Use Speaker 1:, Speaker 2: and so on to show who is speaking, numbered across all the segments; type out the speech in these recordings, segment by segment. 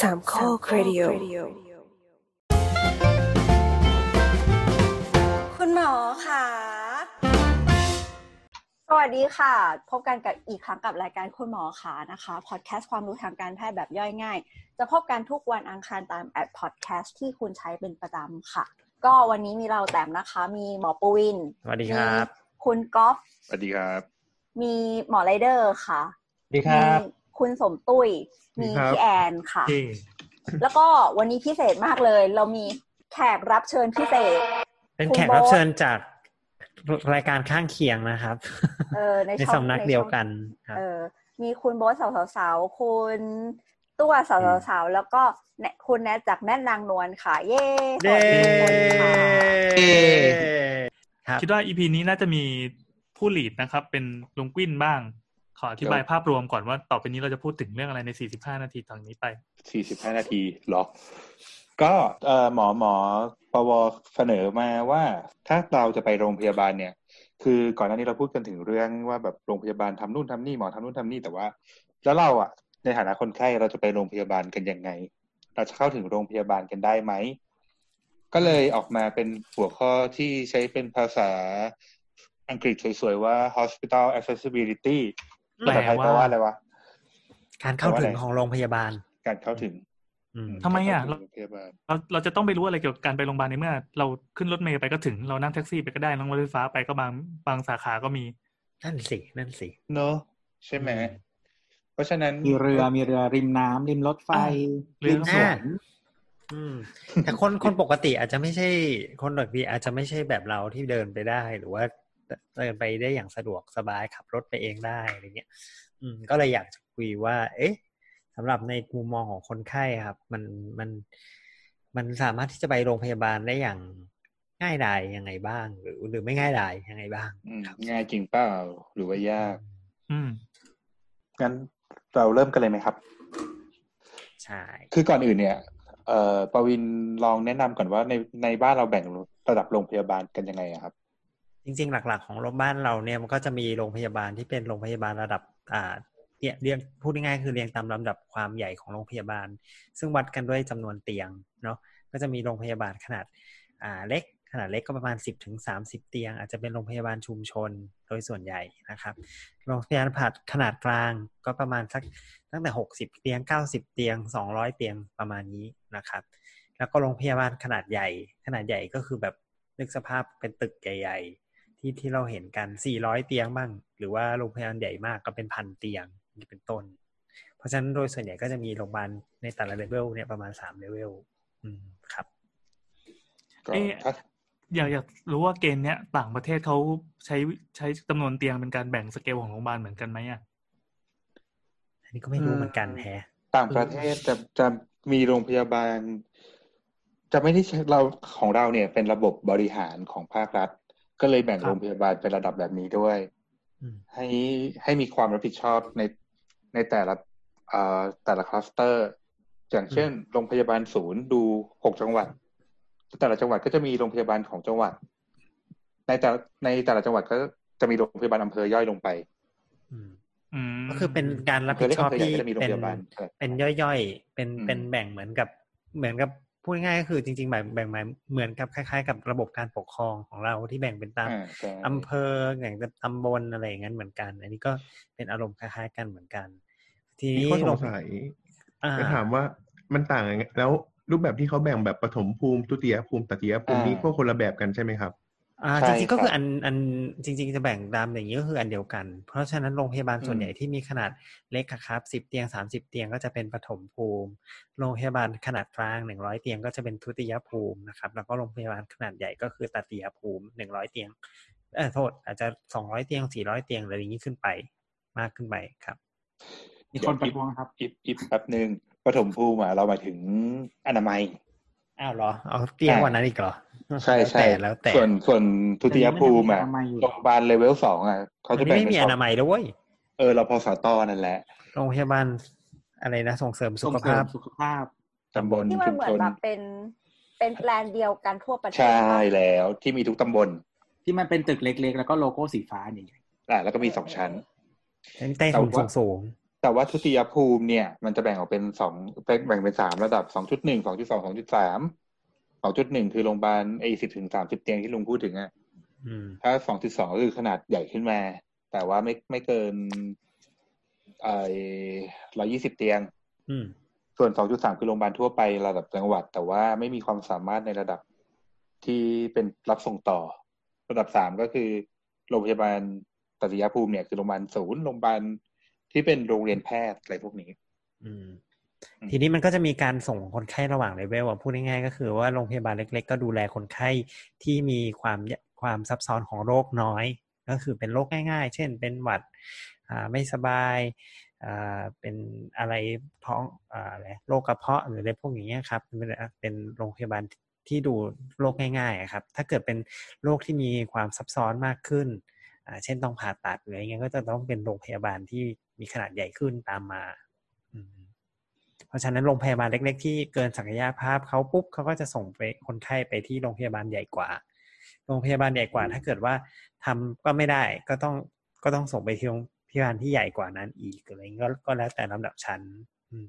Speaker 1: สามข้อครดิโอ
Speaker 2: คุณหมอค่ะ สวัสดีค่ะ พบกันกับอีกครั้งกับรายการคุณหมอขานะคะพอดแคสต์ความรู้ทางการแพทย์แบบย่อยง่าย จะพบกันทุกวันอังคารตามแอดพอดแคสต์ที่คุณใช้เป็นประจำค่ะ ก็วันนี้มีเราแต้มนะคะ มีหมอปวิน
Speaker 3: สวัสดีครับ
Speaker 2: มีคุณก๊อฟ
Speaker 4: สวัสดีครับ
Speaker 2: มีหมอไรเดอร์ค่ะ
Speaker 3: สวัสดีครับ
Speaker 2: มีคุณสมตุ้ยมี
Speaker 5: ครับ
Speaker 2: พี่แอนค่ะ
Speaker 5: เย่
Speaker 2: แล้วก็วันนี้พิเศษมากเลย เรามีแขกรับเชิญพิเศษ
Speaker 3: เป็น
Speaker 2: คุณ
Speaker 3: แขกรับ
Speaker 2: โบ๊ท
Speaker 3: เชิญจากรายการข้างเคียงนะครับ
Speaker 2: เออใน
Speaker 3: ใน
Speaker 2: ช่อง
Speaker 3: สำนัก
Speaker 2: ใช่อง
Speaker 3: เดียวกันครับ
Speaker 2: เออมีคุณโบ๊ทสาวสาวสาวๆคุณตัวสาว
Speaker 3: อื
Speaker 2: สาม วสาวๆแล้วก็แนคุณแนทจากแม่นางนวลค่ะ เย้ส
Speaker 3: เด้
Speaker 2: วัสดีทุกคนค่ะ
Speaker 3: ครับ
Speaker 5: คิดว่าอีพีนี้น่าจะมีผู้หลีดนะครับ เป็นลุงกวิ้นบ้าง ขออธิบาย
Speaker 4: ครับ
Speaker 5: ภาพรวมก่อนว่าต่อไปนี้เราจะพูดถึงเรื่องอะไรใน 45 นาทีตอนนี้ไป
Speaker 4: 45 นาทีเหรอ ก็เอ่อหมอหมอปวเสนอมาว่า ถ้าเราจะไปโรงพยาบาลเนี่ย คือก่อนหน้านี้เราพูดกันถึงเรื่องว่าแบบโรงพยาบาลทำนู่นทำนี่หมอทำนู่นทำนี่แต่ว่า แล้วเราอะในฐานะคนไข้เราจะไปโรงพยาบาลกันยังไง เราจะเข้าถึงโรงพยาบาลกันได้ไหม ก็เลยออกมาเป็นหัวข้อที่ใช้เป็นภาษาอังกฤษสวยๆว่า hospital accessibility
Speaker 5: แปล
Speaker 4: ภาษาไทยแปล
Speaker 5: ว่า
Speaker 4: ว่าอะไรวะ
Speaker 3: การเข้า
Speaker 4: แปลว่า
Speaker 3: ถึง
Speaker 4: อะไร
Speaker 3: ของโรงพยาบาล
Speaker 4: การเข้าถึง
Speaker 3: อืม
Speaker 5: ทำไมอะ
Speaker 4: การเข้าถึงโรงพยาบาล
Speaker 5: เราเราจะต้องไปรู้อะไรเกี่ยวกับการไปโรงพยาบาลในเมื่อ เราขึ้นรถเมล์ไปก็ถึงเรานั่งแท็กซี่ไปก็ได้นั่งรถไฟฟ้าไปก็บางบางสาขาก็มี
Speaker 3: นั่นสินั่นสิ
Speaker 4: เนอะใช่ไหม
Speaker 3: อืม
Speaker 4: เพราะฉะนั้น
Speaker 6: มีเรือมีเรือริมน้ำริมรถไฟ
Speaker 5: เรือ
Speaker 6: ริมสวน
Speaker 3: อืม แต่คนคนปกติอาจจะไม่ใช่ คนปกติอาจจะไม่ใช่แบบเราที่เดินไปได้ หรือว่าเดินไปได้อย่างสะดวกสบายขับรถไปเองได้อะไรเงี้ย อืม ก็เลยอยากจะคุยว่า เอ๊ะสำหรับในมุมมองของคนไข้ครับ มันมันมันสามารถที่จะไปโรงพยาบาลได้อย่างง่ายดายยังไงบ้าง หรือหรือไม่ง่ายดายยังไงบ้าง
Speaker 4: อืม
Speaker 3: ครับ
Speaker 4: ง่ายจริงเปล่าหรือว่ายาก
Speaker 5: อืม
Speaker 4: งั้นเราเริ่มกันเลยไหมครับ
Speaker 3: ใช่
Speaker 4: คือก่อนอื่นเนี่ย เอ่อปวินลองแนะนำก่อนว่าในในบ้านเราแบ่งระดับโรงพยาบาลกันยังไงอะครับ
Speaker 3: จริง ๆ หลัก ๆ ของโรงพยาบาลเราเนี่ยมันก็จะมีโรงพยาบาลที่เป็นโรงพยาบาลระดับ อ่าเรียงเรียงพูดง่ายๆคือเรียงตามลำดับความใหญ่ของโรงพยาบาล ซึ่งวัดกันด้วยจำนวนเตียงเนาะ ก็จะมีโรงพยาบาลขนาดอ่าเล็ก ขนาดเล็กก็ประมาณ 10ถึง30 เตียง อาจจะเป็นโรงพยาบาลชุมชนโดยส่วนใหญ่นะครับ โรงพยาบาลผ่าขนาดกลางก็ประมาณสักตั้งแต่ 60 เตียง 90 เตียง 200 เตียงประมาณนี้นะครับ แล้วก็โรงพยาบาลขนาดใหญ่ ขนาดใหญ่ก็คือแบบนึกสภาพเป็นตึกใหญ่ ๆ ที่ที่เราเห็นกัน 400 เตียงบ้าง หรือว่าโรงพยาบาลใหญ่มากก็เป็นพันเตียงนี่เป็นต้น เพราะฉะนั้นโดยส่วนใหญ่ก็จะมีโรงพยาบาลในแต่ละเลเวลเนี่ยประมาณ3เลเวลอืมครับ
Speaker 4: ก็
Speaker 5: เอ๊ะ
Speaker 4: ถ้า
Speaker 5: อยากอยากรู้ว่าเกณฑ์เนี้ยต่างประเทศเขาใช้ใช้จำนวนเตียงเป็นการแบ่งสเกลของโรงพยาบาลเหมือนกันไหมอ่ะ
Speaker 3: อันนี้ก็ไม่รู้เหมือนกันแฮะ
Speaker 4: ต่างประเทศจะจะมีโรงพยาบาล จะไม่ได้ใช้เราของเราเนี่ย เป็นระบบบริหารของภาครัฐ ก็เลยแบ่ง
Speaker 5: ครับ
Speaker 4: โรงพยาบาลเป็นระดับแบบนี้ด้วย
Speaker 3: อืม
Speaker 4: ให้ให้มีความรับผิดชอบในในแต่ละเอ่อแต่ละคลัสเตอร์ อย่างเช่น โรงพยาบาลศูนย์ดูหกจังหวัด แต่ละจังหวัดก็จะมีโรงพยาบาลของจังหวัด ในแต่ละในแต่ละจังหวัดก็จะมีโรงพยาบาลอำเภอย่อยลงไป
Speaker 3: อืม
Speaker 5: อืม
Speaker 3: ก็คือเป็นการรับ
Speaker 4: ำเภ
Speaker 3: ผิด
Speaker 4: เล็
Speaker 3: ชอบ
Speaker 4: กำเภใหญ่
Speaker 3: ที่
Speaker 4: ก็จะมีโรง
Speaker 3: เป็น
Speaker 4: พยาบาลเออ
Speaker 3: เป็นย่อยๆ เป็น
Speaker 4: อืม
Speaker 3: เป็นแบ่งเหมือนกับเหมือนกับพูดง่ายๆก็คือจริงๆแบ่งแบ่งหมายเหมือนกับคล้ายๆ กับระบบการปกครองของเราที่แบ่งเป็นตาม
Speaker 4: อ่าใช่
Speaker 3: อำเภออย่างตำบลอะไรอย่างนั้นเหมือนกัน อันนี้ก็เป็นอารมณ์คล้ายๆกันเหมือนกัน ที
Speaker 7: มี
Speaker 3: นี้
Speaker 7: ข้อส
Speaker 3: โรง
Speaker 7: สัย
Speaker 3: อ่า
Speaker 7: จะถามว่ามันต่างยังไงแล้วรูปแบบที่เขาแบ่งแบบปฐมภูมิทุติยภูมิตติยภูมินี่ก็คนละแบบกันใช่ไหมครับ
Speaker 3: อ่าจริงๆก็คืออันอันจริง ๆ จะแบ่งตามอย่างนี้ก็คืออันเดียวกัน เพราะฉะนั้นโรงพยาบาลส่วนใหญ่ที่มีขนาดเล็กอะครับสิบเตียงสามสิบเตียงก็จะเป็นปฐมภูมิ โรงพยาบาลขนาดกลาง 100 เตียงก็จะเป็นทุติยภูมินะครับ แล้วก็โรงพยาบาลขนาดใหญ่ก็คือตติยภูมิ 100 เตียงเออโทษ อาจจะ 200 เตียง 400 เตียงอะไรอย่างนี้ขึ้นไป มากขึ้นไปครับ
Speaker 6: มีคนประท้วงครับ
Speaker 4: อีกอีกแป๊บหนึ่งปฐมภูมิอ่ะเราหมายถึงอนามัย
Speaker 3: อ้าวเหรอ เอาเตียงกว่านั้นอีกเหรอ
Speaker 4: ใช่ใช่
Speaker 3: แล้วแต่แล้วแต่
Speaker 4: ส่วนส่วนทุติยภูมิอ่ะ
Speaker 6: อนามัยอยู่
Speaker 4: โรงพยาบาลเลเวลสองอ่ะเขา
Speaker 3: อั
Speaker 4: จะ
Speaker 3: น
Speaker 4: แบ่
Speaker 3: นี้
Speaker 4: งเป็น
Speaker 3: ไม่มี
Speaker 4: ส
Speaker 3: อ
Speaker 4: อง
Speaker 3: นามัยแล้วเว้ย
Speaker 4: เออรพสตนั่นแหละ
Speaker 3: โรงพยาบาลอะไรนะส่งเสริมสุ
Speaker 6: ส่ง
Speaker 3: ข
Speaker 6: เสริ
Speaker 3: ภาม พ
Speaker 6: สุขภาพ
Speaker 4: ตำบล
Speaker 2: ที่มัน
Speaker 4: ชุม
Speaker 2: เหมือ
Speaker 4: ช
Speaker 2: น
Speaker 4: น
Speaker 2: แบบเป็นเป็นแบรนด์เดียวกันทั่วประเทศ
Speaker 4: ใช่
Speaker 2: ปะ
Speaker 4: แล้วที่มีทุกตำบล
Speaker 6: ที่มันเป็นตึกเล็กๆ แล้วก็โลโก้สีฟ้าใหญ่
Speaker 4: อ่ะแล้วก็มีสองชั้น
Speaker 3: ใต้ถุนสูงสูง
Speaker 4: แต่ว่าทุติยภูมิเนี่ย มันจะแบ่งออกเป็นสองแบ่งเป็นสามระดับสองจุดหนึ่งสองจุดสองสองจุดสามสองจุดหนึ่งคือโรงพยาบาลไอสิบถึงสามสิบเตียงที่ลุงพูดถึงอะ
Speaker 3: อืม
Speaker 4: ถ้าสองจุดสองคือขนาดใหญ่ขึ้นมา แต่ว่าไม่ไม่เกินไอร้อยี่สิบเตียง
Speaker 3: อืม
Speaker 4: ส่วนสองจุดสามคือโรงพยาบาลทั่วไประดับจังหวัด แต่ว่าไม่มีความสามารถในระดับที่เป็นรับส่งต่อ ระดับสามก็คือโรงพยาบาลตัตยภูมิเนี่ยคือโรงพยาบาลศูนย์โรงพยาบาลที่เป็นโรงเรียนแพทย์อะไรพวกนี้
Speaker 3: อืม
Speaker 4: อืม
Speaker 3: ทีนี้มันก็จะมีการส่งคนไข้ระหว่างเลเวลอ่ะพูดง่ายๆก็คือว่าโรงพยาบาลเล็ก ๆ ก็ดูแลคนไข้ที่มีความยความซับซ้อนของโรคน้อย ก็คือเป็นโรคง่าย ๆ เช่น เป็นหวัดอ่าไม่สบายอ่าเป็นอะไรท้องอ่าอะไรโรคกระเพาะหรืออะไรพวกอย่างเงี้ยครับเป็นเป็นโรงพยาบาลที่ดูโรคง่ายๆอะครับ ถ้าเกิดเป็นโรคที่มีความซับซ้อนมากขึ้น อ่าเช่นต้องผ่าตัดหรืออะไรเงี้ยก็จะต้องเป็นโรงพยาบาลที่มีขนาดใหญ่ขึ้นตามมาอืมเพราะฉะนั้นโรงพยาบาลเล็ก ๆ ที่เกินศักยภาพเขาปุ๊บเขาก็จะส่งไปคนไข้ไปที่โรงพยาบาลใหญ่กว่า โรงพยาบาลใหญ่กว่า ถ้าเกิดว่าทำก็ไม่ได้ก็ต้องก็ต้องส่งไปที่โรงพยาบาลที่ใหญ่กว่านั้นอีกอะไรเงี้ยก็ก็แล้วแต่ลำดับชั้น อืม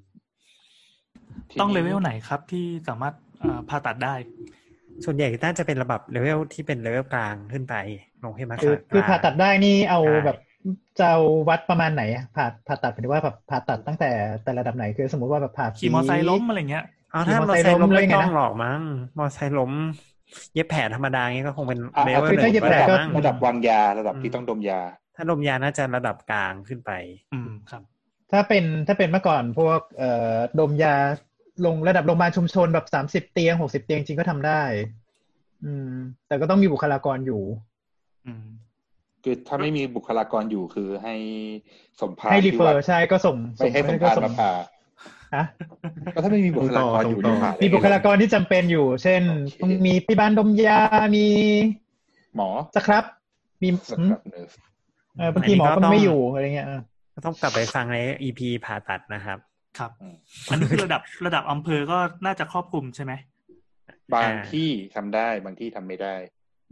Speaker 4: ที
Speaker 5: ต้องเลเวลไหนครับที่สามารถอ่าผ่าตัดได้
Speaker 3: ส่วนใหญ่น่าจะเป็นระดับเลเวลที่เป็นเลเวลกลางขึ้นไปโรงพยาบาล
Speaker 1: คือ
Speaker 3: ขนกลง
Speaker 1: คือผ่าตัดได้นี่เอา
Speaker 3: ใช่
Speaker 1: แบบจะเอาวัดประมาณไหนอะผ่าผ่าตัดหมายถึงว่าแบบผ่าตัดตั้งแต่แต่ระดับไหนคือสมมติว่าแบบผ่า
Speaker 5: ขี่มอไซค์ล้มอะไรเงี้ย
Speaker 3: เอาถ้ามอเตอร์ไซ
Speaker 1: ขี่
Speaker 3: ค์ล้ม
Speaker 1: แว
Speaker 3: ไม่
Speaker 1: ยังไง
Speaker 3: ต้อ
Speaker 1: นะ
Speaker 3: งหรอกมั้งมอเตอร์ไซค์ล้ม เย็บแผลธรรมดาเงี้ยก็คงเป็น
Speaker 4: อ่ะ
Speaker 3: เล
Speaker 4: เอา
Speaker 3: เวล
Speaker 1: คื
Speaker 3: ห
Speaker 1: อ
Speaker 3: นึ่
Speaker 1: ถ้าง เย็บ
Speaker 3: ไป
Speaker 1: แผล
Speaker 3: แล้ว
Speaker 1: ก็
Speaker 3: มั้ง
Speaker 4: ระดับวางยาระดับที่ต้องดมยา
Speaker 3: ถ้าดมยาน่าจะระดับกลางขึ้นไป
Speaker 5: อืมครับ
Speaker 1: ถ้าเป็นถ้าเป็นเมื่อก่อนพวกเอ่อดมยาลงระดับโรงพยาบาลชุมชนแบบสามสิบเตียงหกสิบเตียงจริงก็ทำได้ อืม แต่ก็ต้องมีบุคลากรอยู่
Speaker 5: อืม
Speaker 4: คือถ้าไม่มีบุคลากรอยู่คือให้สมภาร
Speaker 1: ให้รี
Speaker 4: ที่
Speaker 1: เฟอ
Speaker 4: วัด
Speaker 1: ร์ใช่ก็ส่ง
Speaker 4: ไม่ให้สมภาร
Speaker 1: ก็
Speaker 4: มาผ่า
Speaker 1: ฮะ
Speaker 4: ก็ถ้าไม่มีบุคลากรอยู่เนี่ยผ่าได้
Speaker 1: มี
Speaker 4: ไง
Speaker 1: บุคลากรที่จำเป็นอยู่ เช่น
Speaker 4: โอเค
Speaker 1: ต้องมีพยาบาลดมยา มี
Speaker 4: หมอ
Speaker 1: สครับ มี
Speaker 4: ส
Speaker 1: อืม
Speaker 4: ครับเนอร์ส
Speaker 1: เออบางทีหมอ
Speaker 3: อันนี้ก็
Speaker 1: ก็
Speaker 3: ต้อง
Speaker 1: ไม่อยู่อะไรเงี้ยเออ
Speaker 3: ก็ต้องกลับไปฟังใน EP ผ่าตัดนะครับ
Speaker 5: ครับ
Speaker 4: อืม
Speaker 5: อันนี้คือระดับ ระดับอำเภอก็น่าจะครอบคลุมใช่ไหม
Speaker 4: บาง
Speaker 3: อ่า
Speaker 4: ที่ทำได้บางที่ทำไม่ได้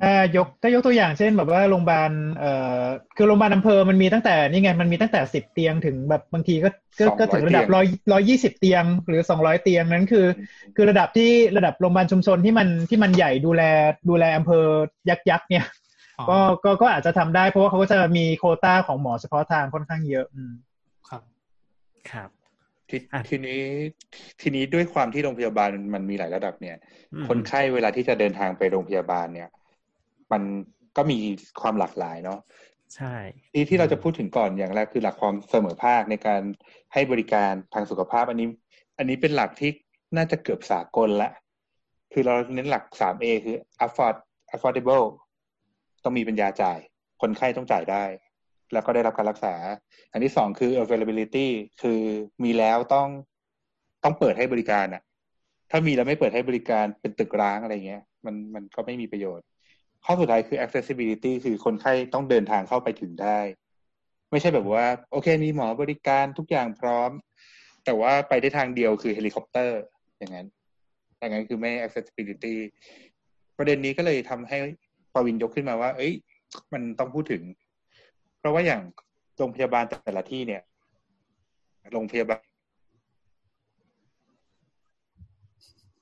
Speaker 1: ถ้ายกถ้ายกตัวอย่างเช่น แบบว่าโรงพยาบาลเอ่อคือโรงพยาบาลอำเภอมันมีตั้งแต่นี่ไงมันมีตั้งแต่สิบเตียงถึงแบบบางทีก็ก็
Speaker 4: 200
Speaker 1: ก็ถึงระดับ
Speaker 4: เตียง
Speaker 1: ร้อยร้อยยี่สิบเตียงหรือสองร้อยเตียงนั้นคือ คือระดับที่ระดับโรงพยาบาลชุมชนที่มันที่มันใหญ่ดูแลดูแลอำเภอยักษ์ยักษ์เนี่ย
Speaker 5: อ๋อ
Speaker 1: ก็ก็ก็อาจจะทำได้เพราะว่าเขาก็จะมีโควต้าของหมอเฉพาะทางค่อนข้างเยอะอืม
Speaker 5: ครับ
Speaker 3: ครับ
Speaker 4: ที
Speaker 3: อ่ะ
Speaker 4: ทีนี้ทีนี้ด้วยความที่โรงพยาบาลมันมีหลายระดับเนี่ย
Speaker 3: อืม
Speaker 4: คนไข้เวลาที่จะเดินทางไปโรงพยาบาลเนี่ย มันก็มีความหลากหลายเนาะ
Speaker 3: ใช่
Speaker 4: ที่ที่เราจะพูดถึงก่อนอย่างแรกคือหลักความเสมอภาคในการให้บริการทางสุขภาพ อันนี้ อันนี้เป็นหลักที่น่าจะเกือบสากลละคือเราเน้นหลัก 3A คือ afford affordable ต้องมีปัญญาจ่าย คนไข้ต้องจ่ายได้ แล้วก็ได้รับการรักษา อันที่สองคือ availability คือมีแล้วต้องต้องเปิดให้บริการอะถ้ามีแล้วไม่เปิดให้บริการเป็นตึกร้างอะไรเงี้ย มันมันก็ไม่มีประโยชน์ ข้อสุดท้ายคือ accessibility คือคนไข้ต้องเดินทางเข้าไปถึงได้ ไม่ใช่แบบว่า โอเค มีหมอบริการทุกอย่างพร้อม แต่ว่าไปได้ทางเดียวคือเฮลิคอปเตอร์ อย่างนั้น อย่างนั้นคือไม่ accessibility ประเด็นนี้ก็เลยทำให้ปวินยกขึ้นมาว่า เอ้ย มันต้องพูดถึง เพราะว่าอย่างโรงพยาบาลแต่ละที่เนี่ย โรงพยาบาล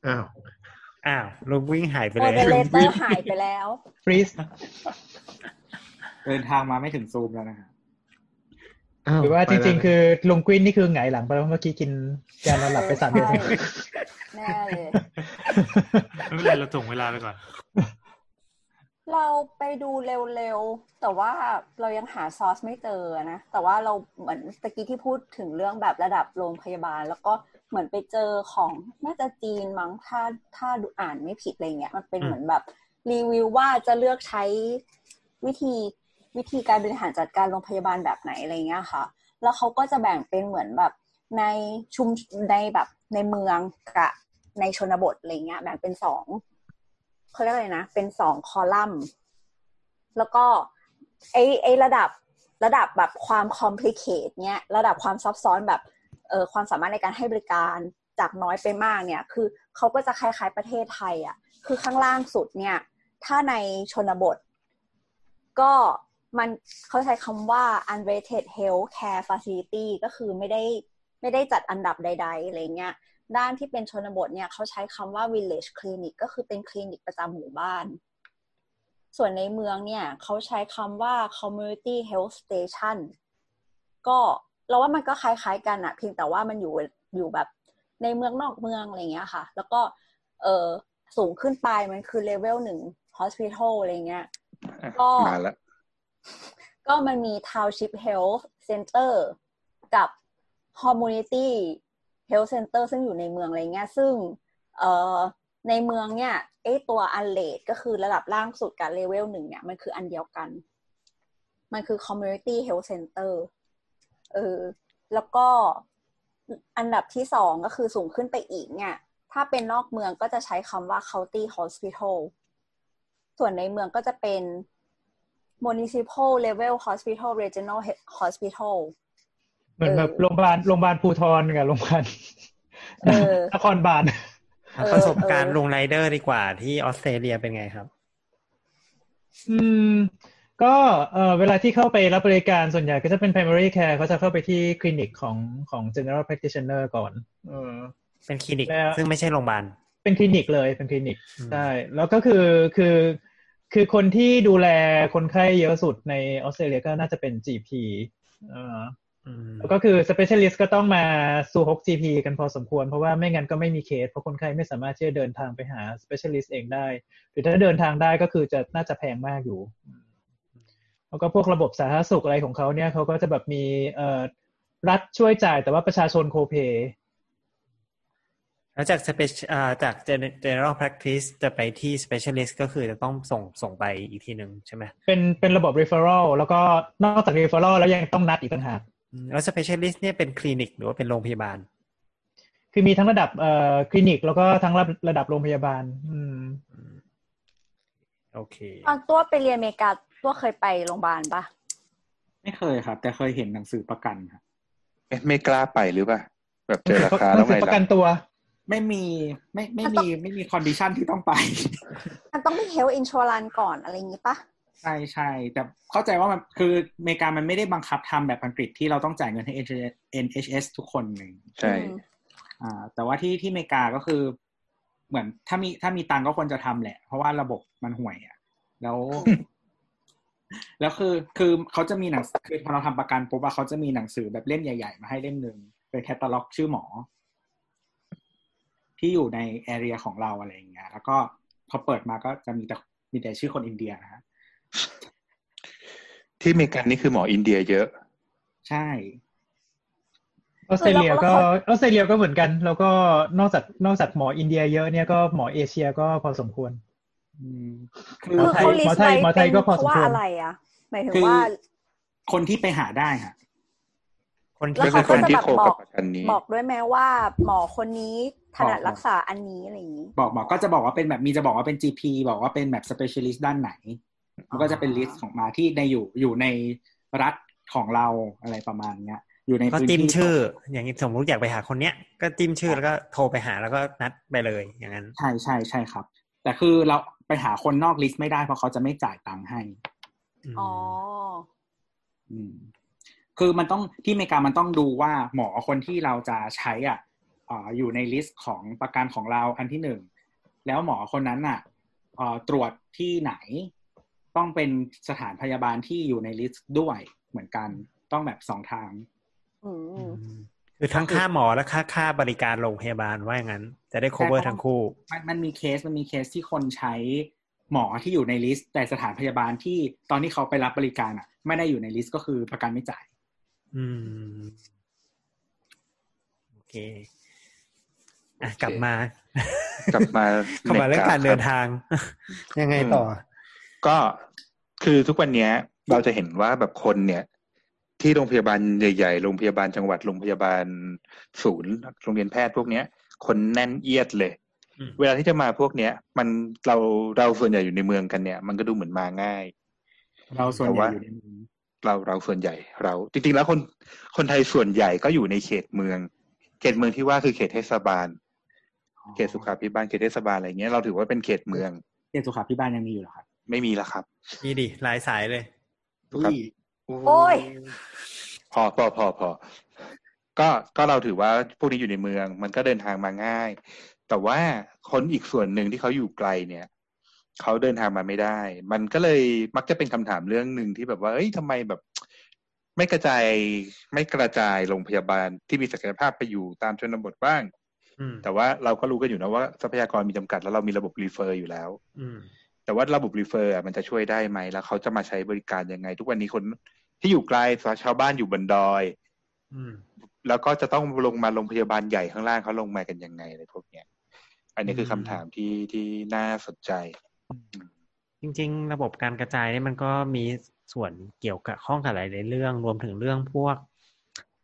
Speaker 7: อ้าว
Speaker 3: อ้าวลูกวิ่งหายไป
Speaker 2: โม
Speaker 3: เลย
Speaker 2: เดเลเตอร์หายไปแล้ว
Speaker 1: ฟรีส
Speaker 6: เดินทางมาไม่ถึงซูมแล้วนะฮะ
Speaker 7: อ้าว
Speaker 1: หรือว่า
Speaker 7: ไป
Speaker 1: จ
Speaker 7: แล้ว
Speaker 1: ริงๆ คือลุงกวินนี่คือหงายหลังไปแล้วเมื่อกี้กินยานอนหลับไปสามเดือน
Speaker 2: ใช่ แน่เลย
Speaker 5: ไม่เป็นไรเราส่งเวลาไปก่อน
Speaker 2: เราไปดูเร็วๆ แต่ว่าเรายังหาซอสไม่เจอนะ แต่ว่าเราเหมือนตะกี้ที่พูดถึงเรื่องแบบระดับโรงพยาบาล แล้วก็เหมือนไปเจอของน่าจะจีนมั้งถ้าถ้าดูอ่านไม่ผิดอะไรเงี้ย มันเป็นเหมือนแบบรีวิวว่าจะเลือกใช้วิธีวิธีการบริหารจัดการโรงพยาบาลแบบไหนอะไรเงี้ยค่ะ แล้วเขาก็จะแบ่งเป็นเหมือนแบบในชุมในแบบในเมืองกับในชนบทอะไรเงี้ยแบ่งเป็นสองเขาเรียกอะไรนะ เป็นสองคอลัมน์แล้วก็ไอไอระดับระดับแบบความคอมพลีเคทเนี้ยระดับความซับซ้อนแบบเออความสามารถในการให้บริการจากน้อยไปมากเนี่ย คือเขาก็จะคล้ายๆประเทศไทยอ่ะ คือข้างล่างสุดเนี่ย ถ้าในชนบท ก็ มันเขาใช้คำว่า unrated health care facility ก็คือไม่ได้ไม่ได้จัดอันดับใด ๆ อะไรเงี้ย ด้านที่เป็นชนบทเนี่ยเขาใช้คำว่า village clinic ก็คือเป็นคลินิกประจำหมู่บ้าน ส่วนในเมืองเนี่ยเขาใช้คำว่า community health station ก็เราว่ามันก็คล้ายๆกันอะเพียงแต่ว่ามันอยู่อยู่แบบในเมืองนอกเมืองอะไรเงี้ยค่ะ แล้วก็เออสูงขึ้นไปมันคือเลเวลหนึ่ง hospital อะไรเงี้ย
Speaker 4: อ่ะ
Speaker 2: ก็
Speaker 4: มาแล้ว
Speaker 2: ก็มันมี Township Health Center กับ Community Health Center ซึ่งอยู่ในเมืองอะไรเงี้ย ซึ่งเอ่อในเมืองเนี่ยไอตัวอันเลดก็คือระดับล่างสุดกับเลเวลหนึ่งเนี่ย มันคืออันเดียวกัน มันคือ Community Health Center เออแล้วก็อันดับที่สองก็คือสูงขึ้นไปอีกเนี่ย ถ้าเป็นนอกเมืองก็จะใช้คำว่า county hospital ส่วนในเมืองก็จะเป็น municipal level hospital regional he- hospital
Speaker 1: เหมือนแบบโรงพยาบาลโรงพยาบาลภูทรกับโรงพยาบาล
Speaker 2: เออ
Speaker 1: นครบาล
Speaker 2: เออ
Speaker 3: ประสบการณ์ลุงไรเดอร์ดีกว่าที่ออสเตรเลียเป็นไงครับ
Speaker 1: อืมก็เออเวลาที่เข้าไปรับบริการส่วนใหญ่ก็จะเป็น primary care เขาจะเข้าไปที่คลินิกของของ general practitioner ก่อนเออ
Speaker 3: เป็นคลินิก
Speaker 1: แล้ว
Speaker 3: ซึ่งไม่ใช่โรงพยาบาล
Speaker 1: เป็นคลินิกเลยเป็นคลินิก
Speaker 3: อืม
Speaker 1: ใช่แล้วก็คือคือคือคนที่ดูแลคนไข้เยอะสุดในออสเตรเลียก็น่าจะเป็น GP เออ
Speaker 3: อืม
Speaker 1: แล้วก็คือ specialist ก็ต้องมาสู่ฮก GP กันพอสมควร เพราะว่าไม่งั้นก็ไม่มีเคส เพราะคนไข้ไม่สามารถที่จะเดินทางไปหา specialist เองได้ หรือถ้าเดินทางได้ก็คือจะน่าจะแพงมากอยู่ แล้วก็พวกระบบสาธารณสุขอะไรของเขาเนี่ยเขาก็จะแบบมีเอ่อรัฐช่วยจ่ายแต่ว่าประชาชนโคเป
Speaker 3: แล้วจาก spec- อ่าจาก gen- general practice จะไปที่ specialist ก็คือจะต้องส่งส่งไปอีกทีหนึ่งใช่ไหม
Speaker 1: เป็นเป็นระบบ referral แล้วก็นอกจาก referral แล้วยังต้องนัดอีกต่างหาก
Speaker 3: อืมแล้ว specialist เนี่ยเป็นคลินิกหรือว่าเป็นโรงพยาบาล
Speaker 1: คือมีทั้งระดับเอ่อคลินิก แล้วก็ทั้งระระดับโรงพยาบาล อืม
Speaker 3: โอเค
Speaker 2: ตอนตัวไปเรียนอเมริกาตัวเคยไปโรงพยาบาลปะ
Speaker 6: ไม่เคยครับ แต่เคยเห็นหนังสือประกันครับ
Speaker 4: เอ๊ะไม่กล้าไปหรือเปล่าแบบเจอราคาแล้วไง
Speaker 1: ประกั
Speaker 4: ล่ะ
Speaker 1: นตัว
Speaker 6: ไม่มีไม่ไม่มีไม่มีคอนดิชันที่ต้องไป
Speaker 2: มันต้องไป health insurance ก่อนอะไรอย่างงี้ปะ
Speaker 6: ใช่ใช่แต่เข้าใจว่ามันคืออเมริกามันไม่ได้บังคับทำแบบอังกฤษที่เราต้องจ่ายเงินให้ NHS NHS ทุกคนหนึ่ง
Speaker 4: ใช่
Speaker 2: อืม
Speaker 6: อ่า แต่ว่าที่ที่อเมริกาก็คือ เหมือนถ้ามีถ้ามีตังค์ก็ควรจะทำแหละ เพราะว่าระบบมันห่วยอ่ะแล้ว แล้วคือคือเขาจะมีหนังสือคือพอเราทำประกันปุ๊บอะเขาจะมีหนังสือแบบเล่มใหญ่ ๆ มาให้เล่มหนึ่งเป็นแคตตาล็อกชื่อหมอ ที่อยู่ในแอเรียของเราอะไรอย่างเงี้ยแล้วก็พอเปิดมาก็จะมีแต่มีแต่ชื่อคนอินเดียนะฮะ
Speaker 4: ที่อเมริกันนี่คือหมออินเดียเยอะ
Speaker 6: ใช่
Speaker 1: ออสเตรเลียก็ออสเตรเลียก็เหมือนกัน แล้วก็นอกจากนอกจากหมออินเดียเยอะเนี่ยก็หมอเอเชียก็พอสมควร
Speaker 6: อืมคื
Speaker 2: คือ อเขา
Speaker 1: หมอ
Speaker 2: list
Speaker 1: ไทย
Speaker 2: ไว้
Speaker 1: หมอไทย
Speaker 2: เป็น
Speaker 1: ก็พอ
Speaker 2: เพ
Speaker 1: สมควร
Speaker 2: ราะว่าอะไรอะหมายถึง
Speaker 6: คือ
Speaker 2: ว่า
Speaker 6: คนที่ไปหาได้ค่ะ
Speaker 3: คน
Speaker 2: แล้
Speaker 3: ที่
Speaker 2: ว
Speaker 4: ก็
Speaker 2: เขาก็
Speaker 4: คือคน
Speaker 2: จะ
Speaker 4: ที่
Speaker 2: แบบ
Speaker 4: โคกั
Speaker 2: บอก
Speaker 4: บประกันนี้
Speaker 2: บอกด้วยแม้ว่าหมอคนนี้ถนัด
Speaker 6: บอก
Speaker 2: รักษาอันนี้อะไรอย่างนี้
Speaker 6: บอกหมอก็จะบอกว่าเป็นแบบมีจะบอกว่าเป็น GP บอกว่าเป็นแบบ specialist ด้านไหน มันก็จะเป็นลิสต์ของมาที่ในอยู่อยู่ในรัฐของเราอะไรประมาณเนี้ย อยู่ใน
Speaker 3: ก็
Speaker 6: พื้น
Speaker 3: จิ้ม
Speaker 6: ที่
Speaker 3: ชื่อ อย่างนี้สมมติอยากไปหาคนเนี้ย ก็จิ้มชื่อแล้วก็โทรไปหาแล้วก็นัดไปเลยอย่างนั้น
Speaker 6: ใช่ใช่ใช่ครับ แต่คือเราไปหาคนนอกลิสต์ไม่ได้เพราะเขาจะไม่จ่ายตังค์ให้
Speaker 2: อ๋อ
Speaker 6: อืมคือมันต้องที่อเมริกามันต้องดูว่าหมอคนที่เราจะใช้อ่ะเอ่ออยู่ในลิสต์ของประกันของเราอันที่หนึ่ง แล้วหมอคนนั้นอ่ะเอ่อตรวจที่ไหน ต้องเป็นสถานพยาบาลที่อยู่ในลิสต์ด้วยเหมือนกันต้องแบบสองทาง
Speaker 2: อื
Speaker 3: อื
Speaker 2: ม
Speaker 3: มคือทั้งค่าหมอและค่าค่าบริการโรงพยาบาลว่าอย่างนั้น จะได้ cover
Speaker 6: ใช่
Speaker 3: ทั้งคู่
Speaker 6: มันมันมีเคสมันมีเคสที่คนใช้หมอที่อยู่ในลิสต์ แต่สถานพยาบาลที่ตอนที่เขาไปรับบริการอ่ะ ไม่ได้อยู่ในลิสต์ก็คือประกันไม่จ่าย
Speaker 3: อืม โอเค อ่ะ กลับมา
Speaker 4: กลับมา
Speaker 3: กลับมาเรื่องการเดินทาง ยังไงต่อ
Speaker 4: ก็คือทุกวันเนี้ยเราจะเห็นว่าแบบคนเนี่ย ที่โรงพยาบาลใหญ่ๆ โรงพยาบาลจังหวัดโรงพยาบาลศูนย์โรงเรียนแพทย์พวกเนี้ย คนแน่นเอียดเลย
Speaker 3: อืม
Speaker 4: เวลาที่จะมาพวกเนี้ย มันเราเราส่วนใหญ่อยู่ในเมืองกันเนี่ย มันก็ดูเหมือนมาง่าย
Speaker 6: เราส่วนใหญ่อยู่ในนี้
Speaker 4: เราเราส่วนใหญ่เรา จริงๆแล้วคนคนไทยส่วนใหญ่ก็อยู่ในเขตเมือง เขตเมืองที่ว่าคือเขตเทศบาล เขตสุขาภิบาลเขตเทศบาลอะไรเงี้ยเราถือว่าเป็นเขตเมือง
Speaker 6: เขตสุขาพิบาลยังมีอยู่เหรอครับ
Speaker 4: ไม่มีแล้วครับ
Speaker 3: นี่ดิหลายสายเลย
Speaker 6: อุ้ย
Speaker 2: โอ้ย
Speaker 4: พอพอพอพอก็ก็เราถือว่าพวกนี้อยู่ในเมือง มันก็เดินทางมาง่าย แต่ว่าคนอีกส่วนหนึ่งที่เขาอยู่ไกลเนี่ยเขาเดินทางมาไม่ได้ มันก็เลยมักจะเป็นคำถามเรื่องหนึ่งที่แบบว่า เอ้ยทำไมแบบ ไม่กระจายไม่กระจายโรงพยาบาลที่มีศักยภาพไปอยู่ตามชนบทบ้าง
Speaker 3: อืม
Speaker 4: แต่ว่าเราก็รู้กันอยู่นะว่าทรัพยากรมีจำกัดแล้วเรามีระบบรีเฟอร์อยู่แล้ว
Speaker 3: อืม
Speaker 4: แต่ว่าระบบรีเฟอร์อะมันจะช่วยได้ไหมแล้วเขาจะมาใช้บริการยังไง ทุกวันนี้คนที่อยู่ไกลชาวบ้านอยู่บนดอย
Speaker 3: อืม
Speaker 4: แล้วก็จะต้องลงมาโรงพยาบาลใหญ่ข้างล่างเขาลงมากันยังไงอะไรพวกเนี้ย อันนี้คือ
Speaker 3: ม
Speaker 4: คำถามที่ที่น่าสนใจ
Speaker 3: จริง ๆ ระบบการกระจายเนี่ยมันก็มีส่วนเกี่ยวกับข้องกับหลายๆเรื่อง รวมถึงเรื่องพวก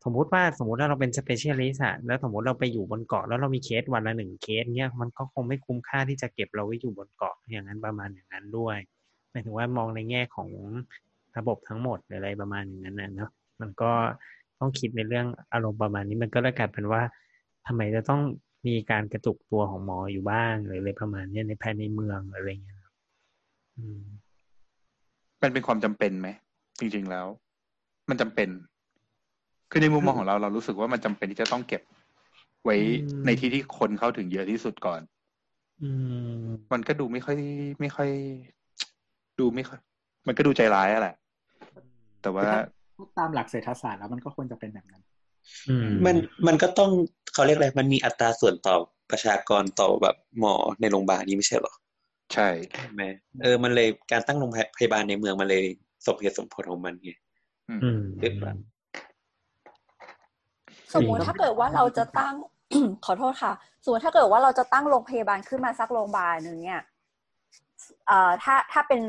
Speaker 3: สมมุติว่าสมมุติว่าเราเป็นสเปเชียลิสต์แล้วสมมุติเราไปอยู่บนเกาะแล้วเรามีเคสวันละหนึ่งเคสเนี่ยมันก็คงไม่คุ้มค่าที่จะเก็บเราไว้อยู่บนเกาะอย่างนั้นประมาณอย่างนั้นด้วยหมายถึงว่ามองในแง่ของระบบทั้งหมดหรืออะไรประมาณอย่างนั้นนะเนาะมันก็ต้องคิดในเรื่องอารมณ์ประมาณนี้มันก็เลยกลายเป็นว่าทำไมจะต้องมีการกระจุกตัวของหมออยู่บ้างหรืออะไรประมาณเนี้ยในภายในเมืองหรืออะไรอย่างเงี้ยครับอืม
Speaker 4: มันเป็นความจำเป็นไหมจริง ๆแล้ว มันจำเป็น คือในมุมมองของเราเรารู้สึกว่ามันจำเป็นที่จะต้องเก็บ ไว้
Speaker 3: อืม
Speaker 4: ในที่ที่คนเข้าถึงเยอะที่สุดก่อน
Speaker 3: อืม
Speaker 4: มันก็ดูไม่ค่อยไม่ค่อย ดูไม่ค่อย มันก็ดูใจร้ายอะแหละ แต่ว่า
Speaker 6: ตามหลักเศรษฐศาสตร์แล้วมันก็ควรจะเป็นแบบนั้น
Speaker 3: อื
Speaker 8: มันมันก็ต้องเขาเรียกอะไร มันมีอัตราส่วนต่อประชากรต่อแบบหมอในโรงพยาบาลนี้ไม่ใช่เหรอ
Speaker 4: ใช่
Speaker 8: ใช่ไหมเออ มันเลยการตั้งโรงพยาบาลในเมืองมันเลยสมเหตุสมผลของมันไง
Speaker 3: อืม
Speaker 8: เรียบร้อย
Speaker 2: สมมุติ
Speaker 3: อืม
Speaker 2: ถ้าเกิดว่าเราจะตั้ง ขอโทษค่ะ สมมติถ้าเกิดว่าเราจะตั้งโรงพยาบาลขึ้นมาสักโรงพยาบาลหนึ่งเนี่ยเอ่อถ้าถ้าเป็น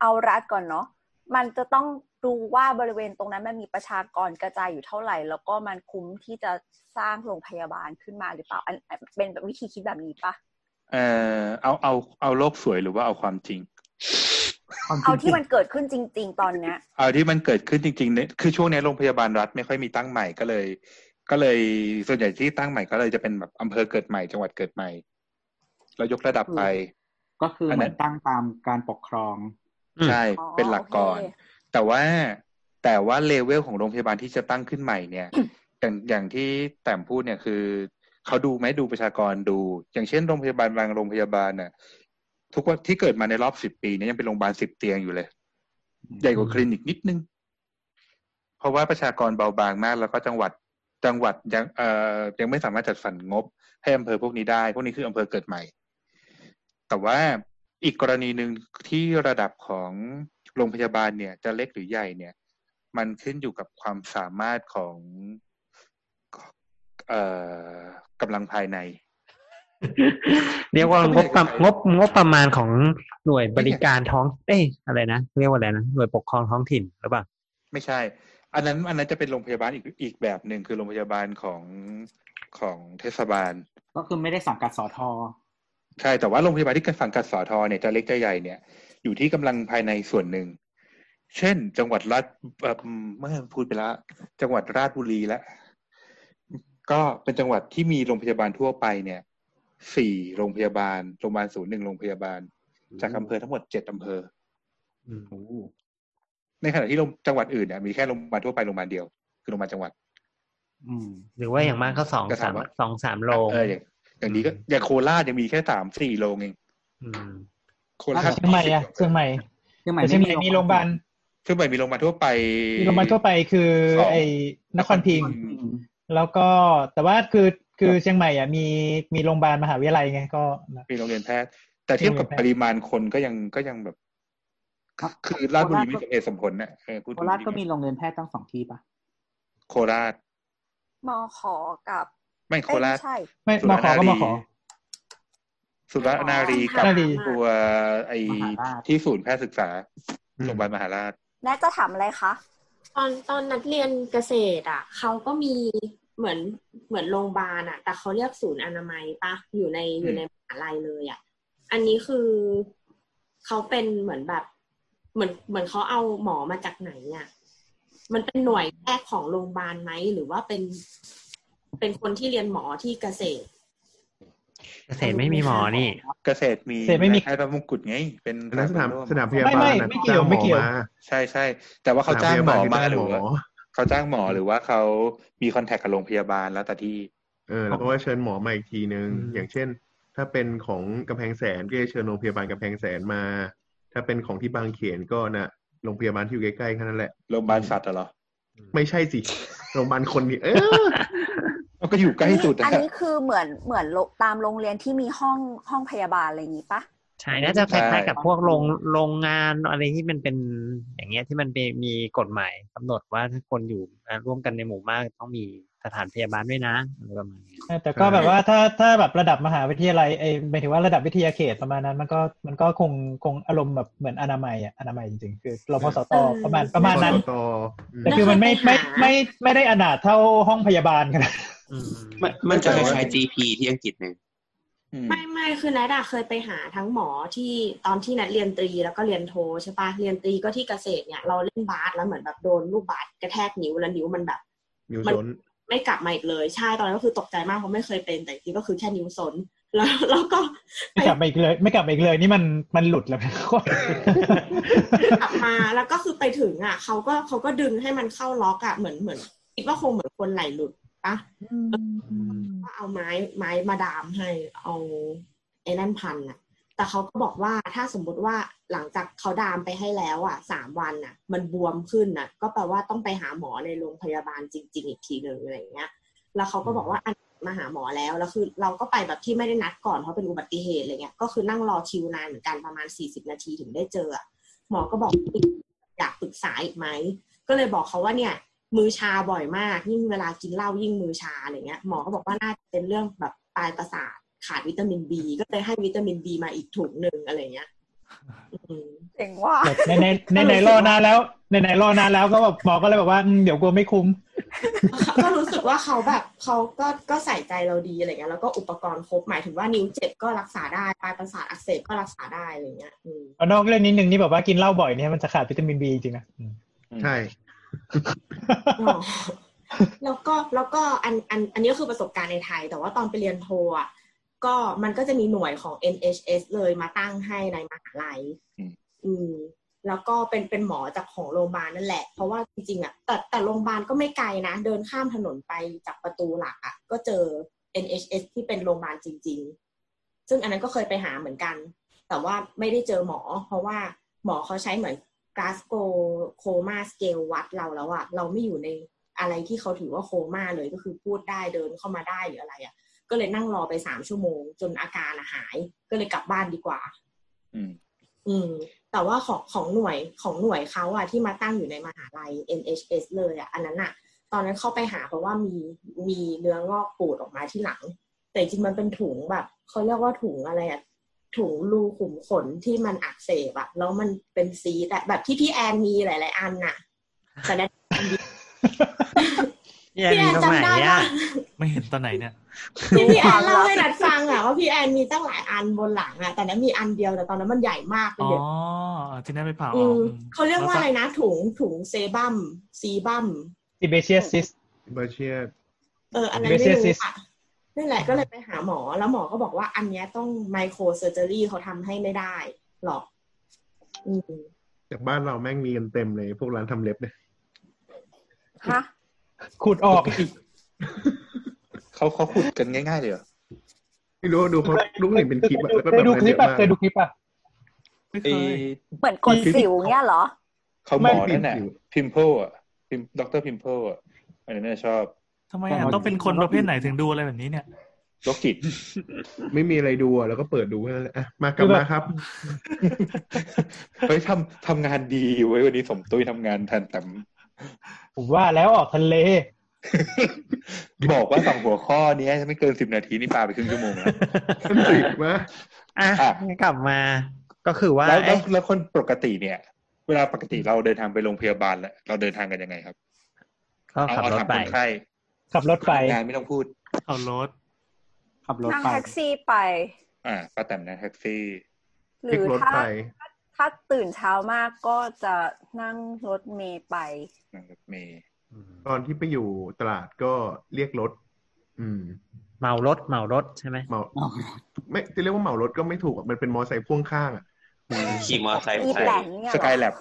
Speaker 2: เอารัฐก่อนเนาะมันจะต้องดูว่าบริเวณตรงนั้นมันมีประชากรกระจายอยู่เท่าไหร่ แล้วก็มันคุ้มที่จะสร้างโรงพยาบาลขึ้นมาหรือเปล่าอันอันเป็นแบบวิธีคิดแบบนี้ปะ
Speaker 4: เออเอาเอาเอาโลกสวยหรือว่าเอาความจริง
Speaker 2: เอาที่มันเกิดขึ้นจริง ๆ ตอนเนี้ย
Speaker 4: เอาที่มันเกิดขึ้นจริงๆเนี่ยคือช่วงนี้โรงพยาบาลรัฐไม่ค่อยมีตั้งใหม่ก็เลย ก็เลยส่วนใหญ่ที่ตั้งใหม่ก็เลยจะเป็นแบบอำเภอเกิดใหม่จังหวัดเกิดใหม่ เรายกระดับไป
Speaker 6: ก็คืออน เห
Speaker 4: นั้
Speaker 6: มือน นตั้งตามการปกครอง
Speaker 3: ม
Speaker 4: ใช่
Speaker 2: อ๋อ
Speaker 4: เป็นหลักก่อน
Speaker 2: โอเค
Speaker 4: แต่ว่าแต่ว่าเลเวลของโรงพยาบาลที่จะตั้งขึ้นใหม่เนี่ย อย่างอย่างที่แต้มพูดเนี่ยคือเขาดูไหมดูประชากรดู อย่างเช่นโรงพยาบาลบางโรงพยาบาลน่ะ ทุกวันที่เกิดมาในรอบสิบปีเนี่ยยังเป็นโรงพยาบาลสิบเตียงอยู่เลย ใหญ่กว่าคลินิกนิดนึง เพราะว่าประชากรเบาบางมาก แล้วก็จังหวัดจังหวัดยังเอ่อยังไม่สามารถจัดสรรงบ ให้อำเภอพวกนี้ได้ พวกนี้คืออำเภอเกิดใหม่ แต่ว่าอีกกรณีหนึ่งที่ระดับของโรงพยาบาลเนี่ย จะเล็กหรือใหญ่เนี่ย มันขึ้นอยู่กับความสามารถของเอ่อกำลังภายใน
Speaker 3: เรียกว่างบประงบงบประมาณของหน่วยบริการท้อง เอ้ยอะไรนะเรียกว่าอะไรนะหน่วยปกครองท้องถิ่นหรือเปล่า
Speaker 4: ไม่ใช่ อันนั้นอันนั้นจะเป็นโรงพยาบาลอีกอีกแบบหนึ่งคือโรงพยาบาลของของเทศบาล
Speaker 6: ก็คือไม่ได้สังกัดสอทอ
Speaker 4: ใช่แต่ว่าโรงพยาบาลที่สังกัดสอทอเนี่ยจะเล็กจะใหญ่เนี่ย อยู่ที่กำลังภายในส่วนหนึ่ง เช่น จังหวัดราชเอ่อเมื่อพูดไปแล้วจังหวัดราชบุรีแล้วก็เป็นจังหวัดที่มีโรงพยาบาลทั่วไปเนี่ยสี่โรงพยาบาลโรงพยาบาลศูนย์หนึ่งโรงพยาบาล จากอำเภอทั้งหมดเจ็ดอำเภอ
Speaker 3: อืม
Speaker 4: ในขณะที่โรงจังหวัดอื่นเนี่ยมีแค่โรงพยาบาลทั่วไปโรงพยาบาลเดียวคือโรงพยาบาลจังหวัด
Speaker 6: อืม
Speaker 3: หรือว่าอย่างมากก็สอง
Speaker 4: ก็ถา
Speaker 3: สาม ม
Speaker 4: ว่า
Speaker 3: สองสามโรง
Speaker 4: เอออย่างอย่างนี้ก็อย่างโคราชยังมีแค่สามสี่โรงเอง
Speaker 3: ม
Speaker 4: โคราช
Speaker 1: เชียงใหม่อะเชียงใหม่
Speaker 6: เชียงใหม่
Speaker 1: แต่เชียงใหม่
Speaker 6: ไม่มี
Speaker 1: มีโรงพยาบาล
Speaker 4: ซึ่งไปมีโรงพยาบาลทั่วไป
Speaker 1: มีโรงพยาบาลทั่วไปคือ
Speaker 4: สอง
Speaker 1: ไอ้นครพิงค์
Speaker 6: อืม
Speaker 1: แล้วก็แต่ว่าคือคือเชียงใหม่อ่ะมีมีโรงพยาบาลมหาวิทยาลัยไงก็นะ
Speaker 4: มีโรงเรียนแพทย์ แต่เทียบกับ
Speaker 1: โรงเรียนแพทย์
Speaker 4: ปริมาณคนก็ยังก็ยังแบบ
Speaker 6: ครับ
Speaker 4: คือราชบุรีมีสมเหตุสมผลนะเออพูด
Speaker 6: โค
Speaker 4: ถึง
Speaker 6: ราชก็มีโรงเรียนแพทย์ตั้งสองที่ปะ
Speaker 4: โคราช
Speaker 2: มอขอกับ
Speaker 4: ไม่โค
Speaker 2: เอ้ย
Speaker 4: ราช
Speaker 2: ไม่ใช่
Speaker 1: ไม่
Speaker 4: สุ
Speaker 1: ม
Speaker 4: รา
Speaker 1: ขอก็
Speaker 4: นารี
Speaker 1: มขอ
Speaker 4: สุรนารี
Speaker 2: อ๋อ
Speaker 4: กับ
Speaker 1: นารี
Speaker 4: ตัวไอ
Speaker 6: มหาราช
Speaker 4: ที่ศูนย์แพทย์ศึกษาโรงพยาบาลมหาราช
Speaker 2: แนทจะถามอะไรคะ
Speaker 9: ตอนตอนนัดเรียนเกษตรอ่ะเขาก็มีเหมือนเหมือนโรงพยาบาลอ่ะ แต่เขาเรียกศูนย์อนามัยปะอยู่ใน
Speaker 4: อืม
Speaker 9: อยู่ในมหาลัยเลยอ่ะ อันนี้คือเขาเป็นเหมือนแบบ เหมือนเหมือนเขาเอาหมอมาจากไหนอ่ะมันเป็นหน่วยแรกของโรงพยาบาลไหมหรือว่าเป็น เป็นคนที่เรียนหมอที่เกษตร
Speaker 3: เกษตรไม่มีหมอนี่
Speaker 4: เกษตรมี
Speaker 1: เกษตรไม่มี
Speaker 4: นายแพทย์พระมงกุฎไง เป็น
Speaker 7: นั้นสนาม
Speaker 4: ร่ว
Speaker 7: สนามพยา
Speaker 1: ไม่
Speaker 7: บา
Speaker 1: ไม่
Speaker 7: ล
Speaker 1: ไม่เกี่ยวไม่เกี่ยว
Speaker 4: ใช่ใช่แต่ว่าเขาจ้างหมอมาหรือว่า
Speaker 7: ว่า
Speaker 4: เขาจ้างหมอหรือว่าเขามีคอนแทคกับโรงพยาบาลแล้วแต่ที่
Speaker 7: เออแล้วก็ว่าเชิญหมอมาอีกทีนึง
Speaker 3: อืม
Speaker 7: อย่างเช่น ถ้าเป็นของกำแพงแสนก็จะเชิญโรงพยาบาลกำแพงแสนมา ถ้าเป็นของที่บางเขนก็นะโรงพยาบาลที่อยู่ใกล้ๆแค่นั้นแหละ
Speaker 4: โรงพยาบาลสัตว์อะเหรอ
Speaker 7: ไม่ใช่สิโรงพยาบาลคนนี่เออ
Speaker 4: มัน ก็อยู่ใกล้สุด
Speaker 2: อัน
Speaker 4: นะ
Speaker 2: นี้คือเหมือนเหมือนโรตามโรงเรียนที่มีห้องห้องพยาบาลอะไรอย่างนี้ปะ
Speaker 3: ใช่น่าจะคล้ายๆกับพวกโรงโรงงานอะไรที่มันเป็นอย่างเงี้ยที่มันเป็นมีกฎหมายกำหนดว่าถ้าคนอยู่อ่ะร่วมกันในหมู่มากต้องมีสถานพยาบาลด้วยนะอะไรประมาณเนี้ย
Speaker 1: แต่ก็แบบว่าถ้าถ้าแบบระดับมหาวิทยาลัยไอหมายถึงว่าระดับวิทยาเขตประมาณนั้น มันก็มันก็คงคงอารมณ์แบบเหมือนอนามัยอะอนามัยจริงๆคือรพสตประมาณประมาณนั้น
Speaker 7: ต่ออืม
Speaker 1: แต่คือมันไม่ไม่ไม่ไม่ได้อนาถเท่าห้องพยาบาลกัน
Speaker 3: อืม
Speaker 8: มันมันจะคล้ายๆ GP ที่อังกฤษเนี่ย
Speaker 4: อืม
Speaker 9: ไม่ไม่คือนัดอะเคยไปหาทั้งหมอที่ตอนที่นัดเรียนตรีแล้วก็เรียนโทใช่ปะเรียนตรีก็ที่เกษตรเนี่ยเราเล่นบาสแล้วเหมือนแบบโดนลูกบาสกระแทกนิ้วแล้วนิ้วมันแบบ
Speaker 7: นิ้ว
Speaker 9: มัน
Speaker 7: ชน
Speaker 9: ไม่กลับมาอีกเลยใช่ตอนนั้นก็คือตกใจมากเพราะไม่เคยเป็นแต่จริงๆก็คือแค่นิ้วสน แล้วแล้วก็ไป
Speaker 1: ไม่กลับมาอีกเลย ไม่กลับมาอีกเลยนี่มันมันหลุดแล้ว นะคน
Speaker 9: กลับมาแล้วก็คือไปถึงอะเขาก็เขาก็ดึงให้มันเข้าล็อกอะเหมือนเหมือนคิดว่าคงเหมือนคนไหลหลุดปะ ก็เอาไม้ไม้มาดามให้เอาไอ้นั่นพันน่ะ แต่เขาก็บอกว่าถ้าสมมติว่าหลังจากเขาดามไปให้แล้วอ่ะสามวันน่ะ มันบวมขึ้นน่ะ ก็แปลว่าต้องไปหาหมอในโรงพยาบาลจริง ๆ อีกทีหนึ่งอะไรอย่างเงี้ย แล้วเขาก็บอกว่าอันมาหาหมอแล้วแล้วคือเราก็ไปแบบที่ไม่ได้นัดก่อนเพราะเป็นอุบัติเหตุอะไรเงี้ยก็คือนั่งรอคิวนานเหมือนกันประมาณสี่สิบนาทีถึงได้เจออะหมอก็บอกอยากปรึกษาอีกไหม ก็เลยบอกเขาว่าเนี่ย มือชาบ่อยมาก ยิ่งเวลากินเหล้ายิ่งมือชาอะไรเงี้ยหมอก็บอกว่าน่าจะเป็นเรื่องแบบปลายประสาทขาดวิตามินบี ก็เลยให้วิตามินบีมาอีกถุงหนึ่งอะไรเงี้ยอืม
Speaker 2: เจ๋งว่า
Speaker 1: ในในในในรอนานแล้ว ในในรอนานแล้วก็แบบหมอก็เลยบอกว่าอืมเดี๋ยวกลัวไม่คุ้ม
Speaker 9: เขาก็รู้สึกว่าเขาแบบเขาก็ก็ใส่ใจเราดีอะไรเงี้ยแล้วก็อุปกรณ์ครบหมายถึงว่านิ้วเจ็บก็รักษาได้ปลายประสาทอักเสบก็รักษาได้อะไรเงี้ยอืม
Speaker 1: เอานอกเรื่องนิดนึงนี่แบบว่ากินเหล้าบ่อยเนี่ยมันจะขาดวิตามินบีจริงนะอืม
Speaker 7: ใช่
Speaker 9: อ๋อแล้วก็แล้วก็อันอันอันนี้ก็คือประสบการณ์ในไทย แต่ว่าตอนไปเรียนโทอ่ะก็มันก็จะมีหน่วยของ NHS เลยมาตั้งให้ในมหาลัย อืมแล้วก็เป็นเป็นหมอจากของโรงพยาบาลนั่นแหละ เพราะว่าจริงๆอ่ะแต่แต่โรงพยาบาลก็ไม่ไกลนะ เดินข้ามถนนไปจากประตูหลักอ่ะก็เจอ NHS ที่เป็นโรงพยาบาลจริง ๆ ซึ่งอันนั้นก็เคยไปหาเหมือนกัน แต่ว่าไม่ได้เจอหมอ เพราะว่าหมอเขาใช้เหมือนกราสโกโคมาสเกลวัดเราแล้วอ่ะเราไม่อยู่ในอะไรที่เขาถือว่าโคม่าเลยก็คือพูดได้เดินเข้ามาได้หรืออะไรอ่ะ ก็เลยนั่งรอไปสามชั่วโมง จนอาการอะหาย ก็เลยกลับบ้านดีกว่า
Speaker 4: อืม
Speaker 9: อืมแต่ว่าของของหน่วยของหน่วยเขาอะที่มาตั้งอยู่ในมหาลัย NHS เลยอะอันนั้นอะตอนนั้นเข้าไปหาเพราะว่ามีมีเนื้องอกปูดออกมาที่หลัง แต่จริงๆมันเป็นถุงแบบเขาเรียกว่าถุงอะไรอะถุงรูขุมขนที่มันอักเสบอะแล้วมันเป็นซีดอะแบบที่พี่แอนมีหลาย ๆ อันน่ะแต่นั้น
Speaker 3: เนี่ย
Speaker 9: พี่แอ
Speaker 3: มี
Speaker 9: น
Speaker 3: ตรง
Speaker 9: จำ
Speaker 3: ไหน
Speaker 9: ได้
Speaker 3: เนี่ย
Speaker 9: ว่า
Speaker 5: ไม่เห็นตอนไหนเนี่ย
Speaker 9: ที่พี่แอนเล่าให้นัดฟังอะว่าพี่แอนมีตั้งหลายอันบนหลังอะแต่นั้นมีอันเดียวแต่ตอนนั้นมันใหญ่มากเลย
Speaker 5: อ๋อ
Speaker 9: เดี๋ยว
Speaker 5: ที่นั่นไปผ่าอ
Speaker 9: อื
Speaker 5: อก
Speaker 9: ม
Speaker 5: อืม
Speaker 9: เขาเรียกว่าอะไรนะถุงถุงเซบัมซีบัม
Speaker 1: ติเบเชียซิส
Speaker 7: บาเชีย
Speaker 9: เอออะไรไม่
Speaker 1: Babesiosis
Speaker 9: รู้อะนั่นแหละก็เลยไปหาหมอแล้วหมอก็บอกว่าอันเนี้ยต้องไมโครเซอร์เจอรี่เขาทำให้ไม่ได้ หรอก อืม
Speaker 7: จากบ้านเราแม่งมีกันเต็มเลย พวกร้านทำเล็บเนี่ย
Speaker 2: ฮะ
Speaker 1: ขูดออก
Speaker 4: เขาเขาขุดกันง่ายๆเลยเหรอ
Speaker 7: ไม่รู้ว่าดูเพราะลูกหลินเป็นคลิปอะแล้วก็
Speaker 1: เค
Speaker 7: แบ
Speaker 1: ย
Speaker 7: บ
Speaker 1: ดู
Speaker 7: นั้
Speaker 1: คน ลิ
Speaker 7: เย
Speaker 1: ป
Speaker 7: อะมา
Speaker 1: ป่ะ
Speaker 7: ก
Speaker 1: เคยดูคลิปป่ะ
Speaker 5: ไม่เค
Speaker 4: ไอ้
Speaker 5: ย
Speaker 2: เหมือนกดสิวเนี่ยเหรอ
Speaker 4: เขาหมอนั่นน่ะ
Speaker 7: ไม่ผิด
Speaker 4: พิมเพิลอ่ะพิมด็อกเตอร์พิมเพิลอ่ะอันนั้นน่ะชอบ
Speaker 5: ทำไมอะต้องเป็นคนประเภทไหนถึงดูอะไรแบบนี้เนี่ย
Speaker 4: โรคจิต
Speaker 7: ไม่มีอะไรดูอะแล้วก็เปิดดูแค่นั้นแหละอ่ะมาก
Speaker 1: คื
Speaker 7: ลับ
Speaker 1: อแบบ
Speaker 7: มาครับ
Speaker 4: เฮ้ยทำทำงานดีเว้ยวันนี้สมตุ้ยทำงานทันแต่
Speaker 1: ผมว่าแล้วออกทะเล
Speaker 4: บอกว่าสองหัวข้อเนี้ยไม่เกินสิบนาทีนี่ปาไปครึ่งชั่วโมงแล้ว
Speaker 7: มันติดมา
Speaker 3: อ่ะ
Speaker 4: อ่ะ
Speaker 3: งั้นกลับมา ก็คือว่า
Speaker 4: แล้วแล้ว
Speaker 3: เอ๊ะ
Speaker 4: แล้วคนปกติเนี่ย เวลาปกติเราเดินทางไปโรงพยาบาลแล้วเราเดินทางกันยังไงครับ
Speaker 3: ก็
Speaker 4: เอา
Speaker 3: ขับ
Speaker 4: เอา
Speaker 3: รถ
Speaker 4: ถาม
Speaker 3: ไป
Speaker 4: คนไข้
Speaker 1: ขับรถไป
Speaker 4: งานไม่ต้องพูด
Speaker 5: เอารถ
Speaker 6: ขับรถ
Speaker 2: นั่ง
Speaker 6: ไป
Speaker 2: แท็กซี่ไป
Speaker 4: อ่าป้าแตมนะแท็กซี่
Speaker 2: ห
Speaker 7: พลิ
Speaker 2: รื
Speaker 7: ก
Speaker 2: อ
Speaker 7: รถ
Speaker 2: ถ้า
Speaker 7: ไป
Speaker 2: ถ้าตื่นเช้ามากก็จะนั่งรถเมย์ไป
Speaker 4: นั่งรถเมย์
Speaker 7: ตอนที่ไปอยู่ตลาดก็เรียกรถ อืม
Speaker 3: เหมารถเหมารถใช่ไหม
Speaker 7: เหมาไม่จะเรียกว่าเหมารถก็ไม่ถูกอะมันเป็นมอไซค์พ่วงข้างอะ
Speaker 8: ขี่มอไซค์
Speaker 2: อี
Speaker 8: ไป
Speaker 2: แปลงเนี่ย
Speaker 4: ส
Speaker 2: เหร
Speaker 4: กาย
Speaker 2: อ
Speaker 4: แลบ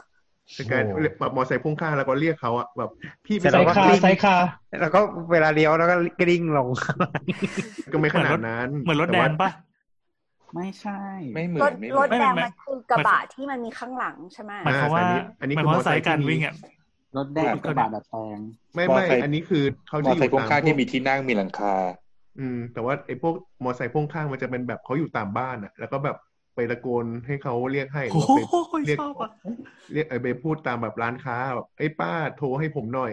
Speaker 7: เป็นการเรียกแบบมอไซค์พ่วงข้างแล้วก็เรียกเขาอะแบบพี่ไป
Speaker 1: ไซ
Speaker 7: ส่ง
Speaker 1: คาไซคา
Speaker 3: แล้วก็เวลาเลี้ยวแล้วก็กริ้ง ลง
Speaker 7: ก็ไม่ขนาดนั้น
Speaker 5: เหมือนรถแดงปะ
Speaker 6: ไม่ใช่
Speaker 4: ไม่เหมื
Speaker 2: ร
Speaker 4: อ
Speaker 2: ถ
Speaker 4: นไม่เห
Speaker 2: รถ
Speaker 4: มือน
Speaker 2: แดง
Speaker 5: ไม่ไม่
Speaker 2: มันคือกระ
Speaker 5: ไม่
Speaker 2: บะที่มันมีข้างหลังใช่ไหม
Speaker 5: หมายความว่า
Speaker 7: อันนี้
Speaker 5: หมาย
Speaker 7: คื
Speaker 5: ค
Speaker 7: อ
Speaker 5: วา
Speaker 7: มอ
Speaker 5: มว่า
Speaker 7: ไซ
Speaker 5: สาย
Speaker 7: ค์
Speaker 5: การ
Speaker 7: ที่มี
Speaker 5: วิ่งอ่ะ
Speaker 6: รถแดงกระบะดัดแปลง
Speaker 7: ไม่ไม่อันนี้คือเขา
Speaker 4: มอ
Speaker 7: จะอ
Speaker 4: ไซ
Speaker 7: ยู่
Speaker 4: ค์พ่วง
Speaker 7: ตาม
Speaker 4: ข้า
Speaker 7: พ
Speaker 4: ง
Speaker 7: ว
Speaker 4: ที่
Speaker 7: ก
Speaker 4: มีที่นั่งมีหลังคา
Speaker 7: อืม แต่ว่าไอ้พวกมอไซค์พ่วงข้างมันจะเป็นแบบเขาอยู่ตามบ้านอะแล้วก็แบบไปตะโกนให้เขาเรียกให้หรื
Speaker 5: โอ้
Speaker 7: อ
Speaker 5: โห
Speaker 7: ว่าไปเรียก
Speaker 5: ชอบอ่ะ
Speaker 7: เรียกไอ้ไปพูดตามแบบร้านค้าแบบไอ้ยป้าโทรให้ผมหน่อย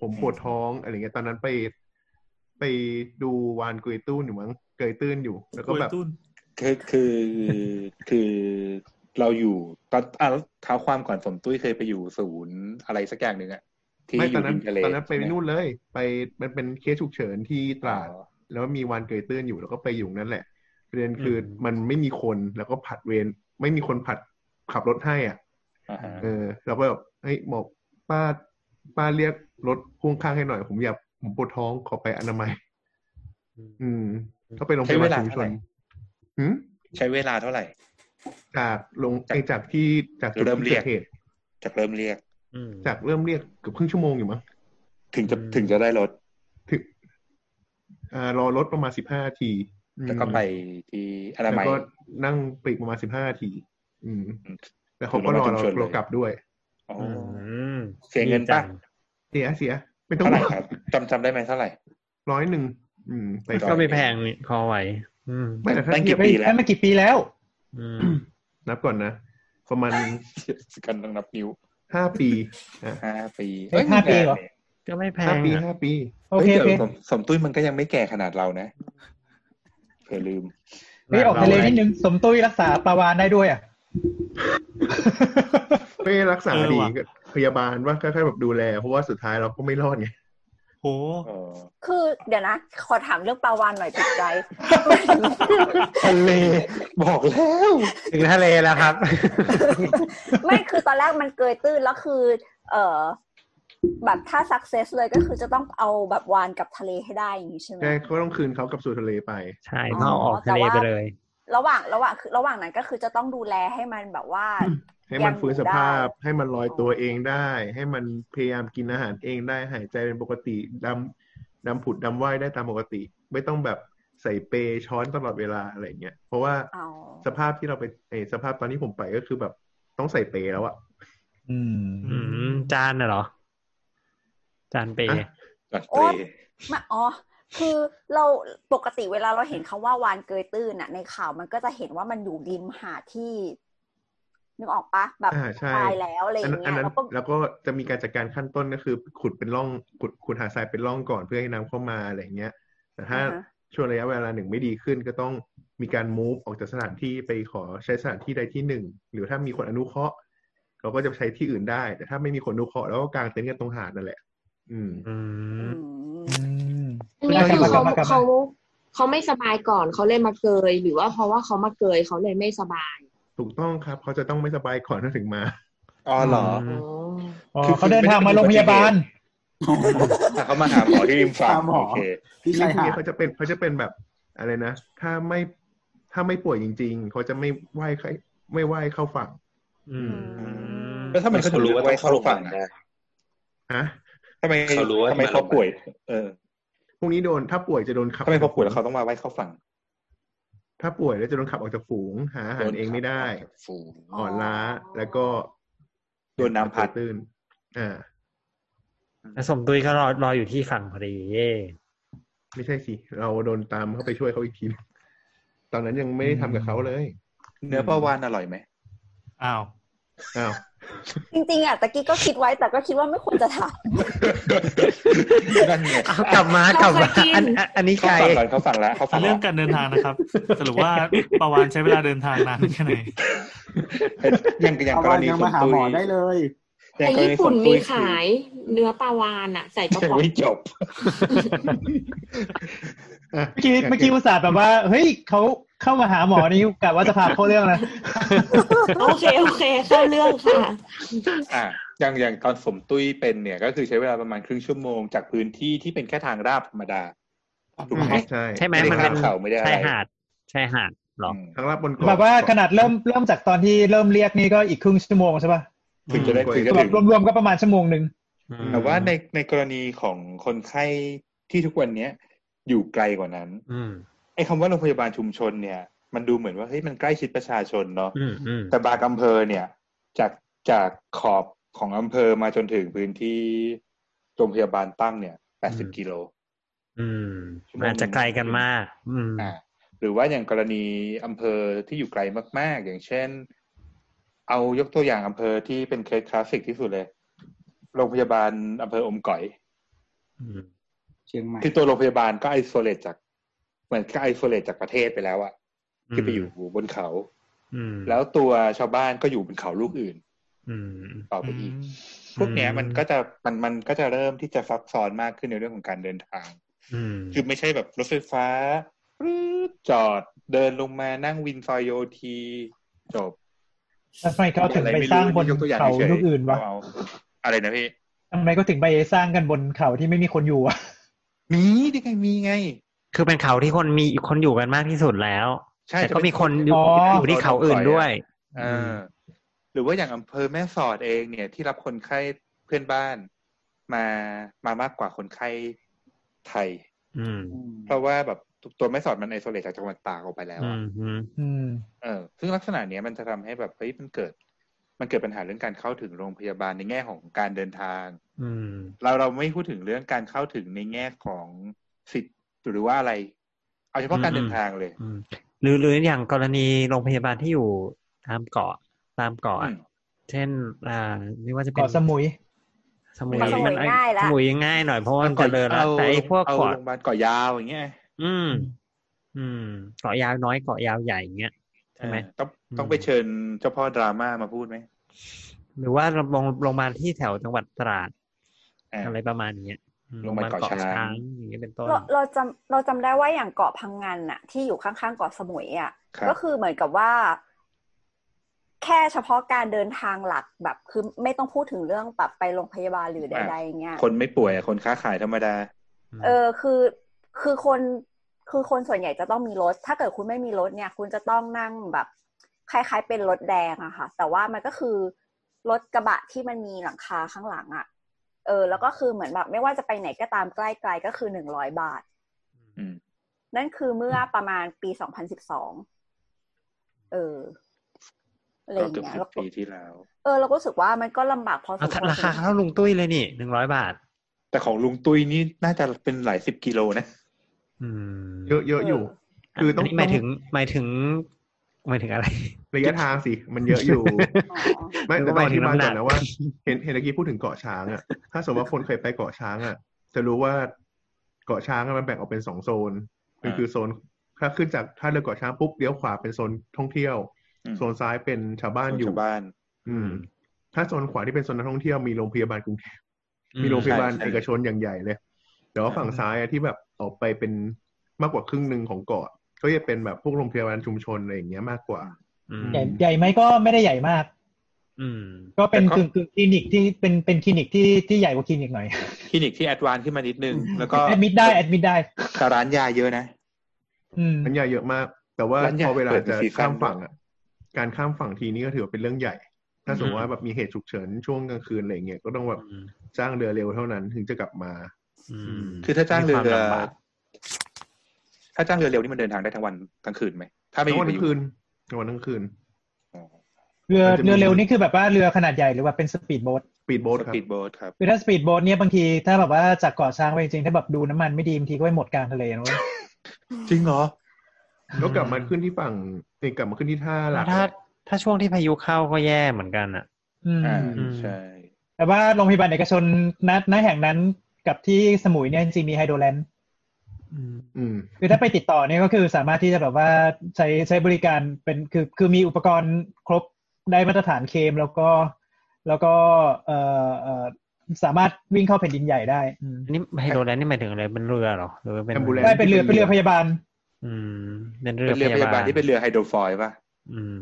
Speaker 7: ผมปวดท้องอะไรเงี้ยตอนนั้นไป ไปดูวานเกยตื้นอยู่มั้งเกยตื้นอยู่ แล้วก็แบบ
Speaker 4: คือคือคือเราอยู่ตอนอ่ะแล้วเท้าความก่อนผมตุ้ยเคยไปอยู่ศูนย์อะไรสักอย่างหนึ่งอะที่
Speaker 7: ไม่
Speaker 4: อ
Speaker 7: ตอยู่ นนั้น
Speaker 4: ริมทะเล
Speaker 7: ตอนนั้นไป
Speaker 4: ใช่หม
Speaker 7: นู่นเลย ไปมันเป็นเคสฉุกเฉินที่ตราด
Speaker 4: อ๋อ
Speaker 7: แล้วมีวานเกยตื้นอยู่แล้วก็ไปอยู่นั่นแหละประเด็นคืออ
Speaker 3: ม
Speaker 7: มันไม่มีคนแล้วก็ผัดเวรไม่มีคนผัดขับรถให้อ่ะ
Speaker 4: อ่าฮะ
Speaker 7: เออเราก็แบบเฮ้ยบอกป้าป้าเรียกรถพ่วงข้างให้หน่อย ผมอยากผมปวดท้องขอไปอนามัย อืมก็ไปโรงพ
Speaker 4: ใช้
Speaker 7: ยา
Speaker 4: เว
Speaker 7: บาล
Speaker 4: ลา
Speaker 7: ชุม
Speaker 4: เท่า
Speaker 7: ช
Speaker 4: ไห
Speaker 7: น
Speaker 4: ร่
Speaker 7: หืม
Speaker 4: ใช้เวลาเท่าไหร่
Speaker 7: จากลงไอจากที่จากจุด
Speaker 4: เริ่ม
Speaker 7: ที่
Speaker 4: เรี
Speaker 7: เกิด
Speaker 4: ยก
Speaker 7: เหตุ
Speaker 4: จากเริ่มเรียก
Speaker 7: จากเริ่มเรียกเกือบครึ่งชั่วโมงอยู่มั้ง
Speaker 4: ถึงจะ
Speaker 3: อืม
Speaker 4: ถึงจะได้รถ
Speaker 7: ถึงอ่ารอรถประมาณสิบห้าทีอืม
Speaker 4: แล้วก็ไปที่อนา
Speaker 7: แล้ว
Speaker 4: มัย
Speaker 7: ก็นั่งปรีกประมาณสิบห้าที อืม
Speaker 4: อืม
Speaker 7: แล้วเขาก็รอ
Speaker 4: ถึงโรงพ
Speaker 7: เราเรา
Speaker 4: ยาบาลชุมชนเลย
Speaker 7: กลับด้วย
Speaker 4: อ๋อ
Speaker 3: อื
Speaker 4: อ
Speaker 3: ม
Speaker 4: เสียเงินปะ
Speaker 3: ดีจั
Speaker 7: เสียเสีย ไม่ต้อง
Speaker 4: เท่า
Speaker 7: บอ
Speaker 4: ไหร่
Speaker 7: ก
Speaker 4: ครับจำจำได้ไหมเท่าไหร่
Speaker 7: ร้อยหนึ่ง อืมไป
Speaker 4: ร้อย
Speaker 3: ก็ไม่แพงนี่พอไหว อืม
Speaker 7: ไม่แต่ถ้า
Speaker 4: ตั้ง
Speaker 7: เที
Speaker 4: กี่
Speaker 7: ยบ
Speaker 4: ปีแล้ว
Speaker 1: ได้มากี่ปีแล้ว
Speaker 3: อืม
Speaker 7: นับก่อนนะ ประ มาณ
Speaker 4: กันต้องนับนิ้ว
Speaker 7: ห้าปีอ่ะ
Speaker 4: ห้าปี
Speaker 1: เอ้ยห้าปีเหรอ
Speaker 3: ก็ไม่แพ
Speaker 7: ห้างปี
Speaker 3: อะ
Speaker 7: ห้าปี
Speaker 1: โอ
Speaker 4: เฮ้ย
Speaker 1: เคโอ
Speaker 4: เดี๋ยว
Speaker 1: เค
Speaker 4: สมสมตุ้ยมันก็ยังไม่แก่ขนาดเรานะเผื่อลืม
Speaker 1: เฮ้ยออกทะเลนิดนึงสมตุ้ยรักษาปลาวานได้ด้วยอ่ะ
Speaker 7: ไม่ได้รักษา
Speaker 5: เออ
Speaker 7: ดี
Speaker 5: ว่ะ
Speaker 7: ก็พยาบาลว่าแค่แบบดูแล เพราะว่าสุดท้ายเราก็ไม่รอดไง
Speaker 5: โห
Speaker 4: เออ
Speaker 2: คือเดี๋ยวนะ ขอถามเรื่องปลาวานหน่อยติดใจ
Speaker 3: ทะเล
Speaker 4: บอกแล้ว
Speaker 3: ถึงทะเลแล้วครับ
Speaker 2: ไม่คือตอนแรกมันเกยตื้นแล้วคือ เออแบบถ้า success เลยก็คือจะต้องเอาแบบวานกับทะเลให้ได้อย่างนี้ใช่ไหม
Speaker 7: ใช่ก็ต้องคืนเขากลับสู่ทะเลไป
Speaker 3: ใช่
Speaker 2: อ๋อ
Speaker 3: ต้องเอาออกทะเล
Speaker 2: แต่ว่า
Speaker 3: ไปเลย
Speaker 2: ระหว่างระหว่างคือระหว่างนั้นก็คือจะต้องดูแลให้มันแบบว่า
Speaker 7: ให้มัน
Speaker 2: ยัง
Speaker 7: ฟื้
Speaker 2: อ
Speaker 7: น
Speaker 2: ยู่
Speaker 7: สภาพ
Speaker 2: ได้
Speaker 7: ให้มันลอยตัวเองได้ ให้มันพยายามกินอาหารเองได้ หายใจเป็นปกติดำดำผุดดำว่ายได้ตามปกติ ไม่ต้องแบบใส่เปย์ช้อนตลอดเวลาอะไรเงี้ย เพราะว่า
Speaker 2: เอา
Speaker 7: สภาพที่เราไปไอสภาพตอนที่ผมไปก็คือแบบต้องใส่เปย์แล้วอะ
Speaker 1: อืม
Speaker 3: อืมจานน่ะเหรอ จานเปย์
Speaker 4: จัดเต
Speaker 2: โอ๊
Speaker 4: ร
Speaker 2: ยมาอ๋อ คือเราปกติเวลาเราเห็นคำว่าวานเกยตื้นอ่ะ ในข่าวมันก็จะเห็นว่ามันอยู่ริมหาดที่ นึกออกปะแบบ
Speaker 7: อ่าใช่
Speaker 2: ตายแล้วอะไรอ
Speaker 7: อัน
Speaker 2: ย่าง
Speaker 7: นั้น
Speaker 2: เงี้
Speaker 7: อัน
Speaker 2: ย
Speaker 7: นั้น
Speaker 2: แล้วก็
Speaker 7: แล้วก็จะมีการจัดการขั้นต้นก็คือขุดเป็นร่องขุดขุดหาทรายเป็นร่องก่อนเพื่อให้น้ำเข้ามาอะไรเงี้ย แต่ถ้า
Speaker 2: อ่าฮะ
Speaker 7: ช่วงระยะเวลาหนึ่งไม่ดีขึ้นก็ต้องมีการ move ออกจากสถานที่ไปขอใช้สถานที่ใดที่หนึ่ง หรือถ้ามีคนอนุเคราะห์เราก็จะไปใช้ที่อื่นได้ แต่ถ้าไม่มีคนอนุเคราะห์เราก็กางเต็นท์กันตรงหาดนั่นแหละ อืม
Speaker 3: อืม
Speaker 1: อืม
Speaker 9: อันนี้คือ
Speaker 1: แล้
Speaker 9: เขา
Speaker 1: วก็อยู่
Speaker 9: เขาเขาไม่สบายก่อนเขาเลยมาเกย หรือว่าเพราะว่าเขามาเกยเขาเลยไม่สบาย
Speaker 7: ถูกต้องครับเขาจะต้องไม่สบายก่อนถึงมา
Speaker 4: อ๋อเหรอ
Speaker 3: อืม
Speaker 1: อ๋อ
Speaker 4: คือ
Speaker 1: เขาเดินทางมา
Speaker 4: ไม่ได้
Speaker 1: โรงพยาบาล
Speaker 4: อุบัติเหตุ อ่ะเขามาหาหมอที่ริมฝั่ง
Speaker 6: หาหมอ
Speaker 4: โอเค
Speaker 6: ที่
Speaker 7: ลิ
Speaker 6: ชา
Speaker 7: พวก
Speaker 6: ง ยหา
Speaker 7: นี้
Speaker 6: ด
Speaker 7: เขาจะเป็นเขาจะเป็นแบบอะไรนะ ถ้าไม่ถ้าไม่ป่วยจริง ๆ เขาจะไม่ว่ายเข้าไม่ว่ายเข้าฝั่ง
Speaker 3: อืม
Speaker 4: แล้วถ้ามัน
Speaker 8: เขารู้ว่าต้องเข้าโรงพยาบาล
Speaker 4: นะ
Speaker 8: ได้
Speaker 7: ฮะ
Speaker 4: ทำไม
Speaker 8: เขารู้ว่า
Speaker 4: ทำไมเขาป่วย เออ
Speaker 7: พวกนี้โดนถ้าป่วยจะโดนขับ
Speaker 4: ทำไมเขาป่วยแล้วเขาต้องมาไว้เข้าฝั่ง
Speaker 7: ถ้าป่วยแล้วจะโดนขับออกจากฝูง หาอาหารเองไม่ได้
Speaker 4: ฟูง
Speaker 2: อ๋ออ่
Speaker 7: อ่อนล้าแล้วก็
Speaker 4: โดนน้ำพัด
Speaker 7: ตื้นอ่า
Speaker 3: แล้วสมตุยก็รอรออยู่ที่ฝั่งพอดีเย่
Speaker 7: ไม่ใช่สิ เราโดนตามเข้าไปช่วยเขาอีกที ตอนนั้นยังไม่ได้ทำกับเขาเลย
Speaker 4: เนื้อปลาวานอร่อยไหม
Speaker 5: อ้าว
Speaker 7: อ้าว
Speaker 2: จริงๆอ่ะตะกี้ก็คิดไว้แต่ก็คิดว่าไม่ควรจะถาม
Speaker 4: นั่นไง
Speaker 3: เอากลับมากลับมา
Speaker 9: เราเคยกิน
Speaker 3: อันอันอันนี้
Speaker 4: เขา
Speaker 3: ใคร
Speaker 4: ฝั่งก่อนเขาฝั่งแล้วเขาฝั่ง
Speaker 5: เรื่
Speaker 4: แล้
Speaker 5: อ
Speaker 4: ว
Speaker 5: งการเดินทางนะครับ สรุปว่าประวานใช้เวลาเดินทางนานแค่ไหน
Speaker 4: ยังยัง
Speaker 6: เอา
Speaker 4: กร
Speaker 6: วาน
Speaker 4: ณี
Speaker 6: ยัง
Speaker 4: ส
Speaker 6: มามหา
Speaker 4: ตุ
Speaker 6: หม
Speaker 4: ย
Speaker 6: อได้เลย
Speaker 4: ยัง
Speaker 9: แต่
Speaker 4: กร
Speaker 9: ญี่
Speaker 4: ณีส
Speaker 9: ปุ่น
Speaker 4: ม
Speaker 9: มี
Speaker 4: ตุย
Speaker 9: ขายเนื้อปลาวานอ่ะ ใส่กระ
Speaker 4: ยัง
Speaker 9: ป๋อง
Speaker 4: ไม่จบ
Speaker 7: อ่ะ
Speaker 1: เมื่อกี้เมื่อกี้อุตส่าห์แบบว่า เฮ้ยเขาเข้ามาหาหมอนี่กะว่าจะพาเข้าเรื่องนะ
Speaker 9: โอเคโอเคเข้าเรื่องค่ะ
Speaker 4: อ่ะอย่างอย่างตอนสมตุ้ยเป็นเนี่ย ก็คือใช้เวลาประมาณครึ่งชั่วโมงจากพื้นที่ที่เป็นแค่ทางราบธรรมดา ถูกไหม
Speaker 7: ใช่
Speaker 3: ใช่ไหม
Speaker 4: ไม่ได้
Speaker 3: มันเป็น
Speaker 4: ข้ามเขาไม่ได้อะไร
Speaker 3: ชายหาดชายหาดเหรอ
Speaker 4: ม
Speaker 7: ทั้งรับบนเกาะ
Speaker 1: แบบว่าขนาดเริ่มเริ่มจากตอนที่เริ่มเรียกนี่ก็อีกครึ่งชั่วโมงใช่ป่ะ
Speaker 4: ถึงจะได้ถึงจะ
Speaker 1: แบ
Speaker 4: ถึ
Speaker 1: บ
Speaker 4: ง
Speaker 1: รวมๆก็ประมาณชั่วโมงหนึ่ง
Speaker 4: แต่ว่าในในกรณีของคนไข้ที่ทุกวันเนี้ยอยู่ไกลกว่านั้น
Speaker 3: อืม
Speaker 4: ไอ้คำว่าโรงพยาบาลชุมชนเนี่ย มันดูเหมือนว่าเฮ้ยมันใกล้ชิดประชาชนเนาะ
Speaker 3: อืมอืม
Speaker 4: แต่บางอำเภอเนี่ย จากจากขอบของอำเภอมาจนถึงพื้นที่โรงพยาบาลตั้งเนี่ยแปดสิบกิโล
Speaker 3: อืมมันอาจจะไกลกันมาก อืม
Speaker 4: อ่าหรือว่าอย่างกรณีอำเภอที่อยู่ไกลมาก ๆ อย่างเช่น เอายกตัวอย่างอำเภอที่เป็นเคสคลาสสิกที่สุดเลย โรงพยาบาลอำเภออมก๋อย
Speaker 3: อืม
Speaker 6: เชียงใหม่
Speaker 4: คือตัวโรงพยาบาลก็ไอโซเลตจากเหมือนก็ไอโซเลตจากประเทศไปแล้วอะที่ไปอยู่บนเขา
Speaker 3: อืม
Speaker 4: แล้วตัวชาวบ้านก็อยู่บนเขาลูกอื่น
Speaker 3: อืม
Speaker 4: ต่อไปอีก
Speaker 5: อืม
Speaker 4: พวกเนี้ย
Speaker 3: อืม
Speaker 4: มันก็จะมันมันก็จะเริ่มที่จะซับซ้อนมากขึ้นในเรื่องของการเดินทาง
Speaker 3: อืม
Speaker 4: คือไม่ใช่แบบรถไฟฟ้าปรื๊ดจอดเดินลงมานั่งวินซอยโยทีจบ
Speaker 1: แล้วทำไมเขาถึงไปสร้างบน
Speaker 4: ยกตัวอย่ง
Speaker 1: เขา
Speaker 4: ฉยๆ
Speaker 1: ลูกอื่นวะ
Speaker 4: เาเอาอะไรนะพี่
Speaker 1: ทำไมก็ถึงไปสร้างกันบนเขาที่ไม่มีคนอยู่อะ
Speaker 4: มีดิไงมีไง
Speaker 3: คือเป็นเขาที่คนมีคนอยู่กันมากที่สุดแล้ว
Speaker 4: ใช่
Speaker 3: แต่ก็
Speaker 4: จะเป็น
Speaker 3: มีคน
Speaker 4: คนที่
Speaker 3: อยู่อยู่ที่เขาอื่นด้วย
Speaker 4: เอออหรือว่าอย่างอำเภอแม่สอดเองเนี่ยที่รับคนไข้เพื่อนบ้านมามามากกว่าคนไข้ไทย
Speaker 3: อืม
Speaker 6: อืม
Speaker 4: เพราะว่าแบบตัวแม่สอดมันไอโซเลตจากจังหวัดตากออกไปแล้ว
Speaker 3: อื
Speaker 4: อะ
Speaker 3: มอืม
Speaker 1: อืม
Speaker 4: เออซึ่งลักษณะเนี้ยมันจะทำให้แบบเฮ้ยมันเกิด มันเกิดปัญหาเรื่องการเข้าถึงโรงพยาบาลในแง่ของการเดินทาง
Speaker 3: อืม
Speaker 4: เราเราไม่พูดถึงเรื่องการเข้าถึงในแง่ของสิทธิ์หรือว่าอะไร เอาเฉพาะการ
Speaker 3: อืม
Speaker 4: เดินทางเลย
Speaker 3: อืมหรือหรืออย่างกรณีโรงพยาบาลที่อยู่ตามเกาะตามเกาะ
Speaker 4: อืม
Speaker 3: เช่น อ่าไม่ว่าจะเป็น
Speaker 1: เกาะสมุย
Speaker 3: สมุย
Speaker 2: เกาะสมุย
Speaker 3: มัน
Speaker 2: ง่ายละ
Speaker 3: สมุยยังง่ายหน่อยเพราะว่ามันเจริญแล้ว
Speaker 4: เอา
Speaker 3: แต่ไอ้พวก
Speaker 4: เอา
Speaker 3: เกาะ
Speaker 4: โรงพยาบาลเกาะยาวอย่างเงี้ย
Speaker 3: อืม อืมเกาะยาวน้อยเกาะยาวใหญ่อย่างเงี้ยใช่ไหม
Speaker 4: เออต้อง
Speaker 3: อืม
Speaker 4: ต้องไปเชิญเจ้าพ่อดราม่ามาพูดไหม
Speaker 3: หรือว่าโรงโรงพยาบาลที่แถวจังหวัดตราด
Speaker 4: อ่า
Speaker 3: อะไรประมาณนี้ยอืม
Speaker 4: โรงพยาบาลเกาะช้าง
Speaker 3: อย่างเงี้ยเป็นต้น
Speaker 2: เราเราจำเราจำได้ว่าอย่างเกาะพังงานน่ะ ที่อยู่ข้างๆเกาะสมุยอ่ะ
Speaker 4: ครับ
Speaker 2: ก็คือเหมือนกับว่า แค่เฉพาะการเดินทางหลักแบบ คือไม่ต้องพูดถึงเรื่องแบบไปโรงพยาบาลหรือใด ๆ เงี้ย
Speaker 4: คนไม่ป่วยอะคนค้าขายธรรมดา
Speaker 2: เออคือคือคนคือคนส่วนใหญ่จะต้องมีรถ ถ้าเกิดคุณไม่มีรถเนี่ย คุณจะต้องนั่งแบบคล้ายๆเป็นรถแดงอะค่ะ แต่ว่ามันก็คือรถกระบะที่มันมีหลังคาข้างหลังอะเออ แล้วก็คือเหมือนแบบไม่ว่าจะไปไหนก็ตามใกล้ไกลก็คือหนึ่งร้อยบาท
Speaker 4: อืม
Speaker 2: นั่นคือเมื่อประมาณปีสองพันสิบสองเอออะไรอ
Speaker 4: ก็
Speaker 2: ย่าง
Speaker 4: เกือบ
Speaker 2: เงี้ย
Speaker 4: สิ
Speaker 2: แล้ว
Speaker 4: บ
Speaker 2: ก็
Speaker 4: ปีที่แล้ว
Speaker 2: เออเราก็รู้สึกว่ามันก็ลำบากพอส
Speaker 3: เอา
Speaker 2: ม
Speaker 3: ถ้า
Speaker 2: ควร
Speaker 3: ราคาเท่าลุงตุ้ยเลยนี่หนึ่งร้อยบาท
Speaker 4: แต่ของลุงตุ้ยนี่น่าจะเป็นหลายสิบกิโลนะ
Speaker 3: อืม
Speaker 7: เยอะเยอะอยู่ คือต้อง
Speaker 3: นนี้หมายถึงหมายถึงหมายถึงอะไร
Speaker 7: ระยะทางสิ มันเยอะอยู่
Speaker 2: อ๋อ
Speaker 7: ไม่
Speaker 3: แล้วก็
Speaker 7: แต่ตอน
Speaker 3: หมาม
Speaker 7: ที่ายก่อ
Speaker 3: ถึงน้ำหนั
Speaker 7: น
Speaker 3: ก
Speaker 7: นะว่า เห็นเห็นเมื่อกี้พูดถึงเกาะช้างอ่ะ ถ้าสมมติว่าคนเคยไปเกาะช้างอ่ะ จะรู้ว่าเกาะช้างอะมันแบ่งออกเป็นสองโซนมัน
Speaker 4: อ่า
Speaker 7: คือโซน ถ้าขึ้นจากท่าเรือเกาะช้างปุ๊บเลี้ยวขวาเป็นโซนท่องเที่ยว
Speaker 4: อืม
Speaker 7: โซนซ้ายเป็นชาวบ้านอยู่
Speaker 4: ชาวบ้าน
Speaker 7: อืม ถ้าโซนขวาที่เป็นโซนนักท่องเที่ยวมีโรงพยาบาลกรุงเทพ
Speaker 3: อื
Speaker 7: มีโรงพยาบาล
Speaker 4: ใช่ใช่
Speaker 7: เอกชนอย่างใหญ่เลย แต่ว่าฝั่งซ้ายอะที่แบบออกไปเป็นมากกว่าครึ่งหนึ่งของเกาะ ก็จะเป็นแบบพวกโรงพยาบาลชุมชนอะไรอย่างเงี้ยมากกว่า
Speaker 3: อืม
Speaker 1: ใหญ่ใหญ่ไหมก็ไม่ได้ใหญ่มาก
Speaker 3: อืม
Speaker 1: ก็เป็น
Speaker 4: แต่ก็
Speaker 1: กึ่งกึ่งคลินิกที่เป็นเป็นคลินิกที่ที่ใหญ่กว่าคลินิกหน่อย
Speaker 4: คลินิกที่แอดวานซ์ขึ้นมานิดนึง แล้วก็
Speaker 1: แอดมิดได้แอดมิดได้
Speaker 4: แต่ร้านยาเยอะนะ
Speaker 1: อืม
Speaker 7: นันยาเยอะมาก แต่ว่า
Speaker 4: ร้านยา
Speaker 7: พอเวลา
Speaker 4: เปิดเป็
Speaker 7: จะ
Speaker 4: นซีซั่น
Speaker 7: ข้ามฝั่งอ่ะ การข้ามฝั่งทีนี้ก็ถือว่าเป็นเรื่องใหญ่ ถ้าสมมติว่าแบบมีเหตุฉุกเฉินช่วงกลางคืนอะไรเงี้ย ก็ต้องแบบ
Speaker 3: อืม
Speaker 7: จ้างเรือเร็วเท่านั้นถึงจะกลับมา
Speaker 3: อืม
Speaker 4: คือถ้าจ้างเรื
Speaker 3: มี
Speaker 4: อ
Speaker 3: ควมลำบาก
Speaker 4: ถ้าจ้างเรือเร็วนี่มันเดินทางได้ทั้งวันทั้งคืนไหม ถ้าไม่
Speaker 7: ทั้ง
Speaker 4: มี
Speaker 7: วัน
Speaker 4: พา
Speaker 7: ทั้
Speaker 4: ยุ
Speaker 7: งคืนทั้งวันทั้งคืน
Speaker 1: เรือ
Speaker 7: มันจะมี
Speaker 1: เรือเร็วนี่คือแบบว่าเรือขนาดใหญ่หรือว่าเป็นสปีดโบ๊ท
Speaker 7: สปีดโบ๊ท
Speaker 4: ส
Speaker 7: ครับ
Speaker 4: ปีดโบ๊ทครับ
Speaker 1: คือถ้าสปีดโบ๊ทเนี่ยบางทีถ้าแบบว่าจากเกาะช้างไปจริงๆถ้าแบบดูน้ำมันไม่ดีบางทีก็ไปหมดกลางทะเลนะเว้ย
Speaker 4: จริงเหรอ
Speaker 7: แล้วกลับมาขึ้นที่ฝั่งเอ้ยกลับมาขึ้นที่ท่าหลัก
Speaker 3: ถ้าถ้าช่วงที่พายุเข้าก็แย่เหมือนกันอ่ะ
Speaker 1: อืม
Speaker 4: อ่าใช่
Speaker 1: แต่ว่าโรงพยาบาลเอกชนนัดนแห่งนั้นกับที่สมุยเนี่ยจริงๆมีไฮโดรแลนด์
Speaker 3: อืม
Speaker 7: อืม
Speaker 1: คือถ้าไปติดต่อเนี่ยก็คือสามารถที่จะแบบว่าใช้ใช้บริการเป็นคือคือมีอุปกรณ์ครบได้มาตรฐานเคมแล้วก็แล้วก็เอ่อเอ่อสามารถวิ่งเข้าแผ่นดินใหญ่ได้อืม
Speaker 3: อันนี่ไฮโดรแลนด์นี่หมายถึงอะไรเป็นเรือเหรอหรือว่าเป็น
Speaker 7: Ambulance
Speaker 1: ได้เป็นเรือเป็นเรือพยาบาล
Speaker 3: อืมเป็นเรือ
Speaker 4: เป็นเรือพยาบาลที่เป็นเรือไฮโดรฟอยล์ป่ะ
Speaker 3: อืม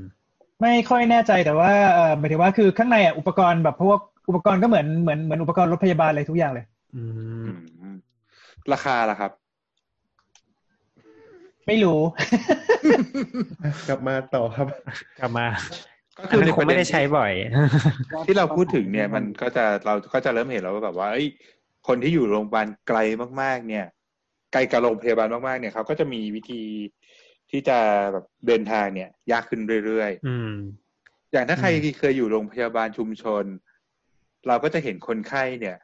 Speaker 1: ไม่ค่อยแน่ใจแต่ว่าเอ่อหมายถึงว่าคือข้างในอ่ะอุปกรณ์แบบพวกอุปกรณ์ก็เหมือนเหมือนเหมือนอุปกรณ์รถพยาบาลอะไรทุกอย่างเลย
Speaker 3: อืม
Speaker 4: อืม ราคาล่ะครับ
Speaker 1: ไม่รู้
Speaker 7: อ่ะกลับมาต่อครับ
Speaker 3: กลับมา
Speaker 4: ก็
Speaker 3: อันนั้นคงไม่ได้ใช้บ่อย
Speaker 4: ที่เราพูดถึงเนี่ยมันก็จะเราก็จะเริ่มเห็นแล้วว่าแบบว่าเอ้ยคนที่อยู่โรงพยาบาลไกลมาก ๆ เนี่ย ไกลกับโรงพยาบาลมากๆเนี่ยเขาก็จะมีวิธีที่จะแบบเดินทางเนี่ย ยากขึ้นเรื่อยๆ
Speaker 3: อืม
Speaker 4: อย่างถ้าใคร
Speaker 3: อืม
Speaker 4: เคยอยู่โรงพยาบาลชุมชน เราก็จะเห็นคนไข้เนี่ย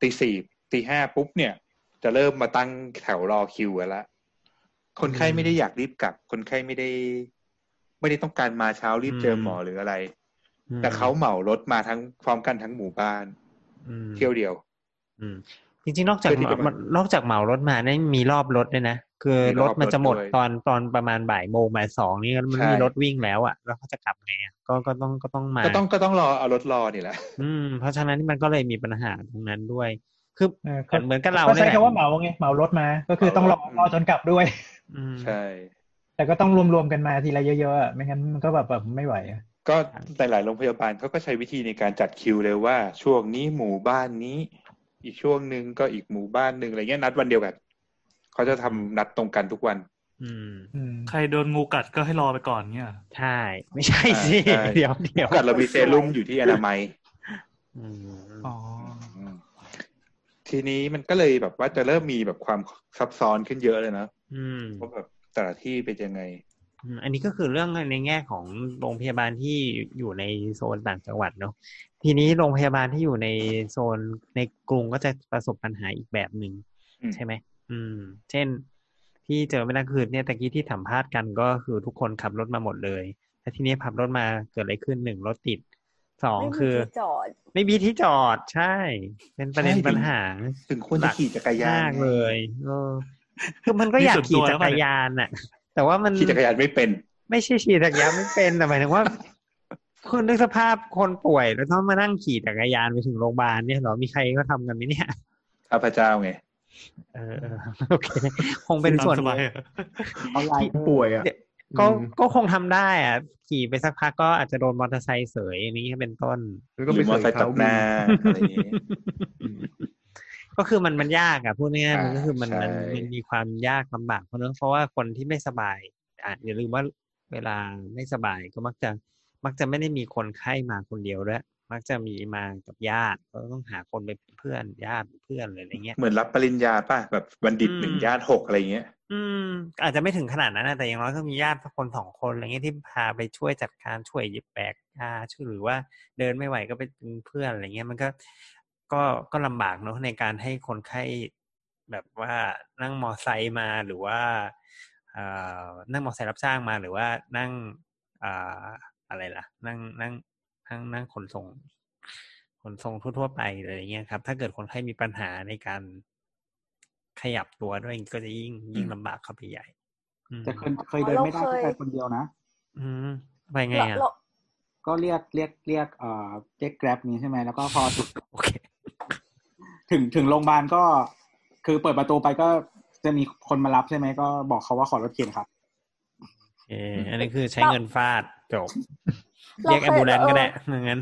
Speaker 4: ตีสี่ตีห้าปุ๊บเนี่ย จะเริ่มมาตั้งแถวรอคิวกันละคนไข้ไม่ได้อยากรีบกลับ คนไข้ไม่ได้ ไม่ได้ต้องการมาเช้ารีบเจอหมอหรืออะไร
Speaker 3: อืม
Speaker 4: แต่เขาเหมารถมาทั้งพร้อมกันทั้งหมู่บ้าน
Speaker 3: อืม
Speaker 4: เที่ยวเดียว
Speaker 3: อืมจริงๆนอกจาก
Speaker 4: เพื่อที่จะ
Speaker 3: เหมามันอกจากเหมารถมาเนี่ยมีรอบรถด้วยนะ คือ
Speaker 4: มี
Speaker 3: ร
Speaker 4: ร
Speaker 3: ถ
Speaker 4: อบ
Speaker 3: มันจะหมด
Speaker 4: รถด้วย
Speaker 3: ตอนตอนประมาณบ่ายโมงบ่ายสองนี่มัน
Speaker 4: ใช่
Speaker 3: มีรถวิ่งแล้วอ่ะแล้วเขาจะกลับไงอะก็ก็ต้องก็ต้องมา
Speaker 4: ก็ต้องก็ต้องรอเอารถรอนี่แหละ
Speaker 3: อืม เพราะฉะนั้นมันก็เลยมีปัญหาตรงนั้นด้วย คือ
Speaker 1: เออ
Speaker 3: เหมือนเหมือนกับเรา
Speaker 1: ก็
Speaker 3: เนี่ย
Speaker 1: ใช้
Speaker 3: แหละ
Speaker 1: คำว่าเหมาไงเหมารถมา ก็คือต้องรอ
Speaker 4: เหมารถ
Speaker 1: รอจนกลับด้วย
Speaker 3: อืม
Speaker 4: ใช่
Speaker 1: แต่ก็ต้องรวมๆกันมาทีละเยอะๆอะไม่งั้นมันก็แบบแบบไม่ไหวอะ
Speaker 4: ก็หลายๆโรงพยาบาลเขาก็ใช้วิธีในการจัดคิวเลยว่า ช่วงนี้หมู่บ้านนี้ อีกช่วงหนึ่งก็อีกหมู่บ้านหนึ่งอะไรเงี้ยนัดวันเดียวกันเขาจะทำนัดตรงกันทุกวัน
Speaker 3: อืม
Speaker 1: อืม
Speaker 5: ใครโดนงูกัดก็ให้รอไปก่อนเนี่ย
Speaker 3: ใช่ ไม่ใช่สิ
Speaker 4: ใช่
Speaker 3: เดี๋ยวเดี๋ยว
Speaker 4: กัดเรามีเซรุ่มอยู่ที่อนามัย
Speaker 3: อืม
Speaker 5: อ๋อ
Speaker 4: อืมทีนี้มันก็เลยแบบว่าจะเริ่มมีแบบความซับซ้อนขึ้นเยอะเลยนะ
Speaker 3: อืม
Speaker 4: ว่าแบบแต่ละที่เป็นยังไง
Speaker 3: อืมอันนี้ก็คือเรื่องในแง่ของโรงพยาบาลที่อยู่ในโซนต่างจังหวัดเนาะทีนี้โรงพยาบาลที่อยู่ในโซนในกรุงก็จะประสบปัญหาอีกแบบหนึ่ง
Speaker 4: อืม
Speaker 3: ใช่ไหมอืม เช่น ที่เจอเมื่อคืนเนี่ยตะกี้ที่สัมภาษณ์กันก็คือทุกคนขับรถมาหมดเลยแต่ทีนี้ขับรถมาเกิดอะไรขึ้นหนึ่งรถติดสอง
Speaker 2: ไม่มี
Speaker 3: คือ
Speaker 2: ที่จอด
Speaker 3: ไม่มีที่จอดใช่ เป็นประเด็น
Speaker 4: ใช่ถึง
Speaker 3: ปัญหา
Speaker 4: ถึงควรจะขี่จักรยาน
Speaker 3: มาก
Speaker 4: ไง
Speaker 3: เลยเออคือมันก็
Speaker 5: นี่
Speaker 3: อยาก
Speaker 5: ส่วนตั
Speaker 3: ขี่
Speaker 5: วแล้
Speaker 3: จั
Speaker 5: ว
Speaker 3: ก
Speaker 5: ป่ะ
Speaker 3: ร
Speaker 5: เนี่ย
Speaker 3: ยานน่ะ แต่ว่ามัน
Speaker 4: ขี่จักรยานไม่เป็น
Speaker 3: ไม่ใช่ขี่จักรยานไม่เป็นแต่หมายถึงว่าคุณนึกสภาพคนป่วยแล้วต้องมานั่งขี่จักรยานไปถึงโรงพยาบาลเนี่ยเหรอมีใครก็ทำกันไหมเนี่ย
Speaker 4: ข้าพเจ้าไง
Speaker 3: เออเออ โอเค คงเป็นส่วน
Speaker 5: ตามสบายอะ
Speaker 6: เอาไลน์
Speaker 7: ป่วยอ่ะ
Speaker 3: เดี๋ยวก็
Speaker 7: อืม
Speaker 3: ก็คงทำได้อ่ะ ขี่ไปสักพักก็อาจจะโดนมอเตอร์ไซค์เสยอย่างนี้เป็นต้น
Speaker 7: แล้ว
Speaker 4: ห
Speaker 7: ก็
Speaker 4: รื
Speaker 7: ไป
Speaker 4: อมอเตอร์ไซค์ตัดหน้าอะไรอย่างงี้
Speaker 3: ก็คือมันมันยากอ่ะพูดง่ายๆมันก็คือมัน
Speaker 4: ใช่
Speaker 3: มันมันมีความยากลำบากเพราะเนอะเพราะว่าคนที่ไม่สบายอ่ะอย่าลืมว่าเวลาไม่สบายก็มักจะมักจะไม่ได้มีคนไข้มาคนเดียวด้วยมักจะมีมากับญาติก็ต้องหาคนไปเป็นเพื่อนญาติเป็นเพื่อนเลยอะไรเงี้ย
Speaker 4: เหมือนรับปริญญาป่ะแบบบัณฑิต
Speaker 3: อืม
Speaker 4: หนึ่งญาติหกอะไรอย่างเงี้ย
Speaker 3: อืม อาจจะไม่ถึงขนาดนั้นนะแต่อย่างน้อยก็มีญาติสักคนสองคนอะไรเงี้ยที่พาไปช่วยจัดการช่วยหยิบแบกยาช่วยหรือว่าเดินไม่ไหวก็ไปเป็นเพื่อนอะไรเงี้ยมันก็ก็ก็ลำบากเนอะในการให้คนไข้แบบว่านั่งมอไซค์มาหรือว่าเอ่อนั่งมอไซค์รับจ้างมาหรือว่านั่งอ่าอะไรล่ะ นั่งนั่งนั่งนั่งขนส่งขนส่งทั่วๆไปอะไรเงี้ยครับ ถ้าเกิดคนไข้มีปัญหาในการขยับตัวด้วยก็จะยิ่งยิ่งลำบากเข้าไปใหญ่ อืม
Speaker 6: แต่เคยเคยเดินไม่ได้
Speaker 2: เราเคย
Speaker 6: ที่ไปคนเดียวนะ
Speaker 3: อืมไปไงอ่ะ
Speaker 2: เรา
Speaker 6: ก็เรียกเรียกเรียกเอ่อเรียกแกร็บนี้ใช่ไหมแล้วก็พอถึง
Speaker 3: โอเค
Speaker 6: ถึงถึงโรงพยาบาลก็ คือเปิดประตูไปก็จะมีคนมารับใช่ไหมก็บอกเขาว่าขอรถเข็นครับ
Speaker 3: เอออันนี้คือใช้
Speaker 2: เรา
Speaker 3: เงินฟาดจบ
Speaker 2: เรา
Speaker 3: เรียก
Speaker 2: เค
Speaker 3: แอย มบูเลน
Speaker 2: เออ
Speaker 3: ก็ได้ไม่งั้น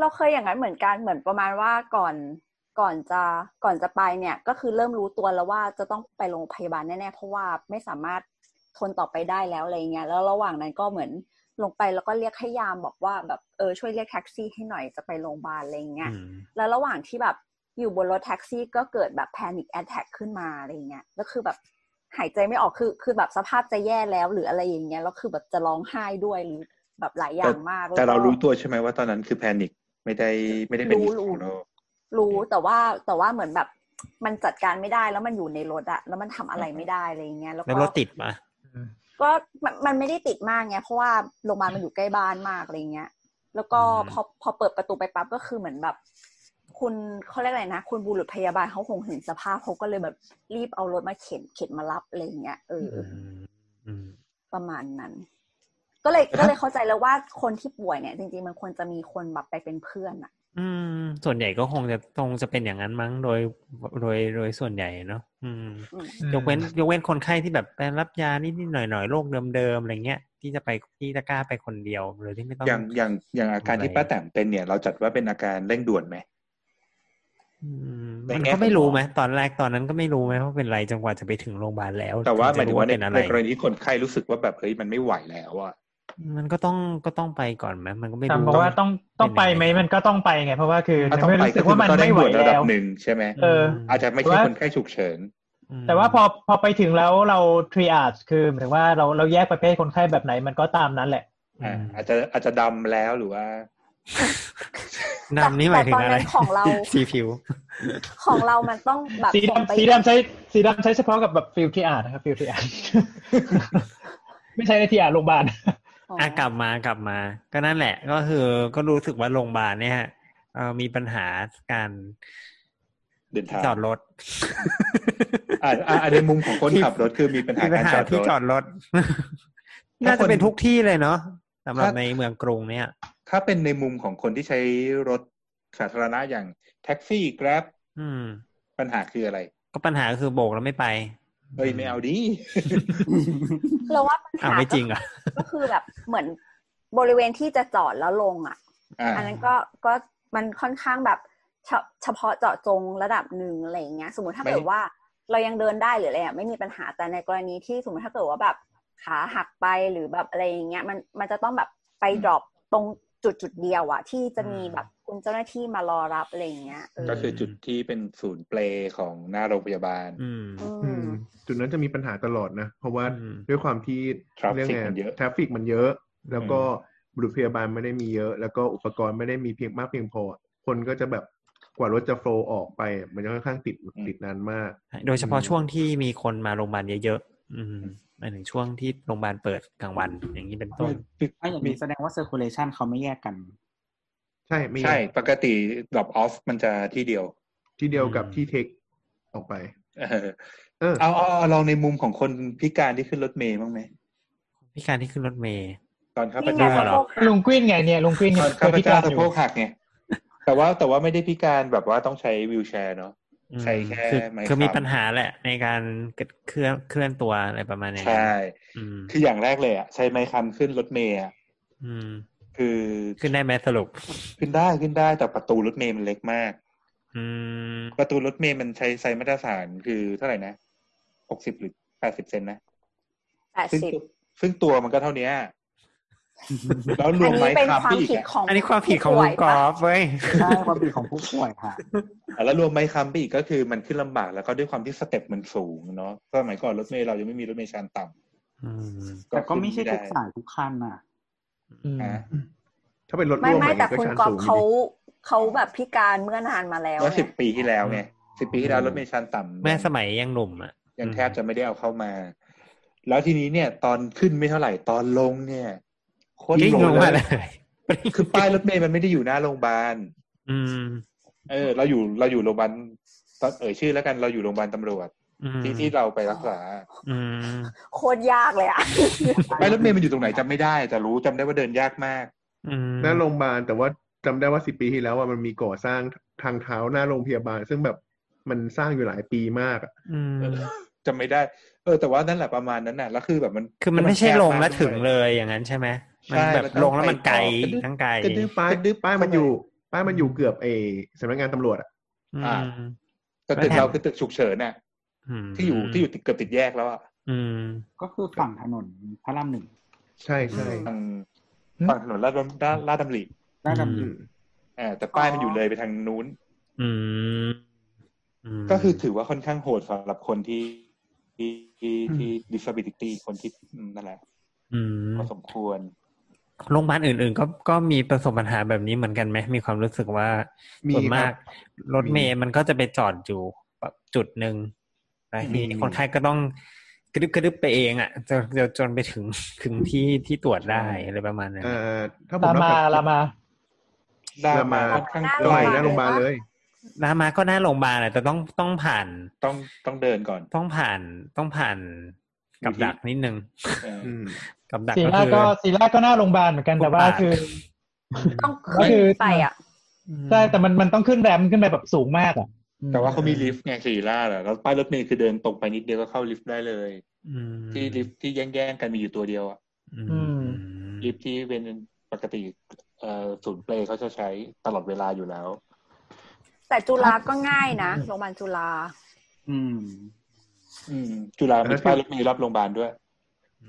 Speaker 2: เราเคยอย่างนั้นเหมือนกันเหมือนประมาณว่าก่อนก่อนจะก่อนจะไปเนี่ย ก็คือเริ่มรู้ตัวแล้วว่าจะต้องไปโรงพยาบาลแน่ๆเพราะว่าไม่สามารถทนต่อไปได้แล้วอะไรเงี้ยแล้วระหว่างนั้นก็เหมือนลงไปแล้วก็เรียกให้ยามบอกว่าแบบเออช่วยเรียกแท็กซี่ให้หน่อยจะไปโรงพยาบาลอะไรเงี้ย
Speaker 3: อืม
Speaker 2: แล้วระหว่างที่แบบอยู่บนรถแท็กซี่ก็เกิดแบบแพนิคแอ t แท k ขึ้นมาอะไรเงี้ยแล้วคือแบบหายใจไม่ออกคือคือแบบสภาพจะแย่แล้วหรืออะไรอย่างเงี้ยแล้วคือแบบจะร้องไห้ด้วยหรือแบบหลายอย่างมาก
Speaker 4: แต่เรา
Speaker 2: แล้วก็
Speaker 4: รู้ตัวใช่ไหมว่าตอนนั้นคือแพนิคไม่ได้ไม่ได้เป็น
Speaker 2: รู้
Speaker 4: อีก
Speaker 2: รู้
Speaker 4: ของโลก
Speaker 2: รู้แต่ว่าแต่ว่าเหมือนแบบมันจัดการไม่ได้แล้วมันอยู่ในรถอะแล้วมันทำอะไรไม่ได้อะไรอย่างเงี้ยแล้ว
Speaker 3: แล้ว
Speaker 2: ก็
Speaker 3: รถติดปะ
Speaker 2: ก็มันมันไม่ได้ติดมากไงเพราะว่าโรงพยาบาลมันอยู่ใกล้บ้านมากอะไรเงี้ย แล้วก็พอพอเปิดประตูไปปั๊บก็คือเหมือนแบบ คุณเขาเรียกอะไรนะ คุณบุรุษพยาบาลเขาคงเห็นสภาพเขาก็เลยแบบรีบเอารถมาเข็นเข็นมารับอะไรเงี้ยเออ
Speaker 3: อืมอืม
Speaker 2: ประมาณนั้น ก็เลยก็เลยเข้าใจแล้วว่าคนที่ป่วยเนี่ยจริงๆมันควรจะมีคนแบบไปเป็นเพื่อนอะ
Speaker 3: อืม ส่วนใหญ่ก็คงจะคงจะเป็นอย่างนั้นมั้งโดยโดยโดยส่วนใหญ่เนอะอืม ยกเว้นยกเว้นคนไข้ที่แบบไปรับยานิดๆหน่อยๆโรคเดิมๆอะไรเงี้ยที่จะไปที่จะกล้าไปคนเดียวหรือที่ไม่ต้อง
Speaker 4: อย่างอย่างอย่างอาการที่ป้าแตมเป็นเนี่ย เราจัดว่าเป็นอาการเร่งด่วนไหม
Speaker 3: อืม
Speaker 8: แต่
Speaker 3: มัน
Speaker 8: แง่
Speaker 3: ก็
Speaker 8: ของ
Speaker 3: ไม่รู้
Speaker 8: หมอ
Speaker 3: ไหมตอนแรกตอนนั้นก็ไม่รู้ไหมว่าเป็นไรจนกว่าจะไปถึงโรงพยาบาลแล้ว
Speaker 4: แต่ว่าห
Speaker 3: ถึ
Speaker 4: มาย
Speaker 3: ง
Speaker 4: ถึงว่าใน
Speaker 3: จะรู้ว่าเป็นอะไร
Speaker 4: ในกรณีที่คนไข้รู้สึกว่าแบบเฮ้ยมันไม่ไหวแล้วอ่ะ
Speaker 3: มันก็ต้องก็ต้องไปก่อนไหมมันก็ไม่
Speaker 1: แต่
Speaker 3: รู้
Speaker 1: บอกว่าต้องต้องไปไหมมันก็ต้องไปไง เพราะว่าคือ
Speaker 4: ถ้า
Speaker 1: ใน
Speaker 4: ต้องไปก็คือ
Speaker 1: เมื่อรู้สึกว่ามัน
Speaker 4: ก็ได้
Speaker 1: ไม่ไหว
Speaker 4: ด่วนระดับ
Speaker 1: แล้ว
Speaker 4: หนึ่งใช่ไหม
Speaker 1: เออ
Speaker 4: อาจจะไม่ใช่
Speaker 1: ว่า
Speaker 4: คนไข้ฉุกเฉิน
Speaker 1: แต่ว่าพอพอไปถึงแล้วเราทรีอาจคือหมายถึงว่าเราเราแยกประเภทคนไข้แบบไหนมันก็ตามนั้นแหละ
Speaker 4: อ่า
Speaker 3: อืม
Speaker 4: อาจจะอาจจะดำแล้วหรือว่า
Speaker 3: นำนี่หมายถึงอะไร
Speaker 2: แต่ตอนนั้นของเรา
Speaker 3: สีผิว
Speaker 2: ของเรามันต้องแบบ
Speaker 1: สี
Speaker 2: ส่งไป
Speaker 1: ดำสีดำใช้สีดำใช้เฉพาะกับแบบฟิลทีอาร์นะครับฟิลทีอาร์ ไม่ใช่ในทีอาร์โรงพยาบาล
Speaker 2: อ๋อ
Speaker 3: อ่ะกลับมากลับมา ก็นั่นแหละ ก็คือก็รู้สึกว่าโรงพยาบาลเนี่ยเอ่อมีปัญหาการ
Speaker 4: เดินทาง
Speaker 3: จอดรถ
Speaker 4: อ่าอ่าอ่าในมุมของคนขับรถคือมีปัญหา
Speaker 3: มี
Speaker 4: กา
Speaker 3: ปัญ
Speaker 4: ร
Speaker 3: หา
Speaker 4: จอดร
Speaker 3: ที่
Speaker 4: ถ
Speaker 3: จอดรถ
Speaker 4: ถ้า
Speaker 3: น่าจะเป็น
Speaker 4: คน
Speaker 3: ทุกที่เลยเนาะสำหรับ
Speaker 4: ถ้า
Speaker 3: ในเมืองกรุงเนี่ย
Speaker 4: ถ้าเป็นในมุมของคนที่ใช้รถสาธารณะอย่างแท็กซี่ Grab
Speaker 3: อืม
Speaker 4: ปัญหาคืออะไร
Speaker 3: ก็ปัญหาคือโบกแล้วไม่ไป
Speaker 4: เอ้ยไม่เอาดิ
Speaker 2: เราว่าปัญ
Speaker 3: อ้าว
Speaker 2: หา
Speaker 3: ไม่จริงเหรอ่ะ
Speaker 2: ก็คือแบบเหมือนบริเวณที่จะจอดแล้วลงอ่ะ
Speaker 4: อ่า
Speaker 2: อันนั้นก็ก็มันค่อนข้างแบบเฉเฉพาะเจาะจงระดับหนึ่งอะไรอย่างเงี้ย สมมติถ้า
Speaker 4: ไม่
Speaker 2: เกิดว่าเรายังเดินได้หรืออะไรอะไม่มีปัญหาแต่ในกรณีที่สมมติถ้าเกิดว่าแบบขาหักไปหรือแบบอะไรอย่างเงี้ยมันมันจะต้องแบบไปดรอปตรงจุดจุดเดียวอะที่จะมีแบบคุณเจ้าหน้าที่มารอรับอะไรอย่างเงี้ยเออ
Speaker 4: ก็คือจุดที่เป็นศูนย์เปลของหน้าโรงพยาบาล
Speaker 3: อืม
Speaker 2: อื
Speaker 7: อื
Speaker 2: ม
Speaker 7: มจุดนั้นจะมีปัญหาตลอดนะ เพราะว่า
Speaker 3: อืม
Speaker 7: ด้วยความที่
Speaker 4: Traffic
Speaker 7: เรื่องไง
Speaker 4: มันเยอะ
Speaker 7: ทราฟฟิกมันเยอะ แล้วก็บุรุษพยาบาลไม่ได้มีเยอะ แล้วก็อุปกรณ์ไม่ได้มีเพียงมากเพียงพอ คนก็จะแบบกว่ารถจะโฟล์ออกไป มันจะค่อนข้างติดติดนานมาก
Speaker 3: โดยเฉพาะช่วงที่มีคนมาโรงพยาบาลเยอะๆอืมหมายถึงช่วงที่โรงพยาบาลเปิดกลางวัน อย่างนี้เป็นต้น
Speaker 6: ถ้าอย่างนี้แสดงว่า circulation เขาไม่แยกกัน
Speaker 7: ใช่ไม่
Speaker 4: ใช่ปกติ drop off มันจะที่เดียว
Speaker 7: ที่เดียวกับ
Speaker 3: อืม
Speaker 7: ที่เทคออกไป
Speaker 4: เออ
Speaker 7: เออ
Speaker 4: เอาเอาเอาลองในมุมของคนพิการที่ขึ้นรถเมล์บ้างไหม
Speaker 3: พิการที่ขึ้นรถเมล์
Speaker 4: ตอนข้าพ
Speaker 2: นี่ไง
Speaker 4: เจ้า
Speaker 2: สะ
Speaker 4: เหร
Speaker 2: โพ
Speaker 4: อ
Speaker 2: กหัก
Speaker 1: ลุงกวิ้นไงเนี่ยลุงกวิ้น
Speaker 4: ต
Speaker 1: เนี่
Speaker 4: อย นข้าพ
Speaker 1: พิ
Speaker 4: เจ้าสะ
Speaker 1: อ
Speaker 4: โพกหักไงแต่ว่าแต่ว่าไม่ได้พิการแบบว่าต้องใช้วิวแชร์เนาะ
Speaker 3: อืม
Speaker 4: ใช้แค่
Speaker 3: คือ
Speaker 4: ไม้
Speaker 3: คือมี
Speaker 4: ค้ำ
Speaker 3: ปัญหาแหละในการเคลื่อนเคลื่อนตัวอะไรประมาณอย่าง
Speaker 4: ใช่
Speaker 3: นั้นอืม
Speaker 4: คืออย่างแรกเลยอะใช้ไม้คำขึ้นรถเมล์อะ
Speaker 3: อืม
Speaker 4: คือ
Speaker 3: ขึ้นได้ไหมสรุป
Speaker 4: ขึ้นได้ขึ้นได้แต่ประตูรถเมล์มันเล็กมาก
Speaker 3: อืม
Speaker 4: ประตูรถเมล์มันใช้ไซส์มาตรฐานคือเท่าไหร่นะหกสิบหรือแปดสิบเซนนะ
Speaker 2: แปด
Speaker 4: ซึ่ง
Speaker 2: สิบ
Speaker 4: ซึ่งตัวมันก็เท่า เนี้ยแล้วร
Speaker 2: อั
Speaker 4: วน ม
Speaker 2: นี้
Speaker 4: ไม้
Speaker 2: เป็นความ
Speaker 4: คำที่อีก
Speaker 2: ผิด
Speaker 4: อะ
Speaker 2: ของ
Speaker 3: อันนี้ความผิดของ
Speaker 2: ผู้ป่ว
Speaker 3: ลุง
Speaker 2: ย
Speaker 3: ก
Speaker 2: ปะ
Speaker 3: อล์ฟเว้ย
Speaker 6: ใช่ความผิดของผู้ป่วยค่ะ
Speaker 4: อ่ะแล้วรวมไม้คำไปอีกก็คือมันขึ้นลำบากแล้วก็ด้วยความที่สเต็ปมันสูงเนาะสมัยก่อนรถเมล์เรายังไม่มีรถเมล์ชันต่
Speaker 3: อืม
Speaker 4: ำ
Speaker 6: แต่ก็ไม่ใช่
Speaker 4: ขึ้น
Speaker 6: ทุก
Speaker 4: ด้
Speaker 6: สายทุกคันน่ะ
Speaker 4: อ่ะ
Speaker 7: ถ้าเป็นรถ
Speaker 2: ไม่
Speaker 7: ร่วม
Speaker 2: ไม่
Speaker 7: อะ
Speaker 2: แต่คุณ
Speaker 7: เงี้ยก็ชาน
Speaker 2: กอล์ฟ
Speaker 7: สูงอยู่
Speaker 2: เขา
Speaker 7: ดี
Speaker 2: เขาแบบพิการเมื่อนานมาแล้ว
Speaker 4: เมื่อ
Speaker 2: ไง
Speaker 4: สิบปีที่แล้วไงสิบปีที่แล้วรถเมล์ชันต่ำ
Speaker 3: แม่
Speaker 4: ยัง
Speaker 3: สมัยยังหนุ่มอ่ะ
Speaker 4: ยังแทบจะไม่ได้เอาเข้ามา แล้วทีนี้เนี่ย ตอนขึ้นไม่เท่าไหร่ตอนลงเนี่ยโคตร
Speaker 3: ยิ่งลงมา
Speaker 4: เล
Speaker 3: เลย ย
Speaker 4: คือป้ายรถเมล์มันไม่ได้อยู่หน้าโรงพยาบาล
Speaker 3: อืม
Speaker 4: เออ เราอยู่เราอยู่โรงพยาบาลตอนเอ่ยชื่อแล้วกันเราอยู่โรงพยาบาลตำรวจ
Speaker 3: อืม
Speaker 4: ที่ที่เราไปรักษา
Speaker 3: อืม
Speaker 2: โคตรยากเลยอะ
Speaker 4: ป้ายรถเมล์มันอยู่ตรงไหนจำไม่ได้แต่รู้จำได้ว่าเดินยากมาก
Speaker 3: อืม
Speaker 7: หน้าโรงพยาบาลแต่ว่าจำได้ว่าสิบปีที่แล้วว่ามันมีก่อสร้างทางเท้าหน้าโรงพยาบาล ซึ่งแบบมันสร้างอยู่หลายปีมากอะ
Speaker 3: อืม
Speaker 4: จำไม่ได้ เออแต่ว่านั่นแหละประมาณนั้นน่ะแล้วคือแบบมัน
Speaker 3: คือมันไม่ใช่ลงแล้วถึง
Speaker 4: ย
Speaker 3: เลยอย่างนั้นใช่ไหมมัน
Speaker 4: ใช่
Speaker 3: แบบ
Speaker 4: มันต้อง
Speaker 3: ลงแล้วมันไกล
Speaker 4: ไปต่อ
Speaker 3: อีกทั้งไกล
Speaker 7: กระดื้อป้าย
Speaker 4: กระดึ๊บ
Speaker 7: ป้ายมันอยู่
Speaker 4: เข้าไป
Speaker 7: ป้ายมันอยู่เกือบเอสำนักงานตำรวจอะ
Speaker 3: อืม
Speaker 4: แต่ตึกเราคือตึกฉุกเฉินน่ะ
Speaker 3: ม
Speaker 4: ที่อยู่ที่อยู่ติดเกือบติดแยกแล้วอ่ะ
Speaker 3: อืม
Speaker 6: ก็คือฝั่งถนนพระรามหนึ่ง
Speaker 7: ใช่ใช่
Speaker 4: ทางฝั่งถนนลาดลาดลาดดำริ
Speaker 6: ได้ดำ
Speaker 3: อื
Speaker 6: ริ
Speaker 3: ม
Speaker 4: อ่าแต่ป้ายมันอยู่เลยไปทางนู้น
Speaker 3: อืมม
Speaker 4: ก็คือถือว่าค่อนข้างโหดสำหรับคนที่ที่ที่ที่ disability คนที่อืมนั่นแหละ
Speaker 3: อืม
Speaker 4: พอสมควร
Speaker 3: โรงพยาบาลอื่นๆ ก็ก็มีประสบปัญหาแบบนี้เหมือนกันไหมมีความรู้สึกว่าส่วน
Speaker 7: ค
Speaker 3: มา
Speaker 7: รั
Speaker 3: ก
Speaker 7: บ
Speaker 3: รถเมย์มันก็จะไปจอดอยู่แบบจุดหนึ่งแล้วที
Speaker 7: มี
Speaker 3: นี้คนไข้ก็ต้องกระดึบกระดึบไปเองอ่ะจนจนจนไปถึงถึงที่ที่ตรวจได้อะไรประมาณนั้น
Speaker 7: อ่าถ้าผ
Speaker 1: ลาม มา
Speaker 7: รั
Speaker 1: ลา
Speaker 7: บ
Speaker 1: มา
Speaker 4: ลา
Speaker 7: กับ
Speaker 4: มา
Speaker 7: มา
Speaker 4: ค่อนข้าง
Speaker 2: ล
Speaker 4: ไก
Speaker 7: ส
Speaker 4: ล
Speaker 7: มัย
Speaker 2: ล
Speaker 7: หน้าโรงพยาบาลเลย
Speaker 3: ลามาก็หน้าโรงพยาบาลแหละแต่ต้องต้องผ่าน
Speaker 4: ต้องต้องเดินก่อน
Speaker 3: ต้องผ่านต้องผ่านกับดักนิดนึง
Speaker 4: เออ
Speaker 7: อืม
Speaker 3: กับดัก
Speaker 1: สี
Speaker 3: ก็
Speaker 1: รา
Speaker 3: คือ
Speaker 1: ชก็สีราชก็หน้าโรงพยาบาลเหมือนกันแต่ว่าคือ
Speaker 2: ต้องขึ้นไปอ่ะ
Speaker 1: ใช่แต่มันมันต้องขึ้นแรมขึ้นไปแบบสูงมากอ่ะ
Speaker 4: แต่ว่าเขามีลิฟต์ไงสี่ล่าดอะแล้วป้ายรถเมล์คือเดินตรงไปนิดเดียวก็เข้าลิฟต์ได้เลย
Speaker 3: อืม
Speaker 4: ที่ลิฟต์ที่แย่งๆกันมีอยู่ตัวเดียวอะ
Speaker 3: อืม
Speaker 4: ลิฟต์ที่เป็นปกติเอ่อศูนย์เปลเขาจะใช้ตลอดเวลาอยู่แล้ว
Speaker 2: แต่ แต่จุฬาก็ง่ายนะโรงพยาบาลจุฬา
Speaker 6: อืม
Speaker 4: อืมจุฬามีป้ายรถเมล์รับโรงพยาบาลด้วย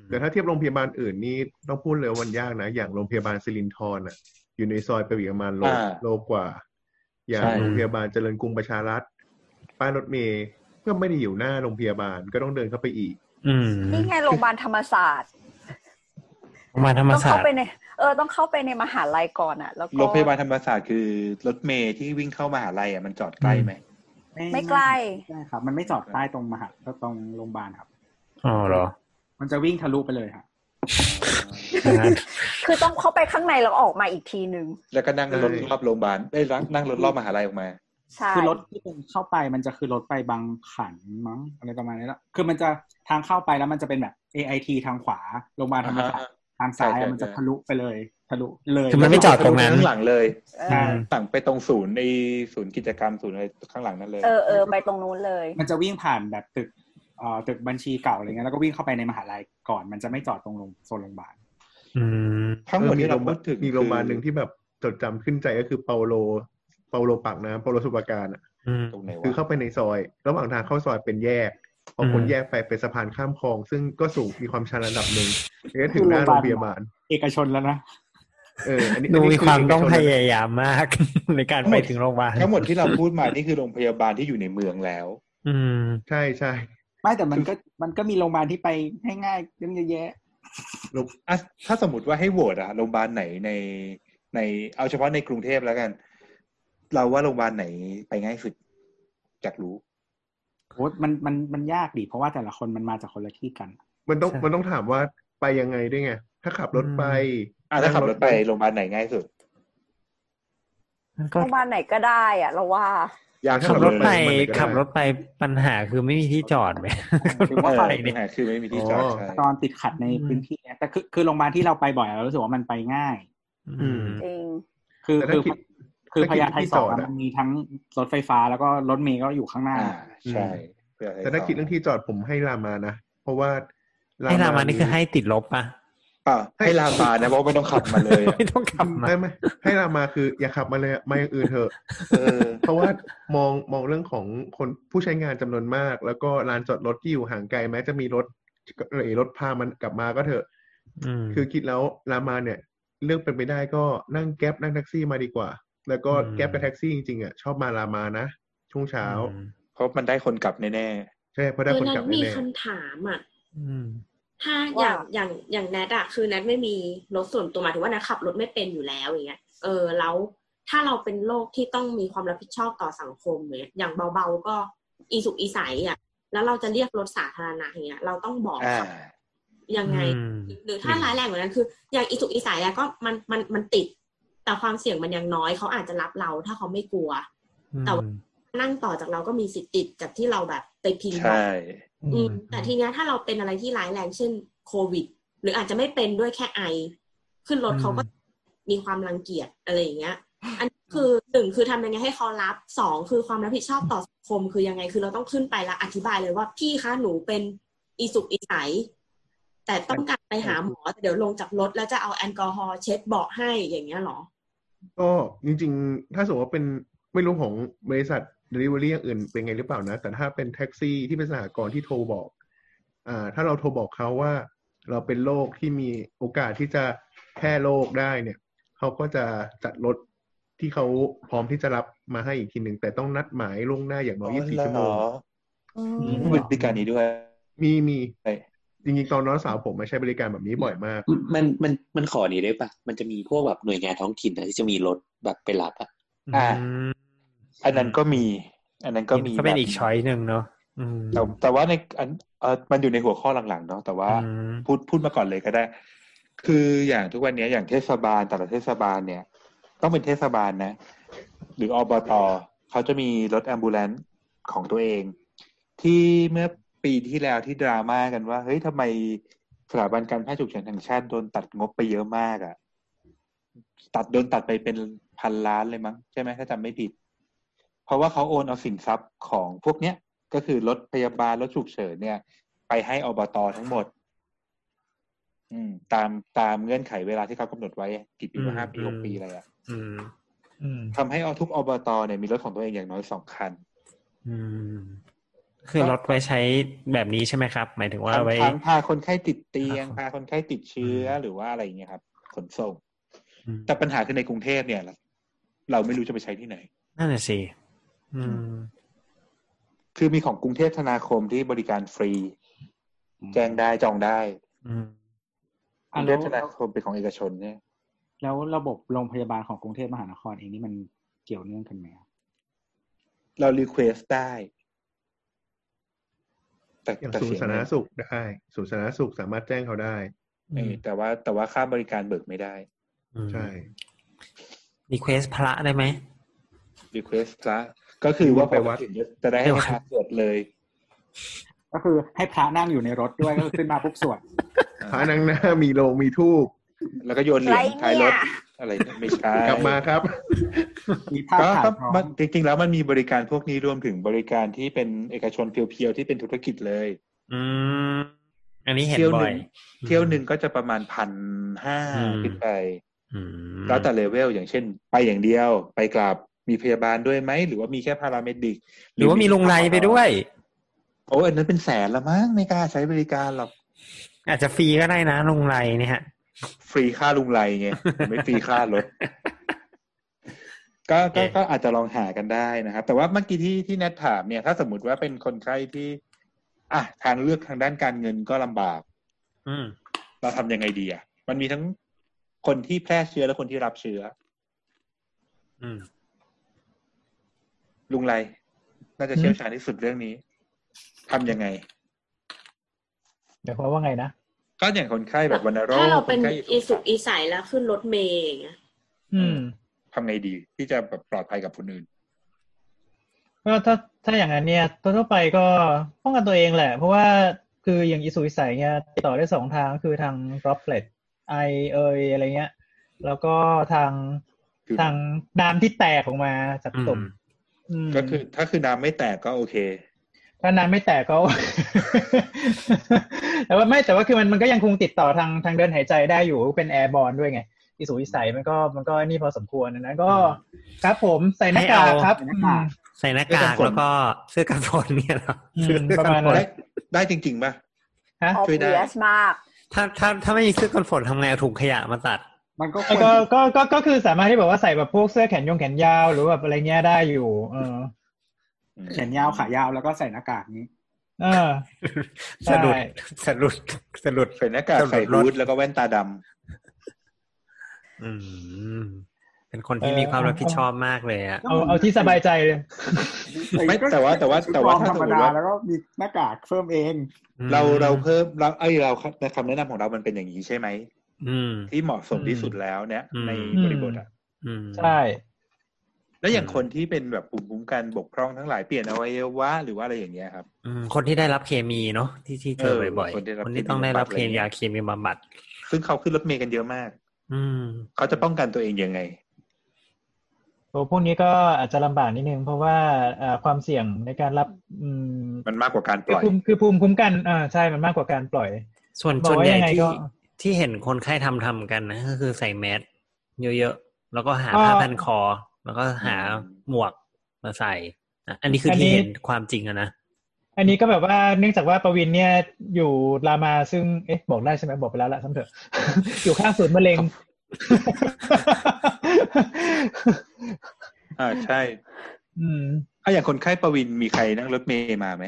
Speaker 7: แต่ถ้าเทียบโรงพยาบาลอื่นนี่ต้องพูดเลยว่ามันยากนะ อย่างโรงพยาบาลสิรินธรอ่ะ อยู่ในซอยไปอีกประมาณโล
Speaker 4: อ่า
Speaker 7: โลกว่า อย่า
Speaker 4: ใช่
Speaker 7: งโรงพยาบาลเจริญกรุงประชารัฐป้ายรถเมย์ก็ไม่ได้อยู่หน้าโรงพยาบาลก็ต้องเดินเข้าไปอีก
Speaker 3: อืม
Speaker 2: นี่ไงโรงพยาบาลธรรมศาสตร์
Speaker 3: ประมาณธรรม
Speaker 2: ต้อง
Speaker 3: ศาส
Speaker 2: เข้า
Speaker 3: ตร์
Speaker 2: ไปในเออต้องเข้าไปในมหาลัยก่อนอ่ะ แล้วก็
Speaker 4: โรงพยาบาลธรรมศาสตร์คือรถเมย์ที่วิ่งเข้ามหาลัยอ่ะมันจอดใกล้ไหม
Speaker 2: ไม่ใกล้
Speaker 6: ใช่ครับ มันไม่จอดใต้ตรงมหาตรงโรงพยาบาลครับ
Speaker 3: อ๋อเหรอ
Speaker 6: มันจะวิ่งทะลุไปเลยครับ
Speaker 3: ดังนั้น
Speaker 2: คือต้องเข้าไปข้างในแล้วออกมาอีกทีนึง
Speaker 4: แล้วก็นั่งรถรอบโรงพยาบาลได้ยนั่งรถรอบมหาลัยออกมา
Speaker 2: ใช่
Speaker 6: คือรถที่เป็นเข้าไปมันจะคือรถไปบางขันมั้งอะไรประมาณนี้แล้วคือมันจะทางเข้าไปแล้วมันจะเป็นแบบ AIT ทางขวาโรงพยาบาลธรรมศาสตร์ทางซ้าย
Speaker 4: ใช่
Speaker 6: อะ
Speaker 4: ใช่
Speaker 6: มันจะ
Speaker 4: ใช่
Speaker 6: ทะลุไปเลยทะลุเลย
Speaker 3: คือมันไม่จอดตรงนั้น
Speaker 4: ข้างหลังเลย
Speaker 2: เอ
Speaker 3: อื
Speaker 2: อ
Speaker 3: ม
Speaker 4: ต่างไปตรงศูนย์ในศูนย์กิจกรรมศูนย์อะไรข้างหลังนั่นเลย
Speaker 2: เออเออไปตรงนู้นเลย
Speaker 6: มันจะวิ่งผ่านแบบตึกเอ่อตึกบัญชีเก่าอะไรเงี้ยแล้วก็วิ่งเข้าไปในมหาลัยก่อน มันจะไม่จอดตรงโรงโซนโรงพยาบาล
Speaker 3: อืม
Speaker 4: ทั้งหมดที่เราพูดถึง
Speaker 7: มีโรงพยาบาลหนึ่ง
Speaker 4: คือ
Speaker 7: ที่แบบจดจำขึ้นใจก็คือเปาโลเปาโลปากน้ำเปาโลสุปราการอ่ะ
Speaker 3: อืม
Speaker 4: ตรงไหนวะ
Speaker 7: คือเข้าไปในซอย ระหว่างทางเข้าซอยเป็นแยก พออ
Speaker 3: ม
Speaker 7: คนแยกไปเป็นสะพานข้ามคลอง ซึ่งก็สูงมีความชันระดับหนึ่งแล้วก็ถึงหน้าโรงพยาบาล
Speaker 6: เอกชนแล้วนะ
Speaker 7: เออ อันนี้
Speaker 3: ดู
Speaker 7: นนี้
Speaker 3: มีความ
Speaker 7: เกชน
Speaker 3: ต้องพ
Speaker 7: นะ
Speaker 3: ยายามมาก ในการไปถึงโรงพยาบาล
Speaker 4: ทั้งหมดที่เราพูดมานี่คือโรงพยาบาลที่อยู่ในเมืองแล้ว
Speaker 3: อืม
Speaker 7: ใช่ใช่
Speaker 6: ไม่แต่มันก็มันก็มีโรงพยาบาลที่ไปง่ายๆเรื่องเยอะแยะ
Speaker 4: อ่ะถ้าสมมติว่าให้โหวตอะโรงพยาบาลไหนในในเอาเฉพาะในกรุงเทพแล้วกัน เราว่าโรงพยาบาลไหนไปง่ายสุดจากรู้
Speaker 6: โอ้มันมันมันยากดิเพราะว่าแต่ละคนมันมาจากคนละที่กัน
Speaker 7: มันต้อง
Speaker 3: ใช่
Speaker 7: มันต้องถามว่าไปยังไงด้วยไง ถ้าขับรถไป
Speaker 4: อ่ะถ้าขับรถไปโรงพยาบาลไหนง่ายสุด
Speaker 3: มันก็
Speaker 2: โรงพยาบาลไหนก็ได้อ่ะ เราว่า
Speaker 7: อยาก
Speaker 3: ขับรถไปขับรถ
Speaker 7: ถ
Speaker 3: ไปปัญหาคือไม่มีที่จอดไหม
Speaker 6: หรือว่าไป
Speaker 4: เออ ปัญหาคือไม่มีที่จอด
Speaker 7: อ๋อ
Speaker 4: ใช่
Speaker 6: ตอนติดขัดในพื้นที่เนี่ยแต่คือคือโรงพยาบาลที่เราไปบ่อยเรารู้สึกว่ามันไปง่าย
Speaker 3: อืม
Speaker 2: จริง
Speaker 6: คือ
Speaker 7: แต่ถ้า
Speaker 6: คือ
Speaker 7: คิด
Speaker 6: คือ
Speaker 7: ถ้า
Speaker 6: พ
Speaker 7: คิด
Speaker 6: ญาไท
Speaker 7: ที่
Speaker 6: ส
Speaker 7: จ
Speaker 6: อ
Speaker 7: อง ด
Speaker 6: อะ
Speaker 7: อะ
Speaker 6: มันมีทั้งรถไฟฟ้าแล้วก็รถเมล์ก็อยู่ข้างหน้า
Speaker 4: อ่าใช่เพื่อให้
Speaker 7: แต่ถ้าคิดเรื่องที่จอดผมให้รามานะ เพราะว่า
Speaker 3: ให้รามานี่คือให้ติดลบปะ
Speaker 4: เปล่าให้ลาซานะเพราะไม่ต้องขับมาเลยอะ
Speaker 3: ไม่ต้องขับมา
Speaker 7: ไม่ไม่ให้รามาคืออย่าขับมาเลยอะมาอย่างอื่นเถอะ
Speaker 4: เออ
Speaker 7: เพราะว่ามองมองเรื่องของคนผู้ใช้งานจำนวนมาก แล้วก็ลานจอดรถที่อยู่ห่างไกลแม้จะมีรถหรือรถพามันกลับมาก็เถอะ
Speaker 3: อืม
Speaker 7: คือคิดแล้วรามาเนี่ย เลือกเป็นไปได้ก็นั่งแก๊ปนั่งแท็กซี่มาดีกว่า แล้วก็
Speaker 3: อืม
Speaker 7: แก๊ปกับแท็กซี่จริงๆอ่ะชอบมารามานะช่วงเช้า
Speaker 4: เพราะมันได้คนกลับแน่
Speaker 7: ใช่เพราะได้
Speaker 9: คือ
Speaker 7: คน
Speaker 9: นั้
Speaker 7: กลับ
Speaker 9: นมี
Speaker 7: แน่
Speaker 9: คำถามอ่ะ
Speaker 3: อืม
Speaker 9: ถ้าอ
Speaker 2: ว่า
Speaker 9: ย่างอย่างอย่างแนทอะคือแนทไม่มีรถส่วนตัวหมายถึงว่าแนทขับรถไม่เป็นอยู่แล้วอย่างเงี้ยเออแล้วถ้าเราเป็นโรคที่ต้องมีความรับผิดชอบต่อสังคมเนี่ยอย่างเบาๆก็อีสุกอีใสอะแล้วเราจะเรียกรถสาธารณะอย่างเงี้ยเราต้องบอก
Speaker 4: ๆอ่า
Speaker 9: เขายังไง
Speaker 3: อืม
Speaker 9: หรือถ้าร้ายแรงกว่านั้นคือ อย่างอีสุกอีใสอะก็มันมันมันติด แต่ความเสี่ยงมันยังน้อยเขาอาจจะรับเราถ้าเขาไม่กลัว แต่ว่า นั่งต่อจากเราก็มีสิทธิ์ติดจากที่เราแบบไปพิง
Speaker 4: ใช่
Speaker 9: ไว้ อืมแต่ทีเนี้ยถ้าเราเป็นอะไรที่ร้ายแรงเช่นโควิด หรืออาจจะไม่เป็นด้วยแค่ไอ ขึ้นรถ
Speaker 3: อืม
Speaker 9: เขาก็มีความรังเกียจอะไรอย่างเงี้ย อันนี้คือหนึ่งคือทำยังไงให้เขารับสองคือความรับผิดชอบต่อสังคมคือยังไงคือเราต้องขึ้นไปแล้วอธิบายเลยว่าพี่คะหนูเป็นอีสุกอีใสแต่ต้องการไปหาหมอแต่เดี๋ยวลงจากรถแล้วจะเอาแอลกอฮอล์เช็ดเบาะให้อย่างเงี้ยเหรอ
Speaker 7: ก็จริงๆ ถ้าสมมติว่าเป็นไม่รู้ของบริษัท Delivery อย่างอื่นเป็นไงหรือเปล่านะ แต่ถ้าเป็นแท็กซี่ที่เป็นสหกรณ์ที่โทรบอกอ่าถ้าเราโทรบอกเขาว่า เราเป็นโรคที่มีโอกาสที่จะแพร่โรคได้เนี่ยเขาก็จะจัดรถที่เขาพร้อมที่จะรับมาให้อีกทีหนึ่งแต่ต้องนัดหมายล่วงหน้าอย่างน้อย24ชั่วโมง
Speaker 2: อืม
Speaker 7: อืม
Speaker 4: บริการนี้ด้วย
Speaker 7: มีมีจริงๆ ตอนน้องสาวผมมาใช้บริการแบบนี้บ่อยมาก
Speaker 8: มันมันมันขอนี้ได้ปะมันจะมีพวกแบบหน่วยงานท้องถิ่นนะที่จะมีรถแบบไปรับอะ
Speaker 4: อ่า อันนั้นก็มี อันนั้นก็มี
Speaker 3: ก็เป็น
Speaker 4: แบบ
Speaker 3: อีกช้อยหนึ่งเนาะอืม
Speaker 4: แต่แต่ว่าในอันเออมันอยู่ในหัวข้อหลังๆเนาะแต่ว่า
Speaker 3: อืม
Speaker 4: พูดพูดมาก่อนเลยก็ได้ คืออย่างทุกวันเนี้ยอย่างเทศบาลแต่ละเทศบาลเนี่ย ต้องเป็นเทศบาลนะ หรืออบตเขาจะมีรถแอมบูเลนของตัวเอง ที่เมื่อปีที่แล้วที่ดราม่ากันว่า เฮ้ยทำไมสถาบันการแพทย์ฉุกเฉินแห่งชาติโดนตัดงบไปเยอะมากอะ่ะ ตัดโดนตัดไปเป็นพันล้านเลยมั้งใช่ไหมถ้าจำไม่ผิด เพราะว่าเขาโอนเอาสินทรัพย์ของพวกเนี้ยก็คือรถพยาบาลรถฉุกเฉินเนี่ย ไปให้อบตทั้งหมด อืม ตามตามเงื่อนไขเวลาที่เขากำหนดไว้อะกี่ปี
Speaker 3: อืม
Speaker 4: ว่าห้าปี
Speaker 3: อืม
Speaker 4: หกปีอะไรอ่ะ
Speaker 3: อืม
Speaker 1: อืม
Speaker 4: ทำให้ทุกอบตเนี่ยมีรถของตัวเองอย่างน้อยสองคัน
Speaker 3: อืม คือรถไว้ใช้แบบนี้ใช่ไหมครับ หมายถึงว่า
Speaker 4: ทั้ง
Speaker 3: ไว้
Speaker 4: ทั้งพาคนไข้ติดเตียง
Speaker 3: ค
Speaker 4: พา
Speaker 3: รับ
Speaker 4: คนไข้ติดเชื้อ
Speaker 3: อืม
Speaker 4: หรือว่าอะไรอย่างเงี้ยครับ ขนส่ง
Speaker 3: อืม
Speaker 4: แต่ปัญหาคือในกรุงเทพเนี่ย เราไม่รู้จะไปใช้ที่ไหน
Speaker 3: นั่นน่ะสิอืม
Speaker 4: คือมีของกรุงเทพธนาคมที่บริการฟรี
Speaker 6: อืม
Speaker 4: แจ้งได้จองได้
Speaker 3: อืม
Speaker 4: ก
Speaker 6: อ่ะ
Speaker 4: รุงเทพธ
Speaker 6: แล้ว
Speaker 4: นาคมเป็นของเอกชนเนี่ย
Speaker 6: แล้วระบบโรงพยาบาลของกรุงเทพมหานครเองนี่มันเกี่ยวเนื่องกันไหมอะ
Speaker 4: เรารีเควสได้ แต่
Speaker 7: อย่าง
Speaker 4: แต่
Speaker 7: ศูน
Speaker 4: เสี
Speaker 7: ย์สา
Speaker 4: ย
Speaker 7: ธาร
Speaker 4: เงิ
Speaker 7: ณ
Speaker 4: น
Speaker 7: สุขได้ศูนย์สาธารณสุขสามารถแจ้งเขาได้
Speaker 4: เออแต่ว่าแต่ว่าค่าบริการเบิกไม่ได้
Speaker 3: อืม
Speaker 7: ใช่
Speaker 3: รีเควสพระได้ไหม
Speaker 4: รีเควสละก็คือว่าพอไปถึงจะได้ให้
Speaker 3: ไปวัด
Speaker 4: พระสวดเลย
Speaker 6: ก็คือให้พระนั่งอยู่ในรถด้วยก็คือขึ้นมาปุ๊บสวด
Speaker 7: พระนังหน้ามีโลงมีทูบ
Speaker 4: แล้วก็โยนเหรียญท้ายรถอะไรเนี่ยไม่ใช่
Speaker 7: กลับมาครับ
Speaker 6: มีภาพ
Speaker 4: ก็
Speaker 6: ถ่าย
Speaker 4: ก็
Speaker 6: พร้อ
Speaker 4: มัน
Speaker 6: ม
Speaker 4: จริงๆแล้วมันมีบริการพวกนี้รวมถึงบริการที่เป็นเอกชนเพียวๆที่เป็นธุรกิจเลย
Speaker 3: อืม อันนี้เห็น
Speaker 4: เที่ยว
Speaker 3: บ่
Speaker 4: ห
Speaker 3: อ
Speaker 4: นึ่
Speaker 3: ย
Speaker 4: งเที่ยวหนึ่งก็จะประมาณพันห้า
Speaker 3: อืม
Speaker 4: ขึ้นไป
Speaker 3: อืม
Speaker 4: แล้วแต่เลเวลอย่างเช่น ไปอย่างเดียวไปกลับมีพยาบาลด้วยไหม หรือว่ามีแค่พาราเมดิก
Speaker 3: หรือว่ามีลุงไรไปด้วย
Speaker 4: โอ้ยอันนั้นเป็นแสนละมั้งไม่กล้าใช้บริการหรอก
Speaker 3: อาจจะฟรีก็ได้นะลุงไรเนี่ยฮะ
Speaker 4: ฟรีค่าลุงไรไงไม่ฟรีค่ารถ ก็ก็
Speaker 3: โอเค
Speaker 4: ก็อาจจะลองหากันได้นะครับ แต่ว่าเมื่อกี้ที่ที่แนทถามเนี่ย ถ้าสมมติว่าเป็นคนไข้ที่ อ่ะทางเลือกทางด้านการเงินก็ลำบาก
Speaker 3: อืม
Speaker 4: เราทำยังไงดีอ่ะ มันมีทั้งคนที่แพร่เชื้อและคนที่รับเชื้อ
Speaker 3: อืม
Speaker 4: ลุงไร น่าจะเชี่ยวชาญที่สุดเรื่องนี้ทำยังไง
Speaker 1: เดี๋ยวเขามว่าไงนะ
Speaker 4: ก็อย่างคนไข้แบบวันโรค
Speaker 9: ถ้าเรา
Speaker 4: ค
Speaker 9: เป็น
Speaker 4: นไข้
Speaker 9: อีสุกอีใสแล้วขึ้นรถเมย์อย่างเงี้ย
Speaker 1: อืม
Speaker 4: ทำไงดี ที่จะแบบปลอดภัยกับคนอื่น
Speaker 1: ก็ถ้าถ้าอย่างนั้นเนี่ยทั่วๆไปก็ป้องกันตัวเองแหละ เพราะว่าคืออย่างอิสุอิสัยเนี่ยติดต่อได้สองทางคือทาง droplet ไอเอยอะไรเงี้ย แล้วก็ทาง
Speaker 4: คือ
Speaker 1: ทางน้ำที่แตกออกมาจากตุ่
Speaker 3: อื
Speaker 1: ม
Speaker 3: ม
Speaker 1: อืม
Speaker 4: ก็คือ ถ้าคือน้ำไม่แตกก็โอเค
Speaker 1: ถ้า น้ำไม่แตกก็ แต่ว่าไม่แต่ว่าคือมันมันก็ยังคงติดต่อทางทางเดินหายใจได้อยู่เป็นแอร์บอลด้วยไงอิสุอิสัยมันก็มันก็นี่พอสมควรนะก็ ครับผมใส่หน้ากากครับ
Speaker 3: ใส่หน้ากากแล้วก็เสื้อกันฝนเนี่ยเหรอ
Speaker 1: อืม
Speaker 3: เสื้อกัน
Speaker 1: ประมาณ
Speaker 3: ฝน
Speaker 1: นั้น
Speaker 4: ได้ได้จริงๆป่ะ
Speaker 1: ฮะ
Speaker 2: ออ
Speaker 4: ช่วยได้
Speaker 2: เวียสมาก
Speaker 3: ถ้าถ้าถ้าไม่มีเสื้อกันฝนทำไงเอาถุงขยะมาตัด
Speaker 6: มันก็ค
Speaker 1: ก็
Speaker 6: วร
Speaker 1: ก็ก็ก็ก็คือสามารถที่แบบว่าใส่แบบพวกเสื้อแขนยงแขนยาวหรือแบบอะไรเงี้ยได้อยู่ เออ
Speaker 4: อืม
Speaker 6: แขนยาวขายาวแล้วก็ใส่หน้ากากนี้
Speaker 1: เออ ใช่
Speaker 3: สะดุดสะดุดสะดุด
Speaker 4: ใส่หน้ากาก
Speaker 3: สำหรับ
Speaker 4: ใส่ฮู
Speaker 3: ร
Speaker 4: ด
Speaker 3: ถ
Speaker 4: แล้วก็แว่นตาดำ
Speaker 3: อืม เป็นคนที่มีความรับผิดชอบมากเลยอะ
Speaker 1: เอาเอาที่สบายใจเลย
Speaker 4: ไม่แต่ว่าแต่ว่าแต่ว่าถ้า
Speaker 6: ธร
Speaker 4: สม
Speaker 6: ร
Speaker 4: มติ
Speaker 6: มดา
Speaker 4: ว่า
Speaker 6: แล้วก็มีหน้ากากเพิ่มเอง
Speaker 4: เราเราเพิ่มเราไอยเราในคำแนะนำของเรามันเป็นอย่างนี้ใช่ไหม
Speaker 3: อืม
Speaker 4: ที่เหมาะสมที่สุดแล้วเนี่ย
Speaker 3: อืม
Speaker 4: ในบริบทอ่ะ
Speaker 3: อืม
Speaker 1: ใช่
Speaker 4: แล้วอย่าง
Speaker 3: อืม
Speaker 4: คนที่เป็นแบบภูมิคุ้มกันบกพร่องทั้งหลายเปลี่ยนอวัยวะหรือว่าอะไรอย่างเงี้ยครับ
Speaker 3: อืมคนที่ได้รับเคมีเนาะที่ที่เจอบ่อย
Speaker 4: เออคนที่ได้รับ
Speaker 3: ๆคนที่ต้องได้รับ
Speaker 4: เค
Speaker 3: เค
Speaker 4: มี
Speaker 3: มี
Speaker 4: บำบัดอะไรเงี้ย
Speaker 3: ยาเคมีบำบัด
Speaker 4: ซึ่งเขาขึ้นรถเมล์กันเยอะมาก
Speaker 3: อืม
Speaker 4: เขาจะป้องกันตัวเองยังไง
Speaker 1: ตัวพวกนี้ก็อาจจะลำบากนิดนึง เพราะว่าเอ่อความเสี่ยงในการรับ อืม
Speaker 4: มันมากกว่าการป
Speaker 1: คือ
Speaker 4: ล่อย
Speaker 1: ภูมิคือภูมิคุ้มกันอ่าใช่มันมากกว่าการปล่อย
Speaker 3: ส่วน
Speaker 1: บอก
Speaker 3: ส่วน
Speaker 1: ว่า
Speaker 3: ใหญ่
Speaker 1: ยังไงก็
Speaker 3: ที่ที่เห็นคนไข้ทำทำกันนะก็คือใส่แมสเยอะๆ แล้วก็หา
Speaker 1: อ่า
Speaker 3: ผ้าพันคอ แล้วก็หาหมวกมาใส่อ่ะอันนี้คืออนที่
Speaker 1: นี้
Speaker 3: เห็นความจริงอะนะ
Speaker 1: อันนี้ก็แบบว่าเนื่องจากว่าประวินเนี่ยอยู่รามาซึ่งเอ๊ะบอกได้ใช่ไหมบอกไปแล้วละทั้งเถอะ อยู่ข้างศูนย์มะเร็ง
Speaker 4: อ่าใช่
Speaker 1: อืม
Speaker 4: อ่ะอย่างคนไข้ประวินมีใครนั่งรถเมล์มาไหม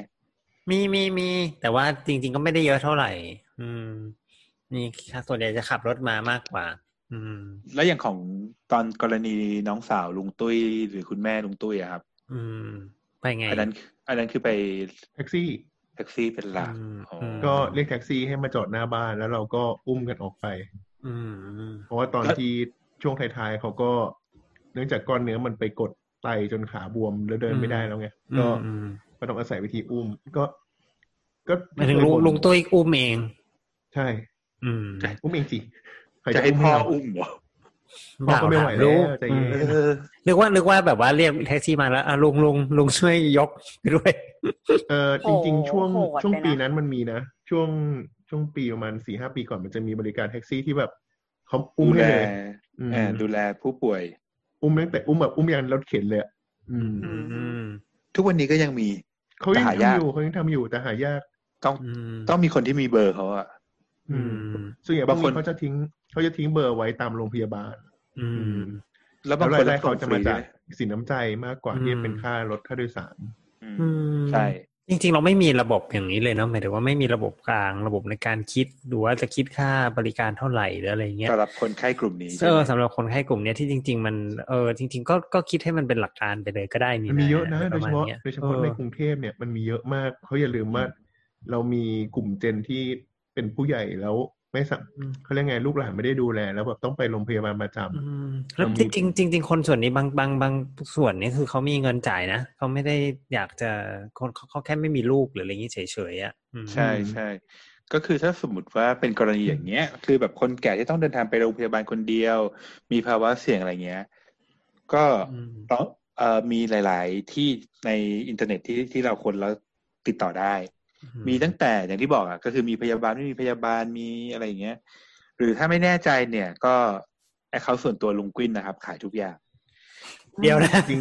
Speaker 3: มีมีมีแต่ว่าจริง ๆ ก็ไม่ได้เยอะเท่าไหร่ อืมมีส่วนใหญ่จะขับรถมามากกว่า อืม
Speaker 4: แล้วอย่างของตอนกรณีน้องสาวลุงตุ้ย หรือคุณแม่ลุงตุ้ยอะครับ
Speaker 3: อืม ไปไง
Speaker 4: อันนั้นอันนั้นคือไป
Speaker 7: แท็กซี่
Speaker 4: แท็กซี่เป็นหลัก
Speaker 3: อืม
Speaker 4: อ๋อ
Speaker 3: ม
Speaker 7: ก็เรียกแท็กซี่ให้มาจอดหน้าบ้านแล้วเราก็อุ้มกันออกไป
Speaker 3: อืม
Speaker 7: เพราะว่าตอนที่ช่วงท้ายๆเขาก็เนื่องจากก้อนเนื้อมันไปกดไตจนขาบวมแล้วเดินไม่ได้แล้วไง
Speaker 3: อื
Speaker 7: ก็
Speaker 3: มอืม
Speaker 7: ก็ต้องอาศัยวิธีอุ้ม ก็ ก็
Speaker 3: หมายถึงลุงลุงตุ้ยอุ้มเอง
Speaker 7: ใช่
Speaker 3: อืม
Speaker 7: อุ้มเองสิใคร
Speaker 4: จะ
Speaker 7: จะ
Speaker 4: ให้
Speaker 7: อุ้ม
Speaker 4: พ่อ
Speaker 7: ให้เรา
Speaker 4: อุ้มเหรอ
Speaker 7: พ่อก็ไม่ไหวแล้ว
Speaker 3: รู้
Speaker 7: ใจเย็น
Speaker 3: อืม
Speaker 4: เออ
Speaker 3: นึกว่านึกว่าแบบว่าเรียกแท็กซี่มาแล้วอ่ะลุงลุงลุงช่วยยก ไปด้วย
Speaker 7: เออ
Speaker 2: โห
Speaker 7: จริง ๆ ช่วง
Speaker 2: โหด
Speaker 7: ช่วง
Speaker 2: เลยนะ
Speaker 7: ปีนั้นมันมีนะช่วงช่วงปีประมาณสี่ห้าปีก่อนมันจะมีบริการแท็กซี่ที่แบบเขาอุ้ม
Speaker 4: ดู
Speaker 7: ให้
Speaker 4: แล
Speaker 7: เลยอืม
Speaker 4: เออดูแลผู้ป่วย
Speaker 7: อุ้มตั้งแต่อุ้มแบบอุ้มยันรถเข็นเลยอะอืม
Speaker 3: อืม
Speaker 4: ทุกวันนี้ก็ยังมี
Speaker 7: เขายัง
Speaker 4: แต่หายาก
Speaker 7: ทำอยู่เขายังทำอยู่แต่หายาก
Speaker 4: ต้อง
Speaker 3: อืม
Speaker 4: ต้องมีคนที่มีเบอร์เขาอะ
Speaker 7: อื
Speaker 3: อื
Speaker 7: ม
Speaker 3: ม
Speaker 7: ซึ่งอย่าง
Speaker 4: บา
Speaker 7: บาง ง
Speaker 4: ค
Speaker 7: คน นเขาจะทิ้งเขาจะทิ้งเบอร์ไว้ตามโรงพยาบาล
Speaker 3: อืม
Speaker 4: แล้ว
Speaker 7: แล้
Speaker 4: บา
Speaker 7: ว
Speaker 4: งค
Speaker 7: ราน ยได้เขา
Speaker 4: รับส่ง
Speaker 7: จะ
Speaker 4: ฟรี
Speaker 7: มา
Speaker 4: ด้
Speaker 7: จาว ก
Speaker 4: ย
Speaker 7: สินน้ำใจมากกว่า
Speaker 3: อืม
Speaker 7: ที่จะเป็นค่ารถค่าโดยสาร
Speaker 4: อื
Speaker 3: อื
Speaker 4: ม
Speaker 3: ม
Speaker 4: ใช่
Speaker 3: จริงๆ เราไม่มีระบบอย่างนี้เลยเนาะหมายถึงว่าไม่มีระบบกลางระบบในการคิดหรือว่าจะคิดค่าบริการเท่าไหร่หรืออะไรเงี้ย
Speaker 4: สำหรับคนไข้กลุ่มนี้ใช่
Speaker 3: เอ
Speaker 4: ไห
Speaker 3: อ
Speaker 4: ม
Speaker 3: สำหรับคนไข้กลุ่มเนี้ยที่จริง ๆ มันเออจริง ๆ ก็ก็คิดให้มันเป็นหลักการไปเลยก็ได้นี่
Speaker 7: มันมีเยอะนะ
Speaker 3: ไรป
Speaker 7: โดย
Speaker 3: ร
Speaker 7: เฉ
Speaker 3: มณ
Speaker 7: พาะ
Speaker 3: นี้ย
Speaker 7: โดยเฉพาะ
Speaker 3: ออ
Speaker 7: ในกรุงเทพเนี่ยมันมีเยอะมากเขาอย่าลืมว่าเรามีกลุ่มเจนที่เป็นผู้ใหญ่แล้วไม่สัเขาเรียกไงลูกหลานไม่ได้ดูแล แล้วแบบต้องไปโรงพยาบาลประจำ
Speaker 3: อืมแล้ว
Speaker 7: เรามี
Speaker 3: จริงๆจริง ๆ คนส่วนนี้บางบางบางส่วนเนี่ยคือเขามีเงินจ่ายนะเขาไม่ได้อยากจะคนเขาเขาแค่ไม่มีลูกหรืออะไรอย่างงี้เฉยๆอ่ะอืม
Speaker 4: ใช่ใช่ ก็คือถ้าสมมติว่าเป็นกรณีอย่างเงี้ย คือแบบคนแก่ที่ต้องเดินทางไปโรงพยาบาลคนเดียว มีภาวะเสี่ยงอะไรเงี้ย ก็
Speaker 3: อืม
Speaker 4: ต้องเอ่อมีหลาย ๆ ที่ในอินเทอร์เน็ตที่ที่เราคนแล้วติดต่อได้ มีตั้งแต่อย่างที่บอกอ่ะก็คือมีพยาบาลไม่มีพยาบาลมีอะไรอย่างเงี้ย หรือถ้าไม่แน่ใจเนี่ยก็แอคเคาท์ส่วนตัวลุงกวินนะครับ ขายทุกอย่าง
Speaker 3: เดียวนะ
Speaker 7: จริง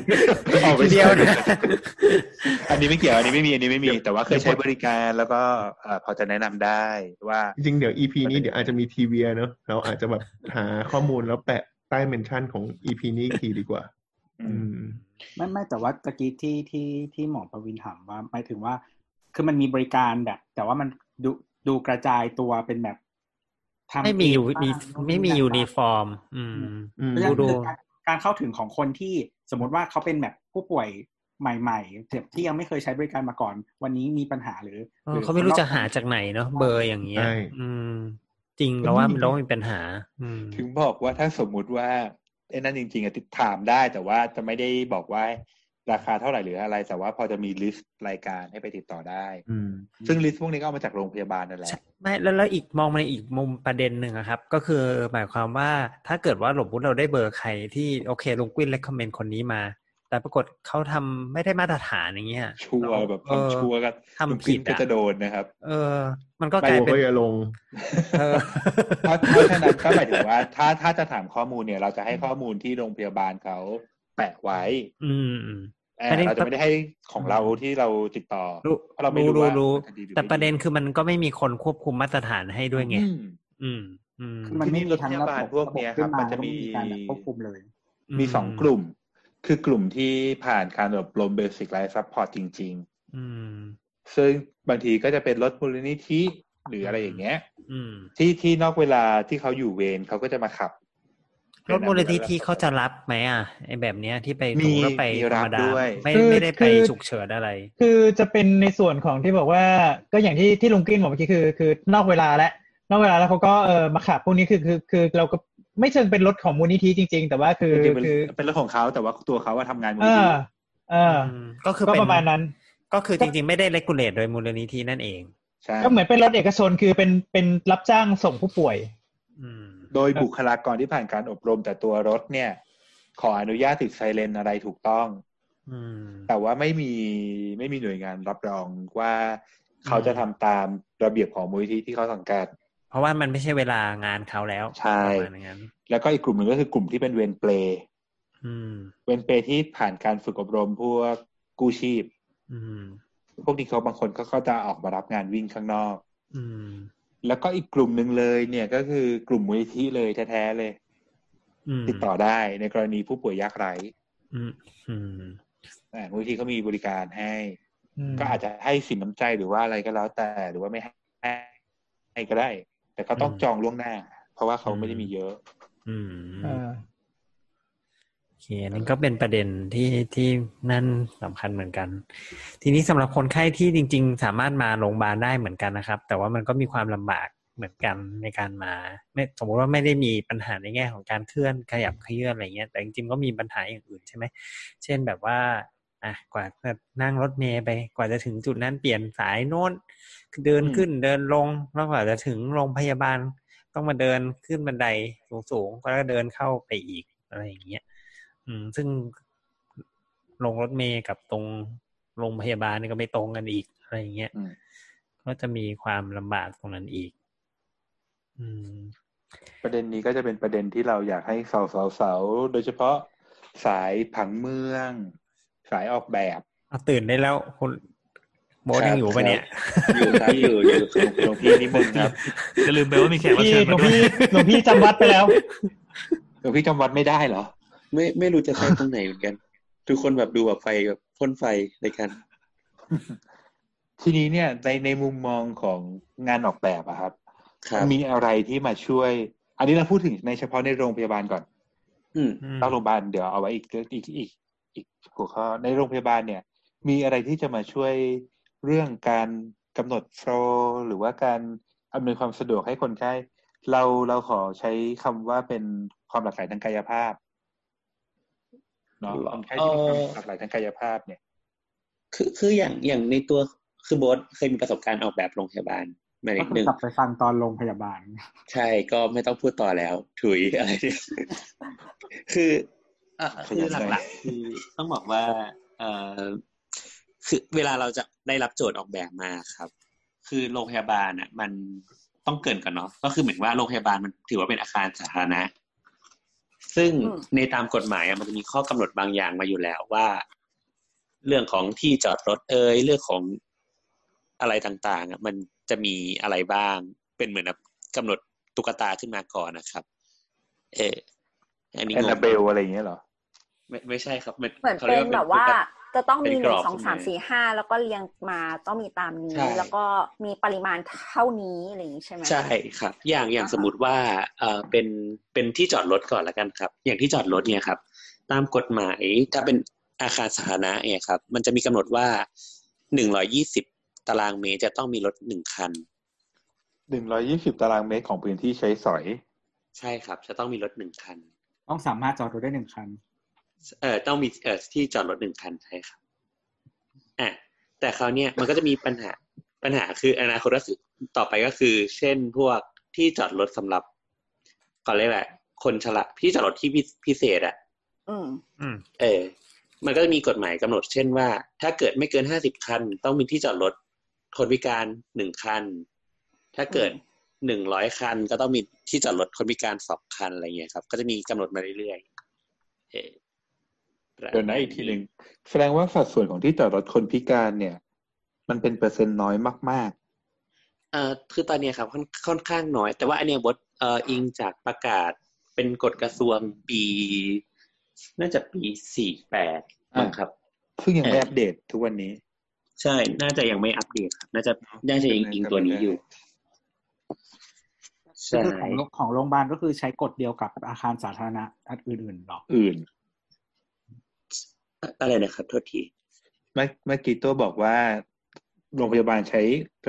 Speaker 4: ออกไป
Speaker 3: เดียวนะ
Speaker 4: อันนี้ไม่เกี่ยวอันนี้ไม่มีอันนี้ไม่มี
Speaker 7: เดี๋ยว
Speaker 4: แต่ว่าเคยใช้บริการแล้วก็เอ่อพอจะแนะนำได้ว่า
Speaker 7: จริงๆเดี๋ยว EP นี้เดี๋ยวอาจจะมีทีวีเนอะเราอาจจะแบบหาข้อมูลแล้วแปะใต้เมนชั่นของ EP นี้อีกทีดีกว่า
Speaker 4: อื
Speaker 7: อื
Speaker 4: ม
Speaker 7: ม
Speaker 6: ไม่ไม่แต่ว่าตะกี้ที่ที่ที่หมอประวินถามว่าหมายถึงว่า คือมันมีบริการแบบ แต่ว่ามันดูดูกระจายตัวเป็นแบบทำ
Speaker 3: ไม่มี
Speaker 6: เอง
Speaker 3: ยู
Speaker 6: บ้าง
Speaker 3: มี
Speaker 6: นู่น
Speaker 3: ไม่มี
Speaker 6: นี่นั่น
Speaker 3: ยู
Speaker 6: บ้าง
Speaker 3: นิฟอร์ม อืม
Speaker 7: อืม
Speaker 6: เพราะฉะนั้น
Speaker 3: ดู
Speaker 6: คือ
Speaker 3: ดู
Speaker 6: การการเข้าถึงของคนที่สมมติว่าเขาเป็นแบบผู้ป่วยใหม่ๆเจ็บที่ยังไม่เคยใช้บริการมาก่อน วันนี้มีปัญหาหรือ
Speaker 3: เอ
Speaker 6: ห
Speaker 3: อ
Speaker 6: รือ
Speaker 3: เขาไม่รู้จะหาจาก
Speaker 6: คนรอบ
Speaker 3: ไหนเนาะเบอร์อย่างเงี้ย
Speaker 7: ใช่
Speaker 3: อืม จริงเราว่ามันเราว่ามีปัญหา อืม
Speaker 4: ถึงบอกว่าถ้าสมมุติว่าไอ้นั่นจริงๆอะติดถามได้แต่ว่าจะไม่ได้บอกว่าราคาเท่าไหร่หรืออะไร แต่ว่าพอจะมีลิสต์รายการให้ไปติดต่อได้
Speaker 7: อืม
Speaker 4: ซึ่งลิสต์พวกนี้ก็เอามาจากโรงพยาบาลนั่นแหละ
Speaker 3: ใช่ไม่แล้วแล้วอีกมองมาในอีกมุมประเด็นหนึ่งอะครับ ก็คือหมายความว่าถ้าเกิดว่าหลบบุญเราได้เบอร์ใครที่โอเคลุงกุ้น recommend คนนี้มา แต่ปรากฏเขาทำไม่ได้มาตรฐานอย่างเงี้ย
Speaker 4: ชัวร์แบบ
Speaker 3: เออ
Speaker 4: ทำชัวร์กัน
Speaker 3: ทำ
Speaker 4: ลุงกิน
Speaker 3: ผิดอะ
Speaker 4: ก็จะโดนนะครับ
Speaker 3: เออ มันก็
Speaker 4: ไป
Speaker 3: กลาย
Speaker 7: ตัว
Speaker 3: เป็น
Speaker 7: ก็อย่าลง
Speaker 3: เออ
Speaker 4: เพราะเพราะฉะนั้นก็หมายถึงว่า ถ้าถ้าจะถามข้อมูลเนี่ย เราจะให้ข้อมูลที่โรงพยาบาลเขาแปะไว้
Speaker 3: อืมอืม
Speaker 4: เอ่อ
Speaker 3: ประเด็น
Speaker 4: เราจะไม่ได้ให้ของเราที่เราติดต่อ
Speaker 3: รู้
Speaker 4: เพราะเราไม่รู้ว่ามันจะดีหรือไม่ดี
Speaker 3: แต่ประเด็นคือมันก็ไม่มีคนควบคุมมาตรฐานให้ด้วยไง
Speaker 4: อืม
Speaker 3: อืม อืม
Speaker 6: คือมันไม่มีทั้งระบบ
Speaker 4: พวกเนี้ยครับ
Speaker 6: ขึ้า
Speaker 4: มันจะมี
Speaker 6: แล้วก็ไการแบบควบคุมเลย
Speaker 4: มีสองกลุ่ม คือกลุ่มที่ผ่านการอบรมเบสิ c ไลฟ์ซัพพอร์ตจริง
Speaker 3: อืม
Speaker 4: ๆ ซึ่งบางทีก็จะเป็นรถมูลนิธิหรืออะไรอย่างเงี้ย
Speaker 3: อืม
Speaker 4: ที่ที่นอกเวลาที่เขาอยู่เวรเขาก็จะมาขับ
Speaker 3: รถมูลนิธิเขาจะรับไหมอ่ะไอแบบเนี้ยที่ไป
Speaker 4: มี
Speaker 3: ส่งแล้วไป
Speaker 4: มี
Speaker 3: ธร
Speaker 4: รับ
Speaker 3: รมดา
Speaker 4: ด้วย
Speaker 3: ไม่
Speaker 1: คือ
Speaker 3: ไม่ได้ไป
Speaker 1: คือ
Speaker 3: ฉุกเฉินอะไร
Speaker 1: คือจะเป็นในส่วนของที่บอกว่าก็อย่างที่ที่ลุงกลิ้นบอกเมื่อกี้คือ คือนอกเวลาและนอกเวลาแล้วเขาก็เออมาขับพวกนี้คือคือคือเราก็ไม่เชิงเป็นรถของมูลนิธิจริง ๆ แต่ว่าคือ
Speaker 4: จริงๆเป็น
Speaker 1: คือ
Speaker 4: เป็นรถของเขาแต่ว่าตัวเขาว่าทำงานมูล
Speaker 1: เอ
Speaker 4: นิธิ
Speaker 1: อเออ
Speaker 3: อืมก็คือ
Speaker 1: ก็
Speaker 3: เป็น
Speaker 1: ประมาณนั้น
Speaker 3: ก็คือจริงๆ ไม่ได้เลกูเลตโดยมูลนิธินั่นเอง
Speaker 4: ใช่
Speaker 1: ก็เหมือนเป็นรถเอกชนคือเป็นเป็นรับจ้างส่งผู้ป่วย
Speaker 3: อืม
Speaker 4: โดยบุคลากรที่ผ่านการอบรมแต่ตัวรถเนี่ย ขออนุญาตติดไซเรนอะไรถูกต้อง
Speaker 3: อืม
Speaker 4: แต่ว่าไม่มีไม่มีหน่วยงานรับรองว่าเขาจะทำตามระเบียบของมูลนิธิที่เขาสังกัด
Speaker 3: เพราะว่ามันไม่ใช่เวลางานเขาแล้ว
Speaker 4: ใช่
Speaker 3: ประมาณอย่างนั้น
Speaker 4: แล้วก็อีกกลุ่มหนึ่งก็คือกลุ่มที่เป็นเวรเปลย์
Speaker 3: อืม
Speaker 4: เวรเปลย์ที่ผ่านการฝึกอบรมพวกกู้ชีพ
Speaker 3: อืม
Speaker 4: พวกนี้เขาบางคนเขาก็จะออกมารับงานวิ่งข้างนอก
Speaker 3: อืม
Speaker 4: แล้วก็อีกกลุ่มหนึ่งเลยเนี่ยก็คือกลุ่มมูลนิธิเลยแท้ๆเลย
Speaker 3: อืม
Speaker 4: ติดต่อได้ในกรณีผู้ป่วยยากไร้
Speaker 3: อืมอืม
Speaker 4: อ่ามูลนิธิเขามีบริการให้
Speaker 1: อืม
Speaker 4: ก็อาจจะให้สินน้ำใจหรือว่าอะไรก็แล้วแต่หรือว่าไม่ให้ให้ก็ได้ แต่ก็ต้อง
Speaker 3: อืม
Speaker 4: จองล่วงหน้า เพราะว่าเขาไม่ได้
Speaker 3: อืม
Speaker 4: มีเยอะ
Speaker 3: อืม
Speaker 1: เออ
Speaker 3: โอเคอันนี้ก็เป็นประเด็นที่ที่นั่นสำคัญเหมือนกัน ทีนี้สำหรับคนไข้ที่จริง ๆ สามารถมาโรงพยาบาลได้เหมือนกันนะครับ แต่ว่ามันก็มีความลำบากเหมือนกันในการมาไม่สมมติว่าไม่ได้มีปัญหาในแง่ของการเคลื่อนขยับเคลื่อนอะไรเงี้ยแต่จริงๆก็มีปัญหาอย่างอื่นใช่ไหมเช่นแบบว่าอ่ะกว่าจะนั่งรถเมย์ไป กว่าจะถึงจุดนั้นเปลี่ยนสายโน้นเดิน
Speaker 4: อืม
Speaker 3: ขึ้นเดินลงแล้วกว่าจะถึงโรงพยาบาล ต้องมาเดินขึ้นบันไดสูงๆแล้วก็เดินเข้าไปอีกอะไรอย่างเงี้ย อืม ซึ่งลงรถเมล์กับตรงโรงพยาบาลนี่ก็ไม่ตรงกันอีกอะไรอย่างเงี้ย
Speaker 4: อืม
Speaker 3: ก็จะมีความลำบากตรงนั้นอีก อืม
Speaker 4: ประเด็นนี้ก็จะเป็นประเด็นที่เราอยากให้สาวๆๆโดยเฉพาะ สายผังเมือง สายออกแบบ
Speaker 3: เอาตื่นได้แล้วคุณโบ
Speaker 4: ค
Speaker 3: ท
Speaker 4: รับ
Speaker 3: ยังอยู่ปะเนี่ย
Speaker 4: ครับอยู่ครับอยู่อยู่คุณหลวงพี่นิมนต์ครับ
Speaker 5: อย่าลืมไปว่ามีแขกรับ
Speaker 1: พี่
Speaker 5: เชิญ
Speaker 1: หล
Speaker 5: มาว
Speaker 1: ง
Speaker 5: ด้วย
Speaker 1: พี่หลวงพี่จำวัดไปแล้ว
Speaker 4: หลวงพี่จำวัดไม่ได้เหรอ
Speaker 8: ไม่ไม่รู้จะไปตรงไหนเหมือนกัน ทุกคนแบบดูแบบไฟแบบพ่นไฟในการ
Speaker 4: ทีนี้เนี่ยในในมุมมองของงานออกแบบอะครับ
Speaker 8: ครับ
Speaker 4: มันมีอะไรที่มาช่วย อันนี้เราพูดถึงในเฉพาะในโรงพยาบาลก่อน
Speaker 8: อืม
Speaker 3: อืม
Speaker 4: นอกโรงพยาบาลเดี๋ยวเอาไว้อีกเรื่องอีกอีกอีกหัวข้อในโรงพยาบาลเนี่ย มีอะไรที่จะมาช่วยเรื่องการกำหนดโฟลหรือว่าการอำนวยความสะดวกให้คนไข้เราเราขอใช้คำว่าเป็นความหลากหลายทางกายภาพเนาะ
Speaker 8: หรอ
Speaker 4: คนไข้ที่มีความ
Speaker 8: เอ่อ
Speaker 4: หลากหลายทางกายภาพเนี่ย
Speaker 8: คือคืออย่างอย่างในตัวคือโบทเคยมีประสบการณ์ออกแบบโรงพยาบาลมา
Speaker 6: ก็
Speaker 8: นิด
Speaker 6: คื
Speaker 8: นึ
Speaker 6: อง กลับไปฟังตอนโรงพยาบาล
Speaker 8: ใช่ก็ไม่ต้องพูดต่อแล้ว ถุย อะไรเนี่ยคืออ่ะ
Speaker 4: ข
Speaker 8: คื
Speaker 4: ยั
Speaker 8: อน
Speaker 4: ห
Speaker 8: ห
Speaker 4: น่
Speaker 8: ลั
Speaker 4: อก ย
Speaker 8: ๆคือต้องบอกว่าเอ่อคือเวลาเราจะได้รับโจทย์ออกแบบมาครับ คือโรงพยาบาลอ่ะ มันต้องเกรินก่อนเนาะก็คือเหมือนว่าโรงพยาบาลมันถือว่าเป็นอาคารสาธารณะ ซึ่ง
Speaker 2: อืม
Speaker 8: ในตามกฎหมายอะมันจะมีข้อกำหนดบางอย่างมาอยู่แล้วว่า เรื่องของที่จอดรถเอ่ยเรื่องของอะไรต่างๆอะมันจะมีอะไรบ้าง เป็นเหมือนแบบกำหนดตุ๊กตาขึ้นมาก่อนนะครับ เอออันนี้
Speaker 4: แอง นนาง เบลอะไรอย่างเงี้ยเหรอ
Speaker 8: ไม่ไม่ใช่ครับมัน
Speaker 2: เหมือน
Speaker 8: ขา
Speaker 2: เป็
Speaker 8: รีย
Speaker 2: น
Speaker 8: กา
Speaker 2: แบบว่า
Speaker 8: ตุ๊กต
Speaker 2: จะต้องมี
Speaker 8: เป็
Speaker 2: ห
Speaker 8: นกร
Speaker 2: นึ่
Speaker 8: อบ
Speaker 2: งสองสามสี่ห้าแล้วก็เรียงมาต้องมีตามนี้
Speaker 8: ใช่
Speaker 2: แล้วก็มีปริมาณเท่านี้อะไรอย่างนี้ใช่ไหม
Speaker 8: ใช่ครับ อย่างอย่าง
Speaker 2: อ่าฮะ
Speaker 8: สมมติว่าเออเป็นเป็นที่จอดรถก่อนละกันครับ อย่างที่จอดรถเนี่ยครับ ตามกฎหมายถ้าเป็นอาคารสาธารณะเนี่ยครับ มันจะมีกำหนดว่าหนึ่งร้อยี่สิบตารางเมตรจะต้องมีรถหนึ่งคัน
Speaker 4: หนึ่งร้อยี่สิบตารางเมตรของพื้นที่ใช้สอย
Speaker 8: ใช่ครับ จะต้องมีรถหนึ่งคัน
Speaker 6: ต้องสามารถจอดรถได้หนึ่งคัน
Speaker 8: เอ่อต้องมีเอ่อที่จอดรถหนึ่งคันใช่ครับอ่ะแต่คราวเนี้ยมันก็จะมีปัญหาปัญหาคืออนาคตก็คือต่อไปก็คือ เช่นพวกที่จอดรถสำหรับก่อนเลยกแหละไรคนชราที่จอดรถที่พิพิเศษอ่ะ
Speaker 2: อืม
Speaker 3: อืม
Speaker 8: เออ มันก็จะมีกฎหมายกำหนด เช่นว่า ถ้าเกิดไม่เกินห้าสิบคัน ต้องมีที่จอดรถคนพิการหนึ่งคัน ถ้าเกิด
Speaker 2: อืม
Speaker 8: หนึ่งร้อยคัน ก็ต้องมีที่จอดรถคนพิการสองคันอะไรเงี้ยครับ ก็จะมีกำหนดมาเรื่อยๆเออประมาณ
Speaker 4: เดี๋ยวนะอีกทีหนึ่งแสดงว่าสัดส่วนของที่จอดรถคนพิการเนี่ย มันเป็นเปอร์เซ็นต์น้อยมาก
Speaker 8: เอ่อคือตอนเนี้ยครับค่อนค่อนข้างน้อย แต่ว่าอันเนี้ยบทเอ่ออิงจากประกาศเป็นกฎกระทรวงปี น่าจะปีสี่แปด
Speaker 4: อ่า
Speaker 8: ครับ
Speaker 4: ๆ ซึ่งยังไม่
Speaker 8: เอออั
Speaker 4: อัปเดตทุกวันนี้
Speaker 8: ใช่ น่าจะยังไม่อัปเดตครับ น่าจะน่าจะยังอิงตัวนี้อยู่ ใช่
Speaker 6: คือของโรงของโรงพยาบาลก็คือใช้กฎเดียวกับอาคารสาธารณะอันอื่นๆหรอ
Speaker 4: อื่น
Speaker 8: อะไรนะครับโทษที
Speaker 4: เมื่อเมื่อกี้ตัวบอกว่า โรงพยาบาลใช้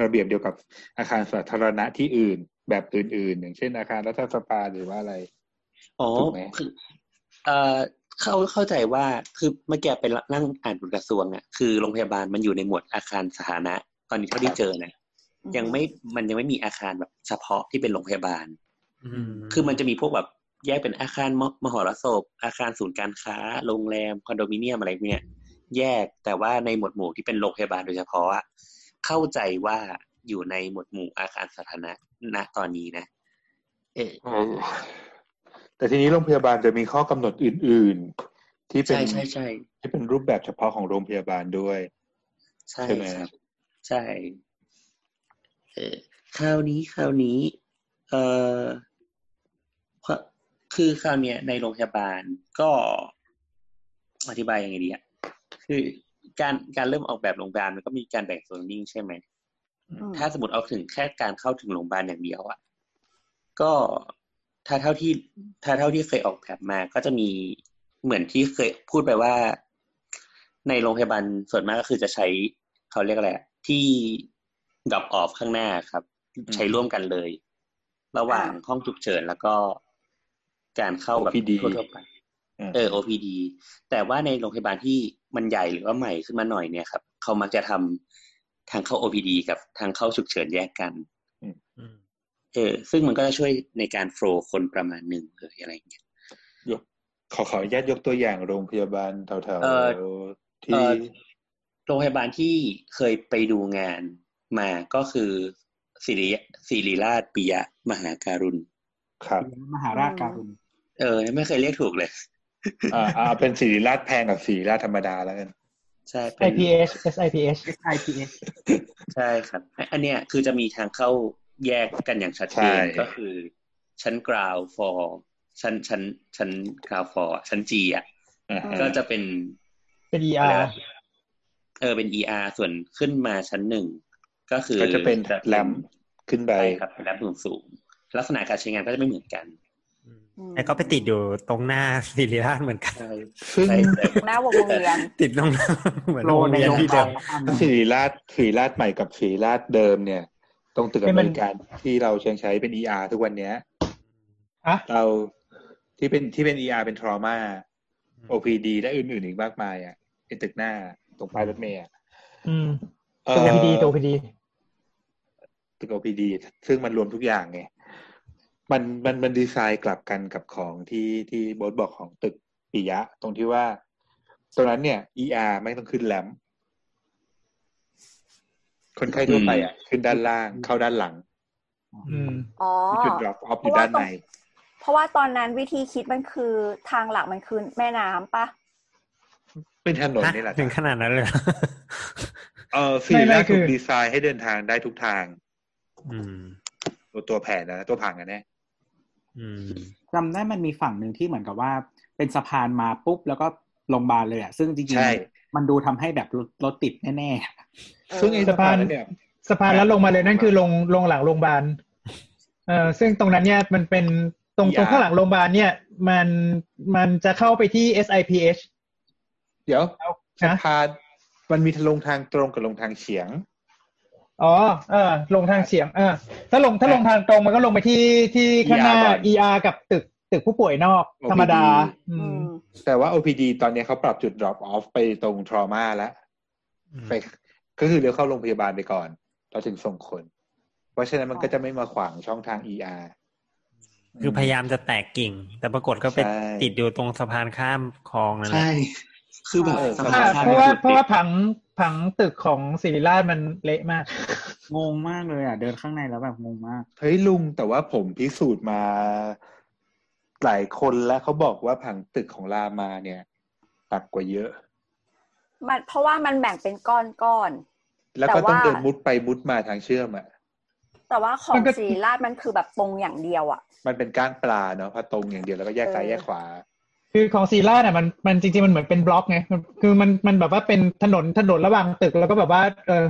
Speaker 4: ระเบียบเดียวกับอาคารสาธารณะที่อื่น แบบอื่นๆ อย่างเช่น อาคารรัฐสภาหรือว่าอะไร
Speaker 8: อ๋อ
Speaker 4: ถูกไหม
Speaker 8: คือเอ่อเข้าเข้าใจว่าคือเมื่อกี้ไปนั่งอ่านกฎกระทรวงอ่ะคือโรงพยาบาลมันอยู่ในหมวดอาคารสาธารณะ ตอนนี้เท่าที่เจอนะ
Speaker 2: อืม
Speaker 8: ยังไม่มันยังไม่มีอาคารแบบเฉพาะที่เป็นโรงพยาบาล
Speaker 3: อืม
Speaker 8: คือมันจะมีพวกแบบแยกเป็นอาคารมมหรสพอาคารศูนย์การค้า โรงแรมคอนโดมิเนียมอะไรพวกเนี่ยแยกแต่ว่าในหมวดหมู่ที่เป็นโรงพยาบาลโดยเฉพาะอะเข้าใจว่าอยู่ในหมวดหมู่อาคารสาธารณะณตอนนี้นะ เออ
Speaker 4: แต่ทีนี้โรงพยาบาลจะมีข้อกำหนดอื่น ๆ ที่เป็น
Speaker 8: ใช่ใช่ใช่
Speaker 4: ที่เป็นรูปแบบเฉพาะของโรงพยาบาลด้วย
Speaker 8: ใช่
Speaker 4: ใช่ไหม
Speaker 8: ครับ ใช่ เออคราวนี้คราวนี้ เออควคือคราวเนี้ยในโรงพยาบาลก็อธิบายยังไงดีอะคือการการเริ่มออกแบบโรงพยาบาลมันก็มีการแบ่งโซนนิ่งใช่ไหม
Speaker 2: อืม
Speaker 8: ถ้าสมมติเอาถึงแค่การเข้าถึงโรงพยาบาลอย่างเดียวอะก็ถ้าเท่าที่ ถ้าเท่าที่เคยออกแบบมา ก็จะมีเหมือนที่เคยพูดไปว่า ในโรงพยาบาลส่วนมากก็คือจะใช้ เขาเรียกอะไรอะที่กับออฟข้างหน้าครับ ใช้ร่วมกันเลย ระหว่าง
Speaker 2: อ่า
Speaker 8: ห้องฉุกเฉินแล้วก็การเข้าแบบ
Speaker 4: OPD
Speaker 8: ทั่วๆไป
Speaker 4: อ่า
Speaker 8: เออ OPD แต่ว่าในโรงพยาบาลที่มันใหญ่หรือว่าใหม่ขึ้นมาหน่อยเนี่ยครับ เขามักจะทำทางเข้า OPD กับทางเข้าฉุกเฉินแยกกัน
Speaker 3: อืม
Speaker 8: เออ ซึ่งมันก็จะช่วยในการโฟลว์คนประมาณหนึ่งเลยอะไรอย่างเงี้ย
Speaker 4: ยกขอขออนุญาตยกตัวอย่างโรงพยาบาลแถว
Speaker 8: เอ่อ
Speaker 4: ๆ
Speaker 8: เอ่
Speaker 4: ที่
Speaker 8: อโรงพยาบาลที่เคยไปดูงานมาก็คือศิริศิริราชปิยะมหาการุณ
Speaker 4: ครับ
Speaker 6: มหาราชการุณ
Speaker 8: เออ ไม่เคยเรียกถูกเลย
Speaker 4: อ่าอ่าเป็นสีราดแพงกับสีราดธรรมดาแล้วกัน
Speaker 8: ใช่เป็น
Speaker 1: IPH SIPH
Speaker 6: IPS
Speaker 8: ใช่ครับ อันเนี้ยคือจะมีทางเข้าแยกกันอย่างชัดเจนก็คือชั้นกราว for ชั้นชั้นชั้นกราว for ชั้นจีอ่ะ
Speaker 4: อ่าฮะ
Speaker 8: ก็จะเป็น
Speaker 1: เป็น
Speaker 8: อะไร
Speaker 1: ER
Speaker 8: วะเออเป็น ER ส่วนขึ้นมาชั้นหนึ่งก็คือ
Speaker 4: ก็จะเป็นแรมขึ้นไป
Speaker 8: ใช่ครับแรมสูงสูงๆลักษณะการใช้งานก็จะไม่เหมือนกัน
Speaker 3: แต่ ก็ไปติดอยู่ตรงหน้าศิริราชเหมือนกัน
Speaker 8: ใช่
Speaker 4: ซึ่ง
Speaker 8: ใช่แต่
Speaker 2: หน้าวงเวียน
Speaker 3: ติดตรงหน้าเหมือน
Speaker 6: โล
Speaker 3: โรง
Speaker 6: ใน
Speaker 3: เรียน
Speaker 6: โรงพ
Speaker 3: ที่
Speaker 6: ยา
Speaker 3: เดิ
Speaker 6: บาล
Speaker 3: ม
Speaker 6: แล้วกัน
Speaker 4: สีราดสีราดใหม่กับสีราดเดิมเนี่ย ตรงตึก
Speaker 1: ให้
Speaker 4: อเม
Speaker 1: มัน
Speaker 4: ริกันที่เราเชิงใช้เป็น ER ทุกวันเนี้ย
Speaker 1: อ่ะ
Speaker 4: เราที่เป็นที่เป็น ER เป็น trauma OPD และอื่นๆอีกมากมายอ่ะไอ้ตึกหน้าตรงป้ายรถเมล์อะ
Speaker 1: อืม
Speaker 4: เอ่
Speaker 1: ตัว
Speaker 4: อ
Speaker 1: OPD ตัว OPD
Speaker 4: ตึก OPD ซึ่งมันรวมทุกอย่างไงมันมันมันดีไซน์กลับกันกับของที่ที่โบทบอกของตึกปิยะ ตรงที่ว่า ตรงนั้นเนี่ย ER ไม่ต้องขึ้นแลมป์คนไข้ทั่วไปอ่ะ ขึ้นด้านล่างเข้าด้านหลัง
Speaker 1: อืม
Speaker 2: อ๋อ
Speaker 4: มีจุด drop off อ
Speaker 2: เพ
Speaker 4: ยู่
Speaker 2: ราะว่า
Speaker 4: ด้าน
Speaker 2: ตร
Speaker 4: ใน
Speaker 2: ง เพราะว่าตอนนั้นวิธีคิดมันคือทางหลักมันคือแม่น้ำปะ
Speaker 4: เป็นถนน
Speaker 3: ฮะ
Speaker 4: นี่แหละ
Speaker 3: ถึงขนาดนั้นเลยเหรอ
Speaker 4: เออสี
Speaker 1: ไม่ไม่
Speaker 4: แรก
Speaker 1: คื
Speaker 4: ถูก
Speaker 1: อ
Speaker 4: ดีไซน์ให้เดินทางได้ทุกทาง
Speaker 3: อืม
Speaker 4: ตัวตัวแผนนะตัวผังกันแน่
Speaker 3: อืม
Speaker 6: จำได้มันมีฝั่งหนึ่งที่เหมือนกับว่า เป็นสะพานมาปุ๊บแล้วก็โรงพยาบาลเลยอ่ะซึ่งจริง
Speaker 4: ใช่
Speaker 6: ๆมันดูทำให้แบบรถรถติดแน่
Speaker 4: ซึ่งไอ้
Speaker 1: สะ
Speaker 4: สะพา
Speaker 1: พา
Speaker 4: น นนั้นเนี่ย
Speaker 1: สะพานแล้วลงมาเลยนั่นคือลงลงหลังโรงพยาบาล เออซึ่งตรงนั้นเนี่ยมันเป็นตรงตรง
Speaker 4: ER
Speaker 1: ข้างหลังโรงพยาบาลเนี่ยมันมันจะเข้าไปที่ SIPH
Speaker 4: เดี๋ยว
Speaker 1: แล้ว
Speaker 4: สะ
Speaker 1: นะ
Speaker 4: พานมันมีลงทางตรงกับลงทางเฉียง
Speaker 1: อ๋อเออลงทางเฉียงเออถ้าลงถ้าลงทางตรงมันก็ลงไปที่ที่ข้างหน้า
Speaker 4: ER ก่อน
Speaker 1: ER กับตึกตึกผู้ป่วยนอก
Speaker 4: OPD
Speaker 1: ธรรมดา อื
Speaker 2: อื
Speaker 1: ม
Speaker 2: ม
Speaker 4: แต่ว่า OPD ตอนเนี้ยเขาปรับจุด drop off ไปตรง trauma แล้ว
Speaker 3: อืม
Speaker 4: ไปก็คือเลี้ยวเข้าโรงพยาบาลไปก่อน เราถึงส่งคน เพราะฉะนั้นมันก็จะไม่มาขวางช่องทาง ER
Speaker 3: คือพยายามจะแตกกิ่ง แต่ปรากฏก็ไป
Speaker 4: ใช่
Speaker 3: ติดอยู่ตรงสะพานข้ามคลองนั่นแห
Speaker 8: ใช่
Speaker 3: ละ
Speaker 8: คือแบบ
Speaker 4: เออ
Speaker 8: ส
Speaker 1: อ่า
Speaker 8: ภาพ
Speaker 1: เพราะว่า
Speaker 8: คือ
Speaker 1: เพราะว่าผังผังตึกของศิริราชมันเละมาก
Speaker 6: ๆงงมากเลยอ่ะเดินข้างในแล้วแบบงงมาก
Speaker 4: เฮ้ยลุงแต่ว่าผมพิสูจน์มาหลายคนแล้วเขาบอกว่าผังตึกของรามาเนี่ยหนักกว่าเยอะ
Speaker 2: มันเพราะว่ามันแบ่งเป็นก้อนก้อน
Speaker 4: แล้วก็
Speaker 2: แต่ว่า
Speaker 4: ต้องเดินมุดไปมุดมาทางเชื่อมอ่ะ
Speaker 2: ๆแต่ว่าขอ
Speaker 1: มั
Speaker 2: ง
Speaker 1: นก็
Speaker 2: ศิริราชมันคือแบบตรงอย่างเดียวอ่ะ
Speaker 4: มันเป็นก้างปลาเนาะพอตรงอย่างเดียวแล้วก็แยกซ้าย
Speaker 2: เออ
Speaker 4: แยกขวา
Speaker 1: คือของศิริราชอ่ะมันมันจริงๆมันเหมือนเป็นบล็อกไงมันคือมันมันแบบว่าเป็นถนนถนนระหว่างตึกแล้วก็แบบว่าเออ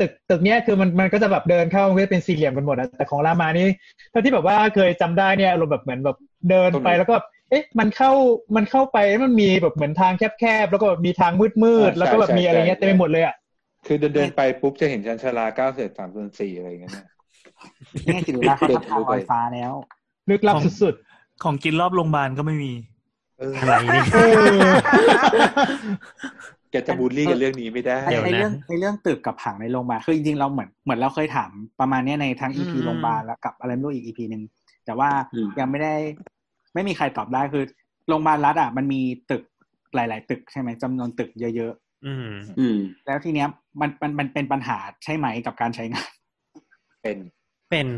Speaker 1: ตึกตึกเนี้ยคือมันมันก็จะแบบเดินเข้ามันก็จะเป็นสี่เหลี่ยมกันหมดอะแต่ของรามานี่เท่าที่แบบว่าเคยจำได้เนี่ยอารมณ์แบบเหมือนแบบเดิน
Speaker 4: ตร
Speaker 1: ไป
Speaker 4: งนี้
Speaker 1: แล้วก็แบบเอ๊ะมันเข้ามันเข้าไปแล้วมันมีแบบเหมือนทางแคบๆแล้วก็แบบมีทางมืดๆแล้วก็แบบมีอะไรเงี้ยเต็มไปหมดเลยอ่ะ
Speaker 4: คือเดินเดินไปปุ๊บจะเห็นชันชาลาเก้าเศษสามส่วนสี่อะไรอย่างเงี้ยนะ
Speaker 6: เนี่ยจิตวิทยาเขาทำทางลอยฟ้าแล้ว
Speaker 1: ลึกลับสุด
Speaker 5: ของกินรอบโรงพยาบาลก็ไม่มี
Speaker 4: เออ
Speaker 3: อะไรนี่
Speaker 1: ๆเออ
Speaker 4: แกจะบูลลี่กันเรื่องนี้ไม่ได้
Speaker 3: เดี๋ยว
Speaker 6: ไอ้
Speaker 3: นะ
Speaker 6: เรื่องไอ้เรื่องตึกกับผังในโรงพยาบาลคือจริงๆเราเหมือนเหมือนเราเคยถามประมาณเนี้ยในทั้ง
Speaker 3: อื
Speaker 6: อี
Speaker 3: ม
Speaker 6: พี
Speaker 3: อืม
Speaker 6: โรงพยาบาลแล้วกับอะไรไม่รู้อีกอีพีหนึ่งแต่ว่า
Speaker 8: อืม
Speaker 6: ยังไม่ได้ ไม่มีใครตอบได้คือโรงพยาบาลรัฐอ่ะมันมีตึกหลาย ๆ ตึกใช่ไหมจำนวนตึกเยอะ
Speaker 3: อืม
Speaker 8: อืม
Speaker 6: ๆ แล้วทีเนี้ยมันมันมันเป็นปัญหาใช่ไหมกับการใช้งาน
Speaker 4: เป็น
Speaker 3: เป็น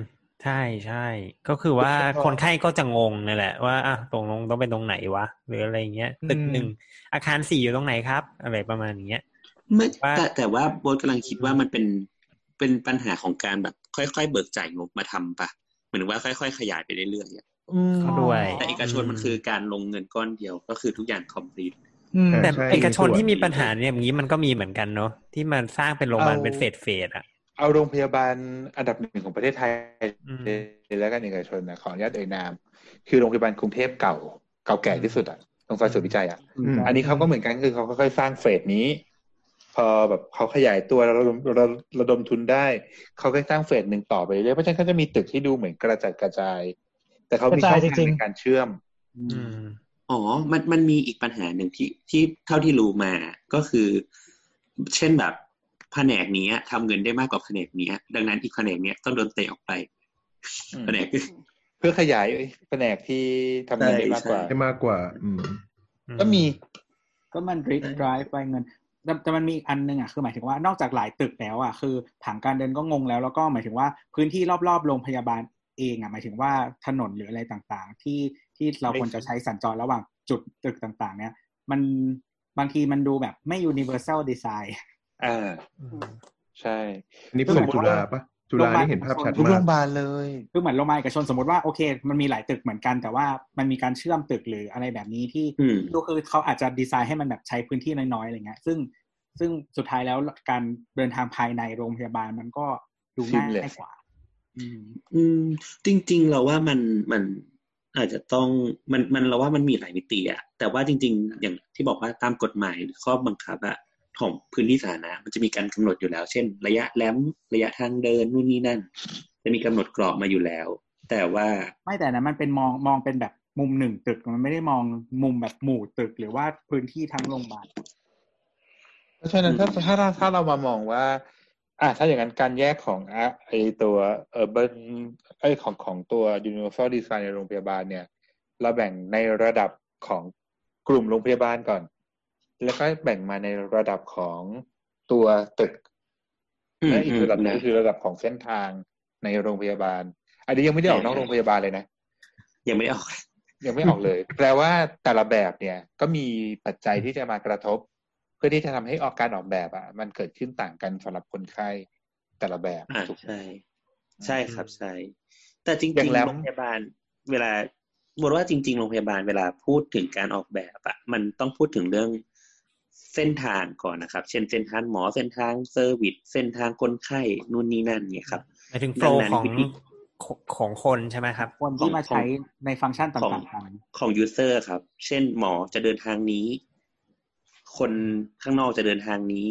Speaker 3: ใช่ใช่ ก็คือว่าคนไข้ก็จะงงนั่นแหละว่าอ่ะตรงลงต้องเป็นตรงไหนวะ หรืออะไรเงี้ย ตึก
Speaker 1: อืม
Speaker 3: หนึ่งอาคารสี่อยู่ตรงไหนครับ อะไรประมาณอย่างเงี้ย
Speaker 8: ไม่
Speaker 3: ว่า
Speaker 8: แต่แต่ว่าโบทกำลังคิดว่ามันเป็นเป็นปัญหาของการแบบ ค่อยๆ เบิกจ่ายงบมาทำปะเหมือนว่าค่อยๆ ขยายไปเรื่อยๆอะ
Speaker 1: อืม
Speaker 3: ก็ด้วย
Speaker 8: แต่เอกชนมันคือการลงเงินก้อนเดียวก็คือทุกอย่างคอมพลีท
Speaker 1: อืม
Speaker 7: แต่
Speaker 3: แต่
Speaker 7: ใช่
Speaker 3: เอกชนที่มี
Speaker 7: ส่วน
Speaker 3: ปัญหาเนี่ยอย่างนี้มันก็มีเหมือนกันเนาะที่มันสร้างเป็นโรงพยาบาลเป็นเฟสเฟสๆอ่ะ
Speaker 4: เอาโรงพยาบาลอันดับหนึ่งของประเทศไทย
Speaker 3: อืม
Speaker 4: เลยแล้วกันเอกชนนะขออนุญาตเอ่ยนาม คือโรงพยาบาลกรุงเทพเก่าเก่าแก่ที่สุดอ่ะตรงซอยสุขวิจัยอ่ะ
Speaker 7: อืม
Speaker 4: อันนี้เขาก็เหมือนกันคือเขาค่อยๆสร้างเฟสนี้ พอแบบเขาขยายตัวแล้วระดมระระดมทุนได้ เขาก็สร้างเฟสหนึ่งต่อไปเรื่อยเพราะฉะนั้นเขาจะมีตึกที่ดูเหมือนกระจัดกระจาย แต่เขามีช่อง
Speaker 1: กระจาย
Speaker 4: ทาง
Speaker 1: จริงๆ
Speaker 4: ในการเชื่อม
Speaker 3: อืม
Speaker 8: อ๋อ มัน มันมีอีกปัญหาหนึ่งที่ ที่เท่าที่รู้มา ก็คือ เช่นแบบ แผนกนี้ทำเงินได้มากกว่าแผนกนี้ ดังนั้นอีกแผนกนี้ต้องโดนเตะออกไป
Speaker 4: อืม
Speaker 8: แผนก
Speaker 4: เพื่อขยายแผนกที่ทำเงินได้มากกว่า
Speaker 8: ใช่
Speaker 7: ได้
Speaker 8: ใช่
Speaker 7: มากกว่า อืม
Speaker 4: ก็มี
Speaker 6: ก็มันริดไดรฟ์ไปเงินแต่แต่มันมีอีกอันหนึงอ่ะคือหมายถึงว่านอกจากหลายตึกแล้วอ่ะคือผังการเดินก็งงแล้ว แล้วก็หมายถึงว่าพื้นที่รอบๆโรงพยาบาลเองอ่ะหมายถึงว่าถนนหรืออะไรต่างๆ ที่ที่เราควรจะใช้สัญจรระหว่าง จุดตึกต่างๆ เนี่ยมันบางทีมันดูแบบไม่ universal design
Speaker 4: อ่า ใช่
Speaker 7: อันนี้เปิดจุฬาปะจุฬานี่เห็นภาพชัด
Speaker 4: ทุก
Speaker 7: มา
Speaker 4: โร
Speaker 7: ก
Speaker 4: งพยาบาลเลย
Speaker 6: คือเหมือนโรงพยาบาลเอกชนสมมติว่าโอเค มันมีหลายตึกเหมือนกัน แต่ว่ามันมีการเชื่อมตึกหรืออะไรแบบนี้ที่
Speaker 8: อืม
Speaker 6: ก็คือเขาอาจจะดีไซน์ให้มันแบบใช้พื้นที่น้อยๆอะไรเงี้ยซึ่งซึ่งสุดท้ายแล้วการเดินทางภายในโรงพยาบาลมันก็ดูง่าย
Speaker 4: Seamless
Speaker 6: กว่า อืม
Speaker 8: อืม จริง ๆ เราว่ามันมันอาจจะต้องมันมันเราว่ามันมีหลายมิติอะแต่ว่าจริง ๆ อย่างที่บอกว่าตามกฎหมายหรือข้อบังคับอะของพื้นที่สาธารณะมันจะมีการกำหนดอยู่แล้ว เช่น ระยะแลมระยะทางเดินนู่นนี่นั่น จะมีกำหนดกรอบมาอยู่แล้ว แต่ว่า
Speaker 6: ไม่แต่นะมันเป็นมองมองเป็นแบบมุมหนึ่งตึกมันไม่ได้มองมุมแบบหมู่ตึกหรือว่าพื้นที่ทั้งโรงพยาบาล
Speaker 4: เพราะฉะนั้นถ้า
Speaker 8: อืม
Speaker 4: ถ้าเราถ้าเรามามองว่า อ่าถ้าอย่างนั้นการแยกของอ่ะไอตัว urban ไอยของของตัว universal design ในโรงพยาบาลเนี่ย เราแบ่งในระดับของกลุ่มโรงพยาบาลก่อน แล้วก็แบ่งมาในระดับของตัวตึก
Speaker 8: อืม
Speaker 4: และอีกระดับหนึง
Speaker 8: นะ
Speaker 4: ก็คือระดับของเส้นทางในโรงพยาบาล อันนี้ยังไม่ได้ออกนอกโรงพยาบาลเลยนะ
Speaker 8: ยังไม่ได้ออก
Speaker 4: ยังไม่ออกเลย แปลว่าแต่ละแบบเนี่ย ก็มีปัจจัยที่จะมากระทบ เพื่อที่จะทำให้ออกการออกแบบอ่ะ มันเกิดขึ้นต่างกันสำหรับคนไข้แต่ละแบบ
Speaker 8: อ่า
Speaker 4: ถูกไหม
Speaker 8: ใช่ ใช่ครับใช่ แต่จริง
Speaker 4: อย่าง
Speaker 8: ๆ
Speaker 4: แล้ว
Speaker 8: โรงพยาบาล เวลาบอกว่าจริง ๆ โรงพยาบาลเวลาพูดถึงการออกแบบอะมันต้องพูดถึงเรื่องเส้นทางก่อนนะครับ เช่นเส้นทางหมอเส้นทางเซอร์วิสเส้นทางคนไข้นู่นนี่นั่นเนี่ยครับ
Speaker 3: หมายถึงโฟ
Speaker 8: ดั
Speaker 3: ล
Speaker 8: ง
Speaker 3: ว์
Speaker 8: นั้น
Speaker 3: ของ
Speaker 8: วิธี
Speaker 3: ของคนใช่ไหมครับ
Speaker 6: คนที่มาใช้ในฟังก์ชันต่างๆกัน
Speaker 8: ของยูเซอร์ครับ เช่นหมอจะเดินทางนี้ คนข้างนอกจะเดินทางนี้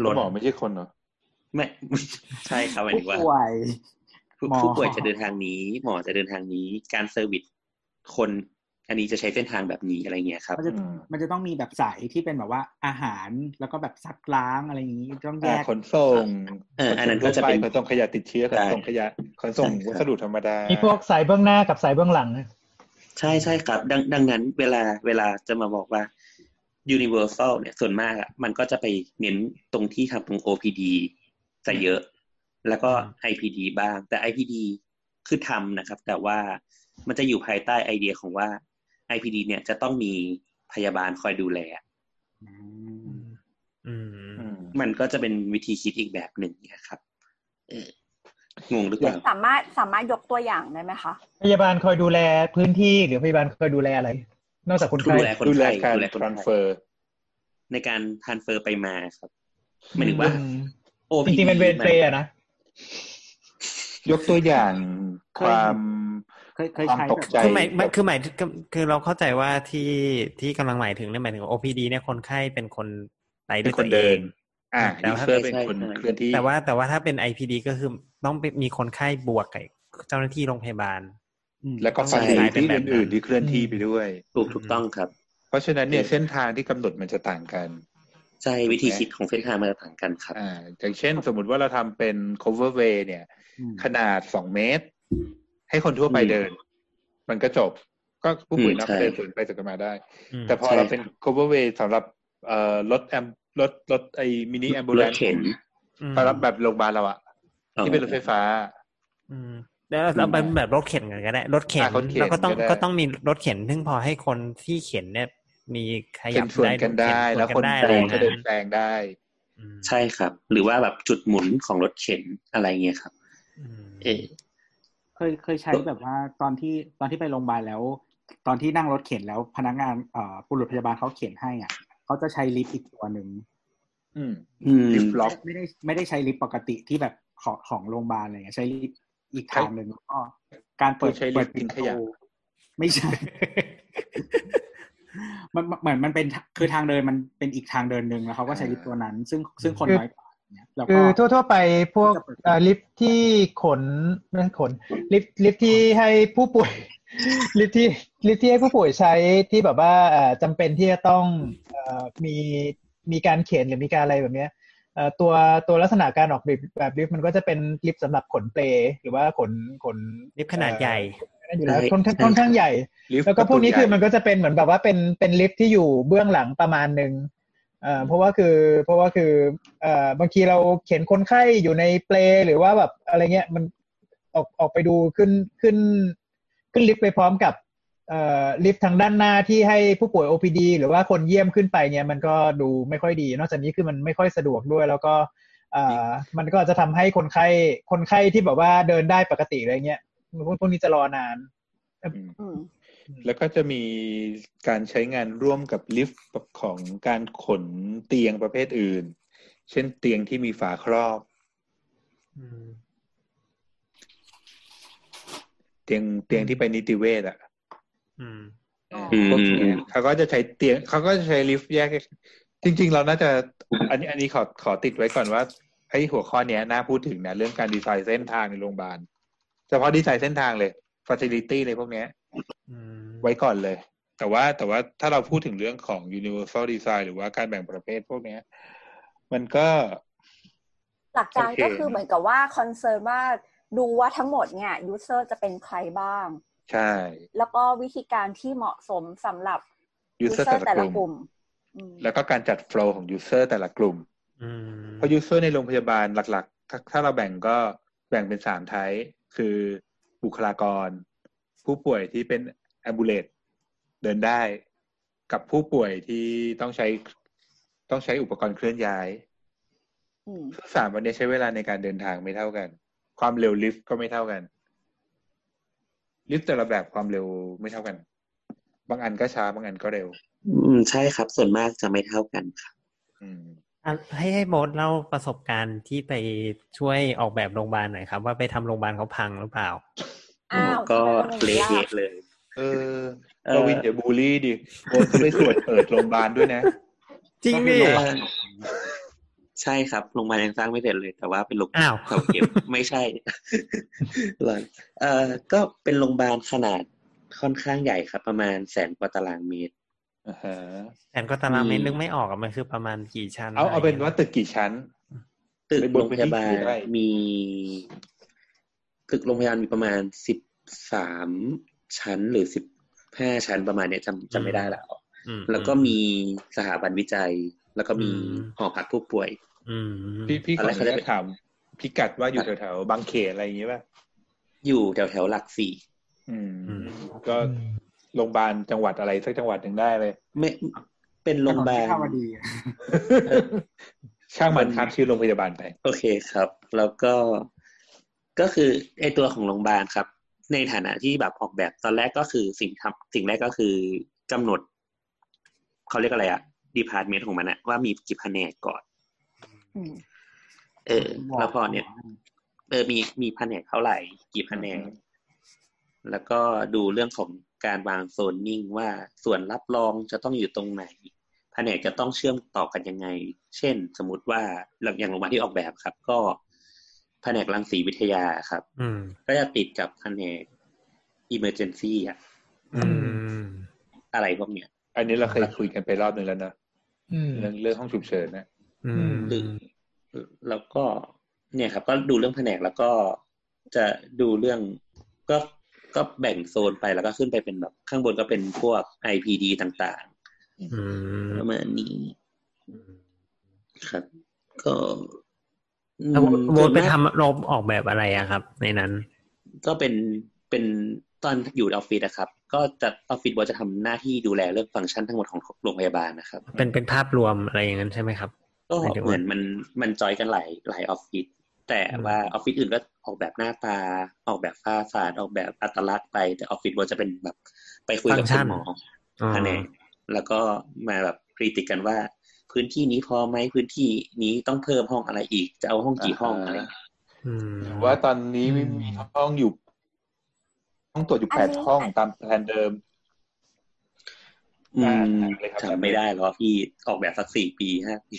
Speaker 4: ห
Speaker 8: ร
Speaker 4: มอ
Speaker 8: ถ
Speaker 4: ไม่ใช่คนเหรอ
Speaker 8: ไม่ไม่ใช่ครับหมายถึง
Speaker 6: ผู้
Speaker 8: ว่า
Speaker 6: ป่วย
Speaker 8: ผู้
Speaker 6: หมอ
Speaker 8: ผู้ป่วยจะเดินทางนี้ หมอจะเดินทางนี้ การเซอร์วิสคนอันนี้จะใช้เส้นทางแบบนี้อะไรเงี้ยครับ
Speaker 6: มันจะมันจะต้องมีแบบสายที่เป็นแบบว่าอาหารแล้วก็แบบซักล้างอะไรอย่างนี้ต้องแย
Speaker 4: อ่าก ขนส่ง
Speaker 8: เออ
Speaker 4: ข
Speaker 8: อัน
Speaker 4: ส่
Speaker 8: นั้
Speaker 4: ง
Speaker 8: น
Speaker 4: ทั่
Speaker 8: ก็
Speaker 4: ว
Speaker 8: จะ
Speaker 4: ไป
Speaker 8: เป็น
Speaker 4: ขนส่งขยะติดเชื้อข
Speaker 8: ใช่
Speaker 4: นส่งขยะขนส่ง
Speaker 8: ใช่ครับ
Speaker 4: วัสดุธรรมดา
Speaker 1: มีพวกสายเบื้องหน้ากับสายเบื้องหลัง
Speaker 8: ใช่ใช่ครับ ดังดังนั้นเวลาเวลาจะมาบอกว่า universal เนี่ยส่วนมากอะมันก็จะไปเน้นตรงที่ทำตรง OPD จะเยอะ แล้วก็ IPD บ้าง แต่ IPD คือทำนะครับ แต่ว่ามันจะอยู่ภายใต้ไอเดียของว่า IPD เนี่ยจะต้องมีพยาบาลคอยดูแล
Speaker 6: อืม
Speaker 3: อืม
Speaker 4: อืม
Speaker 8: มันก็จะเป็นวิธีคิดอีกแบบหนึ่งเนะครับเอองงหรือเปล่า
Speaker 2: สามารถสามารถยกตัวอย่างได้ไหมคะ
Speaker 1: พยาบาลคอยดูแลพื้นที่หรือพยาบาลคอยดูแลอะไร นอกจากคนไข้
Speaker 8: ดูแลคน
Speaker 4: ดูแล
Speaker 8: ไข้
Speaker 4: การ
Speaker 8: ดูแลคนไข้
Speaker 4: transfer
Speaker 8: ในการทานเฟอร์ไปมาครับหมายถึงว่า
Speaker 1: อืม จ
Speaker 8: OPD
Speaker 1: ริงๆเป็นเวรเปรย์อะนะ
Speaker 4: ยกตัวอย่างความ
Speaker 6: เคยเคย
Speaker 4: ความ
Speaker 6: ใช้
Speaker 4: ต
Speaker 6: แบ
Speaker 4: ก
Speaker 6: บ
Speaker 4: ใจ
Speaker 3: คือหมายหมายคือหมายคือคือเราเข้าใจว่าที่ที่กำลังหมายถึงเนี่ยหมายถึง OPD เนี่ยคนไข้เป็นคนไปด้
Speaker 4: เป็ค
Speaker 3: วน ยตั
Speaker 4: น
Speaker 3: วเอ
Speaker 4: เดิน
Speaker 3: ง
Speaker 4: อ่า
Speaker 3: แต่
Speaker 4: ยู
Speaker 3: ว่า
Speaker 4: เซอร์เป็นคน
Speaker 8: ใช่ใช่
Speaker 4: เคลื่อนที่
Speaker 3: แต่ว่าแต่ว่าถ้าเป็น IPD ก็คือต้องเป็นมีคนไข้บวกกับเจ้าหน้าที่โรงพยาบาล
Speaker 6: อืม
Speaker 4: แล้วก็
Speaker 8: ต้อง
Speaker 4: ฟา
Speaker 8: ใช้
Speaker 4: ซิลิ
Speaker 3: เป็น
Speaker 4: ตี้
Speaker 3: แบบนั้น
Speaker 4: อื่นๆที่เคลื่อนที่ไปด้วย
Speaker 8: ถูกถูกต้องครับ
Speaker 4: เพราะฉะนั้นเนี่ยเส้นทางที่กำหนดมันจะต่างกัน
Speaker 8: ใช่วิธีคิดของเส้นทางมันจะต่างกันครับ
Speaker 4: อ่าอย่างเช่นสมมติว่าเราทำเป็น cover way เนี่ย
Speaker 6: อืม
Speaker 4: ขนาดสองเมตร ให้คนทั่วไป
Speaker 8: อืม
Speaker 4: เดิน มันก็จบ ก็ผู้ป่วย
Speaker 8: อืม
Speaker 4: นอก
Speaker 8: ใช่
Speaker 4: เดินสวนไปสวนกนมาได้
Speaker 3: อืม
Speaker 4: แต่พอ
Speaker 8: ใช่
Speaker 4: เราเป็น
Speaker 8: ครับ
Speaker 4: cover way สำหรับเอ่อรถแอมรถรถไอ้มินิแอมบู
Speaker 8: ร
Speaker 4: เล
Speaker 8: ถ
Speaker 4: น
Speaker 8: เข็น
Speaker 3: อืม
Speaker 4: สำหรับแบบโรงพยาบาลเราอะที่เป็นรถไฟฟ้า
Speaker 3: อืมแล้วเราเป็นแบบรถเข็นกันก็ได้รถเข็น
Speaker 4: อ่ะรถเข็น
Speaker 3: แล้วก็ต้อง
Speaker 4: ก็ได้
Speaker 3: ก็ต้องมีรถเข็นซึ่งพอให้คนที่เข็นเนี่ย มีข
Speaker 4: เข็
Speaker 3: ยับ
Speaker 4: นส่วน
Speaker 3: ได้
Speaker 4: กันได้
Speaker 3: เข็ส่
Speaker 4: แล้วคน
Speaker 3: ได้
Speaker 4: เดิน
Speaker 3: อะไร
Speaker 4: ก็
Speaker 3: อย่าง
Speaker 4: เดิน
Speaker 3: นั้น
Speaker 4: แซงได้
Speaker 3: อืม
Speaker 8: ใช่ครับ หรือว่าแบบจุดหมุนของรถเข็นอะไรเงี้ยครับ
Speaker 3: อืม
Speaker 8: เออ
Speaker 6: เคยเคยใช้แบบว่าตอนที่ตอนที่ไปโรงพยาบาลแล้ว ตอนที่นั่งรถเข็นแล้วพนักงานเอ่อผู้รุษพยาบาลเขาเขียนให้อ่ะเขาจะใช้ลิฟต์อีกตัวหนึ่ง
Speaker 4: อืม
Speaker 8: อืม
Speaker 4: ลิฟต์ล็อก
Speaker 6: ไม่ได้ไม่ได้ใช้ลิฟต์ปกติที่แบบของของโรงพยาบาลอะไรเงี้ยใช้ลิฟต์อีกทางหนึ่งแล้วก็ การเปิด
Speaker 4: คือใช้ลิ
Speaker 6: เปิ
Speaker 4: ฟ
Speaker 6: ด
Speaker 4: ต์ทิ้งขยะ
Speaker 6: ประตูไม่ใช่ มันมันเหมือนมันเป็นคือทางเดินมันเป็นอีกทางเดินหนึ่งแล้วเขาก็ใช้ลิฟต์ตัวนั้น ซึ่งซึ่งคนน้อยกว่าเนี่ยแล้ว
Speaker 1: คื
Speaker 6: ก็
Speaker 1: อทั่วๆไปพวก
Speaker 6: จะเปิด
Speaker 1: เอ่อลิฟต์ที่ขนไม่ใช่ขนลิฟต์ลิฟต์ที่ให้ผู้ป่วย ลิฟต์ที่ลิฟต์ที่ให้ผู้ป่วยใช้ที่แบบว่าเอ่อจำเป็นที่จะต้องเอ่อมีมีการเขียนหรือมีการอะไรแบบเนี้ยเอ่อตัวตัวลักษณะการออกแบบแบบลิฟต์มันก็จะเป็นลิฟต์สำหรับขนเปลหรือว่าขนขน
Speaker 3: ลิฟต์ขนาดใหญ่
Speaker 1: เอ่อนั่นอยู่แล้ว
Speaker 8: ใช่
Speaker 1: ค่อนข้าง
Speaker 8: ใช่
Speaker 1: ค่อนข้างใหญ่
Speaker 4: ลิฟต์
Speaker 1: แล้วก็พวกนี้
Speaker 4: ประตูใหญ่
Speaker 1: คือมันก็จะเป็นเหมือนแบบว่าเป็นเป็นลิฟต์ที่อยู่เบื้องหลังประมาณหนึ่งเอ่อเพราะว่าคือเพราะว่าคือเอ่อบางทีเราเข็นคนไข้อยู่ในเปลหรือว่าแบบอะไรเงี้ยมันออกออกไปดูขึ้นขึ้น ขึ้นลิฟต์ไปพร้อมกับ เอ่อลิฟต์ทางด้านหน้าที่ให้ผู้ป่วย OPD หรือว่าคนเยี่ยมขึ้นไปเนี่ยมันก็ดูไม่ค่อยดี นอกจากนี้คือมันไม่ค่อยสะดวกด้วย แล้วก็เอ่อมันก็จะทำให้คนไข้คนไข้ที่แบบว่าเดินได้ปกติอะไรเงี้ยพวกพวกนี้จะรอนาน
Speaker 4: อืม
Speaker 2: อืม
Speaker 4: แล้วก็จะมีการใช้งานร่วมกับลิฟต์ของการขนเตียงประเภทอื่น เช่นเตียงที่มีฝาครอบ เตียงเตียงที่ไปนิติเวชอ่ะ
Speaker 3: อืม
Speaker 8: อืม
Speaker 4: พวกเนี้ยเขาก็จะใช้เตียงเขาก็จะใช้ลิฟต์แยก จริง ๆ เราน่าจะ อันนี้อันนี้ขอขอติดไว้ก่อนว่าไอ้หัวข้อเนี้ยน่าพูดถึงนะเรื่องการดีไซน์เส้นทางในโรงพยาบาลเฉพาะดีไซน์เส้นทางเลยฟ a ซิลิตี้ในพวกเนี้ย
Speaker 3: อืม
Speaker 4: ไว้ก่อนเลย แต่ว่าแต่ว่าถ้าเราพูดถึงเรื่องของ universal design หรือว่าการแบ่งประเภทพวกเนี้ย มันก็
Speaker 2: หลักการ
Speaker 4: โอเค
Speaker 2: ก็คือเหมือนกับว่าคอนเซิร์นว่าดูว่าทั้งหมดเนี่ยยูเซอร์จะเป็นใครบ้าง
Speaker 4: ใช่
Speaker 2: แล้วก็วิธีการที่เหมาะสมสำหรับ
Speaker 4: user
Speaker 2: user
Speaker 4: แต่ละกลุ่ม
Speaker 2: อืม
Speaker 4: แล้วก็การจัด flow ของ user แต่ละกลุ่ม
Speaker 3: อืม
Speaker 4: เพราะ user ในโรงพยาบาลหลักๆ ถ้าถ้าเราแบ่งก็แบ่งเป็นสามไทป์คือบุคลากร ผู้ป่วยที่เป็น ambulate เดินได้ กับผู้ป่วยที่ต้องใช้ต้องใช้อุปกรณ์เคลื่อนย้าย
Speaker 2: อืม
Speaker 4: ทั้งสามวันนี้ใช้เวลาในการเดินทางไม่เท่ากัน ความเร็วลิฟต์ก็ไม่เท่ากัน ลิฟต์แต่ละแบบความเร็วไม่เท่ากัน บางอันก็ช้าบางอันก็เร็ว
Speaker 8: อืมใช่ครับ ส่วนมากจะไม่เท่ากันครับ
Speaker 4: อืม
Speaker 3: อ่ะให้ให้โบทเล่าประสบการณ์ที่ไปช่วยออกแบบโรงพยาบาลหน่อยครับ ว่าไปทำโรงพยาบาลเขาพังหรือเปล่า
Speaker 2: อ้าว
Speaker 8: ก็
Speaker 2: ทำไมมันอย่างนี้
Speaker 8: เละ
Speaker 2: ล่ะ
Speaker 8: เทะเลย
Speaker 4: เออ
Speaker 8: เอ่อ
Speaker 4: กวินอย่าบูลลี่ดิโอนเขาไปตรวจเปิดโรงพยาบาลด้วยนะ
Speaker 3: จริงดิ
Speaker 8: เออใช่ครับโรงพยาบาลยังสร้างไม่เสร็จเลย แต่ว่าเป็นโรง
Speaker 3: อ้าว
Speaker 8: เขาเก็บไม่ใช่ หรอนเอ่อก็เป็นโรงพยาบาลขนาดค่อนข้างใหญ่ครับ ประมาณแสนกว่าตารางเมตร
Speaker 4: อ่าฮะ
Speaker 3: แผนก็ตารางเมตร
Speaker 8: มี
Speaker 3: นึกไม่ออกอะมันคือประมาณกี่ชั้น
Speaker 4: เอาเอาเป็นว่าตึกกี่ชั้น
Speaker 8: ตึก
Speaker 4: เป็นบ
Speaker 8: โร
Speaker 4: น
Speaker 8: งพ
Speaker 4: พื้นที่
Speaker 8: ยาบาล
Speaker 4: กี่ไร่
Speaker 8: มีตึกโรงพยาบาลมีประมาณสิบสามชั้นหรือสิบห้าชั้นประมาณเนี้ยจำจำไม่ได้แล้ว
Speaker 3: อืม
Speaker 8: แล้วก็มีสถาบันวิจัย แล้วก็มี
Speaker 3: อืม
Speaker 8: หอพักผู้ป่วย
Speaker 3: อืม
Speaker 4: พี่พี่ข
Speaker 8: อะ
Speaker 4: อ
Speaker 8: ไร
Speaker 4: อ
Speaker 8: เขา
Speaker 4: นุ
Speaker 8: จะ
Speaker 4: ญา
Speaker 8: ไป
Speaker 4: ตถามพิกัดว่าอยู่แถวๆบางเขนอะไรอย่างงี้ป่ะ
Speaker 8: อยู่แถวแถวๆหลักสี่
Speaker 4: อืม ก็โรงพยาบาลจังหวัดอะไรสักจังหวัดหนึ่งได้เลย
Speaker 8: ไม่เป็นโรงพยาบา
Speaker 6: ถ
Speaker 8: ล
Speaker 6: นนวิภาวดี
Speaker 4: ช่างมันครับชื่อโรงพยาบาลไป
Speaker 8: โอเคครับ แล้วก็ก็คือไอตัวของโรงพยาบาลครับ ในฐานะที่แบบออกแบบตอนแรกก็คือสิ่งทำสิ่งแรกก็คือกำหนด เขาเรียกอะไรอะดีพาร์ตเมนต์ของมันอะว่ามีกี่แผนกก่อน
Speaker 2: อืม
Speaker 8: เออ แล้วพอเนี่ย เออมีมีแผนกเท่าไหร่ กี่แผนก
Speaker 4: อืม
Speaker 8: แล้วก็ดูเรื่องของการวางโซนนิ่งว่าส่วนรับรองจะต้องอยู่ตรงไหน แผนกจะต้องเชื่อมต่อกันยังไง เช่น สมมติว่าอย่างโรงพยาบาลที่ออกแบบครับ ก็แผนกรังสีวิทยาครับ
Speaker 3: อืม
Speaker 8: ก็จะติดกับแผนก emergency อะ
Speaker 3: อืม
Speaker 8: อะไรพวกเนี้ย
Speaker 4: อันนี้เราเคยคุยกันไปรอบหนึ่งแล้วนะ
Speaker 1: อืม
Speaker 4: เรื่องเรื่องห้องฉุกเฉินนะ
Speaker 3: อืม
Speaker 8: หรือแล้วก็เนี่ยครับ ก็ดูเรื่องแผนกแล้วก็จะดูเรื่องก็ก็แบ่งโซนไปแล้วก็ขึ้นไปเป็นแบบข้างบนก็เป็นพวก IPD ต่าง
Speaker 3: อืม
Speaker 8: ๆประมาณนี้ครับ ก็อืม
Speaker 3: แล้วโบ
Speaker 8: ส่
Speaker 3: ท
Speaker 8: น
Speaker 3: ไป
Speaker 8: มาก
Speaker 3: ทำโรงออกแบบอะไรอะครับ ในนั้น
Speaker 8: ก็เป็นเป็นตอนอยู่ออฟฟิศนะครับ ก็จะออฟฟิศโบทจะทำหน้าที่ดูแลเรื่องฟังก์ชันทั้งหมดของโรงพยาบาลนะครับ
Speaker 3: เป็นเป็นภาพรวมอะไรอย่างนั้นใช่ไหมครับ
Speaker 8: ก็
Speaker 3: หมายถึง
Speaker 8: เห
Speaker 3: ว่า
Speaker 8: มือนมันมันจอยกันหลายหลายออฟฟิศแต่
Speaker 3: อืม
Speaker 8: ว่าออฟฟิศอื่นก็ออกแบบหน้าตา ออกแบบฟ้าสาดออกแบบอัตลักษณ์ไป แต่ออฟฟิศเราจะเป็นแบบไปคุยกับคุณหมอ
Speaker 3: อ๋อ
Speaker 8: แผนกแล้วก็มาแบบคริติกันว่า พื้นที่นี้พอไหมพื้นที่นี้ต้องเพิ่มห้องอะไรอีก จะเอาห้องกี่ห้องอะไรอย่างเงี้ย
Speaker 3: อืม
Speaker 4: หรือว่าตอนนี้
Speaker 1: อืม
Speaker 4: มีห้องอยู่ห้องตรวจอยู่แปดห้องตามแผนเดิม
Speaker 8: อืม
Speaker 4: เลยครับ
Speaker 8: จำไม่ได้หรอกพี่ออกแบบสักสี่ปีห้าปี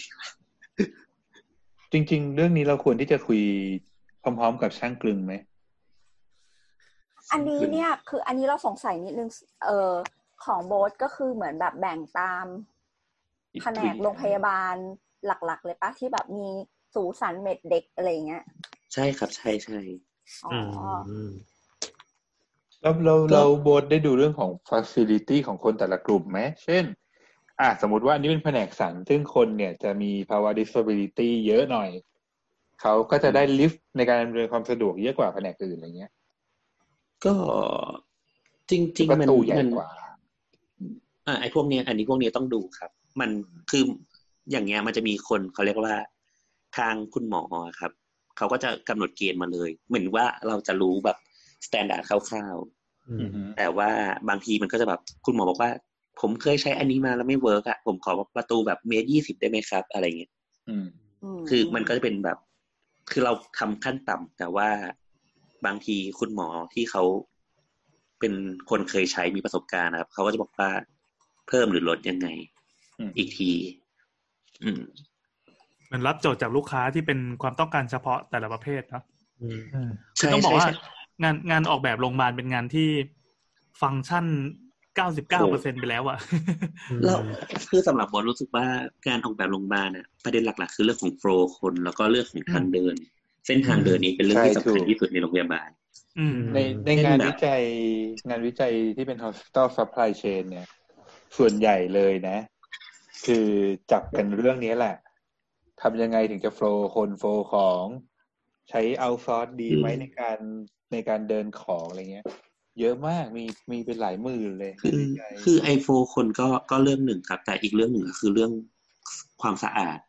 Speaker 4: จริง ๆ เรื่องนี้เราควรที่จะคุยพร้อม ๆ กับช่างกลึงไหม
Speaker 2: อันนี้เนี่ยคืออันนี้เราสงสัยนิดนึงเออของโบสก็คือเหมือนแบบแบ่งตามแผนกโรงพยาบาลหลักๆ เลยปะที่แบบมีสูสันเม็ดเด็กอะไรอย่างเงี้ย
Speaker 8: ใช่ครับใช่ใช่
Speaker 2: อ๋อ
Speaker 3: อื
Speaker 2: อ
Speaker 3: ม
Speaker 4: เราเรา
Speaker 8: ก็
Speaker 4: เราโบทได้ดูเรื่องของ facility ของคนแต่ละกลุ่มไหม เช่น อ่ะสมมติว่าอันนี้เป็นแผนกสัน ซึ่งคนเนี่ยจะมีภาวะ disability เยอะหน่อย เขาก็จะได้ลิฟต์ในการอำนวยความสะดวกเยอะกว่าแผนกอื่นอะไรเงี้ย
Speaker 8: ก็ จริงๆ
Speaker 4: ป
Speaker 8: มั
Speaker 4: ระ
Speaker 8: น
Speaker 4: ตูใหญ่
Speaker 8: มัน
Speaker 4: กว่า
Speaker 8: อ่าไอ้พวกเนี้ยอันนี้พวกเนี้ยต้องดูครับ มันคืออย่างเงี้ยมันจะมีคนเขาเรียกว่าทางคุณหมออะครับ เขาก็จะกำหนดเกณฑ์มาเลย เหมือนว่าเราจะรู้แบบสแตนดาร์ดคร่าวๆ
Speaker 3: อืม
Speaker 8: แต่ว่าบางทีมันก็จะแบบคุณหมอบอกว่า ผมเคยใช้อันนี้มาแล้วไม่เวิร์กอะผมขอประตูแบบเมตรยี่สิบได้ไหมครับ อะไรเงี้ย
Speaker 4: อืม
Speaker 2: ม
Speaker 8: คือมันก็จะเป็นแบบ คือเราทำขั้นต่ำแต่ว่าบางทีคุณหมอที่เขาเป็นคนเคยใช้มีประสบการณ์นะครับเขาก็จะบอกว่าเพิ่มหรือลดยังไง
Speaker 4: อืม
Speaker 8: อีกที อืม
Speaker 5: เหมือนรับโจทย์จากลูกค้าที่เป็นความต้องการเฉพาะแต่ละประเภทเนาะ
Speaker 3: อืม
Speaker 1: อืม
Speaker 5: คือต้องบอกว่างานงานออกแบบโรงพยาบาลเป็นงานที่ฟังก์ชัน 99เปอร์เซ็นไปแล้วอะ
Speaker 8: เราคือสำหรับบอลรู้สึกว่าการออกแบบโรงพยาบาลน่ะประเด็นหลัก ๆ คือเรื่องของโฟลว์คนแล้วก็เรื่องของทางเดิน เส้นทางเดินนี้เป็นเรื่องที่สำคัญที่สุดในโรงพยาบาล
Speaker 5: อืม
Speaker 4: ในในงานวิจัยงานวิจัยที่เป็น hospital supply chain เนี่ย ส่วนใหญ่เลยนะ คือจับกันเรื่องนี้แหละทำยังไงถึงจะโฟล์คนโฟล์ของ ใช้ outsource ดีไหม
Speaker 8: อืม
Speaker 4: ในการในการเดินของอะไรเงี้ย เยอะมากมีมีเป็นหลายหมื่นเลย
Speaker 8: คือ
Speaker 4: ในวิจัย
Speaker 8: คือไอโฟลว์คนก็ก็เรื่องหนึ่งครับ แต่อีกเรื่องหนึ่งก็คือเรื่องความสะอาด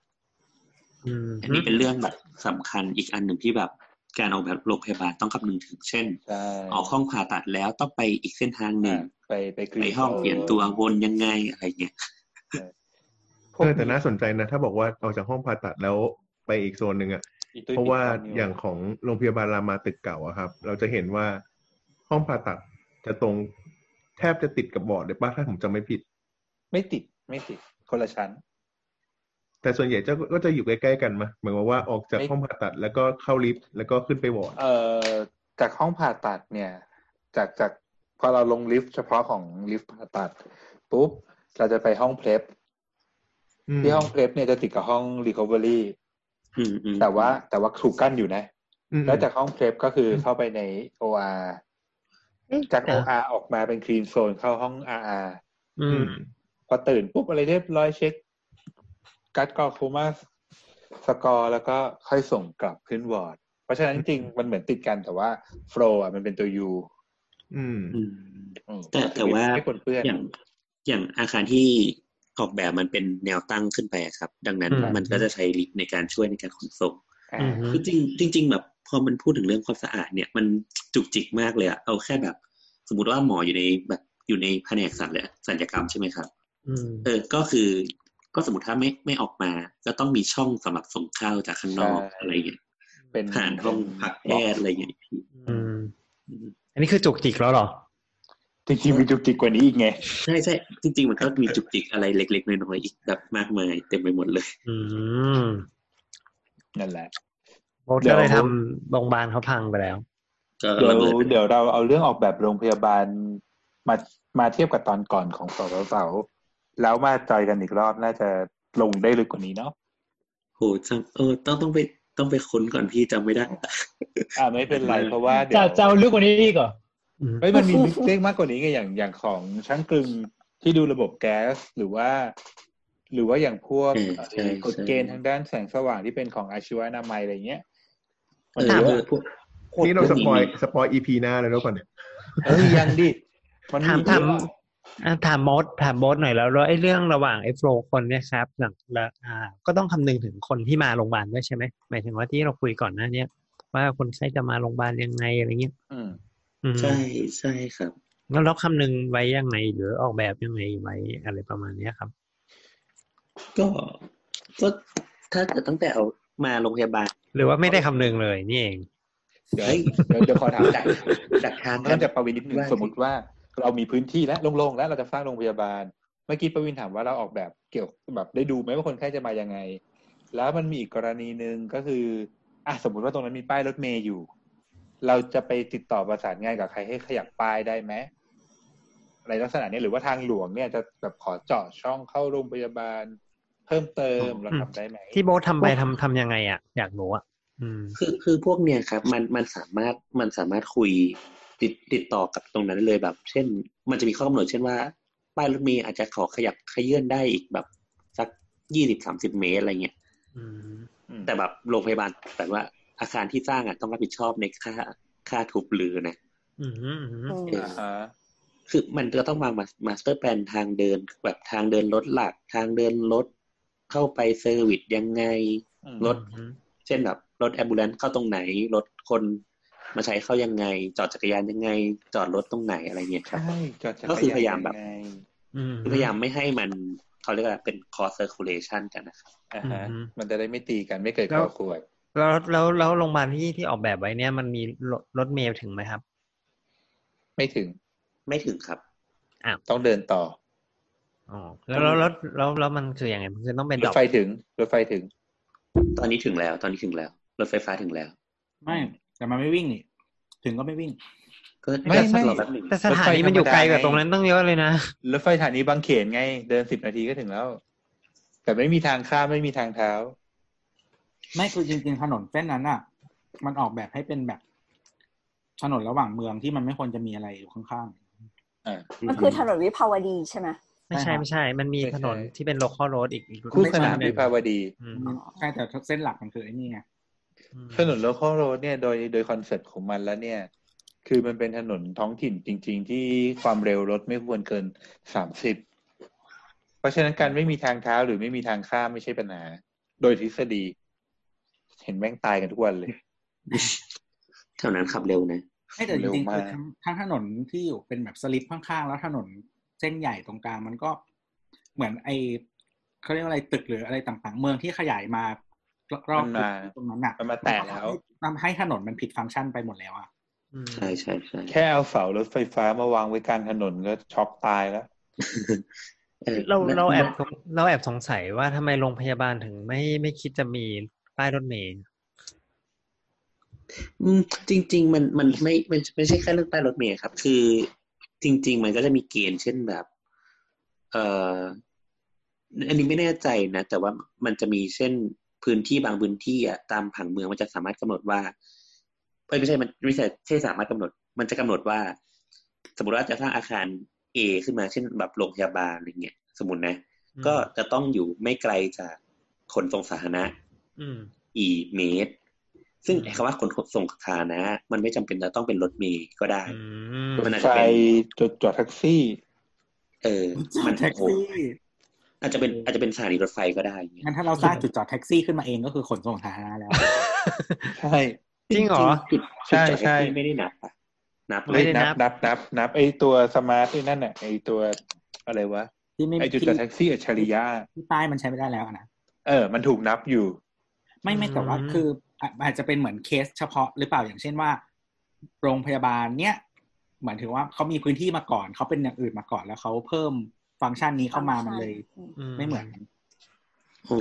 Speaker 3: อืม
Speaker 8: อันนี้เป็นเรื่องแบบสำคัญอีกอันหนึ่งที่แบบการออกแบบโรงพยาบาลต้องคำนึงถึง เช่น
Speaker 4: ใช่
Speaker 8: ออกห้องผ่าตัดแล้วต้องไปอีกเส้นทางหนึ่
Speaker 4: อ่ะ
Speaker 8: ง
Speaker 4: ไปไปกรี
Speaker 8: ไปห้องเปลี่ยนตัววนยังไงอะไรเงี้ย
Speaker 4: พว
Speaker 7: เอก อแต่น่าสนใจนะ ถ้าบอกว่าออกจากห้องผ่าตัดแล้วไปอีกโซนหนึ่งอ่ะ
Speaker 4: อีตุ้ย
Speaker 7: เพราะว่า
Speaker 4: ปิดก่น
Speaker 7: อย่างของโรงพยาบาลรามาตึกเก่าอะครับ เราจะเห็นว่าห้องผ่าตัดจะตรงแทบจะติดกับบอร์ดเลยป่ะถ้าผมจำไม่ผิด
Speaker 4: ไม่ติดไม่ติดคนละชั้น
Speaker 7: แต่ส่วนใหญ่จะก็จะอยู่ใกล้ๆกันมาหมายความว่าออกจาก
Speaker 4: ไม่
Speaker 7: ห้องผ่าตัดแล้วก็เข้าลิฟต์แล้วก็ขึ้นไปวอร์ด
Speaker 4: เอ่อจากห้องผ่าตัดเนี่ย จากจากพอเราลงลิฟต์เฉพาะของลิฟต์ผ่าตัดปุ๊บเราจะไปห้องเพลฟ
Speaker 7: ม
Speaker 4: ที่ห้องเพลฟเนี่ยจะติดกับห้องรีคอเวอรี่
Speaker 8: อืมอืม
Speaker 4: แต่ว่าแต่ว่าถูกกั้นอยู่นะ
Speaker 7: อืม
Speaker 4: แล้วจากห้องเพลฟก็คือเข้าไปใน OR จาก
Speaker 3: แต่
Speaker 4: OR ออกมาเป็นคลีนโซนเข้าห้อง RR
Speaker 3: อื
Speaker 7: อื
Speaker 3: ม
Speaker 7: ม
Speaker 4: พอตื่นปุ๊บอะไรเรียบร้อยเช็คการ์ดกรองโคม่าสกอร์แล้วก็ค่อยส่งกลับขึ้นวอร์ด เพราะฉะนั้นจริงๆมันเหมือนติดกันแต่ว่าโฟลอ่ะมันเป็นตัว U
Speaker 7: อืม
Speaker 8: อืม
Speaker 4: อืม
Speaker 8: แต่แต่ว่า
Speaker 4: ไม่ปนเปื้อน
Speaker 8: อย่างอย่างอาคารที่ออกแบบมันเป็นแนวตั้งขึ้นไปอะครับ ดังนั้น
Speaker 4: อืม
Speaker 8: มันก็จะใช้ลิฟต์ในการช่วยในการขนส่ง
Speaker 4: อ่า
Speaker 3: อืม
Speaker 8: คือจริงจริงจริงแบบพอมันพูดถึงเรื่องความสะอาดเนี่ยมันจุกจิกมากเลยอะเอาแค่แบบ สมมติว่าหมออยู่ในแบบอยู่ในแผนกศัลยศัลยกรรมใช่ไหมครับ
Speaker 3: อืม
Speaker 8: เออก็คือก็สมมติถ้าไม่ไม่ออกมา ก็ต้องมีช่องสำหรับส่งเข้าวจากข้างนอก
Speaker 4: ใช่
Speaker 8: อะไรเงี้ย
Speaker 4: เป็น
Speaker 8: ผ่านห้องพักแพทย์อะไรเงี้ย
Speaker 3: อืมอันนี้คือจุกจิกแล้วเหรอ
Speaker 4: จริงๆมีจุกจิกกว่านี้อีกไง
Speaker 8: ใช่ใช่จริง ๆ มันก็มีจุกจิกอะไรเล็ก ๆน้อยๆอีกแบบมากมายเต็มไปหมดเลย
Speaker 3: อืม
Speaker 4: นั่นแหละ
Speaker 3: โบทก็เลยทำโรงพยาบาลเขาพังไปแล้ว
Speaker 8: ก็
Speaker 4: เดี๋ย
Speaker 8: ระ
Speaker 4: ว
Speaker 8: เบิด
Speaker 4: เดี๋ยวเราเอาเรื่องออกแบบโรงพยาบาลมามาเทียบกับตอนก่อนของสาวสาวๆแล้วมาจอยกันอีกรอบน่าจะลงได้ลึกกว่านี้เนาะ
Speaker 8: โหจำเออต้องต้องไปต้องไปค้นก่อนพี่จำไม่ได้
Speaker 4: อ่าไม่เป็นไรเพราะว่าเดี๋ย
Speaker 1: จะ
Speaker 4: ว
Speaker 1: จะเอาลึกกว่านี้อีกเหรอ
Speaker 3: อืม
Speaker 4: เฮ้ยมันมีลึกเรื่องมากกว่านี้ไงอย่างอย่างของช่างกลึงที่ดูระบบแก๊สหรือว่า หรือว่าอย่างพวก
Speaker 8: เออใช่ใช่
Speaker 4: กฎเกณฑ์ทางด้านแสงสว่างที่เป็นของอาชีวนามัยอะไร เงี้ย
Speaker 8: เออเออพวก
Speaker 7: นี่เราสปอยสปอยอีพีหน้าเลยแล้วก่อนเนี่ย
Speaker 4: เอ้ยยังดิมัน
Speaker 3: ถาม
Speaker 4: เย
Speaker 3: ถาม
Speaker 4: อะ
Speaker 3: อ่ะถามโมดถามโมดหน่อยแล้วแล้วไอ้เรื่องระหว่างไอ้โฟลคนเนี่ยครับหลังละอ่า ก็ต้องคำนึงถึงคนที่มาโรงพยาบาลด้วยใช่ไหมหมายถึงว่าที่เราคุยก่อนหน้าเนี้ยว่าคนไข้จะมาโรงพยาบาลยังไงอะไรเงี้ย
Speaker 4: อืม
Speaker 3: อืม
Speaker 8: ใช่ใช่ครับ
Speaker 3: แล้วเราคำนึงไว้ยังไงหรือออกแบบยังไงไว้อะไรประมาณเนี้ยครับ
Speaker 8: ก็ก็ถ้าเกิดตั้งแต่เอามาโรงพยาบาล
Speaker 3: หรือว่าไม่ได้คำนึงเลยนี่เอง
Speaker 4: เดี๋ยวเดี๋ยวเดี๋ยวขอถาม
Speaker 8: ดักดักทาง
Speaker 4: เริ่มจากประวินนิดนึง
Speaker 8: ว่า
Speaker 4: สมมติว่าเรามีพื้นที่และโล่งๆ แล้วเราจะสร้างโรงพยาบาล เมื่อกี้ประวินถามว่าเราออกแบบเกี่ยวแบบได้ดูไหมว่าคนไข้จะมายังไง แล้วมันมีอีกกรณีหนึ่งก็คืออ่ะสมมุติว่าตรงนั้นมีป้ายรถเมย์อยู่ เราจะไปติดต่อประสานงานกับใครให้ขยับป้ายได้ไหมอะไรลักษณะเนี้ยหรือว่าทางหลวงเนี่ยจะแบบขอเจาะช่องเข้าโรงพยาบาล เพิ่มเติมเราทำได้ไหม
Speaker 3: ที่โบททำไปทำทำยังไงอ่ะอยากรู้อ่ะอืม
Speaker 8: คือคือพวกเนี่ยครับ มันมันสามารถมันสามารถคุยติดติดต่อกับตรงนั้นได้เลยแบบ เช่น มันจะมีข้อกำหนดเช่นว่าป้ายรถเมล์อาจจะขอขยับขยื่นได้อีกแบบสักยี่สิบสามสิบเมตรอะไรเงี้ย
Speaker 3: อืม
Speaker 4: อืม
Speaker 8: แต่แบบโรงพยาบาลแต่ว่าอาคารที่สร้างอ่ะต้องรับผิดชอบในค่าค่าทุบลือนะ
Speaker 3: อืมอืม
Speaker 2: อืม
Speaker 8: เออ
Speaker 4: อ่าฮะ
Speaker 8: คือมันจะต้องวางมาสเตอร์แ a นทางเดินแบบทางเดินรถหลัก ทางเดินรถเข้าไปเซอร์วิสยังไง รถ เช่นแบบรถแอมบูเลนเข้าตรงไหน รถคนมาใช้เข้ายังไง จอดจักรยานยังไง จอดรถตรงไหนอะไรเงี้ยครับ
Speaker 4: ใช่จอดจัก
Speaker 8: ก็
Speaker 4: ร
Speaker 8: คือพยายาย
Speaker 4: าม น
Speaker 8: แบบ
Speaker 4: ยังไง
Speaker 3: อืม
Speaker 8: พยายามไม่ให้มันเขาเรียกว่าเป็น cross circulation กันนะครับ
Speaker 4: อ่าฮะ
Speaker 3: อืม
Speaker 4: มันจะได้ไม่ตีกันไม่เกิดข้อขวด
Speaker 3: แล้วแล้วแล้วโรงพยาบาลที่ที่ออกแบบไว้เนี่ยมันมีรถรถเมล์ถึงไหมครับ
Speaker 4: ไม่ถึง
Speaker 8: ไม่ถึงครับ
Speaker 4: ต้องเดินต่อ
Speaker 3: อ๋อแล้วแล้วรถแล้วแล้วมันคืออย่างไงมันคือต้องเป็น
Speaker 4: ร
Speaker 3: ด
Speaker 4: ถ
Speaker 3: อก
Speaker 4: ไฟถึงรถไฟถึง
Speaker 8: ตอนนี้ถึงแล้ว ตอนนี้ถึงแล้ว รถไฟฟ้าถึงแล้ว
Speaker 6: ไม่แต่มันไม่วิ่งนี่ถึงก็ไม่วิ่ง
Speaker 8: ก็
Speaker 4: ไม่
Speaker 8: ก็สัก
Speaker 4: ไม่
Speaker 8: รอแป๊บหนึ่ง
Speaker 3: แต่สถานีมันอยู่ไกลกว่าตรงนั้นต้องเยอะเลยนะ
Speaker 4: รถไฟสถานีบางเขนไง เดินสิบนาทีก็ถึงแล้ว แต่ไม่มีทางข้ามไม่มีทางเท้า
Speaker 6: ไม่คือจริงๆถนนเส้นนั้นอ่ะ มันออกแบบให้เป็นแบบ ถนนระหว่างเมืองที่มันไม่ควรจะมีอะไรอยู่ข้าง
Speaker 4: อ่า
Speaker 6: ๆ
Speaker 2: มันคือถนนวิภาวดีใช่ไหม
Speaker 3: ไม่ใช่
Speaker 6: ใช่ครับ
Speaker 3: ไม่ใช่ มันมี
Speaker 4: ไม่ใช่
Speaker 3: ถนนที่เป็น local road อีกอีก
Speaker 4: คู่สนาม
Speaker 3: ห
Speaker 4: วิ
Speaker 3: นึ่ง
Speaker 4: ภาวดี
Speaker 3: อืม
Speaker 6: ใช่แต่เส้นหลักมันคือไอ้นี่ไง
Speaker 3: อืม
Speaker 4: ถนนโลคอลโรดเนี่ยโดยโดยคอนเซ็ปต์ของมันแล้วเนี่ย คือมันเป็นถนนท้องถิ่นจริง ๆ ที่ความเร็วรถไม่ควรเกินสามสิบเพราะฉะนั้นการไม่มีทางเท้าหรือไม่มีทางข้ามไม่ใช่ปัญหา โดยทฤษฎี เห็นแม่งตายกันทุกวันเลย
Speaker 8: แถวนั้นขับเร็วนะ
Speaker 6: ไม่แต่จริงๆ
Speaker 4: เร็วมาก
Speaker 6: คือทั้งทั้งถนนที่อยู่เป็นแบบสลิปข้างๆ แล้วถนนเส้นใหญ่ตรงกลางมันก็เหมือนไอเขาเรียกว่าอะไรตึกหรืออะไรต่างๆ เมืองที่ขยายมารอบ
Speaker 4: มัน
Speaker 6: ๆ
Speaker 4: มา
Speaker 6: ตรงนั้นอ่ะ
Speaker 4: มันมาแตกแล้ว
Speaker 6: ทำให้ถนนมันผิดฟังก์ชันไปหมดแล้วอ่ะ
Speaker 3: อืม
Speaker 8: ใช่ใช่ใช่
Speaker 4: แค่เอาเสารถไฟฟ้ามาวางไว้กลางถนนก็ช็อกตายแล้ว
Speaker 8: ออ
Speaker 3: เรา
Speaker 8: นั่น
Speaker 3: เราแอบสงเราแอบสงสัยว่าทำไมโรงพยาบาลถึงไม่ไม่คิดจะมีป้ายรถเมล์
Speaker 8: อืมจริง ๆ มันมันไม่มันไม่ใช่แค่เรื่องใต้รถเมล์ครับ คือ จริง ๆ มันก็จะมีเกณฑ์เช่นแบบ เอ่ออันนี้ไม่แน่ใจนะ แต่ว่ามันจะมีเช่นพื้นที่บางพื้นที่อ่ะตามผังเมืองมันจะสามารถกำหนดว่าเอ้ยไม่ใช่มันไม่ใช่ใช่สามารถกำหนด มันจะกำหนดว่า สมมติว่าจะสร้างอาคาร A ขึ้นมาเช่นแบบโรงพยาบาลอะไรเงี้ยสมมตินะ
Speaker 3: อืม
Speaker 8: ก็จะต้องอยู่ไม่ไกลจากขนส่งสาธารณะ
Speaker 3: อืม
Speaker 8: กี่เมตร ซึ่ง
Speaker 3: อืม
Speaker 8: ไอ้คำว่าขนส่งสาธารณะมันไม่จำเป็นจะต้องเป็นรถเมล์ก็ได้
Speaker 3: อืม
Speaker 8: มันอาจ
Speaker 4: ไฟ
Speaker 8: จะเป็น
Speaker 4: จดจอดแท็กซี่
Speaker 8: เออ มัน
Speaker 6: แท็ก
Speaker 8: โอ้โห
Speaker 6: ซี่
Speaker 8: อาจจะเป็นอาจจะเป็นสถานีรถไฟก็ได้เงี้ย
Speaker 6: งั้นถ้าเราสร้างจุดจอดแท็กซี่ขึ้นมาเองก็คือขนส่งสาธารณะแล้ว
Speaker 4: ใช่
Speaker 3: จริงเหรอ
Speaker 8: จุด
Speaker 4: ใช่
Speaker 8: จุดจอด
Speaker 4: ใช่
Speaker 8: แท็กซี่ไม่ได้นับอะนับไหม
Speaker 4: ไม่
Speaker 3: ได้
Speaker 4: ได้
Speaker 3: นั
Speaker 4: นั
Speaker 3: บ
Speaker 4: บนับนับนับไอตัวสมาร์ทไอ้นั่นน่ะไอตัวอะไรวะ
Speaker 6: ที่ไม่
Speaker 4: ไอจุด
Speaker 6: ที่
Speaker 4: จอดแท็กซี่อัจฉริยะ
Speaker 6: ที่ใต้มันใช้ไม่ได้แล้วอะนะ
Speaker 4: เออ มันถูกนับอยู่
Speaker 6: ไม่ไม่แต่ว่า
Speaker 3: อืม
Speaker 6: คืออ่ะอาจจะเป็นเหมือนเคสเฉพาะหรือเปล่าอย่างเช่นว่า โรงพยาบาลเนี้ยเหมือนถือว่าเขามีพื้นที่มาก่อนเขาเป็นอย่างอื่นมาก่อนแล้วเขาเพิ่มฟังก์ชันนี้เข้ามามันเลย
Speaker 2: อืม
Speaker 6: ไม่เหมือน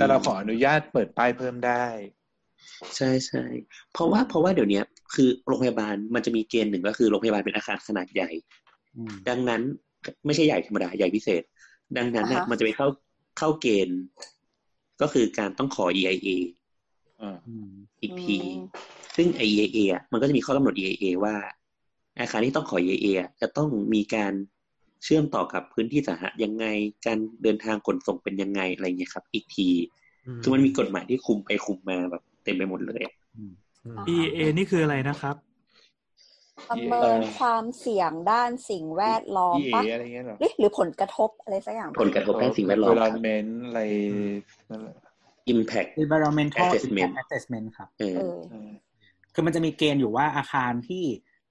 Speaker 4: แต่เราขออนุญาตเปิดป้ายเพิ่มได้
Speaker 8: ใช่ใช่เพราะว่าเพราะว่าเดี๋ยวเนี้ย คือโรงพยาบาลมันจะมีเกณฑ์หนึ่งก็คือโรงพยาบาลเป็นอาคารขนาดใหญ่
Speaker 6: อืม
Speaker 8: ดังนั้นไม่ใช่ใหญ่ธรรมดาใหญ่พิเศษ ดังนั้นเนี่ยมันจะไปเข้าเข้าเกณฑ์ ก็คือการต้องขอ EIA
Speaker 4: อ่า
Speaker 6: อืม
Speaker 8: อีกที ซึ่ง EIA อ่ะมันก็จะมีข้อกำหนด EIA ว่า อาคารที่ต้องขอ EIA อ่ะจะต้องมีการเชื่อมต่อกับพื้นที่สาธารณะยังไง การเดินทางขนส่งเป็นยังไงอะไรเงี้ยครับ อีกที คือมันมีกฎหมายที่คุมไปคุมมาแบบเต็มไปหมดเลยอะ
Speaker 6: อืม
Speaker 3: อืม
Speaker 5: EA นี่คืออะไรนะครับ
Speaker 2: ประเมินความเสี่ยงด้านสิ่งแวดล้อม
Speaker 4: พี่เอ
Speaker 2: ปะ
Speaker 4: อะไรเงี้ยเหรอ
Speaker 2: หรือหรือผลกระทบอะไรสักอย่าง
Speaker 8: ผลกระทบด้านสิ่งแวดล้อมครับ
Speaker 4: เมนอะไรนั่นแหละ
Speaker 8: impact
Speaker 6: environmental
Speaker 8: Assessment
Speaker 6: impact assessment ครับ
Speaker 8: เออ
Speaker 2: เออ
Speaker 6: คือมันจะมีเกณฑ์อยู่ว่าอาคารที่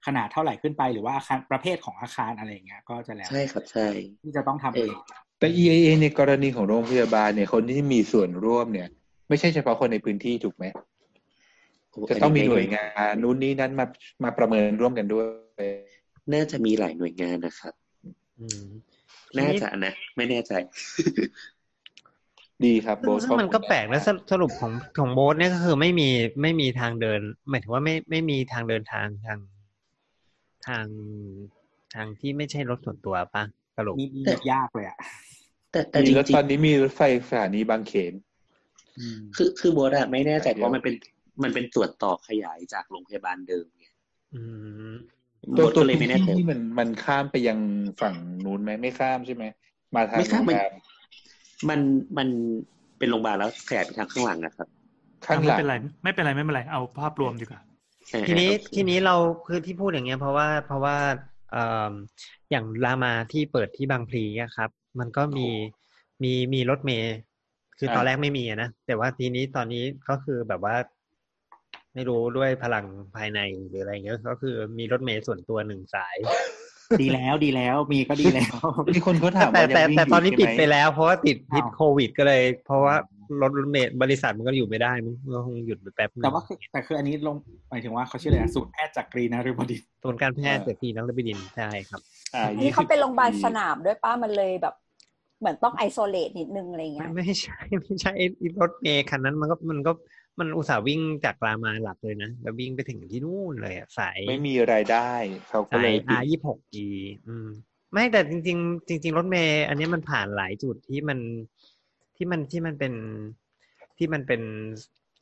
Speaker 6: ขนาดเท่าไหร่ขึ้นไป หรือว่าอาคารประเภทของอาคารอะไรอย่างเงี้ย ก็จะแล้ว
Speaker 8: ใช่ครับใช่
Speaker 6: ที่จะต้องทำเอง
Speaker 4: แต่ EIA ในกรณีของโรงพยาบาลเนี่ย คนที่มีส่วนร่วมเนี่ย ไม่ใช่เฉพาะคนในพื้นที่ถูกไหม
Speaker 8: โโ
Speaker 4: จะต้องมีหน่วย
Speaker 8: ไม่
Speaker 4: งานนู้นนี้นั้นมามาประเมินร่วมกันด้วย
Speaker 8: น่าจะมีหลายหน่วยงานนะครับ
Speaker 3: อืม
Speaker 8: น่าจะนะ ไม่แน่ใจ
Speaker 4: ดีครับโบ
Speaker 3: ซึ่
Speaker 4: ส
Speaker 3: งซึ่งมันก็แปลกนะสรุปสรุปของของโบสเนี่ยก็คือไม่มีไม่มีทางเดิน หมายถึงว่าไม่ไม่มีทางเดินทางทางทางทางที่ไม่ใช่รถส่วนตัวป่ะสรุป
Speaker 6: มีมี
Speaker 8: แต่
Speaker 6: ยากเลยอ่ะ
Speaker 8: แต่แต่จ
Speaker 4: มี
Speaker 8: ริง
Speaker 4: รถตอนนี้มีรถไฟสถานีบางเขน
Speaker 6: อืม
Speaker 8: ๆคือคือโบสอะไม่แน่ใจเพราะมันเป็นมันเป็นส่วนต่อขยายจากโรงพยาบาลเดิมไง
Speaker 3: อืม
Speaker 8: โบ
Speaker 4: ตัว
Speaker 8: ส
Speaker 4: ตัว
Speaker 8: ก็เลย
Speaker 4: พื้
Speaker 8: ไม่
Speaker 4: น
Speaker 8: แน่
Speaker 4: ที่
Speaker 8: ใจ
Speaker 4: นี่มันมันข้ามไปยังฝั่งนู้นไหมไม่ข้ามใช่ไหมมาทาง
Speaker 8: ไม่ข้ามมัน
Speaker 4: โรงแร
Speaker 8: มันมันเป็นโรงพยาบาลแล้วแขกทางข้างหลังนะครับ
Speaker 4: ข้างห
Speaker 5: ไม่
Speaker 4: ลัง
Speaker 5: เป็นไรไม่เป็นไรไม่เป็นไรเอาภาพรวมดีกว่า
Speaker 8: เออ
Speaker 3: ทีนี้
Speaker 8: โอเค
Speaker 3: ทีนี้เราคือที่พูดอย่างเงี้ยเพราะว่าเพราะว่า เอ่ออย่างรามาที่เปิดที่บางพลีอะครับ มันก็มีมีมีรถเมย์คือ
Speaker 4: ครับ
Speaker 3: ตอนแรกไม่มีอะนะแต่ว่าทีนี้ตอนนี้ก็คือแบบว่า ไม่รู้ด้วยพลังภายในหรืออะไรเงี้ยก็คือมีรถเมย์ส่วนตัวหนึ่งสาย
Speaker 6: ดีแล้วดีแล้วมีก็ดีแล้ว
Speaker 4: มีคนเขาถาม
Speaker 3: แต่
Speaker 4: ว่ายังวิ่ง
Speaker 3: แต่แต่ตอนนี้
Speaker 4: ยู่
Speaker 3: ปิด
Speaker 4: ใช่หม
Speaker 3: ไปแล้ว เพราะว่าติดพิษโควิดก็เลย เพราะว่ารถรถเมล์บริษัทมันก็อยู่ไม่ได้มันก็คงหยุดไปแป๊บนึง
Speaker 6: แต่ว่าคือแต่คืออันนี้ลงหมายถึงว่าเขาชื่ออะไรนะสูตรแพทย์จากกรีนารุบดินทร์
Speaker 3: ส่วนย์การแพทย์เสรีนักเรบิดินใช่ครับ
Speaker 4: อ่า
Speaker 2: อัน
Speaker 4: ยี่
Speaker 2: นี้
Speaker 4: สิ
Speaker 2: เขาเป็นโรงพยาบาลสนามด้วยป้ามันเลยแบบ เหมือนต้องไอโซเลตนิดนึงอะไรเงี้ย
Speaker 3: ไม่ใช่ ไม่ใช่ไอ้ไอ้รถเมล์คันนั้นมันก็มันก็มันอุตส่าห์วิ่งจากรามาหลักเลยนะแล้ววิ่งไปถึงที่นู่นเลยอะสาย
Speaker 4: ไม่มีรายได้เขาก็
Speaker 3: สา
Speaker 4: เลย ยปิด
Speaker 3: R ยี่หกดีอืม ไม่แต่จริง ๆ จริง ๆ รถเมล์อันเนี้ยมันผ่านหลายจุดที่มันที่มันที่มันเป็นที่มันเป็น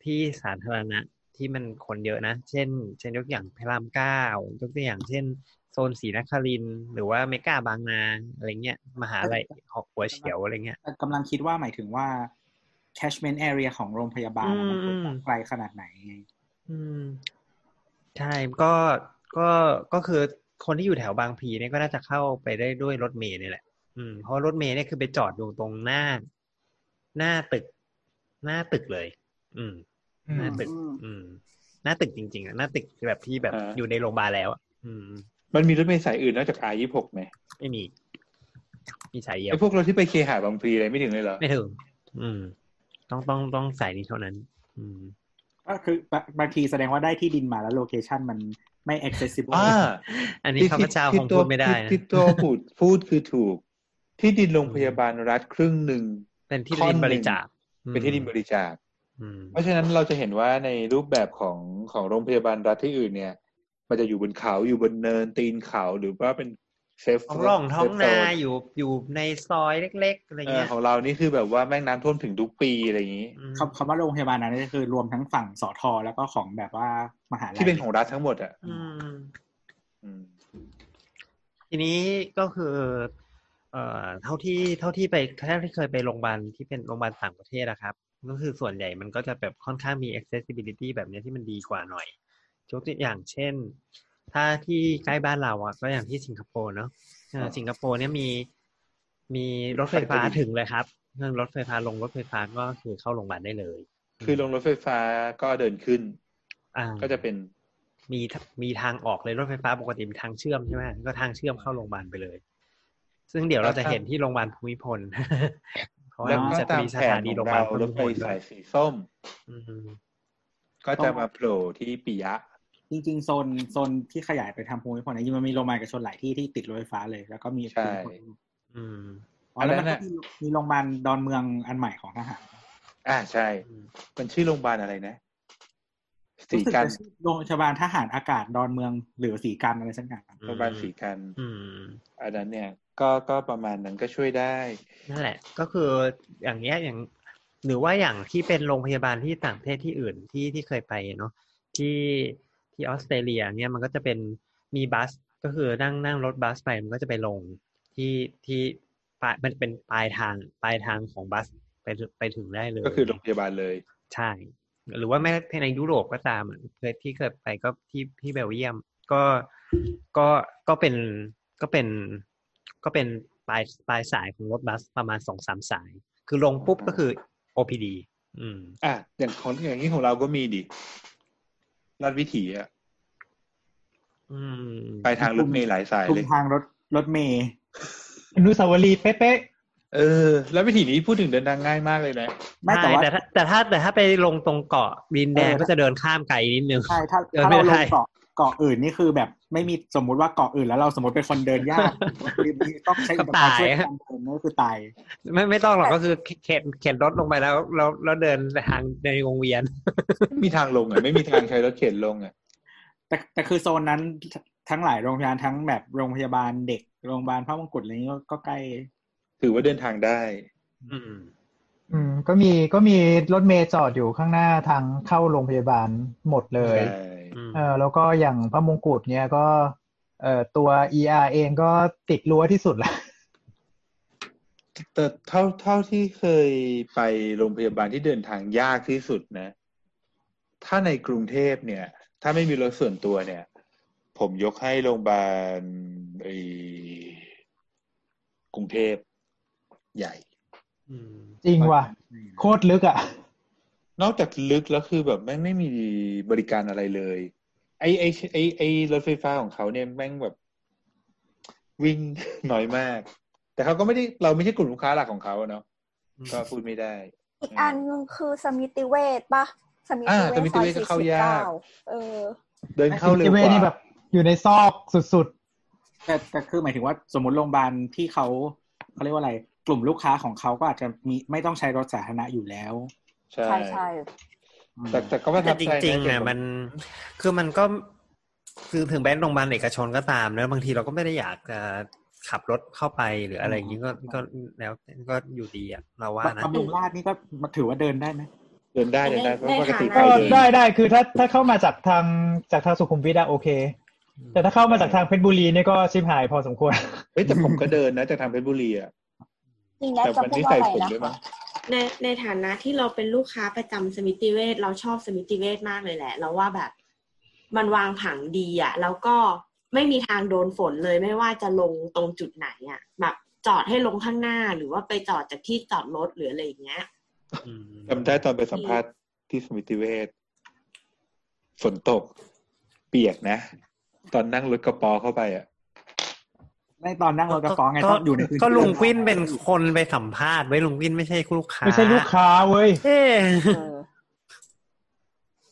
Speaker 3: ที่สาธารณะที่มันคนเยอะนะ เช่น เช่นยกอย่างพระรามเก้ายกตัวอย่างเช่น โซนศรีนครินทร์หรือว่าเมกาบางนาอะไรเงี้ยมหาลัยหอหัวเฉียวอะไรเงี้ย
Speaker 6: แต่กำลังคิดว่าหมายถึงว่า catchment area ของโรงพยาบาลอะมัน
Speaker 3: อืม
Speaker 6: ไกลขนาดไหนไง
Speaker 3: อืมใช่ก็ก็ก็คือคนที่อยู่แถวบางพลีเนี่ยก็น่าจะเข้าไปได้ด้วยรถเมล์เนี่ยแหละ อืมเพราะรถเมล์เนี่ยคือไปจอดอยู่ตรงหน้า หน้าตึก หน้าตึกเลย อืม หน้าตึก อืม หน้าตึกจริงๆอ่ะหน้าตึกแบบที่แบบ
Speaker 4: อ่า
Speaker 3: อยู่ในโรงพยาบาลแล้วอะอืม
Speaker 4: มันมีรถเมล์สายอื่นนอกจาก R ยี่หกไหม
Speaker 3: ไม่มี มีสายเดียว
Speaker 4: ไอ้พวกเราที่ไปเคหะบางพลีอะไรไม่ถึงเลยเหรอ
Speaker 3: ไม่ถึงอืม ต้องต้องต้องสายนี้เท่านั้น อืม
Speaker 6: ก็คือบางบางทีแสดงว่าได้ที่ดินมาแล้วโลเคชันมันไม่ accessible
Speaker 4: อ่า
Speaker 3: อันนี้ข้าพเจ้าคงพูดไม่ได้
Speaker 4: ที่
Speaker 3: นะ
Speaker 4: ที่ตัวพูดพูดคือถูก ที่ดินโรงพยาบาลรัฐครึ่งหนึ่ง
Speaker 3: เป็นที่
Speaker 4: ข้อห
Speaker 3: ดิ
Speaker 4: นึ่
Speaker 3: น
Speaker 4: ง
Speaker 3: บริจาค
Speaker 4: เป็นที่ดินบริจาค
Speaker 3: อืม
Speaker 4: เพราะฉะนั้นเราจะเห็นว่าในรูปแบบของของโรงพยาบาลรัฐที่อื่นเนี่ย มันจะอยู่บนเขาอยู่บนเนินตีนเขาหรือว่าเป็นเซฟ
Speaker 3: ท้องร่องท้องนา
Speaker 4: อ
Speaker 3: อยู่อยู่ในซอยเล็ก ๆ อะไร
Speaker 4: เออ
Speaker 3: เงี้ย
Speaker 4: ของเรานี่คือแบบว่าแม่งน้ำท่วมถึงทุกปีอะไรอย่างนี้
Speaker 3: อืม
Speaker 6: คำคำว่าโรงพยาบาลนั้นก็คือรวมทั้งฝั่งสอทอแล้วก็ของแบบว่ามหาลัย
Speaker 4: ที่เป็นของรัฐทั้งหมดอ่ะ
Speaker 3: อืม
Speaker 4: อืม
Speaker 3: ทีนี้ก็คือ เอ่อ เท่าที่เท่าที่ไปเท่าที่เคยไปโรงพยาบาลที่เป็นโรงพยาบาลต่างประเทศนะครับ ก็คือส่วนใหญ่มันก็จะแบบค่อนข้างมี accessibility แบบเนี้ยที่มันดีกว่าหน่อยยกตัวอย่างเช่น ถ้าที่ใกล้บ้านเราอ่ะก็อย่างที่สิงคโปร์เนาะเออสิงคโปร์เนี่ยมีมีรถไฟฟ้าถึงเลยครับเรื่องรถไฟฟ้าลงรถไฟฟ้าก็คือเข้าโรงพยาบาลได้เลย
Speaker 4: คือลงรถไฟฟ้าก็เดินขึ้น
Speaker 3: อ่า
Speaker 4: ก็จะเป็น
Speaker 3: มีทะมีทางออกเลยรถไฟฟ้าปกติมีทางเชื่อมใช่ไหมก็ทางเชื่อมเข้าโรงพยาบาลไปเลย ซึ่งเดี๋ยวเราจะเห็นที่โรงพยาบาลภูมิพล เพราะว่า
Speaker 4: แล้ว
Speaker 3: มี
Speaker 4: ก็
Speaker 3: จะ
Speaker 4: ตาม
Speaker 3: มีส
Speaker 4: แผ
Speaker 3: ถาน นี
Speaker 4: ข
Speaker 3: โร
Speaker 4: อง
Speaker 3: งพยาบา
Speaker 4: เรา
Speaker 3: ลภู
Speaker 4: ร
Speaker 3: มิ
Speaker 4: ถ
Speaker 3: พ
Speaker 4: ไฟ
Speaker 3: ลด้ว
Speaker 4: สาย ยสีส้ม
Speaker 3: อืม
Speaker 4: ก็จะมาโผล่ที่ปิยะ
Speaker 6: จริงๆโซนโซนที่ขยายไปทำภูมิพลนะยิ่งมันมีโรงพยาบาลเอกชนหลายที่ที่ติดรถไฟฟ้าเลย แล้วก็มี
Speaker 4: ใช่
Speaker 6: ภูมิพล
Speaker 3: อืม
Speaker 6: อ๋อแล้วมั
Speaker 4: อั
Speaker 6: น
Speaker 4: นนั้น
Speaker 6: ก็
Speaker 4: น่ะ
Speaker 6: มีมีโรงพยาบาลดอนเมืองอันใหม่ของทหาร
Speaker 4: อ่าใช่
Speaker 3: อืม
Speaker 4: มันชื่อโรงพยาบาลอะไรนะสี
Speaker 6: รู้สึก
Speaker 4: กัน
Speaker 6: จะชื่อโรงพยาบาลทหารอากาศดอนเมืองหรือสีกันอะไรสักอย่าง
Speaker 4: โรงพยาบาลสีกัน
Speaker 3: อืม
Speaker 4: อันนั้นเนี่ย ก็ก็ประมาณนั้นก็ช่วยได้
Speaker 3: นั่นแหละก็คืออย่างเงี้ยอย่างหรือว่าอย่างที่เป็นโรงพยาบาลที่ต่างประเทศที่อื่นที่ที่เคยไปเนาะที่ที่ออสเตรเลียเนี่ยมันก็จะเป็นมีบัสก็คือนั่งนั่งรถบัสไปมันก็จะไปลงที่ที่ปลายมันเป็นปลายทางปลายทางของบัสไปถึงไปถึงได้เลย
Speaker 4: ก็คือโรงพยาบาลเลย
Speaker 3: ใช่ หรือว่าแม้แต่ในยุโรปก็ตามอะเคยที่เคยไปก็ที่ที่เบลเยียมก็ก็ก็เป็นก็เป็นก็เป็นปลายปลายสายของรถบัสประมาณสองสามสาย คือลงปุ๊บก็คือ OPD อืม
Speaker 4: อ่ะอย่างของอย่างนี้ของเราก็มีดิรัดวิถีอะ
Speaker 3: อืม
Speaker 4: ไปทางรถเมล์หลายสาย
Speaker 6: ทุ
Speaker 4: เล
Speaker 6: ก
Speaker 4: ย
Speaker 6: ทางรถรถเมย์
Speaker 1: อนุสาวรีย์เป๊ะ
Speaker 4: เออรัดวิถีนี้พูดถึงเดินทางง่ายมากเลยนะ
Speaker 6: ไม่แต่
Speaker 3: ใช่
Speaker 6: ว่า
Speaker 3: แต่ถ้าแต่ถ้าแต่ถ้าไปลงตรงเกาะดินแดง
Speaker 6: เออ
Speaker 3: ก็จะเดินข้ามไกลนิดนึง
Speaker 6: ใช่ถ้า
Speaker 3: เดิน
Speaker 6: ถ้า
Speaker 3: ไม่
Speaker 6: เราล
Speaker 3: ได้
Speaker 6: งเกาะเกาะอื่นนี่คือแบบไม่มีสมมุติว่าเกาะอื่นแล้วเราสมมติเป็นคนเดินยากริมนี้ต้องใช้อุปกรณ์ช่วยกันเดินนั่นก็คือตาย
Speaker 3: ไม่ไม่ต้องหรอกก็คือเข็นเข็นรถลงไปแล้วแล้วแล้วเดินทางในวงเวียน
Speaker 4: ไม่มีทางลงอะไม่มีทางใช้รถเข็นลงอะ
Speaker 6: แต่แต่คือโซนนั้นททั้งหลายโรงพยาบาลทั้งแบบโรงพยาบาลเด็กโรงพยาบาลพระมงกุฎอะไรนี้ก็ก็ใกล้
Speaker 4: ถือว่าเดินทางได้
Speaker 3: อืม
Speaker 1: ๆอืมก็มีก็มีรถเมย์จอดอยู่ข้างหน้าทางเข้าโรงพยาบาลหมดเลย
Speaker 4: ได้
Speaker 3: อืม
Speaker 1: เออแล้วก็อย่างพระมงกุฎเนี่ยก็เอ่อตัว ER เองก็ติดรั้วที่สุดละ
Speaker 4: แต่เท่าเท่าที่เคยไปโรงพยาบาลที่เดินทางยากที่สุดนะ ถ้าในกรุงเทพเนี่ย ถ้าไม่มีรถส่วนตัวเนี่ย ผมยกให้โรงพยาบาล ไอ้กรุงเทพใหญ่
Speaker 3: อืม
Speaker 1: จริงว่ะ โคตรลึกอ่ะ
Speaker 4: นอกจากลึกแล้วคือแบบแม่งไม่มีบริการอะไรเลย ไอ้ไอ้ไอ้ไอ้รถไฟฟ้าของเขาเนี่ยแม่งแบบ วิ่ง น้อยมาก แต่เขาก็ไม่ได้เราไม่ใช่กลุ่มลูกค้าหลักของเขาอะเนาะก็พูดไม่ได้
Speaker 2: อีกอันหนึงคือสมิติเวชปะสมิติเว
Speaker 4: อ่าสมิ
Speaker 2: ช
Speaker 4: ติ
Speaker 2: ซอ
Speaker 4: เวย ชก็
Speaker 2: สี่
Speaker 4: เข้า
Speaker 2: สิบ
Speaker 4: ยา
Speaker 2: เก้าก เออ
Speaker 4: เดินเข้าเร็ว
Speaker 1: จิ
Speaker 4: ก
Speaker 1: เว
Speaker 4: ว่า
Speaker 1: นี่แบบอยู่ในซอกสุด
Speaker 6: แต่แต่คือหมายถึงว่าสมมติโรงพยาบาลที่เขาเขาเรียกว่าอะไร กลุ่มลูกค้าของเขาก็อาจจะมีไม่ต้องใช้รถสาธารณะอยู่แล้ว
Speaker 4: ใช่
Speaker 2: ใช่ใช่
Speaker 6: อืม
Speaker 4: แต่แต่ก็ประทั
Speaker 3: แต่
Speaker 4: บ
Speaker 3: จ
Speaker 4: ใจ
Speaker 3: ริงๆ
Speaker 4: นะ
Speaker 3: อ่ะมันคือมันก็คือถึงแบงโรงพยาบาลเอกชนก็ตามนะบางทีเราก็ไม่ได้อยากจะขับรถเข้าไปหรืออะไรอย่างนี้ก็ก็แล้วก็อยู่ดีอ่ะเราว่านะ
Speaker 6: บำรุงราษฎร์นี่ก็มาถือว่าเดินได้ไหม
Speaker 4: เดินได้เดินได้เพราะปกติ
Speaker 1: ๆ
Speaker 4: ไป
Speaker 1: ก็
Speaker 4: เดิน
Speaker 1: ได้ได้คือถ้าถ้าเข้ามาจากทางจากทางสุขุมวิทอะโอเค แต่ถ้าเข้ามาจากทางเพชรบุรีเนี่ยก็ชิบหายพอสมควร
Speaker 4: เฮ้ยแต่ผมก็เดินนะจากทางเพชรบุรีอ่ะ
Speaker 2: นี่แนท
Speaker 4: แต่
Speaker 2: จะ
Speaker 4: มัน
Speaker 2: พูด
Speaker 4: ที่
Speaker 2: ว่า
Speaker 4: ใส่
Speaker 2: อะไร
Speaker 4: ผม
Speaker 2: นะ
Speaker 4: ด้วย
Speaker 2: คะ
Speaker 4: มั้ง
Speaker 9: ในในฐานะที่เราเป็นลูกค้าประจำสมิติเวชเราชอบสมิติเวชมากเลยแหละ เราว่าแบบมันวางผังดีอะแล้วก็ไม่มีทางโดนฝนเลยไม่ว่าจะลงตรงจุดไหนอะแบบจอดให้ลงข้างหน้าหรือว่าไปจอดจากที่จอดรถหรืออะไรอย่างเงี้ย
Speaker 4: จำได้ตอนไปสัมภาษณ์ที่สมิติเวชฝนตก เปียกนะ ตอนนั่งรถกระปอเข้าไปอ่ะ
Speaker 6: ในตอนนั่งรถกระป๋องไงต้องอยู่ในพื้นที่
Speaker 3: ก็ลุงวินเป็นคนไปสัมภาษณ์ไว้ยลุงวินไม่ใช่ลูกค้า
Speaker 1: ไม่ใช่ลูกค้าเว้ย
Speaker 3: เอ้ย
Speaker 2: เออ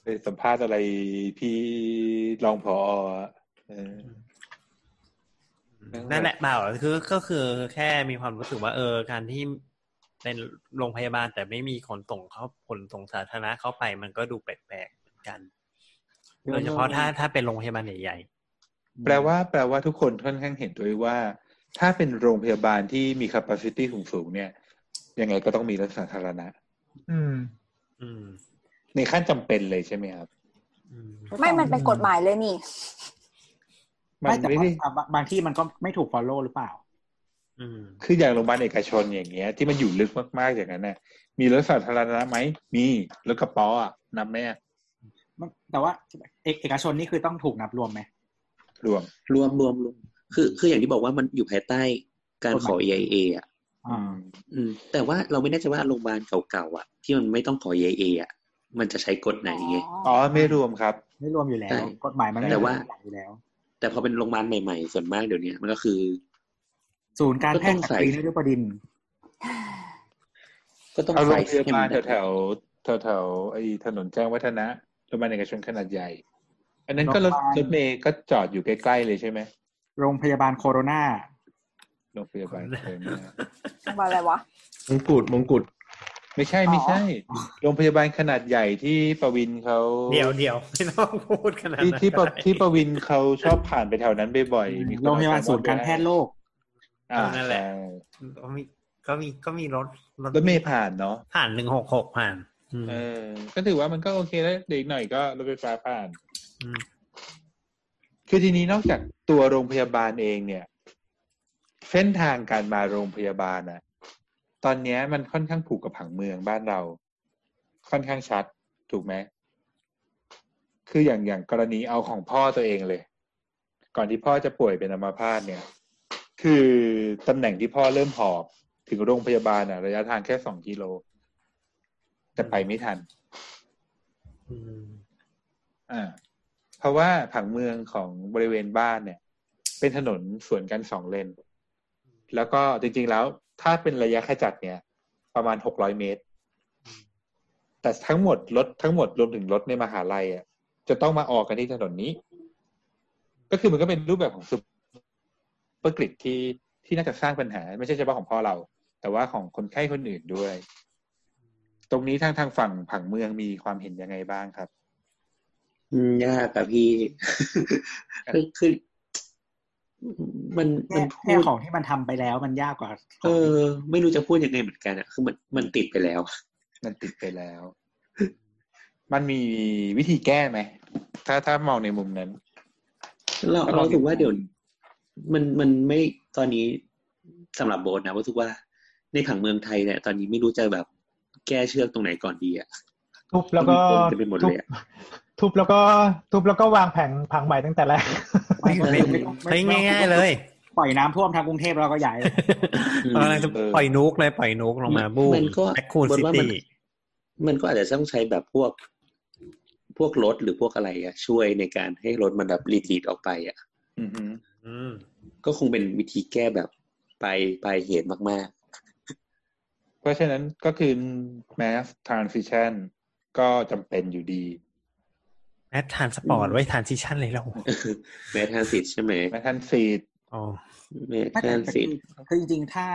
Speaker 4: ไปสัมภาษณ์อะไรพี่รองพอเออ
Speaker 3: นั่นแหละเปล่าคือก็คือแค่มีความรู้สึกว่าเออ การที่เป็นโรงพยาบาลแต่ไม่มีขนส่งเข้าขนส่งสาธารณะเข้าไปมันก็ดูแปลกๆเหมือนกันโดยเฉพาะถ้าถ้าเป็นโรงพยาบาลใหญ่
Speaker 4: แปลว่าแปลว่าทุกคนค่อนข้างเห็นด้วยว่า ถ้าเป็นโรงพยาบาลที่มี capacity สูงสูงๆเนี่ย ยังไงก็ต้องมีรถสาธารณะ
Speaker 1: อืม
Speaker 3: ๆอืม
Speaker 4: ในขั้นจำเป็นเลยใช่ไหมครับ
Speaker 3: อืม
Speaker 2: ไม่มันเป็นกฎหมายเลยนี่
Speaker 4: มัน
Speaker 6: ไม่แต่
Speaker 4: ไม่ได้
Speaker 6: ว่าบางบางที่มันก็ไม่ถูก follow หรือเปล่า
Speaker 3: อืม
Speaker 4: คืออย่างโรงพยาบาลเอกชนอย่างเงี้ย ที่มันอยู่ลึกมากๆอย่างนั้นน่ะมีรถสาธารณะไหมมีรถกระป๋ออ่ะนำแม่
Speaker 6: มันแต่ว่าเอกเอกชนนี่คือต้องถูกนับรวมไหม
Speaker 4: รวม
Speaker 8: รวมรวมรวมคือคืออย่างที่บอกว่ามันอยู่ภายใต้การขอ EIA อ่ะ
Speaker 6: อ่า
Speaker 8: อืม แต่ว่าเราไม่แน่ใจว่าโรงพยาบาลเก่าๆอ่ะ ที่มันไม่ต้องขอ EIA อ่ะ มันจะใช้กฎไหนไง
Speaker 4: อ๋อไม่รวมครับ
Speaker 6: ไม่รวมอยู่แล้
Speaker 8: ใช่
Speaker 6: ว กฎหมายมันไม่
Speaker 8: แต่ว่า
Speaker 6: ได้อยู่แล้ว
Speaker 8: แต่พอเป็นโรงพยาบาลใหม่ๆ ส่วนมากเดี๋ยวนี้มันก็คือ
Speaker 6: ศูนย์การแพท
Speaker 8: ก็ต้อ
Speaker 6: ย์ส
Speaker 8: งใส่
Speaker 6: ตรีนฤบดินทร์
Speaker 8: ก็ต้อง
Speaker 4: เอาโร
Speaker 8: ใส่
Speaker 4: งพยา
Speaker 8: เข้ม
Speaker 4: บาล
Speaker 8: แบบ
Speaker 4: แถวๆแถวๆไอ้ถนนแจ้งวัฒนะโรงพยาบาลเอกชนขนาดใหญ่ อันนั้นก็รถรถเมย์ก็จอดอยู่ใกล้ๆเลยใช่ไหม
Speaker 6: โรงพยาบาลโคโรนา
Speaker 4: โรงพยาบาลเออไม่ได้
Speaker 2: มาอะไรวะ
Speaker 7: มงกุฎมงกุฎ
Speaker 4: ไม่ใช่ไม่ใช่โรงพยาบาลขนาดใหญ่ที่ประวินเขา
Speaker 3: เดี๋ยวเดี๋ยวไม่ต้องพูดขนาด
Speaker 4: ที่
Speaker 3: นั้น
Speaker 4: ที่ประ
Speaker 3: ก็ได้
Speaker 4: ที่ประวินเขาชอบผ่านไปแถวนั้นบ่อยๆมีคน
Speaker 6: โรงพยาบาล
Speaker 4: เอ
Speaker 6: ศูนย์การแพทย์โลก
Speaker 4: อ่า
Speaker 3: นั่นแหละ
Speaker 4: ใช่
Speaker 3: ก็มีก็มีก็มีรถ
Speaker 4: รถเมย์ผ่านเนาะ
Speaker 3: ผ่านหนึ่งหกหกผ่านอืม
Speaker 4: เออ ก็ถือว่ามันก็โอเคแล้วเด็กหน่อยก็รถไฟฟ้าผ่าน
Speaker 3: อืม
Speaker 4: คือทีนี้นอกจากตัวโรงพยาบาลเองเนี่ย เส้นทางการมาโรงพยาบาลนะตอนเนี้ยมันค่อนข้างผูกกับผังเมืองบ้านเรา ค่อนข้างชัด ถูกไหมคืออย่างอย่างกรณีเอาของพ่อตัวเองเลย ก่อนที่พ่อจะป่วยเป็นอัมาพาตเนี่ย คือตำแหน่งที่พ่อเริ่มหอบถึงโรงพยาบาลอ่ะ ระยะทางแค่สองกิโล แต่ไปไม่ทัน
Speaker 3: อืม
Speaker 4: อ่าเพราะว่าผังเมืองของบริเวณบ้านเนี่ย เป็นถนนสวนกันสองเลน แล้วก็จริงๆแล้วถ้าเป็นระยะขจัดเนี่ย ประมาณหกร้อยเมตร แต่ทั้งหมดรถทั้งหมดรวมถึงรถในมหาลัยอ่ะจะต้องมาออกกันที่ถนนนี้ ก็คือมันก็เป็นรูปแบบของซุปเปอร์กริดที่ที่น่าจะสร้างปัญหา ไม่ใช่เฉพาะของพ่อเรา แต่ว่าของคนไข้คนอื่นด้วย ตรงนี้ทางทางฝั่งผังเมืองมีความเห็นยังไงบ้างครับ
Speaker 8: อืมยากอะ พี่ คือคือมัน
Speaker 6: แค่
Speaker 8: มัน
Speaker 6: แค่
Speaker 8: พูด
Speaker 6: ของที่มันทำไปแล้วมันยากกว่าข
Speaker 8: เอ
Speaker 6: องที่
Speaker 8: อ ไม่รู้จะพูดยังไงเหมือนกันอะคือมันมันติดไปแล้ว
Speaker 4: มันติดไปแล้ว มันมีวิธีแก้ไหม ถ้าถ้ามองในมุมนั้น
Speaker 8: เรา
Speaker 4: แล้ว
Speaker 8: เรา
Speaker 4: เรา
Speaker 8: รู้สึกว่า
Speaker 4: เห็น
Speaker 8: เดี๋ยวมันมันไม่ตอนนี้สำหรับโบสนะรู้สึกว่าในผังเมืองไทยเนี่ยตอนนี้ไม่รู้จะแบบแก้เชือกตรงไหนก่อนดีอะ
Speaker 1: ทุบแล้วก็
Speaker 8: มันเต็มไปหมดเลยอะ
Speaker 1: ทุบทุบแล้วก็ทุบแล้วก็วางแผงผังใหม่ตั้งแต่แรก
Speaker 6: ไม่
Speaker 8: ไม่
Speaker 6: ไม่ต้องไม่
Speaker 3: เฮ้ย
Speaker 6: ไม่ต้อง
Speaker 3: ง่าย ๆ เลย
Speaker 6: ปล่อยน้ำท่วมทางกรุงเทพเราก็ย้ายเลย
Speaker 3: กำลังจะปล่อยนุกเลยปล่อยนุกลงมาบูม
Speaker 8: มันก็
Speaker 3: แอคคูน
Speaker 8: บ
Speaker 3: ซิ
Speaker 8: ว่ามัน
Speaker 3: ตี้
Speaker 8: มันก็อาจจะต้องใช้แบบพวก พวกรถหรือพวกอะไรอะช่วยในการให้รถมันแบบรีดรีดออกไปอะ
Speaker 4: อือหือ
Speaker 3: อืม
Speaker 8: ก็คงเป็นวิธีแก้แบบไปลายปลายเหตุมาก
Speaker 4: เพราะฉะนั้นก็คือ mass transition ก็จำเป็นอยู่ดี
Speaker 3: แมททานสปอร์ตไว้ทานซิชั่นเลยแล้ว
Speaker 8: ๆ แมททานสิทใช่ไหม
Speaker 4: แมทันซีด
Speaker 3: อ๋อ
Speaker 8: แมท
Speaker 6: ไม่
Speaker 8: ทาน
Speaker 6: แต่
Speaker 8: สิท
Speaker 6: คือจริงๆ ถ้า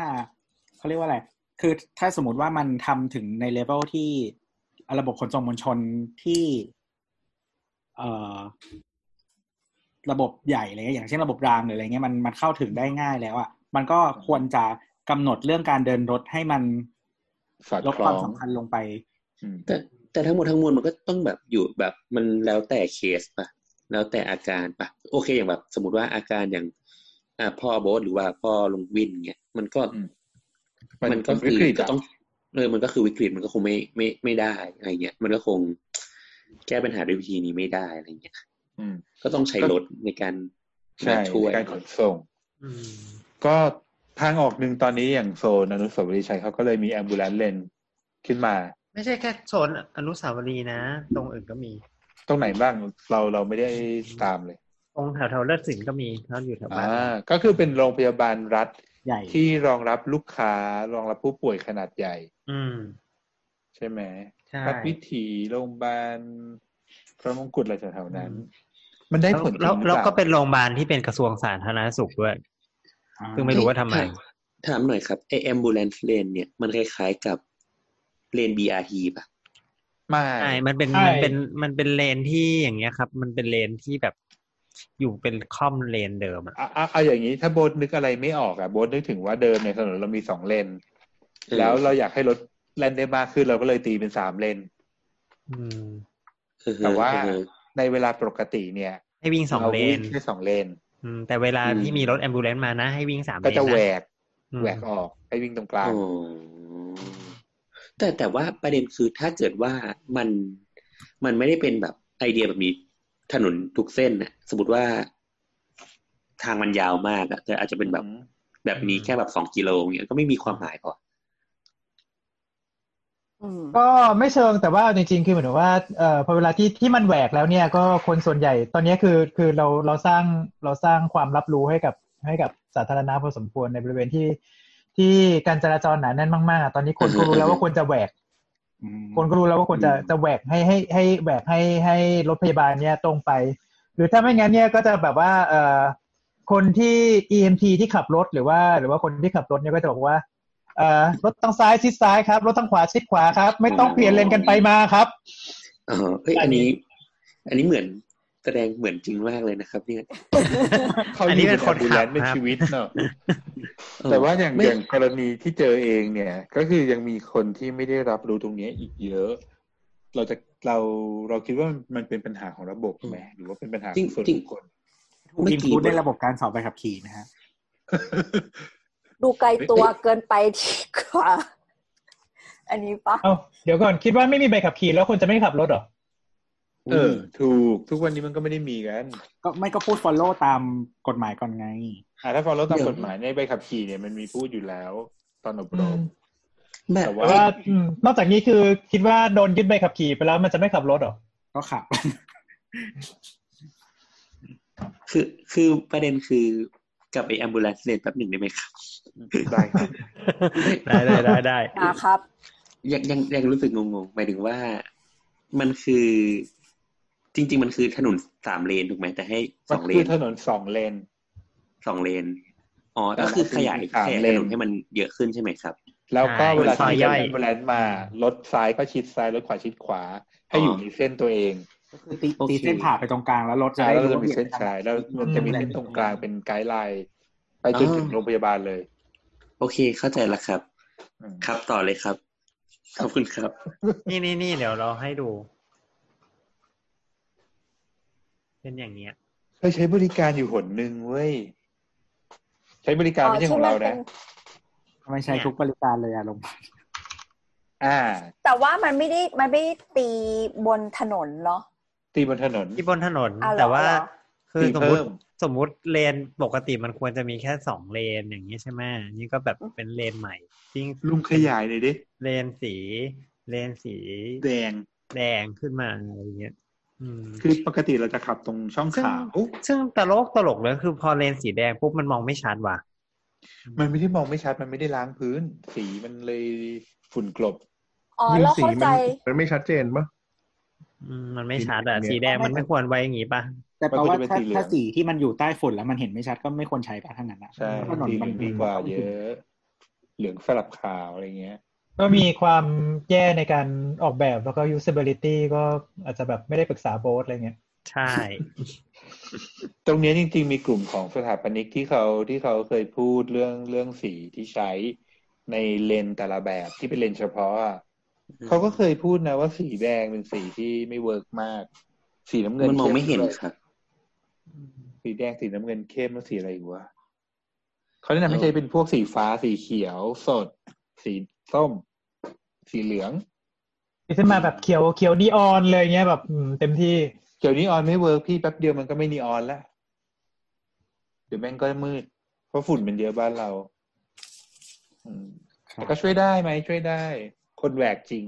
Speaker 6: เขาเรียกว่าอะไร คือถ้าสมมติว่ามันทำถึงในเลเวลที่ระบบขนส่งมวลชนที่เอ่อระบบใหญ่อะไรเงี้ยอย่างเช่นระบบรางหรืออะไรเงี้ยมันมันเข้าถึงได้ง่ายแล้วอ่ะมันก็ควรจะกำหนดเรื่องการเดินรถให้มัน
Speaker 4: สอด
Speaker 6: ลด
Speaker 4: คล้
Speaker 6: ควา
Speaker 4: อ
Speaker 6: ม
Speaker 4: ง
Speaker 6: สำคัญลงไป
Speaker 4: อืม
Speaker 8: แต่แต่ทั้งหมดทั้งมวลมันก็ต้องแบบอยู่แบบมันแล้วแต่เคสปะแล้วแต่อาการปะโอเคอย่างแบบ สมมติว่าอาการอย่างอ่าพ่อโบ๊ทหรือว่าพ่อลุงวินเงี้ยมันก็
Speaker 4: อืม
Speaker 8: มันก็คือ
Speaker 4: วิฤตะ
Speaker 8: ก็ต้องเออมันก็คือวิกฤตมันก็คงไม่ไม่ไม่ได้อะไรเงี้ย มันก็คงแก้ปัญหาด้วยวิธีนี้ไม่ได้อะไรเงี้ย
Speaker 4: อืม
Speaker 8: ก็ต้องใช้รถในการ
Speaker 4: ใช่
Speaker 8: มาช่วย
Speaker 4: ในการขนส่ง
Speaker 3: อืม
Speaker 4: ก็ทางออกหนึ่งตอนนี้อย่างโซนอนุสาวรีย์ชัยเขาก็เลยมีแอมบูเลนเลนขึ้นมา
Speaker 3: ไม่ใช่แค่โซนอนุสาวรีย์นะ ตรงอื่นก็มี
Speaker 4: ตรงไหนบ้างเราเราไม่ได้ตามเลย
Speaker 3: ตรงแถวแถวๆเลิศสินก็มีแล้วอยู่แถวบ้า
Speaker 4: อ่าน ก็คือเป็นโรงพยาบาลรัฐ
Speaker 6: ใหญ่
Speaker 4: ที่รองรับลูกค้ารองรับผู้ป่วยขนาดใหญ่
Speaker 3: อืม
Speaker 4: ใช่ไหม
Speaker 3: ใช่
Speaker 4: รัฐวิถีโรงพยาบาลพระมงกุฎอะไรแถวๆนั้น มันได้
Speaker 3: แล้ว
Speaker 4: ผลจริ
Speaker 3: แล้ว
Speaker 4: งหรือ
Speaker 3: แล้ว
Speaker 4: เปล่า
Speaker 3: ก็เป็นโรงพยาบาลที่เป็นกระทรวงสาธารณสุขด้วย ซึ่งไม่รู้ว่าทำไม
Speaker 8: ใช่ ถามหน่อยครับไอแอมบูเลนเลนเนี่ยมันคล้ายๆกับเลน BRT ป่ะ
Speaker 4: ไม่
Speaker 3: ใช่ มันเป็น
Speaker 1: ใช่
Speaker 3: มันเป็น มันเป็นเลนที่อย่างเงี้ยครับ มันเป็นเลนที่แบบอยู่เป็นค่อมเลนเดิมอะ
Speaker 4: เอาเอาเอาอย่างนี้ถ้าโบ๊ทนึกอะไรไม่ออกอะโบ๊ทนึกถึงว่าเดิมในถนนเรามีสองเลน
Speaker 8: เออ
Speaker 4: แล้วเราอยากให้รถแล่นได้มากขึ้นเราก็เลยตีเป็นสามเลน
Speaker 3: อืม
Speaker 8: อือฮะ
Speaker 4: แต่ว่า
Speaker 8: อือฮะ
Speaker 4: ในเวลาปกติเนี่ย
Speaker 3: ให้วิ่งสองเล
Speaker 4: วิ่
Speaker 3: น
Speaker 4: แค่สองเลน
Speaker 3: อืม แต่เวลา
Speaker 8: อืม
Speaker 3: ที่มีรถแอมบูเลนมานะ ให้วิ่งสามเลน
Speaker 4: ก็จะแหวก
Speaker 3: อืม
Speaker 4: แหวกออกให้วิ่งตรงกลาง
Speaker 8: อ๋อแต่แต่ว่าประเด็นคือถ้าเกิดว่ามันมันไม่ได้เป็นแบบไอเดียแบบนี้ถนนทุกเส้นนะสมมติว่าทางมันยาวมากอะแต่อาจจะเป็นแบบ แบบนี้แค่แบบสองกิโลเงี้ยก็ไม่มีความหมายพอ
Speaker 2: อืม
Speaker 1: ก็ไม่เชิงแต่ว่าจริงๆ คือเหมือนกับว่าเอ่อพอเวลาที่ที่มันแหวกแล้วเนี่ยก็คนส่วนใหญ่ตอนนี้คือคือเราเราสร้างเราสร้างความรับรู้ให้กับให้กับสาธารณะพอสมควรในบริเวณที่ ที่การจราจรหนาแน่นมากๆอ่ะตอนนี้คนก็รู้แล้วว่าควรจะแหวก
Speaker 6: อืม
Speaker 1: คนก็รู้แล้วว่าควรจะ
Speaker 8: อืม
Speaker 1: จะแหวกให้ให้ให้แหวกให้ให้รถพยาบาลเนี่ยตรงไป หรือถ้าไม่งั้นเนี่ยก็จะแบบว่าเอ่อคนที่ EMT ที่ขับรถหรือว่าหรือว่าคนที่ขับรถเนี่ยก็จะบอกว่าเอ่อรถทางซ้ายชิดซ้ายครับ รถทางขวาชิดขวาครับ ไม่ต้องเปลี่ยนเลนกันไปมาครับ
Speaker 8: อ๋อเฮ้ยอันนี้ อันนี้เหมือนแสดงเหมือนจริงมากเลยนะครับ เนี่ย
Speaker 4: เขา
Speaker 3: อัน
Speaker 4: อ
Speaker 3: นี้
Speaker 4: ยู่
Speaker 3: เป็
Speaker 4: เป็น น
Speaker 3: ค
Speaker 4: คน น
Speaker 3: ขั
Speaker 4: ขั
Speaker 3: บบ
Speaker 4: ใน
Speaker 3: ครับ
Speaker 4: ชีวิตเนอะ
Speaker 8: เออ
Speaker 4: แต่ว่าอย่าง
Speaker 8: ไม่
Speaker 4: อย่างกรณีที่เจอเองเนี่ย ก็คือยังมีคนที่ไม่ได้รับรู้ตรงเนี้ยอีกเยอะ เราจะเราเราคิดว่ามันเป็นปัญหาของระบบไหมหรือว่าเป็นปัญหาของส่วนบุคคล
Speaker 6: ถูกอินพุตในระบบการสอบใบขับขี่นะฮะ
Speaker 2: ดูไกลตัวเกินไปดีกว่า อันนี้ปะ
Speaker 1: เอาเดี๋ยวก่อนคิดว่าไม่มีใบขับขี่แล้วคนจะไม่ขับรถเหรอ
Speaker 4: เออ ถูกทุกวันนี้มันก็ไม่ได้มีกัน
Speaker 6: ก็ไม่ก็พูด follow ตามกฎหมายก่อนไง
Speaker 4: อ่ะถ้าฟอลโล่ตามกฎหมายในใบขับขี่เนี่ยมันมีพูดอยู่แล้วตอนอบรม
Speaker 1: อืม
Speaker 8: แบบ
Speaker 4: แต่
Speaker 1: แต่
Speaker 4: ว่า
Speaker 1: ว่าอืมนอกจากนี้คือคิดว่าโดนยึดใบขับขี่ไปแล้วมันจะไม่ขับรถเหรอ
Speaker 6: ก็ขับ
Speaker 8: คือคือประเด็นคือกลับไอแอมบูเลนเลนแป๊บหนึ่งได้ไหมครับ
Speaker 4: ได้ครับ
Speaker 3: ได้ได้ได้ได้
Speaker 2: อ่าครับ
Speaker 8: ยังยังยังรู้สึกงงๆหมายถึงว่ามันคือจริง ๆ มันคือถนนสามเลนถูกไหมแต่ให้ส
Speaker 4: มั
Speaker 8: อน งเล
Speaker 4: คือน ถนนสองเลน
Speaker 8: สองเลนอ๋อก็คือขยาย
Speaker 4: สาม
Speaker 8: ขยาย
Speaker 4: เล
Speaker 8: ถ
Speaker 4: น
Speaker 8: นนให้มันเยอะขึ้นใช่ไหมครับ
Speaker 4: แล้วก็
Speaker 3: ใช่
Speaker 4: เวลา
Speaker 3: ซอย
Speaker 4: ที่
Speaker 3: ย่
Speaker 4: รถ
Speaker 3: อย
Speaker 4: แอมบูเลนซ์มารถซ้ายก็ชิดซ้ายรถขวาชิดขวา ให้
Speaker 8: อ๋อ
Speaker 4: อ
Speaker 8: อ
Speaker 4: ยู่ในเส้นตัวเอง
Speaker 6: คือตี
Speaker 8: โอเค
Speaker 6: ตีเส้นผ่าไปตรงกลางแล้วรถจะ
Speaker 4: อ่าแล้
Speaker 6: ได้
Speaker 4: วเรา
Speaker 6: รู้
Speaker 4: จะมี
Speaker 6: บี
Speaker 4: เส้น
Speaker 6: ยดไปทาง
Speaker 4: ชายแล้วมันจะมีเส้นตรงกลางเป็นไกด์ไลน์ไปจนถึงโรงพยาบาลเลย
Speaker 8: โอเคเข้าใจแล้วครับ
Speaker 4: อืม
Speaker 8: ครับต่อเลยครับ ขอบคุณครับ
Speaker 3: นี่นี่นี่เดี๋ยวเราให้ดู เป็นอย่างเงี้ย
Speaker 4: เคยใช้บริการอยู่หนหนึ่งเว้ย ใช้บริการไม่ใช่ของเรานะ
Speaker 6: ทำไมใช้ทุกบริการเลยอะลง
Speaker 4: อ่า
Speaker 2: แต่ว่ามันไม่ได้มันไม่ได้ตีบนถนนเนาะ
Speaker 4: ตีบนถนน
Speaker 3: ที่บนถนน
Speaker 2: อ้าวเหรอ
Speaker 3: แต่ว่า
Speaker 2: เหรอ
Speaker 3: คือ
Speaker 4: ตี
Speaker 3: สมม
Speaker 4: เพิ่
Speaker 3: ติ
Speaker 4: ม
Speaker 3: สมมุติเลนปกติมันควรจะมีแค่สองเลนอย่างนี้ใช่ไหมนี่ก็แบบเป็นเลนใหม่ทิ้ง
Speaker 4: ลุงขยายเลยดิ
Speaker 3: เลนสีเลนสี
Speaker 4: แดง
Speaker 3: แดงขึ้นมาอะไรอย่างเงี้ยอืม
Speaker 4: คือปกติเราจะขับตรงช่อง
Speaker 3: ซึ่ง
Speaker 4: ขาว
Speaker 3: ซึ่งตลกตลกเลยคือพอเลนสีแดงปุ๊บมันมองไม่ชัดว่ะ
Speaker 4: มันไม่ได้มองไม่ชัดมันไม่ได้ล้างพื้น สีมันเลยฝุ่นกลบ
Speaker 2: อ๋อ
Speaker 7: ยิ่ง
Speaker 2: เรา
Speaker 7: สี
Speaker 2: เข้า
Speaker 7: มั
Speaker 2: ใจ
Speaker 7: นมันไม่ชัดเจนปะ
Speaker 3: อืมมันไม่ชัดอ่ะ
Speaker 7: เนี่ย
Speaker 3: สีแดงมันไม่ควรไว้อย่างงี้ป่ะ
Speaker 6: แต่แปลว่า
Speaker 4: มันควรจะเป็นสีเหลือง
Speaker 6: ถ้าถ้าสีที่มันอยู่ใต้ฝุ่นแล้วมันเห็นไม่ชัดก็ไม่ควรใช้ปะทั้งนั้นอะ
Speaker 4: ใช่
Speaker 6: ถนน
Speaker 4: สีเห
Speaker 6: มั
Speaker 4: ลื
Speaker 6: น
Speaker 4: องดีกว่าเยอะ เหลืองสลับขาวอะไรเงี้ย
Speaker 1: ก็มีความแย่ในการออกแบบแล้วก็ usability ก็อาจจะแบบไม่ได้ปรึกษาโบสอะไรเงี้ย
Speaker 3: ใช่
Speaker 4: ตรงเนี้ยจริงๆ มีกลุ่มของสถาปนิกที่เขาที่เขาเคยพูดเรื่องเรื่องสีที่ใช้ในเลนส์แต่ละแบบที่เป็นเลนส์เฉพาะอะ
Speaker 8: อืม
Speaker 4: เขาก็เคยพูดนะว่าสีแดงเป็นสีที่ไม่เวิร์กมาก สีน้ำเงิน
Speaker 8: มันมองไม่เห็น
Speaker 4: ข้ด้วย
Speaker 8: ครับ
Speaker 4: สีแดงสีน้ำเงินเข้มแล้วสีอะไรอีกวะเขาแนะนำให้ใช้เป็นพวกสีฟ้าสีเขียวสด สีส้ม สีเหลือง
Speaker 1: ขึ้นมาแบบเขียวเขียวนีออนเลยเงี้ยแบบอืมเต็มที่
Speaker 4: เดี๋ยวนี้ออนไม่เวิร์กพี่แป๊บเดียวมันก็ไม่นีออนละเดี๋ยวแม่งก็มืด เพราะฝุ่นมันเยอะบ้านเรา อืมแต่ก็ช่วยได้ไหมช่วยได้ คนแหวกจริง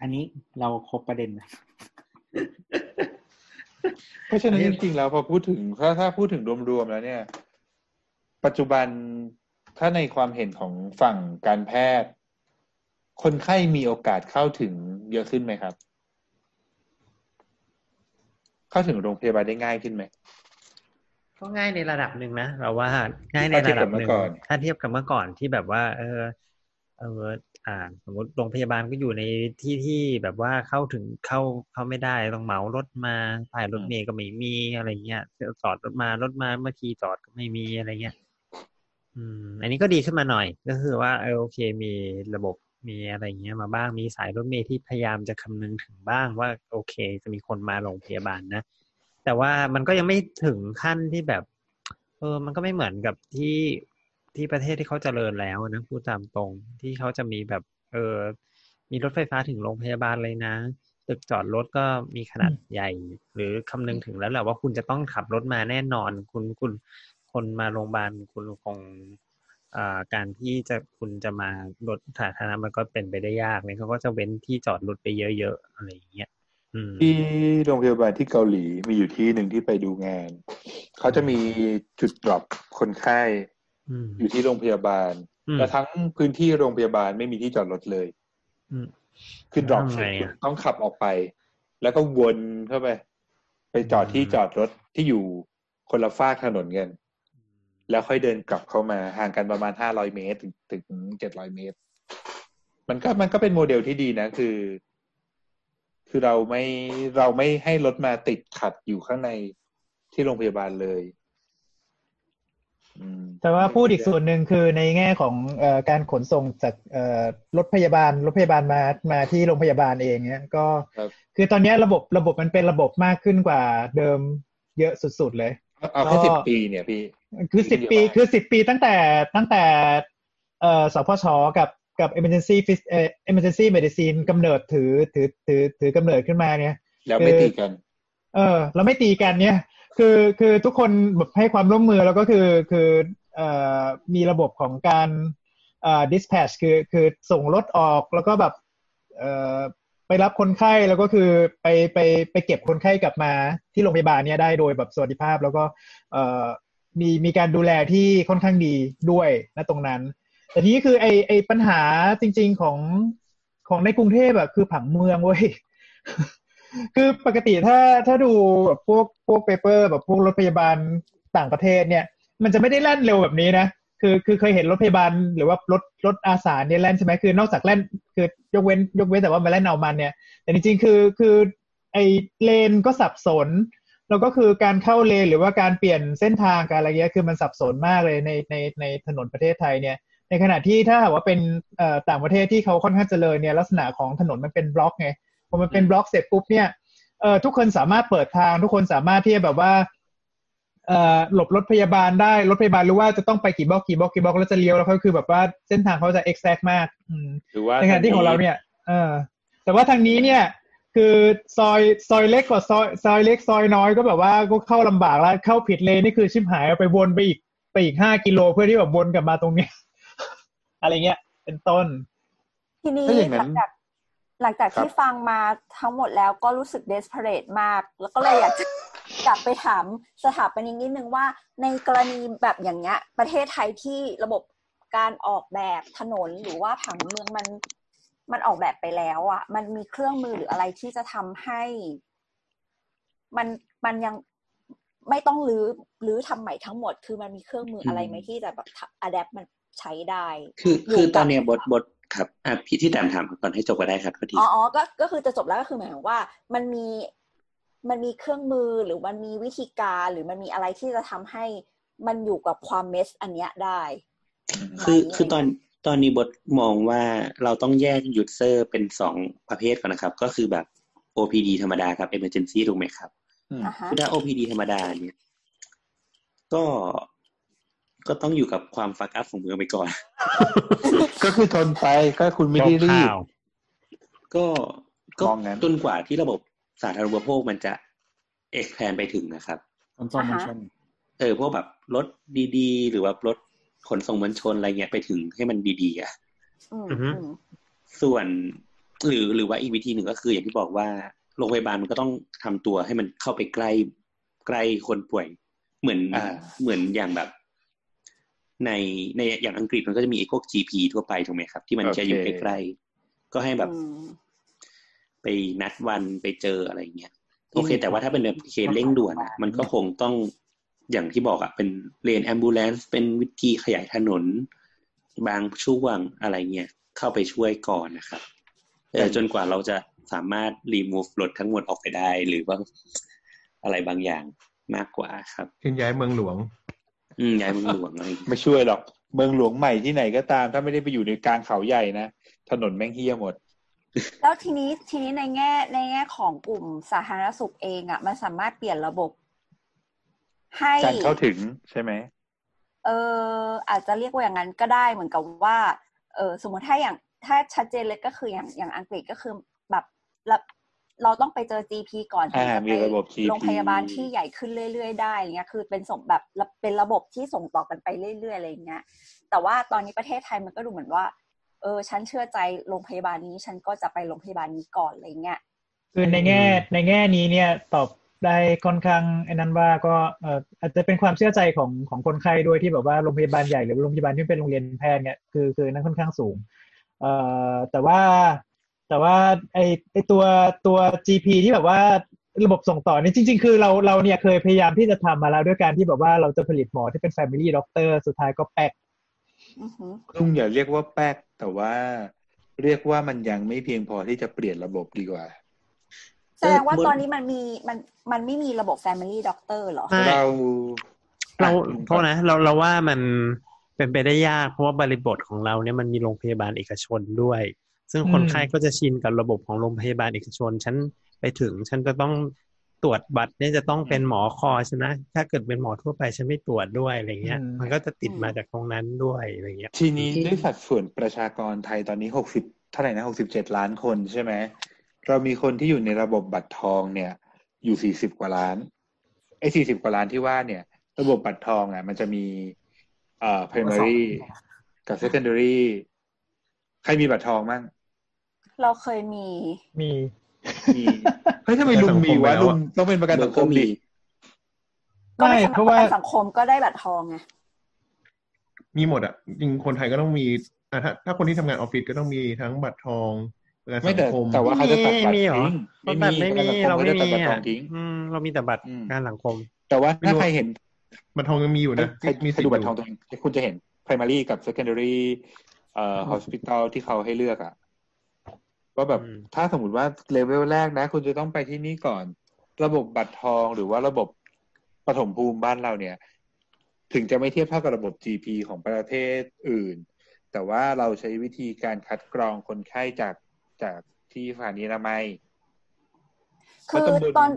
Speaker 6: อันนี้เราครบประเด็นนะ
Speaker 4: เพราะฉะนั้นจริงๆแล้วพอพูดถึงถ้าถ้าพูดถึงรวมๆแล้วเนี่ย ปัจจุบันถ้าในความเห็นของฝั่งการแพทย์ คนไข้มีโอกาสเข้าถึงเยอะขึ้นไหมครับ เข้าถึงโรงพยาบาลได้ง่ายขึ้นไหม
Speaker 3: ก็ง่ายในระดับหนึ่งนะเราว่าง่ายใน
Speaker 4: ถ้าเทีย
Speaker 3: ระ
Speaker 4: บกั
Speaker 3: ดับบ ห
Speaker 4: เมื่
Speaker 3: นึ่
Speaker 4: อง ก่อน
Speaker 3: ถ้าเทียบกับเมื่อก่อนที่แบบว่า เออเอออ่า สมมติโรงพยาบาลก็อยู่ในที่ที่แบบว่าเข้าถึงเข้าเข้าไม่ได้ต้องเหมารถมาถ่ายรถเมล์ก็ไม่มีอะไรเงี้ยจอดรถมารถมาเมื่อทีจอดก็ไม่มีอะไรเงี้ยอืม อันนี้ก็ดีขึ้นมาหน่อย ก็คือว่าเออโอเคมีระบบมีอะไรเงี้ยมาบ้างมีสายรถเมล์ที่พยายามจะคำนึงถึงบ้างว่า โอเค จะมีคนมาโรงพยาบาลนะ แต่ว่ามันก็ยังไม่ถึงขั้นที่แบบ เออ มันก็ไม่เหมือนกับที่ที่ประเทศที่เขาเจริญแล้วนะพูดตามตรงที่เขาจะมีแบบ เออ มีรถไฟฟ้าถึงโรงพยาบาลเลยนะตึกจอดรถก็มีขนาดใหญ่ หรือคำนึงถึงแล้วแหละว่าคุณจะต้องขับรถมาแน่นอน คุณคุณคนมาโรงพยาบาลคุณคงอ่าการที่จะคุณจะมารถสาธารณะมันก็เป็นไปได้ยากเนี่ยเขาก็จะเว้นที่จอดรถไปเยอะๆอะไรอย่างเงี้ยอืม
Speaker 4: ที่โรงพยาบาลที่เกาหลีมีอยู่ที่หนึ่งที่ไปดูงาน เขาจะมีจุดดรอปคนไข้
Speaker 3: อืม
Speaker 4: อยู่ที่โรงพยาบาล
Speaker 3: อืม
Speaker 4: แล้วทั้งพื้นที่โรงพยาบาลไม่มีที่จอดรถเลย
Speaker 3: อืม
Speaker 4: คือดรอป
Speaker 3: ทำไง
Speaker 4: เสร็จ
Speaker 3: อะ
Speaker 4: คุณต้องขับออกไป แล้วก็วนเข้าไป ไปจอดที่จอดรถที่อยู่คนละฝากถนนกันแล้วค่อยเดินกลับเข้ามาห่างกันประมาณห้าร้อยเมตร ถึงถึงเจ็ดร้อยเมตร มันก็มันก็เป็นโมเดลที่ดีนะคือ คือเราไม่เราไม่ให้รถมาติดขัดอยู่ข้างในที่โรงพยาบาลเลย อืม
Speaker 1: แต่ว่าพูดอีกส่วนหนึ่งคือในแง่ของเออการขนส่งจากเอ่อรถพยาบาลรถพยาบาลมามาที่โรงพยาบาลเองเนี้ยก็
Speaker 4: ครับ
Speaker 1: คือตอนเนี้ยระบบระบบมันเป็นระบบมากขึ้นกว่าเดิมเยอะสุดๆเลย
Speaker 4: เอาเอาแค่
Speaker 1: ก็
Speaker 4: สิบปีเนี่ยพี่
Speaker 1: คือสิบปี
Speaker 4: เยอะมาก
Speaker 1: คือสิบปีตั้งแต่ตั้งแต่เอ่อสพชกับกับ emergency Phys- เอ่อ emergency medicine กำเนิดถือถือถือถือกำเนิดขึ้นมาเนี่ย
Speaker 4: แล้วไม่ตีกัน
Speaker 1: เออแล้วไม่ตีกันเนี่ยคือคือทุกคนแบบให้ความร่วมมือแล้วก็คือคือเอ่อมีระบบของการเอ่อ dispatch คือคือส่งรถออกแล้วก็แบบเอ่อไปรับคนไข้แล้วก็คือไปไปไปเก็บคนไข้กลับมาที่โรงพยาบาลเนี่ยได้โดยแบบสวัสดิภาพ แล้วก็เอ่อมีมีการดูแลที่ค่อนข้างดีด้วยนะตรงนั้น แต่ทีนี้คือไอไอปัญหาจริง ๆของของในกรุงเทพอะคือผังเมืองเว้ย คือปกติถ้าถ้าดูแบบพวกพวกเปเปอร์แบบพวกรถพยาบาลต่างประเทศเนี่ย มันจะไม่ได้แล่นเร็วแบบนี้นะ คือคือเคยเห็นรถพยาบาลหรือว่ารถรถอาสาเนี่ยแล่นใช่ไหมคือนอกจากแล่นคือยกเว้นยกเว้นแต่ว่ามาแล่นเอามันเนี่ย แต่จริงๆคือคือไอเลนก็สับสน แล้วก็คือการเข้าเลนหรือว่าการเปลี่ยนเส้นทางการอะไรเงี้ยคือมันสับสนมากเลยในในในถนนประเทศไทยเนี่ย ในขณะที่ถ้าหากว่าเป็นเอ่อต่างประเทศที่เขาค่อนข้างเจริญเนี่ยลักษณะของถนนมันเป็นบล็อกไงพอมันเป็นบล็อกเสร็จปุ๊บเนี่ย เอ่อทุกคนสามารถเปิดทาง ทุกคนสามารถที่จะแบบว่าเอ่อหลบรถพยาบาลได้รถพยาบาลรู้ว่าจะต้องไปกี่บล็อกกี่บล็อกกี่บล็อกแล้วจะเลี้ยวแล้วก็คือแบบว่าเส้นทางเขาจะ exact มาก อืม
Speaker 4: หรือว่า
Speaker 1: ในขณะที่ของเราเนี่ยเออแต่ว่าทางนี้เนี่ย คือซอยซอยเล็กกว่าซอยซอยเล็กซอยน้อยก็แบบว่าก็เข้าลำบากแล้วเข้าผิดเลนนี่คือชิบหายเอาไปวนไปอีกไปอีกห้ากิโลเพื่อที่แบบวนกลับมาตรงเนี้ย อะไรเงี้ย เป็นต้น
Speaker 2: ทีนี้
Speaker 4: ถ้าอย่าง
Speaker 2: ห
Speaker 4: นั้
Speaker 2: ลั
Speaker 4: น
Speaker 2: งจากหลังจาก
Speaker 4: ครับ
Speaker 2: ที่ฟังมาทั้งหมดแล้วก็รู้สึก desperate มาก แล้วก็เลยอยากจะ กลับไปถามสถาปนิกนิดนึงว่า ในกรณีแบบอย่างเงี้ย ประเทศไทยที่ระบบการออกแบบถนนหรือว่าผังเมืองมันมันออกแบบไปแล้วอะ่ะ มันมีเครื่องมือหรืออะไรที่จะทำให้ มันมันยังไม่ต้องรื้อรื้อทำใหม่ทั้งหมด คือมันมีเครื่องมืออะไรไหมที่จะแบบอัดแอปมันใช้ได้
Speaker 8: คือ
Speaker 2: อยู่
Speaker 8: คือตอน
Speaker 2: กับ
Speaker 8: เนี้ยบทบทครับอ่ะพี่ที่แตมถามก่อนให้จบก็ได้ครับพอดี
Speaker 2: อ๋ออ๋อก็ ก็คือจะจบแล้วก็คือหมายถึงว่า มันมี มันมีเครื่องมือหรือมันมีวิธีการหรือมันมีอะไรที่จะทำให้มันอยู่กับความเมสอันเนี้ยได้
Speaker 8: คือ
Speaker 2: ไหม
Speaker 8: คือตอนตอนนี้บทมองว่าเราต้องแยกยูเซอร์เป็นสองประเภทก่อนนะครับ ก็คือแบบ OPD ธรรมดาครับ Emergency ถูกไหมครับ
Speaker 4: อืม
Speaker 2: อ่ะฮะ
Speaker 8: คือถ้า OPD ธรรมดาเนี่ย ก็ก็ต้องอยู่กับความฟักอัพของเมืองไปก่อน
Speaker 4: ก็คือทนไปก็คุณไม่ได้รีบ
Speaker 3: ข่าว
Speaker 8: ก็ก็
Speaker 4: มองงั้น
Speaker 8: จนกว่าที่ระบบสาธารณูปโภคมันจะ expand ไปถึงนะครับ
Speaker 6: ขนส่งมวลชน
Speaker 8: เออพวกแบบรถดีๆ หรือว่ารถขนส่งมวลชนอะไรเงี้ยไปถึงให้มันดีๆอ่ะ
Speaker 2: อืม
Speaker 7: อือฮึ
Speaker 2: อืม
Speaker 8: ส่วนหรือหรือว่าอีกวิธีหนึ่งก็คืออย่างที่บอกว่าโรงพยาบาลมันก็ต้องทำตัวให้มันเข้าไปใกล้ใกล้คนป่วย เหมือน
Speaker 4: อ่า
Speaker 8: เหมือนอย่างแบบ ในในอย่างอังกฤษมันก็จะมีไอ้พวก GP ทั่วไปถูกไหมครับ ที่มันจะอยู่
Speaker 4: โอ
Speaker 8: ใก
Speaker 4: เค
Speaker 8: ล้ๆก็ให้แบบ
Speaker 2: อืม
Speaker 8: ไปนัดวันไปเจออะไรอย่างเงี้ย
Speaker 6: ที่
Speaker 8: โอเค แต่ว่าถ้าเป็นแบบเคสเร่งด่วนอะ
Speaker 6: ที่
Speaker 8: มันก็คงต้องอย่างที่บอกอะเป็นเลนแอมบูเลนซ์เป็นวิธีขยายถนน บางช่วงอะไรเงี้ยเข้าไปช่วยก่อนนะครับ เออจนกว่าเราจะสามารถ remove รถทั้งหมดออกไปได้ หรือว่าอะไรบางอย่างมากกว่าครับ
Speaker 7: เช่นย้ายเมืองหลวง
Speaker 8: อืมย้ายเมืองหลวงอะไรอย่างเงี้ย
Speaker 4: ไม่ช่วยหรอก เมืองหลวงใหม่ที่ไหนก็ตาม ถ้าไม่ได้ไปอยู่ในกลางเขาใหญ่นะ ถนนแม่งเฮี้ยหมด
Speaker 2: แล้วทีนี้ ทีนี้ในแง่ ในแง่ของกลุ่มสาธารณสุขเองอ่ะ มันสามารถเปลี่ยนระบบ ให้
Speaker 4: การเข้าถึงใช่ไหม
Speaker 2: เอออาจจะเรียกว่าอย่างนั้นก็ได้เหมือนกับว่าเออสมมติถ้าอย่างถ้าชัดเจนเลยก็คืออย่างอย่างอังกฤษก็คือแบบเราเราต้องไปเจอ GP ก่อนถึง
Speaker 4: อ่า
Speaker 2: จะ
Speaker 4: มี
Speaker 2: ไประ
Speaker 4: บบ GP
Speaker 2: โรงพยาบาลที่ใหญ่ขึ้นเรื่อย ๆ ได้อย่างเงี้ยคือเป็นส่งแบบเป็นระบบที่ส่งต่อกันไปเรื่อยๆอะไรอย่างเงี้ยแต่ว่าตอนนี้ประเทศไทยมันก็ดูเหมือนว่าเออฉันเชื่อใจโรงพยาบาลนี้ฉันก็จะไปโรงพยาบาลนี้ก่อนอะไรเงี้ย
Speaker 1: คือในแง่ในแง่นี้เนี่ยตอบได้ค่อนข้างไอ้นั้นว่าก็เอ่ออาจจะเป็นความเชื่อใจของของคนไข้ด้วยที่แบบว่าโรงพยาบาลใหญ่หรือโรงพยาบาลที่เป็นโรงเรียนแพทย์เนี่ยคือคือนั้นค่อนข้างสูงเอ่อแต่ว่าแต่ว่าไอไอตัวตัว GP ที่แบบว่าระบบส่งต่อเนี่ยจริง ๆ คือเราเราเนี่ยเคยพยายามที่จะทำมาแล้วด้วยการที่แบบว่าเราจะผลิตหมอที่เป็น Family Doctor สุดท้ายก็แปก
Speaker 2: อือหือ
Speaker 4: ต้องอย่าเรียกว่าแป๊กแต่ว่าเรียกว่ามันยังไม่เพียงพอที่จะเปลี่ยนระบบดีกว่า
Speaker 2: แสดงว่าตอนนี้มันมีมันมันไม่มีระบบ Family Doctor เหรอ
Speaker 3: ไม่
Speaker 4: เรา
Speaker 3: เรา
Speaker 4: อ่ะคุณ
Speaker 3: โทษนะเราเราว่ามันเป็นไปได้ยาก เพราะว่าบริบทของเราเนี่ยมันมีโรงพยาบาลเอกชนด้วย ซึ่งคน
Speaker 1: อืม
Speaker 3: ไข้ก็จะชินกับระบบของโรงพยาบาลเอกชน ฉันไปถึง ฉันจะต้องตรวจบัตรเนี่ยจะต้องเป็นหมอคอชนะ ถ้าเกิดเป็นหมอทั่วไปฉันไม่ตรวจด้วยอะไรเงี้ย
Speaker 1: อืม
Speaker 3: มันก็จะติด
Speaker 2: อืม
Speaker 3: มาจากตรงนั้นด้วยอะไรเงี้ย
Speaker 4: ทีนี้ด้วยสัดส่วนประชากรไทยตอนนี้หกสิบเท่าไหร่นะหกสิบเจ็ดล้านคนใช่ไหม เรามีคนที่อยู่ในระบบบัตรทองเนี่ย อยู่สี่สิบกว่าล้านไอ้สี่สิบกว่าล้านที่ว่าเนี่ย ระบบบัตรทองอ่ะ มันจะมีเอ่อ primary กับ secondary ใครมีบัตรทองมั่ง
Speaker 2: เราเคยมี
Speaker 1: มี
Speaker 4: มี เฮ้ยทำไมลุงมีวะลุงต้องเป็นประกันสังคมดิ
Speaker 2: ก็ไม่
Speaker 1: ไม่
Speaker 2: สมัค
Speaker 1: เพ
Speaker 2: ร
Speaker 1: ราะ
Speaker 2: ประ
Speaker 1: ว่า
Speaker 2: กันสังคมก็ได้บัตรทองไง
Speaker 7: มีหมดอ่ะจริงคนไทยก็ต้องมีอ่ะถ้าถ้าคนที่ทำงานออฟฟิศก็ต้องมีทั้งบัตรทองประกัน
Speaker 4: ไม่
Speaker 7: สัง
Speaker 4: แต่
Speaker 7: คม
Speaker 4: แต่ว่าเขาจะตัดบัตร
Speaker 3: มีเหรอ
Speaker 4: ทิ้ง
Speaker 3: เพราะบัตรไม่มี
Speaker 4: ประกันสังค
Speaker 3: เรา
Speaker 4: เขา
Speaker 3: ไม่
Speaker 4: จะตัด
Speaker 3: มี
Speaker 4: บัตรทอ
Speaker 3: อ่ะ
Speaker 4: งทิ้ง
Speaker 3: อืมเรามีแต่บัตร
Speaker 4: อืม
Speaker 3: การสังคม
Speaker 4: แต่ว่าถ้าใครเห็น
Speaker 7: บัตรทองยังมีอยู่นะ
Speaker 4: ใคร
Speaker 7: มี
Speaker 4: ใคร
Speaker 7: สิท
Speaker 4: ดู
Speaker 7: ธิ์อ
Speaker 4: บัตร
Speaker 7: ยู่
Speaker 4: ทองตัวเองคุณจะเห็น primary กับ secondary เอ่อ hospital ที่เขาให้เลือกอะว่าแบบ
Speaker 3: อืม
Speaker 4: ถ้าสมมติว่าเลเวลแรกนะ คุณจะต้องไปที่นี่ก่อน ระบบบัตรทองหรือว่าระบบปฐมภูมิบ้านเราเนี่ย ถึงจะไม่เทียบเท่ากับระบบ GP ของประเทศอื่น แต่ว่าเราใช้วิธีการคัดกรองคนไข้จากจากที่สถานีอนามัย
Speaker 2: คื
Speaker 4: แล้ว
Speaker 2: อ
Speaker 4: ตำบล
Speaker 2: ตอน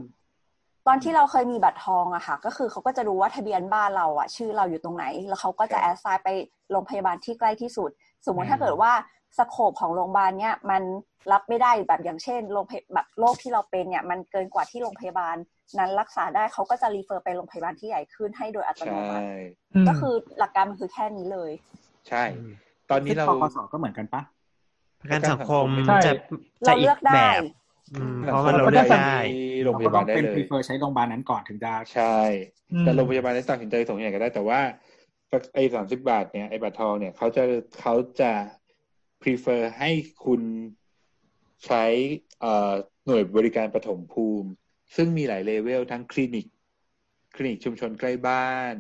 Speaker 2: ตอนที่เราเคยมีบัตรทองอะค่ะ ก็คือเขาก็จะรู้ว่าทะเบียนบ้านเราอะชื่อเราอยู่ตรงไหน แล้วเขาก็จะแอดไซน์ไปโรงพยาบาลที่ใกล้ที่สุด สมมติถ้าเกิดว่า สโคปของโรงพยาบาลเนี่ยมันรับไม่ได้แบบอย่างเช่นโรงพยแบบโรคที่เราเป็นเนี่ยมันเกินกว่าที่โรงพยาบาล นั้นรักษาได้เขาก็จะรีเฟอร์ไปโรงพยาบาลที่ใหญ่ขึ้นให้โดยอัตโน
Speaker 4: ใช่
Speaker 2: มัติก็คือหลักการมันคือแค่นี้เลย
Speaker 4: ใช่ ตอนนี้เรา
Speaker 6: ปกสก็เหมือนกันปะ
Speaker 3: ประกันสังคม
Speaker 1: ใช่
Speaker 3: จะ
Speaker 2: เรา
Speaker 3: จะ
Speaker 2: เลื
Speaker 3: อี
Speaker 2: อก
Speaker 3: ก
Speaker 2: ได้
Speaker 3: แบบอืมเพราะว่าเราเลือกได้
Speaker 4: โรงพยาบาล
Speaker 6: เรก็ต้อ
Speaker 4: ได้
Speaker 6: เป็น
Speaker 4: เลย
Speaker 6: prefer ใช้โรงพยาบาลนั้นก่อนถึงจะ
Speaker 4: ใช่ แต่โรงพยาบาลได้ตัดสินใจส่งอย่างก็ได้ แต่ว่าไอ้สามสิบาทเนี่ยไอ้บัตรทองเนี่ยเขาจะเขาจะ prefer ให้คุณใช้เอ่อหน่วยบริการปฐมภูมิ ซึ่งมีหลายเลเวลทั้งคลินิก คลินิกชุมชนใกล้บ้าน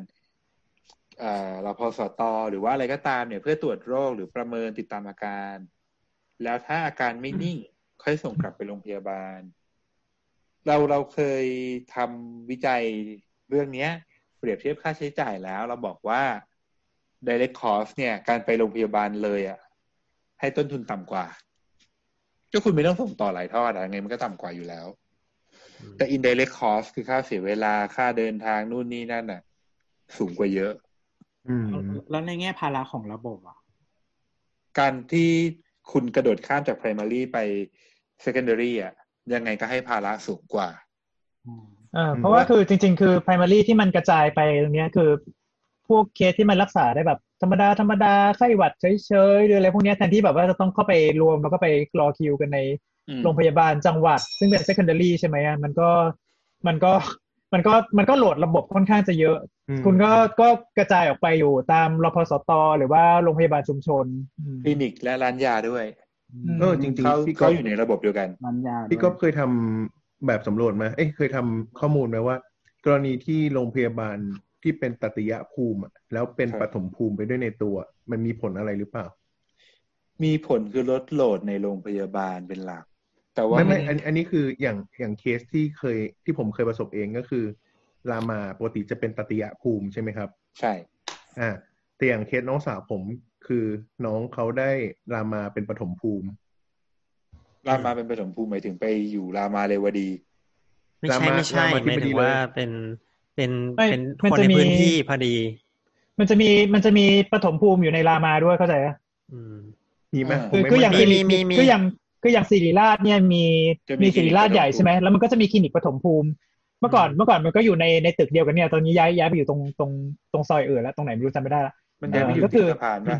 Speaker 4: เอ่อรพสตหรือว่าอะไรก็ตามเนี่ย เพื่อตรวจโรคหรือประเมินติดตามอาการ แล้วถ้าอาการไม่นิ่ง ค่อยส่งกลับไปโรงพยาบาล เราเราเคยทำวิจัยเรื่องเนี้ย เปรียบเทียบค่าใช้จ่ายแล้ว เราบอกว่า direct cost เนี่ย การไปโรงพยาบาลเลยอะ่ะ ให้ต้นทุนต่ำกว่า ก็คุณไม่ต้องส่งต่อหลายทอดอะยังไงมันก็ต่ำกว่าอยู่แล้ว แต่ indirect cost คือค่าเสียเวลาค่าเดินทางนู่นนี่นั่นอ่ะ สูงกว่าเยอะ
Speaker 7: อืม
Speaker 6: แล้วในแง่ภาระของระบบอ่ะ
Speaker 4: การที่คุณกระโดดข้ามจาก primary ไป secondary อ่ะ ยังไงก็ให้ภาระสูงกว่า
Speaker 6: อืม
Speaker 1: เออเพราะว่าคือจริง ๆ คือ primary ที่มันกระจายไปตรงเนี้ยคือ พวกเคสที่มันรักษาได้แบบธรรมดาธรรมดาไข้หวัดเฉยๆหรืออะไรพวกเนี้ยแทนที่แบบว่าจะต้องเข้าไปรวมแล้วก็ไปรอคิวกันใน
Speaker 4: อืม
Speaker 1: โรงพยาบาลจังหวัด ซึ่งเป็น secondary ใช่ไหมอะมันก็มันก็มันก็มันก็โหลดระบบค่อนข้างจะเยอะ
Speaker 7: อืม
Speaker 1: คุณก็ก็กระจายออกไปอยู่ตามรพสตหรือว่าโรงพยาบาลชุมชนอืม
Speaker 4: คลินิกและร้านยาด้วย
Speaker 7: เออจริง
Speaker 4: เขา
Speaker 7: ๆพี่ก๊
Speaker 4: เขา
Speaker 7: อฟ
Speaker 4: อยู่ในระบบเดียวกัน
Speaker 6: มันยาว
Speaker 7: พี่ก๊อฟเคยทำแบบสำรวจมาเอ้ยเคยทำข้อมูลไหมว่า กรณีที่โรงพยาบาลที่เป็นตัตยภูมิอะแล้วเป็น
Speaker 4: ครับ
Speaker 7: ปฐมภูมิไปด้วยในตัว มันมีผลอะไรหรือเปล่า
Speaker 4: มีผลคือลดโหลดในโรงพยาบาลเป็นหลัก แต่ว่า
Speaker 7: ไม่ไม่อันอันนี้คืออย่างอย่างเคสที่เคยที่ผมเคยประสบเองก็คือ รามาปกติจะเป็นตติยภูมิใช่ไหมครับ
Speaker 4: ใช่
Speaker 7: อ่าแต่อย่างเคสน้องสาวผมคือน้องเขาได้รามาเป็นปฐมภูมิ
Speaker 4: รามาเป็นปฐมภูมิหมายถึงไปอยู่รามาเลวดี
Speaker 3: ไม่ใช่
Speaker 7: รามา
Speaker 3: ไม่ใช่
Speaker 7: รามาธิบดี
Speaker 3: หมายถึงว่า
Speaker 7: เลย
Speaker 3: เป็นเป็น
Speaker 1: ไม่
Speaker 3: เป็น
Speaker 1: มัน
Speaker 3: คน
Speaker 1: จะ
Speaker 3: ใน
Speaker 1: มี
Speaker 3: พื้นที่พอดี
Speaker 1: มันจะมีมันจะมีปฐมภูมิอยู่ในรามาด้วยเข้าใจปะ
Speaker 3: อืม
Speaker 7: มีไหม
Speaker 4: อ่า
Speaker 7: ผมไม่
Speaker 1: คือคืออย่าง
Speaker 7: มั่นใจ
Speaker 1: สิ
Speaker 3: มี
Speaker 1: ริ
Speaker 3: มีมี
Speaker 1: คืออย่างคืออย่างสิริราชเนี่ยมี
Speaker 4: จะมี
Speaker 1: มีสิริราชใหญ่
Speaker 4: คลินิกปฐมภูมิ
Speaker 1: ใช่ไหมแล้วมันก็จะมีคลินิกปฐมภูมิ เมื่อก่อนเมื่อก่อนมันก็อยู่ในในตึกเดียวกันเนี่ยตอนนี้ย้ายย้ายไปอยู่ตรงตรงตรงซอยอื่นแล้วตรงไหนไม่รู้จำไม่ได้ละ
Speaker 4: มันย้ายไปอ
Speaker 1: เออก็
Speaker 4: ยู่
Speaker 1: คื
Speaker 4: ที่
Speaker 1: อ
Speaker 4: สะพานป่ะ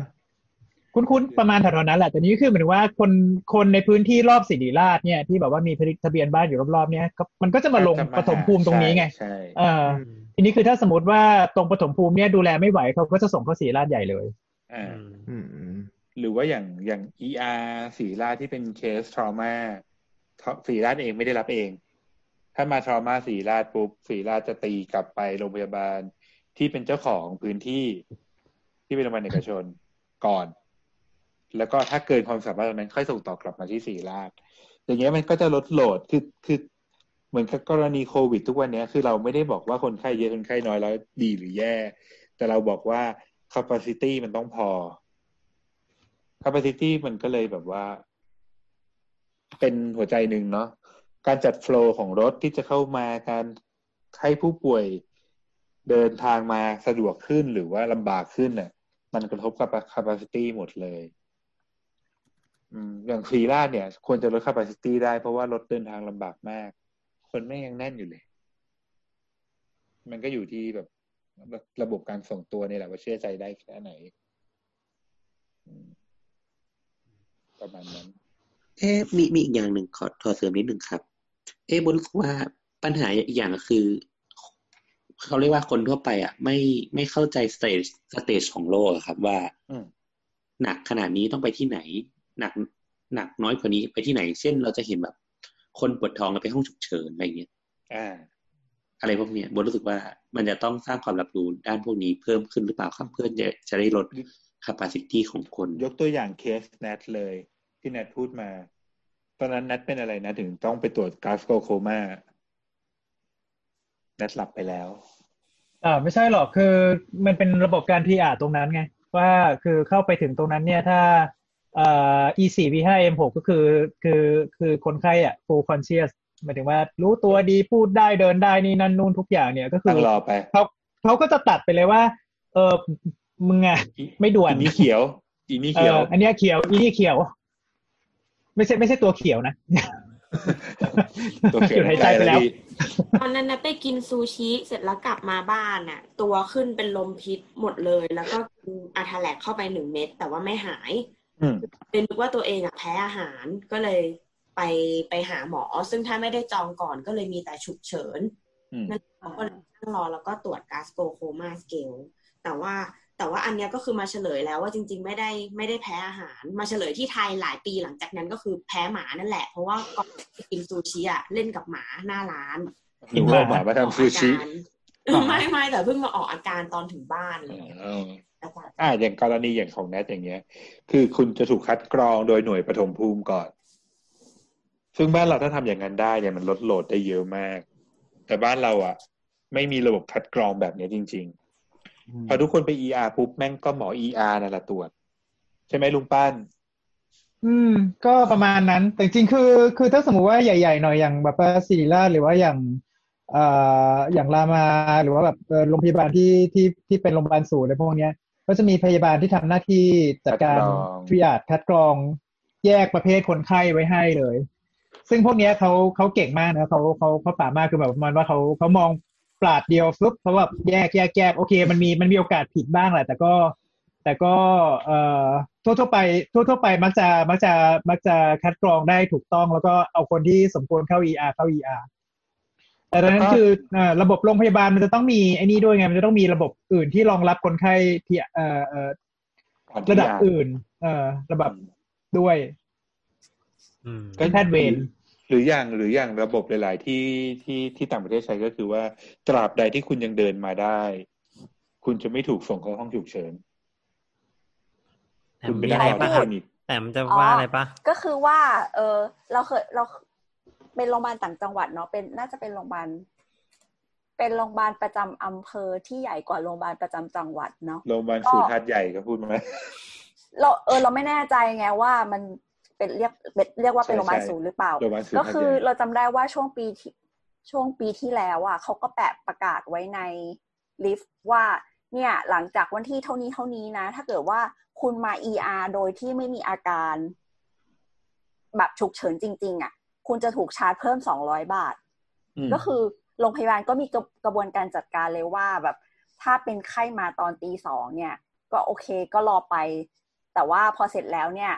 Speaker 1: คุ้นๆประมาณแถวๆนั้นแหละแต่นี้คือเหมือนว่าคนคนในพื้นที่รอบสิริราชเนี่ยที่แบบว่ามีทะเบียนบ้านอยู่รอบๆเนี่ยก็มันก็จะมาลง
Speaker 4: จะา
Speaker 1: ปฐมภูมิตรงนี้ไง
Speaker 4: ใช่
Speaker 1: เอ
Speaker 4: ใช่
Speaker 1: ออทีนี้คือถ้าสมมติว่าตรงปฐมภูมิเนี่ยดูแลไม่ไหวเขาก็จะส่งเข้าสิริราชใหญ่เลย
Speaker 4: อ่า
Speaker 3: อืม
Speaker 7: อืมอืม
Speaker 4: หรือว่าอย่างอย่าง ER ศรีราชที่เป็นเคสทรมาศรีราชเองไม่ได้รับเอง ถ้ามาทรมาศรีราชปุ๊บศรีราชจะตีกลับไปโรงพยาบาลที่เป็นเจ้าของพื้นที่ ที่เป็นโรงพยาบาลเอกชน ก่อน แล้วก็ถ้าเกินความสามารถตรงนั้นค่อยส่งต่อกลับมาที่ศรีราช อย่างเงี้ยมันก็จะลดโหลดคือคือเหมือนกับกรณีโควิดทุกวันเนี้ยคือเราไม่ได้บอกว่าคนไข้เยอะคนไข้น้อยแล้วดีหรือแย่ แต่เราบอกว่า capacity มันต้องพอ capacity มันก็เลยแบบว่า เป็นหัวใจหนึ่งเนาะการจัดโฟล์ของรถที่จะเข้ามาการให้ผู้ป่วยเดินทางมาสะดวกขึ้นหรือว่าลำบากขึ้นน่ะ มันกระทบกับ capacity หมดเลย อืมอย่างฟรีราชเนี่ย ควรจะลด capacity ได้เพราะว่ารถเดินทางลำบากมาก คนแม่งยังแน่นอยู่เลย มันก็อยู่ที่แบบระระบบการส่งตัวเนี่ยแหละว่าเชื่อใจได้แค่ไหนอืมประมาณนั้น
Speaker 8: เอ๊ะมีมีอีกอย่างหนึ่งขอขอเสริมนิดหนึ่งครับ เอ๊ะบนรู้สึกว่าปัญหาอีกอย่างก็คือ เขาเรียกว่าคนทั่วไปอ่ะ ไม่ไม่เข้าใจสเตจสเตจของโลกอะครับ ว่า
Speaker 4: อืม
Speaker 8: หนักขนาดนี้ต้องไปที่ไหน หนักหนักน้อยกว่านี้ไปที่ไหน เช่นเราจะเห็นแบบ คนปวดท้องแล้วไปห้องฉุกเฉินอะไรเงี้ย
Speaker 4: อ่า
Speaker 8: อะไรพวกเนี้ยบนรู้สึกว่ามันจะต้องสร้างความรับรู้ด้านพวกนี้เพิ่มขึ้นหรือเปล่าครับเพื่อจะจะได้ลด capacity ของคน
Speaker 4: ยกตัวอย่างเคสแนทเลย ที่แนทพูดมา ตอนนั้นแนทเป็นอะไรนะถึงต้องไปตรวจกราฟโกโคมาแนทหลับไปแล้ว
Speaker 1: อ่าไม่ใช่หรอกคือมันเป็นระบบการ PR ตรงนั้นไง ว่าคือเข้าไปถึงตรงนั้นเนี่ยถ้าเอ่อ E4 V5 M6 ก็คือคือคือคนไข้อ่ะ full conscious หมายถึงว่ารู้ตัวดีพูดได้เดินได้นี่นั่นนู่นทุกอย่างเนี่ยก็คื
Speaker 4: ตั้
Speaker 1: อง
Speaker 4: รอไป
Speaker 1: เขาเขาก็จะตัดไปเลยว่า เออมึงอ่ะ ไม่ด่วน
Speaker 4: อันนี้เขียว อีนี่
Speaker 1: เอ
Speaker 4: เขียว
Speaker 1: ออันเนี้ยเขียวอีนี่เขียว ไม่ใช่ไม่ใช่ตัวเขียวนะ
Speaker 4: ตัวเขียว
Speaker 1: หายใจไปแล้ว
Speaker 4: พี่
Speaker 9: ตอนนั้นนะไปกินซูชิเสร็จแล้วกลับมาบ้านน่ะ ตัวขึ้นเป็นลมพิษหมดเลย แล้วก็กินอาทาแลกเข้าไปหนึ่งเม็ดแต่ว่าไม่หาย
Speaker 4: อืม
Speaker 9: เป็นนึกว่าตัวเองอ่ะแพ้อาหารก็เลยไปไปหาหมอ ซึ่งถ้าไม่ได้จองก่อนก็เลยมีแต่ฉุกเฉิน
Speaker 4: อืม
Speaker 9: นั่นเราก็เลยนั่งรอแล้วก็ตรวจกาสโกโคมาสเกลแต่ว่าแต่ว่าอันเนี้ยก็คือมาเฉลยแล้วว่าจริง ๆ ไม่ได้ไม่ได้แพ้อาหาร มาเฉลยที่ไทยหลายปีหลังจากนั้นก็คือแพ้หมานั่นแหละ เพราะว่าก่อนจะกินซูชิอ่ะเล่นกับหมาหน้าร้าน
Speaker 4: หรือว่าหมามาทำซูชิ
Speaker 9: ออกอาการไม่ไม่แต่เพิ่งมาออกอาการตอนถึงบ้านเลย
Speaker 4: อ๋อ
Speaker 9: อาจารย์
Speaker 4: อ่าอย่างกรณีอย่างของแนทอย่างเงี้ย คือคุณจะถูกคัดกรองโดยหน่วยปฐมภูมิก่อน ซึ่งบ้านเราถ้าทำอย่างนั้นได้เนี่ยมันลดโหลดได้เยอะมาก แต่บ้านเราอะไม่มีระบบคัดกรองแบบเนี้ยจริง ๆ พอทุกคนไป ER ปุ๊บแม่งก็หมอ ER นั่นแหละตรวจ ใช่ไหมลุงป้าน
Speaker 1: อืม ก็ประมาณนั้น แต่จริงๆคือคือถ้าสมมุติว่าใหญ่ๆหน่อยอย่างแบบว่าศิริราชหรือว่าอย่างเอ่ออย่างรามาหรือว่าแบบเอ่อโรงพยาบาลที่ที่ที่เป็นโรงพยาบาลศูนย์อะไรพวกเนี้ย ก็จะมีพยาบาลที่ทำหน้าที่จัดการ
Speaker 4: คัดกรอง
Speaker 1: ทริอาดคัดกรองแยกประเภทคนไข้ไว้ให้เลย ซึ่งพวกเนี้ยเขาเขาเก่งมากนะเขาเขาเขาป่ามากคือแบบประมันว่าเขาเขามองปลาดเดียวฟึบเขาแบบแยกแยกแยกโอเค มันมีมันมีโอกาสผิดบ้างแหละแต่ก็ แต่ก็เอ่อทั่วทั่วๆไปทั่วทั่วๆไปมักจะมักจะมักจะคัดกรองได้ถูกต้อง แล้วก็เอาคนที่สมควรเข้า ER เข้า ER แต่ดังนั้
Speaker 4: แล้ว
Speaker 1: น
Speaker 4: ก็
Speaker 1: คือเอ่อระบบโรงพยาบาลมันจะต้องมีไอ้นี่ด้วยไง มันจะต้องมีระบบอื่นที่รองรับคนไข้ที่เอ่อเอ่อ
Speaker 4: ก่อน
Speaker 1: ระดับ
Speaker 4: ที่
Speaker 1: อื่น เอ่อระ
Speaker 4: ยา
Speaker 1: ดับด้วย
Speaker 3: อืม
Speaker 1: แพทย์เวร
Speaker 4: หรืออย่างหรืออย่างระบบหลาย ๆ ที่ที่ที่ต่างประเทศใช้ก็คือว่า ตราบใดที่คุณยังเดินมาได้ คุณจะไม่ถูกส่งเข้าห้องฉุกเฉิน
Speaker 3: แต่
Speaker 4: คุณ
Speaker 3: มัน
Speaker 4: เป็น
Speaker 3: มี
Speaker 4: นักข่าว
Speaker 3: อะไรปะ
Speaker 4: ที่คลินิก
Speaker 3: แต่มันจะว่าอะไรปะ
Speaker 2: ก็คือว่า เออเราเคยเราเป็นโรงพยาบาลต่างจังหวัดเนาะเป็นน่าจะเป็นโรงพยาบาลเป็นโรงพยาบาลประจำอำเภอที่ใหญ่กว่าโรงพยาบาลประจำจังหวัดเนาะ
Speaker 4: โรงพยาบาลสูตรทัดใหญ่ก็พูดมา
Speaker 2: เราเออเราไม่แน่ใจไงว่ามันเป็นเรียกเป็นเรียกว่าเป็น
Speaker 4: ใช่
Speaker 2: โรงพยาบาล
Speaker 4: ใช่
Speaker 2: ศูนย์หรือเปล่า
Speaker 4: โรงพยาบาลสูตร
Speaker 2: ก็
Speaker 4: ทัด
Speaker 2: คื
Speaker 4: ให
Speaker 2: อ
Speaker 4: ญ่
Speaker 2: เราจำได้ว่าช่วงปีที่ช่วงปีที่แล้วอ่ะเขาก็แปะประกาศไว้ในลิฟต์ว่าเนี่ยหลังจากวันที่เท่านี้เท่านี้นะ ถ้าเกิดว่าคุณมา ER โดยที่ไม่มีอาการ แบบฉุกเฉินจริง ๆ อ่ะ คุณจะถูกชาร์จเพิ่มสองร้อยบาท
Speaker 4: ม
Speaker 2: ก็คือโรงพยาบาลก็มีกระกระบวนการจัดการเลยว่าแบบ ถ้าเป็นไข้มาตอนตีสองเนี่ย ก็โอเคก็รอไป แต่ว่าพอเสร็จแล้วเนี่ย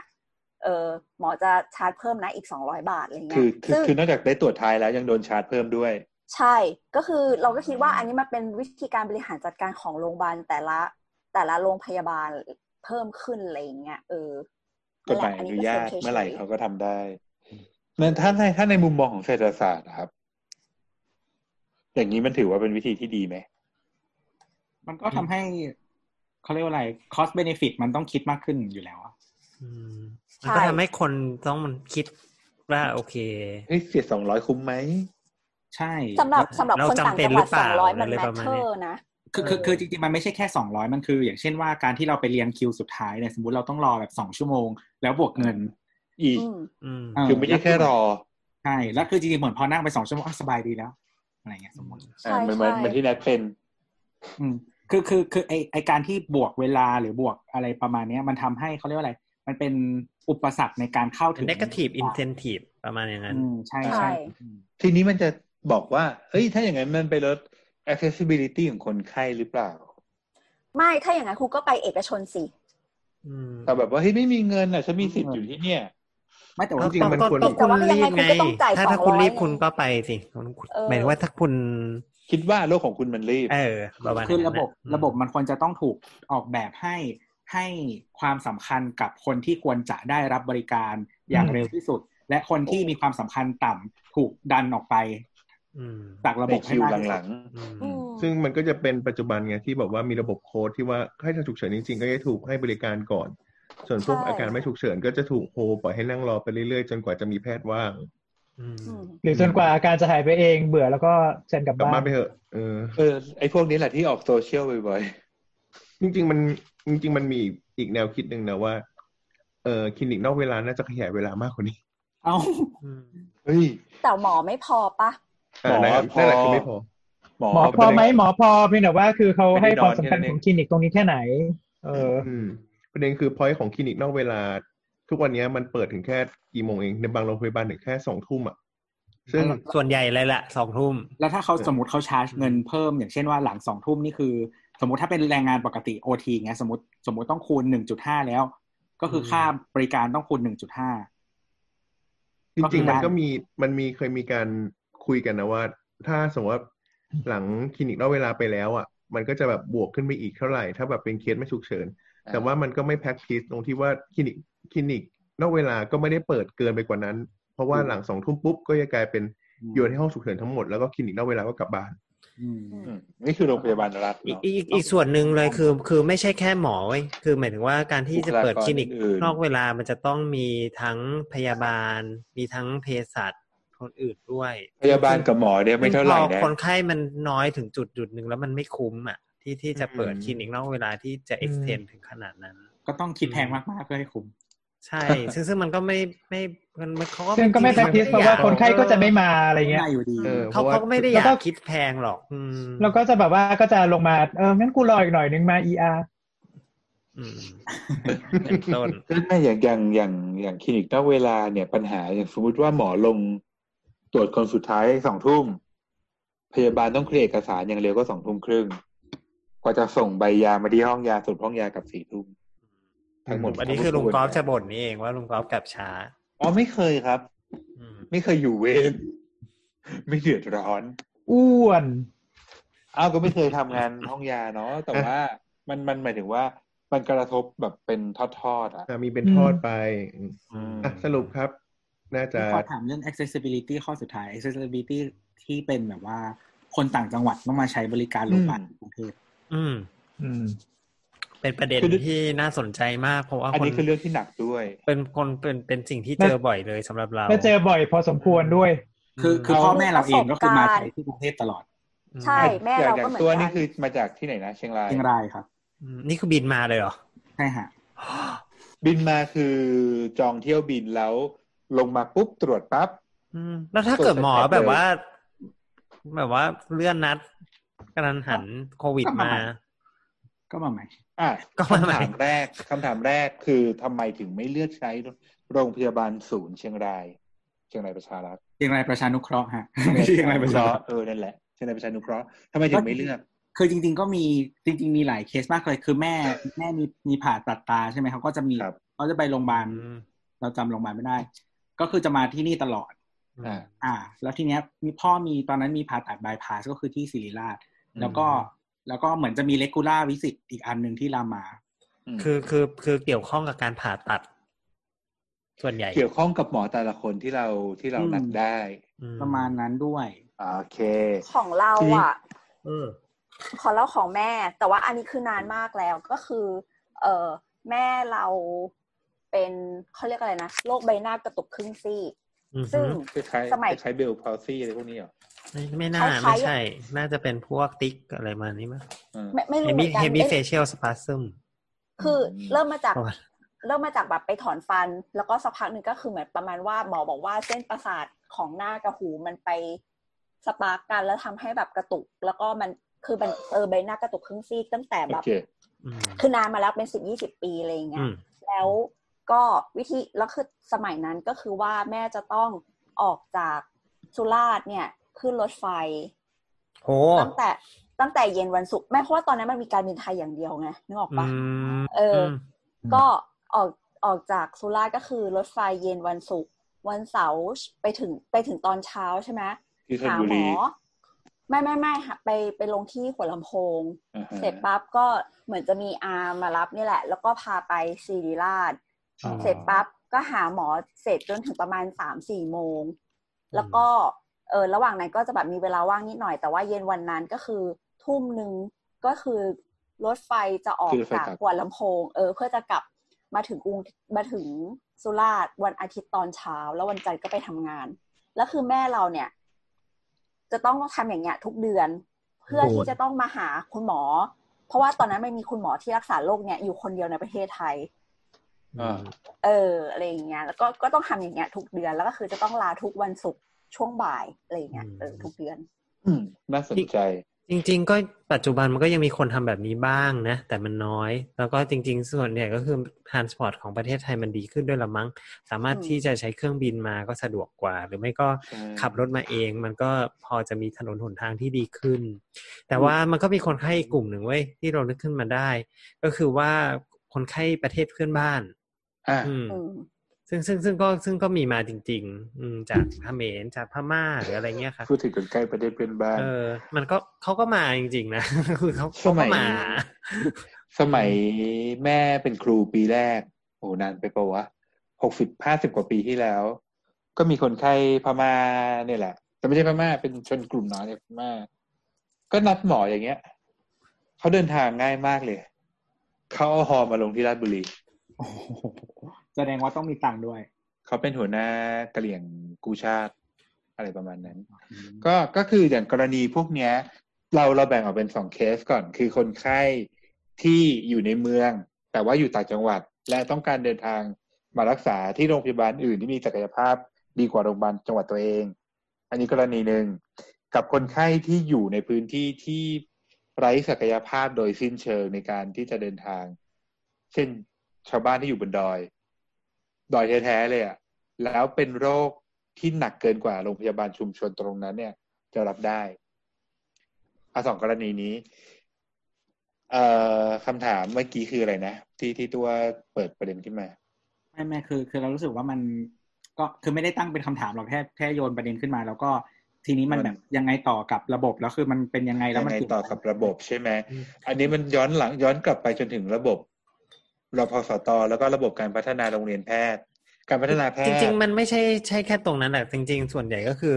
Speaker 2: เออหมอจะชาร์จเพิ่มนะอีกสองร้อยบาทอะไรเงี้
Speaker 4: คื
Speaker 2: ย
Speaker 4: อคือ
Speaker 2: ซึ่ง
Speaker 4: คือนอกจากได้ตรวจทายแล้วยังโดนชาร์จเพิ่มด้วย
Speaker 2: ใช่ก็คือเราก็คิดว่าอันนี้มันเป็นวิธีการบริหารจัดการของโรงพยาบาลแต่ละแต่ละโรงพยาบาลเพิ่มขึ้นอะไรเงี้ยเออก
Speaker 4: ฎหมายอ
Speaker 2: นั่นแหละน
Speaker 4: นุ
Speaker 2: นี้คื
Speaker 4: ญาต
Speaker 2: ฉยๆ
Speaker 4: เมื่อไหร่เขาก็ทำได้นั้นถ้าในถ้าในมุมมองของเศรษฐศาสตร์อะครับ อย่างนี้มันถือว่าเป็นวิธีที่ดีไหม
Speaker 6: มันก็ทำให้เขาเรียกว่าอะไร cost benefit มันต้องคิดมากขึ้นอยู่แล้วอะ
Speaker 3: อืม
Speaker 2: ใช่
Speaker 3: มันก็ทำให้คนต้องคิดว่าโอเค
Speaker 4: เฮ้ยเสียสองร้อยคุ้มไหม
Speaker 6: ใช่
Speaker 2: สำหรับ
Speaker 6: แล้ว
Speaker 2: สำหรับ
Speaker 3: เรา
Speaker 2: คนต่าง
Speaker 3: จำเป็น
Speaker 2: จังหวัด
Speaker 3: หรือเป
Speaker 2: สอ
Speaker 3: ล่าง
Speaker 2: ร้อยมัน
Speaker 3: อะไร
Speaker 2: แมท
Speaker 3: ประมา
Speaker 2: เท
Speaker 3: ณเนี้
Speaker 2: อย ร์นะ
Speaker 6: คือคือ
Speaker 2: เออ
Speaker 6: คือจริงๆ มันไม่ใช่แค่สองร้อยมันคือ อย่างเช่นว่าการที่เราไปเรียงคิวสุดท้ายเนี่ยสมมติเราต้องรอแบบสองชั่วโมง แล้วบวกเงิน
Speaker 4: อีก
Speaker 2: อืม
Speaker 3: อืม
Speaker 6: เ
Speaker 4: คือไม่ใช่แค่รอ
Speaker 6: ใช่แล้วคือจริงๆเหมือนพอนั่งไปสองชั่วโมงอ่ะสบายดีแล้วอะไรเงี้ยสมมติ
Speaker 2: ใช่
Speaker 4: อ่าเหมือนเหมือ
Speaker 2: ใช่
Speaker 4: นเหมือนที่แนทเป็น
Speaker 6: อืมคือคือคือไอไอการที่บวกเวลาหรือบวกอะไรประมาณเนี้ย มันทำให้เขาเรียกว่าอะไร มันเป็นอุปสรรคในการเข้าถึง
Speaker 3: negative incentive ประมาณอย่างนั้น
Speaker 6: อืมใช่
Speaker 2: ใช่
Speaker 6: ใช่อืม
Speaker 4: ทีนี้มันจะบอกว่า เฮ้ย ถ้าอย่างนั้นมันไปลด accessibility ของคนไข้หรือเปล่า
Speaker 2: ไม่ถ้าอย่างนั้นคุณก็ไปเอกชนสิ
Speaker 3: อืม
Speaker 4: แต่แบบว่าเฮ้ยไม่มีเงินอ่ะฉันมีสิทธิ์อยู่ที่เนี่ย
Speaker 6: ไม่แต่
Speaker 3: ก็
Speaker 6: ว่า
Speaker 7: จริงๆมัน
Speaker 3: ก็
Speaker 7: ควร
Speaker 3: ก็
Speaker 2: แต่ว่ายังไงคุ
Speaker 3: บ
Speaker 2: ณก็ต้องจ่าย
Speaker 3: ถ้าถ้าคุณ
Speaker 2: 200
Speaker 3: รีบคุณ
Speaker 2: ไง
Speaker 3: ก็ไปสิคุณ
Speaker 2: เออ
Speaker 3: หมายถึงว่าถ้าคุณ
Speaker 4: คิดว่าโลกของคุณมันรีบ
Speaker 3: เออประมาณ
Speaker 6: คือ
Speaker 3: นั้นน
Speaker 6: ระบบ
Speaker 3: อืม
Speaker 6: ระบบมันควรจะต้องถูกออกแบบให้ให้ความสำคัญกับคนที่ควรจะได้รับบริการอย่างเร็วที่สุด และคนที่มีความสำคัญต่ำถูกดันออกไป
Speaker 3: อืม
Speaker 6: จากระ
Speaker 4: ใน
Speaker 6: บบให้
Speaker 4: คิว
Speaker 6: มาก
Speaker 4: ห
Speaker 6: ที่สุ
Speaker 4: ลั
Speaker 6: ด
Speaker 4: งๆ
Speaker 3: อืม
Speaker 2: อืม
Speaker 7: ซึ่งมันก็จะเป็นปัจจุบันไงที่บอกว่ามีระบบโค้ดที่ว่าให้ถ้าฉุกเฉินจริงๆ ก็จะถูกให้บริการก่อน ส่วนพวกอาการไม่ฉุกเฉินก็จะถูกโฮปล่อยให้นั่งรอไปเรื่อยๆ จนกว่าจะมีแพทย์ว่าง
Speaker 3: อืม
Speaker 2: อืม
Speaker 1: หรือจนกว่าอาการจะหายไปเองเบื่อแล้วก็เชิญกลับ
Speaker 7: กลั
Speaker 1: บ้าม
Speaker 7: บาน
Speaker 1: น
Speaker 7: ไปเถอะเออ
Speaker 4: เออไอพวกนี้แหละที่ออกโซเชียลบ่อย
Speaker 7: จริงๆมันจริง ๆ มันมีอีกอีกแนวคิดหนึ่งนะว่าเออคลินิกนอกเวลาน่าจะขยายเวลามากกว่านี้
Speaker 6: เอา
Speaker 3: อืม
Speaker 4: ๆ เฮ้ย
Speaker 2: แต่หมอไม่พอปะ
Speaker 7: อ่านั่นแหละ
Speaker 4: หมอพอ
Speaker 7: นั่นแหละคือไม่พอ
Speaker 4: หมอ
Speaker 1: หมอพอไหมหมอพอเพียงแต่ว่าคือเขาให้ความสำคัญ
Speaker 4: ไม่ได้นอนแค่นั้นเอ
Speaker 1: ของ งคลินิกตรงนี้แค่ไหน เออ
Speaker 7: อืม ประเด็นคือพอยต์ของคลินิกนอกเวลา ทุกวันเนี้ยมันเปิดถึงแค่กี่โมงเองในบางโรงพยาบาลถึงแค่สองทุ่มอ่ะซึ่ง
Speaker 3: ส่วนใหญ่เลยละสองทุ่ม
Speaker 6: แล้วถ้าเขาสมมติเขาชาร์จเงินเพิ่ม อย่างเช่นว่าหลังสองทุ่มนี่คือ สมมติถ้าเป็นแรงงานปกติโอทีเงี้ยสมมติสมมติต้องคูณหนึ่งจุดห้าแล้ว ก็คือ
Speaker 3: อืม
Speaker 6: ค่าบริการต้องคูณหนึ่งจุดห้า
Speaker 7: จ
Speaker 6: ก็คื
Speaker 7: ริง
Speaker 6: อ
Speaker 7: ๆ มัน
Speaker 6: บ้าน
Speaker 7: ก็มีมันมีเคยมีการคุยกันนะว่า ถ้าสมมติว่าหลังคลินิกเราเวลาไปแล้วอ่ะ มันก็จะแบบบวกขึ้นไปอีกเท่าไหร่ ถ้าแบบเป็นเคสไม่ฉุกเฉิน แต่ว่ามันก็ไม่แพ็กทิสตรงที่ว่าคลินิกคลินิกนอกเวลาก็ไม่ได้เปิดเกินไปกว่านั้น เพราะว่าหลังสองทุ่มปุ๊บก็จะกลายเป็นอยู่ในห้องฉุกเฉินทั้งหมดแล้วก็คลินิกนอกเวลาก็กลับบ้าน
Speaker 4: อืมนี่คือโรงพยาบาลรัฐ
Speaker 3: อีก
Speaker 4: เนาะ
Speaker 3: อีกอีกส่วนหนึ่งเลยคือ คือไม่ใช่แค่หมอเว้ยคือหมายถึงว่าการที่จะเปิด
Speaker 4: บุคลากร
Speaker 3: คลินิก
Speaker 4: อื่นๆ
Speaker 3: นอกเวลามันจะต้องมีทั้งพยาบาล มีทั้งเภสัชคนอื่นด้วย
Speaker 4: พยาบาลกับหมอเนี่ยไม่เท่าไหร่
Speaker 3: ซึ่ง
Speaker 4: นะ
Speaker 3: พอคนไข้มันน้อยถึงจุดจุดหนึ่งแล้วมันไม่คุ้มอ่ะที่ที่จะเปิด
Speaker 4: อืม
Speaker 3: คลินิกนอกเวลาที่จะ extend ถึงขนาดนั้น
Speaker 6: ก็ต้องคิดแพงมากๆเพื่อให้คุ้ม
Speaker 3: ใช่ ซึ่งซึ่งมันก็ไม่ไม่มันมันเขาก็
Speaker 1: ซึ่งก็ไม่
Speaker 3: จ
Speaker 1: แพ็
Speaker 3: ริ
Speaker 1: ก
Speaker 3: ๆ
Speaker 1: ทิส
Speaker 3: ข
Speaker 1: เพราะ
Speaker 3: อย
Speaker 1: ว่าก คนไข้ก็จะไม่มาอะไรเงี้ย
Speaker 6: ได้อยู่ดี
Speaker 7: เออ
Speaker 3: เขา
Speaker 7: พระว่
Speaker 3: เขาก็ไม่ได้อยา
Speaker 1: แล้ว
Speaker 3: ก
Speaker 1: ก็
Speaker 3: คิดแพงหรอก อืม
Speaker 1: แล้วก็จะแบบว่าก็จะลงมาเอองั้นกูรออีกหน่อยนึงมา ER
Speaker 3: อืมเป็นต้น
Speaker 4: ซึ่งอย่างอย่างอย่างอย่างคลินิกนอกเวลาเนี่ยปัญหาอย่างสมมติว่าหมอลงตรวจคนสุดท้ายสองทุ่มพยาบาลต้องเคลียร์เอกสารอย่างเร็วก็สองทุ่มครึ่งกว่าจะส่งใบยามาที่ห้องยาส่วนห้องยากับสี่ทุ่มทั้งหมด
Speaker 3: วันนี้คือลุงกอล์ฟจะบ่นนี่เองว่าลุงกอล์ฟกลับช้า
Speaker 4: อ๋อไม่เคยครับ
Speaker 3: อืม
Speaker 4: ไม่เคยอยู่เวร ไม่เดือดร้อน
Speaker 1: อ้วน
Speaker 4: อ้าวก็ไม่เคยทำงาน ห้องยาเนาะแต่ว่ามันมันหมายถึงว่า มันกระทบแบบเป็นทอดๆอ่ะ
Speaker 7: อ่ะมีเป็นทอดไปอืม
Speaker 4: อืม
Speaker 7: อ่ะสรุปครับ น่าจะ
Speaker 6: ขอถามเรื่อง accessibility ข้อสุดท้าย accessibility ที่เป็นแบบว่าคนต่างจังหวัดต้องมาใช้บริการโรงพยาบาลกรุงเทพ
Speaker 3: อืม
Speaker 1: อืม
Speaker 3: เป็นประเด็น
Speaker 4: คือ
Speaker 3: ที่น่าสนใจมาก เพราะว่า
Speaker 4: อัน
Speaker 3: คน
Speaker 4: นี้คือเรื่องที่หนักด้วย
Speaker 3: เป็นคนเป็นเป็นสิ่งที่
Speaker 1: แล้ว
Speaker 3: เจอบ่อยเลยสำหรับเรา
Speaker 1: แล้วเจอบ่อยพอสมควรด้วย
Speaker 6: คือคือพ่อแม่เราเองก็คือมา
Speaker 2: ประสบการณ์
Speaker 6: ใช้ที่กรุงเทพตลอด
Speaker 3: ม
Speaker 2: ใช่แม่
Speaker 4: อย่า
Speaker 2: เรา
Speaker 4: งอย่า
Speaker 2: ก็
Speaker 4: ง
Speaker 2: เหมือน
Speaker 4: ตัว
Speaker 2: กั
Speaker 4: นี่
Speaker 2: น
Speaker 4: คือมาจากที่ไหนนะเชียงราย
Speaker 6: เชียงรายครับ
Speaker 3: อืมนี่คือบินมาเลยเหรอ
Speaker 6: ใช่ฮะ
Speaker 4: บินมาคือจองเที่ยวบินแล้ว ลงมาปุ๊บตรวจปั๊บ
Speaker 3: อืม แล้วถ้าเกิดหมอ
Speaker 4: เปิดสเต็ปเลย
Speaker 3: แบบว่า แบบว่าเลื่อนนัดกระนันหันโควิดมา
Speaker 6: ก็มาใหม่
Speaker 4: อ่ะ
Speaker 3: ก็มาใหม่
Speaker 4: คำถามแรกคำถามแรกคือทำไมถึงไม่เลือกใช้โรงพยาบาลศูนย์เชียงราย เชียงรายประชารัฐ
Speaker 6: เชียงรายประชานุเคราะห์ฮะไม่ใช่เชียงรายประชานุเคราะห์
Speaker 4: เออนั่นแหละเชียงรายประชานุเคราะห์ทำไมถึงไม่เลือก
Speaker 6: คือจริง ๆ ก็มีจริง ๆ มีหลายเคสมากเลย คือแม่แม่มีมีผ่าตัดตาใช่ไหมเขาก็จะมี
Speaker 4: ครับ
Speaker 6: เขาจะไปโรงพยาบาล
Speaker 3: อืม
Speaker 6: เราจำโรงพยาบาลไม่ได้ ก็คือจะมาที่นี่ตลอด
Speaker 4: อ่า
Speaker 6: อ่า แล้วทีเนี้ยมีพ่อมีตอนนั้นมีผ่าตัดบายพาสก็คือที่ศิริราช แล้วก็แล้วก็เหมือนจะมีเลกูล่าวิสิตอีกอันหนึ่งที่รามา
Speaker 3: คือคือคือเกี่ยวข้องกับการผ่าตัด ส่วนใหญ่
Speaker 4: เกี่ยวข้องกับหมอแต่ละคนที่เราที่เรา
Speaker 6: อืม
Speaker 4: นัดได้
Speaker 3: อื
Speaker 6: ประมาณนั้นด้วย
Speaker 4: อ่าโอเค
Speaker 2: ของเราอ่ะ
Speaker 3: เออ
Speaker 2: ขอเล่าของแม่ แต่ว่าอันนี้คือนานมากแล้วก็คือ เออแม่เราเป็นเขาเรียกอะไรนะโรคใบหน้ากระตุกครึ่งซีก
Speaker 3: อือฮึ
Speaker 2: ซึ่ง
Speaker 4: คล้าย
Speaker 2: สมัย
Speaker 4: ๆคล้ายเบลพาวซี่อะไรพวกนี้เหรอ
Speaker 3: ไม่ไม่น่า
Speaker 2: คล้ายๆ
Speaker 3: ไม่ใช่ น่าจะเป็นพวกติ๊กอะไรมานี้มั้ย
Speaker 4: อ่า
Speaker 2: ไม่ไม่
Speaker 3: เฮ
Speaker 2: รู้เหมื
Speaker 3: มิ
Speaker 2: อนกัน
Speaker 3: เฮมิ
Speaker 2: เอ๊ะ
Speaker 3: เฟเชียลสปาซึม
Speaker 2: คือ
Speaker 4: อืม
Speaker 2: เริ่มมาจาก
Speaker 3: ประมาณ
Speaker 2: เริ่มมาจากแบบไปถอนฟัน แล้วก็สักพักหนึ่งก็คือเหมือนประมาณว่าหมอบอกว่าเส้นประสาทของหน้ากับหูมันไปสปาร์กกันแล้วทำให้แบบกระตุก แล้วก็มันคือมันเออใบหน้ากระตุกครึ่งซีกตั้งแต่
Speaker 4: โอ
Speaker 2: แบบ
Speaker 4: เค
Speaker 3: อืม
Speaker 2: คือนานมาแล้วเป็นสิบยี่สิบปีอะไรอย่างเงี้
Speaker 3: อื
Speaker 2: ย
Speaker 3: ม
Speaker 2: แล้วก็วิธีแล้วคือสมัยนั้นก็คือว่าแม่จะต้องออกจากสุราษฎร์เนี่ยขึ้นรถไฟ
Speaker 3: โห
Speaker 2: ตั้งแต่ตั้งแต่เย็นวันศุกร์ไม่เพราะว่าตอนนั้นมันมีการบินไทยอย่างเดียวไงนึกออกปะ
Speaker 3: อืม
Speaker 2: เออ
Speaker 3: ม
Speaker 2: ก็ออกออกจากสุราษฎร์ก็คือรถไฟเย็นวันศุกร์วันเสาร์ไปถึงไปถึงตอนเช้าใช่ไหม
Speaker 4: ที่ชล
Speaker 2: หา
Speaker 4: บุ
Speaker 2: หม
Speaker 4: รี
Speaker 2: อ ไม่ไม่ไม่ค่ะไปไปลงที่หัวลำโพง
Speaker 4: อ่าฮะ
Speaker 2: เสร็จปั๊บก็เหมือนจะมีอามารับนี่แหละ แล้วก็พาไปศิริราช
Speaker 4: อ๋อ
Speaker 2: เสร็จปั๊บก็หาหมอเสร็จจนถึงประมาณสามสี่โมง แล้วก็เออระหว่างนั้นก็จะแบบมีเวลาว่างนิดหน่อย แต่ว่าเย็นวันนั้นก็คือทุ่มหนึ่งก็คือรถไฟจะออกจากหัวลำโพง เออ เพื่อจะกลับมาถึงกรุงมาถึงสุราษฎร์วันอาทิตย์ตอนเช้า แล้ววันจันทร์ก็ไปทำงาน แล้วคือแม่เราเนี่ย จะต้องทำอย่างเงี้ยทุกเดือน เพื่อที่จะต้องมาหาคุณหมอ เพราะว่าตอนนั้นไม่มีคุณหมอที่รักษาโรคเนี่ยอยู่คนเดียวในประเทศไทย
Speaker 4: อ่า
Speaker 2: เอออะไรอย่างเงี้ยแล้วก็ก็ต้องทำอย่างเงี้ยทุกเดือนแล้วก็คือจะต้องลาทุกวันศุกร์ช่วงบ่ายอะไรอย่างเงี้ยเออทุกเดือน
Speaker 4: อืมน่าสนใจ
Speaker 3: จริง ๆ ก็ ปัจจุบันมันก็ยังมีคนทำแบบนี้บ้างนะ แต่มันน้อย แล้วก็จริง ๆ ส่วนใหญ่ก็คือ transport ของประเทศไทยมันดีขึ้นด้วยละมั้ง สามารถ
Speaker 2: อืม
Speaker 3: ที่จะใช้เครื่องบินมาก็สะดวกกว่า หรือไม่ก็
Speaker 4: ใช่
Speaker 3: ขับรถมาเอง มันก็พอจะมีถนนหนทางที่ดีขึ้น แต่ว่ามันก็มีคนไข้อีกกลุ่มหนึ่งเว้ยที่เรานึกขึ้นมาได้ ก็คือว่าคนไข้ประเทศเพื่อนบ้าน
Speaker 4: อ่า
Speaker 3: อืม
Speaker 2: อืม
Speaker 3: ซึ่งซึ่งซึ่งก็ซึ่งก็มีมาจริง ๆ อืมจากเขมรจากพม่าหรืออะไรเงี้ยครับ
Speaker 4: พูดถึงคนใกล้ประเทศเพื่อนบ้าน
Speaker 3: เออ มันก็เขาก็มาจริง ๆ นะ คือเขา
Speaker 4: ส
Speaker 3: เขา
Speaker 4: มั
Speaker 3: ก็
Speaker 4: ย
Speaker 3: มา
Speaker 4: สมัยแม่เป็นครูปีแรก โอ้นานไปปะวะหกสิบห้าสิบกว่าปีที่แล้ว ก็มีคนไข้พม่าเนี่ยแหละ แต่ไม่ใช่พม่าเป็นชนกลุ่มน้อยจากพม่า ก็นัดหมออย่างเงี้ย เขาเดินทางง่ายมากเลย เขาเอาฮอมาลงที่ราชบุรี
Speaker 6: โอ้โหแสดงว่าต้องมีตังค์ด้วย
Speaker 4: เขาเป็นหัวหน้ากะเหลี่ยงกูชาติ อะไรประมาณนั้น ก็ก็คืออย่างกรณีพวกเนี้ย เราเราแบ่งออกเป็นสองเคสก่อน คือคนไข้ที่อยู่ในเมือง แต่ว่าอยู่ต่างจังหวัด และต้องการเดินทางมารักษาที่โรงพยาบาลอื่นที่มีศักยภาพดีกว่าโรงพยาบาลจังหวัดตัวเอง อันนี้กรณีหนึ่งกับคนไข้ที่อยู่ในพื้นที่ที่ไร้ศักยภาพโดยสิ้นเชิงในการที่จะเดินทาง เช่นชาวบ้านที่อยู่บนดอย ดอยแท้ๆเลยอะ แล้วเป็นโรคที่หนักเกินกว่าโรงพยาบาลชุมชนตรงนั้น เนี่ย จะรับได้อาสองกรณีนี้ เอ่อคำถามเมื่อกี้คืออะไรนะ ที่ที่ตัวเปิดประเด็นขึ้นมา
Speaker 6: ไม่ไม่คือ คือเรารู้สึกว่ามันก็คือไม่ได้ตั้งเป็นคำถามหรอกแค่แค่โยนประเด็นขึ้นมา แล้วก็ทีนี้มัน
Speaker 4: มัน
Speaker 6: แบบยังไงต่อกับระบบแล้วคือมันเป็นยังไงแล้ว
Speaker 4: ยัง
Speaker 6: มัน
Speaker 4: ไง
Speaker 6: เกี่ยว
Speaker 4: ต่อกับระบบใช่ไหมอันนี้มันย้อนหลังย้อนกลับไปจนถึงระบบรพสตแล้วก็ระบบการพัฒนาโรงเรียนแพทย์ การพัฒนาแพทย์
Speaker 3: จริง ๆ มันไม่ใช่ใช่แค่ตรงนั้นแหละจริง ๆ ส่วนใหญ่ก็คือ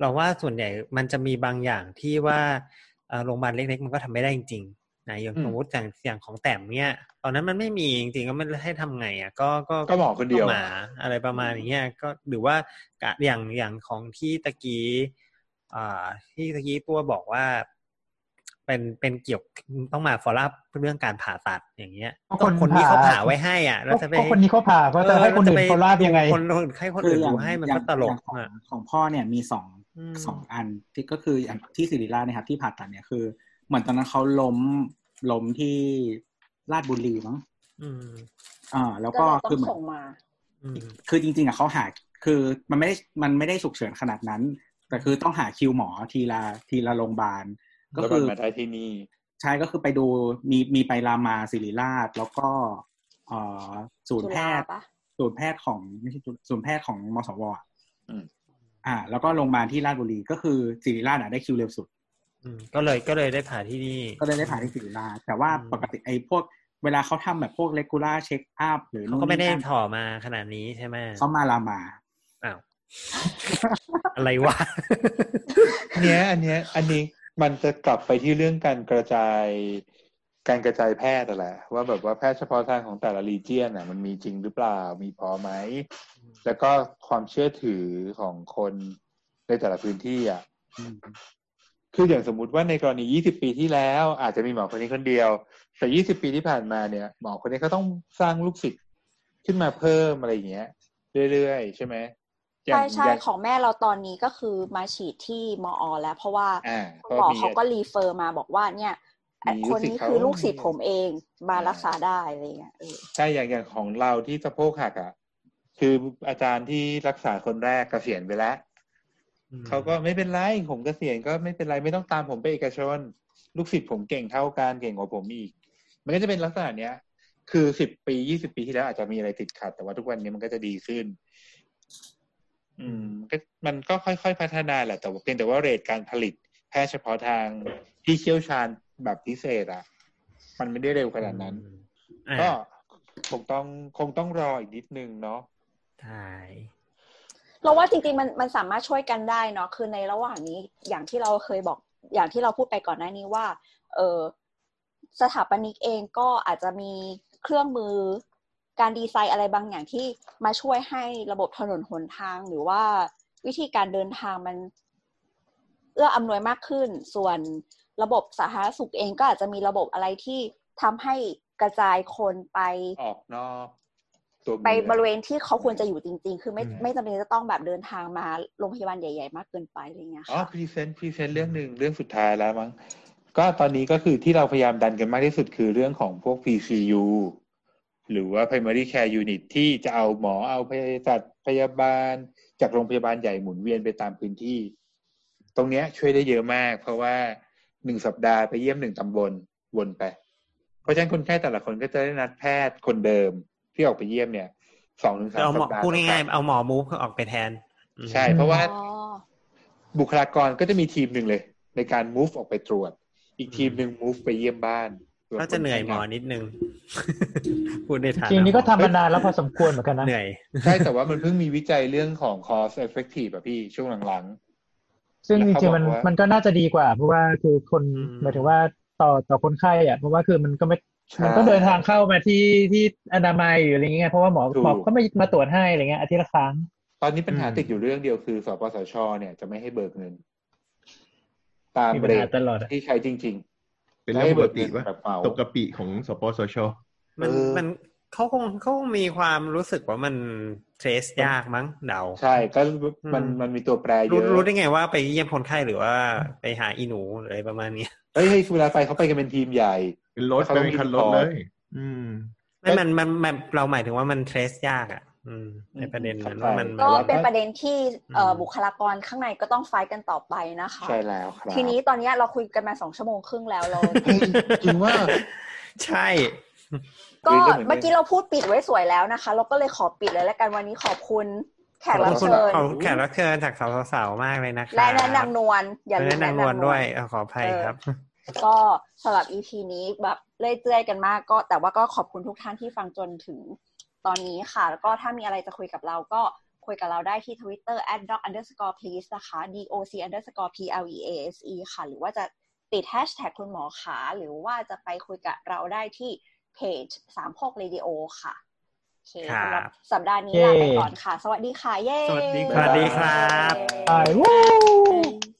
Speaker 3: เราว่าส่วนใหญ่มันจะมีบางอย่างที่ว่าเอ่อโรงพยาบาลเล็ก ๆ มันก็ทำไม่ได้จริงๆนะอย่างสมมติอย่างอย่างของแต้มเนี่ยตอนนั้นมันไม่มีจริงๆก็ไม่รู้ให้ทำไงอ่ะก็ก็
Speaker 4: ก็หมอคนเดียว
Speaker 3: หมาอะไรประมาณอย่างเงี้ยก็หรือว่ากะอย่างอย่างของที่ตะกี้อ่าที่ตะกี้ตัวบอกว่า เป็นเป็นเกี่ยวต้องมาฟอลลัพเรื่องการผ่าตัดอย่างเงี้ย
Speaker 1: ก็
Speaker 3: ก็
Speaker 1: คน
Speaker 3: คนที่เขา
Speaker 1: ผ่า
Speaker 3: ผ่าไว้ให้อ่ะแล้วจะไป
Speaker 1: ก็คนนี้เขาผ่าเขาจะให้คนอื่นเขาลาบยังไง
Speaker 3: คนอื่นให้คน
Speaker 6: คือ
Speaker 3: อื่น
Speaker 6: อย่า
Speaker 3: ดู
Speaker 6: ง
Speaker 3: ให้มัน
Speaker 6: อย่า
Speaker 3: ก็
Speaker 6: ง
Speaker 3: ตล
Speaker 6: อก ย่างของ
Speaker 3: อ่ะ
Speaker 6: ของพ่อเนี่ยมีสอง
Speaker 3: อืม
Speaker 6: สองอันที่ก็คืออย่างที่ศิริราชเนะครับที่ผ่าตัดเนี่ยคือ เหมือนตอนนั้นเขาล้มล้มที่ราชบุรีมั้ง
Speaker 3: อืม
Speaker 6: อ่าแล้วก็
Speaker 2: ก็เลยต้อง
Speaker 6: คือเหมือน
Speaker 2: ส่งมา
Speaker 3: อืม
Speaker 6: คือจริงๆอ่ะเขาหาคือมันไม่ได้มันไม่ได้ฉุกเฉินขนาดนั้น แต่คือต้องหาคิวหมอทีละทีละโรงพยาบาลก็
Speaker 4: แล้ว
Speaker 6: คื
Speaker 4: มัน
Speaker 6: อ
Speaker 4: มาได้ที่นี่
Speaker 6: ใช่ก็คือไปดูมีมีไปรามาศิริราชแล้วก็เอ่อศูนย์แพทย์
Speaker 2: จุฬาปะ
Speaker 6: ศูนย์แพทย์ของไม่ใช่จุฬาศูนย์แพทย์ของมสวอ่ะ
Speaker 4: อืม
Speaker 6: อ่า แล้วก็โรงพยาบาลที่ราชบุรีก็คือศิริราชอ่ะได้คิวเร็วสุด
Speaker 3: อืมก็เลยก็เลยได้ผ่าที่นี่
Speaker 6: ก็เลยได้ผ่านที่ศิริราชแต่ว่า
Speaker 3: อืม
Speaker 6: ปกติไอ้พวกเวลาเขาทำแบบพวกเลกูล่าเช็คอัพหรือ
Speaker 3: เขาก็ไม่ได้
Speaker 6: นู่นนี่นั่น
Speaker 3: ถ่อมาขนาดนี้ใช่ไหม
Speaker 6: เขามาลามา
Speaker 3: อ้าวอะไรวะ
Speaker 4: อันเนี้ยอันเนี้ยอันนี้มันจะกลับไปที่เรื่องการกระจายการกระจายแพทย์แต่นแหละ ว่าแบบว่าแพทย์เฉพาะทางของแต่ละรีเจียนอ่ะมันมีจริงหรือเปล่ามีพอไหม แล้วก็ความเชื่อถือของคนในแต่ละพื้นที่อ่ะ คืออย่างสมมุติว่าในกรณี 20 ปีที่แล้ว อาจจะมีหมอคนนี้คนเดียว แต่ 20 ปีที่ผ่านมาเนี่ย หมอคนนี้เขาต้องสร้างลูกศิษย์ขึ้นมาเพิ่มอะไรอย่างเงี้ยเรื่อยๆใช่ไหมอย่าง
Speaker 2: ใช่ใช่
Speaker 4: อย่าง
Speaker 2: ของแม่เราตอนนี้ก็คือมาฉีดที่มอ แล้ว เพราะว่า
Speaker 4: อ่า
Speaker 2: คุณหมอ
Speaker 4: ก็มี
Speaker 2: เขาก็รีเฟอร์มาบอกว่าเนี่ย
Speaker 4: มีลู
Speaker 2: ค
Speaker 4: ก
Speaker 2: น
Speaker 4: ศิษย์
Speaker 2: นี้
Speaker 4: เขา
Speaker 2: คือลูกศิษย์ผมเองมารักษาได้อะไรเงี้ยเออ
Speaker 4: ใช่อย่างอย่างของเราที่สะโพกหักอ่ะ คืออาจารย์ที่รักษาคนแรกเกษียณไปแล้วเขาก็ไม่เป็นไรผมเกษียณก็ไม่เป็นไรไม่ต้องตามผมไปเอกชน ลูกศิษย์ผมเก่งเท่ากันเก่งกว่าผมอีก มันก็จะเป็นลักษณะเนี้ย คือสิบปียี่สิบปีที่แล้วอาจจะมีอะไรติดขัด แต่ว่าทุกวันนี้มันก็จะดีขึ้น อืมก็มันก็ค่อยๆพัฒนาแหละแต่ว่าเพียงแต่ว่าเรทการผลิตแพทย์เฉพาะทางที่เชี่ยวชาญแบบพิเศษอ่ะ มันไม่ได้เร็วขนาดนั้น
Speaker 3: อ่ะ
Speaker 4: ก็คงต้องคงต้องรออีกนิดนึงเนาะ
Speaker 3: ใช่
Speaker 2: เราว่าจริงๆมันมันสามารถช่วยกันได้เนาะคือในระหว่างนี้อย่างที่เราเคยบอกอย่างที่เราพูดไปก่อนหน้านี้ว่า เออสถาปนิกเองก็อาจจะมีเครื่องมือการดีไซน์อะไรบางอย่างที่มาช่วยให้ระบบถนนหนทาง หรือว่าวิธีการเดินทางมัน เอื้ออำนวยมากขึ้น ส่วนระบบสาธารณสุขเองก็อาจจะมีระบบอะไรที่ทำให้กระจายคนไป
Speaker 4: ออกนอกตัวมือ
Speaker 2: ไปบริเวณที่เขาควรจะอยู่จริง ๆ คือไม่ไม่จำเป็นจะต้องแบบเดินทางมาโรงพยาบาลใหญ่ ๆ มากเกินไปอะไรเงี้ย
Speaker 4: อ๋อ
Speaker 2: ค่ะ
Speaker 4: พรีเซนต์พรีเซนต์เรื่องหนึ่งเรื่องสุดท้ายแล้วมั้ง ก็ตอนนี้ก็คือที่เราพยายามดันกันมากที่สุดคือเรื่องของพวก PCU หรือว่า primary care unit ที่จะเอาหมอเอาพยาศาสตร์พยาบาล จากโรงพยาบาลใหญ่หมุนเวียนไปตามพื้นที่ ตรงเนี้ยช่วยได้เยอะมาก เพราะว่าหนึ่งสัปดาห์ไปเยี่ยมหนึ่งตำบลวนไป เพราะฉะนั้นคนไข้แต่ละคนก็จะได้นัดแพทย์คนเดิมที่ออกไปเยี่ยมเนี่ยสองถึงสาม
Speaker 3: เอาหม
Speaker 4: สั
Speaker 3: อ
Speaker 4: ปดาห์
Speaker 3: พูดง่าย
Speaker 4: ต่อค
Speaker 3: ๆ
Speaker 4: รั้
Speaker 3: เอาหมอมูฟออกไปแทนอืม
Speaker 4: ใช่ เพราะว่า
Speaker 2: อ๋อ
Speaker 4: บุคลากรก็จะมีทีมหนึ่งเลย ในการ move ออกไปตรวจ อีกทีมหนึ่ง move ไปเยี่ยมบ้านตรวจ
Speaker 3: ก็จะเหนื่อยหมอนิดนึง พูดในฐานะ
Speaker 1: ทีมนี้ก็
Speaker 3: หอ
Speaker 1: ทำมานานแล้วพอสมควรเหมือนกันนะ
Speaker 3: เหนื่อย
Speaker 4: ใช่แต่ว่ามันเพิ่งมีวิจัยเรื่องของ cost effective อะพี่ช่วงหลัง
Speaker 1: ซึ่งจริงๆมัน
Speaker 4: แล้วเขาบอกว่ามั
Speaker 1: มันก็น่าจะดีกว่า เพราะว่าคือคน
Speaker 3: อืม
Speaker 1: หมายถึงว่าต่อต่อคนไข้อะเพราะว่าคือมันก็ไม่
Speaker 4: ๆใช่
Speaker 1: มันก็เดินทางเข้ามาที่ที่อนามัยหรืออะไรเงี้ยเพราะว่าหมอ
Speaker 4: ถูก
Speaker 1: หมอก็ไม่มาตรวจให้อะไรเงี้ยอาทิตย์ละครั้ง
Speaker 4: ตอนนี้ปัญหา
Speaker 3: อืม
Speaker 4: ติดอยู่เรื่องเดียวคือสปสชเนี่ยจะไม่ให้เบิกเงิน ตาม
Speaker 1: มีปั
Speaker 4: เร
Speaker 1: ญหา
Speaker 4: ท
Speaker 1: ตลอดอะ
Speaker 4: ที่ใช้จริงๆ
Speaker 7: เป็นเรื่องปกติ
Speaker 4: จะให้เบิเงิ
Speaker 7: วะ
Speaker 4: นแบบเหมา
Speaker 7: ตกกะปิของสปสช
Speaker 3: มัน
Speaker 4: เออ
Speaker 3: มันเขาคงเขาคงมีความรู้สึกว่ามันเทรสยากมั้งเดา
Speaker 4: ใช่ก็มัน
Speaker 3: อืม
Speaker 4: มันมีตัวแปรเย
Speaker 3: รู้
Speaker 4: อะ
Speaker 3: รู้ได้ไงว่าไปเยี่ยมคนไข้หรือว่าไปหาอีหนูหรืออะไรประมาณเนี้ย
Speaker 4: เฮ้ยเฮ้ยเวลาไปเขาไปกันเป็นทีมใหญ่
Speaker 7: เป็นรถ
Speaker 4: แล้วเขา
Speaker 7: เป็น
Speaker 4: ต้อง
Speaker 7: คัน
Speaker 4: มี
Speaker 7: รถ
Speaker 4: ต่อ
Speaker 7: เลย อืม
Speaker 3: ไม่มันมันมันเราหมายถึงว่ามันเทรสยากอ่ะ อืมในประเด็นนั้นว่ามัน
Speaker 4: เข้าใจ
Speaker 2: ก็
Speaker 3: ว่า
Speaker 2: เป็นประเด็นที่เอ่ออ
Speaker 3: ม
Speaker 2: บุคลากรข้างในก็ต้องไฟท์กันต่อไปนะคะ
Speaker 4: ใช่แล้วครับ
Speaker 2: ทีนี้ตอนเนี้ยเราคุยกันมาสองชั่วโมงครึ่งแล้วเรา
Speaker 4: เฮ้ยจริงว่า
Speaker 3: ใช่
Speaker 2: ก็
Speaker 4: คุยกันเหมือนเดิม
Speaker 2: เมื่อกี้เราพูดปิดไว้สวยแล้วนะคะ เราก็เลยขอปิดเลยแล้วกันวันนี้ขอบคุณแขกรับเชิญ
Speaker 3: ขอบคุณแขกรับเชิญจากสาวๆมากเลยนะคะ
Speaker 2: และแนะนำนวลอย่าลื
Speaker 3: แนะ
Speaker 2: มแนะ
Speaker 3: นำ
Speaker 2: นำนว
Speaker 3: นว
Speaker 2: ล
Speaker 3: ลด้วยเอ่อขออภัยครับ
Speaker 2: ก็สำหรับ EP นี้แบบเรื่อยๆกันมากก็แต่ว่าก็ขอบคุณทุกท่านที่ฟังจนถึงตอนนี้ค่ะ แล้วก็ถ้ามีอะไรจะคุยกับเราก็คุยกับเราได้ที่ Twitter at doc underscore please นะคะ doc underscore please ค่ะ หรือว่าจะติด hashtag คุณหมอขาหรือว่าจะไปคุยกับเราได้ที่เพจสามโคกเรดิโอค่ะโอเค
Speaker 3: ครั
Speaker 2: สำ
Speaker 3: บ
Speaker 2: หรับสัปดาห์นี้
Speaker 1: เย้
Speaker 2: ลาไปก่อนค่ะ สวัสดีค่ะ เย้
Speaker 5: สวัสดี
Speaker 3: ส
Speaker 5: ครั
Speaker 3: วั
Speaker 5: บ
Speaker 3: สดีครับ
Speaker 2: เย้
Speaker 1: ไปวู้
Speaker 2: Bye.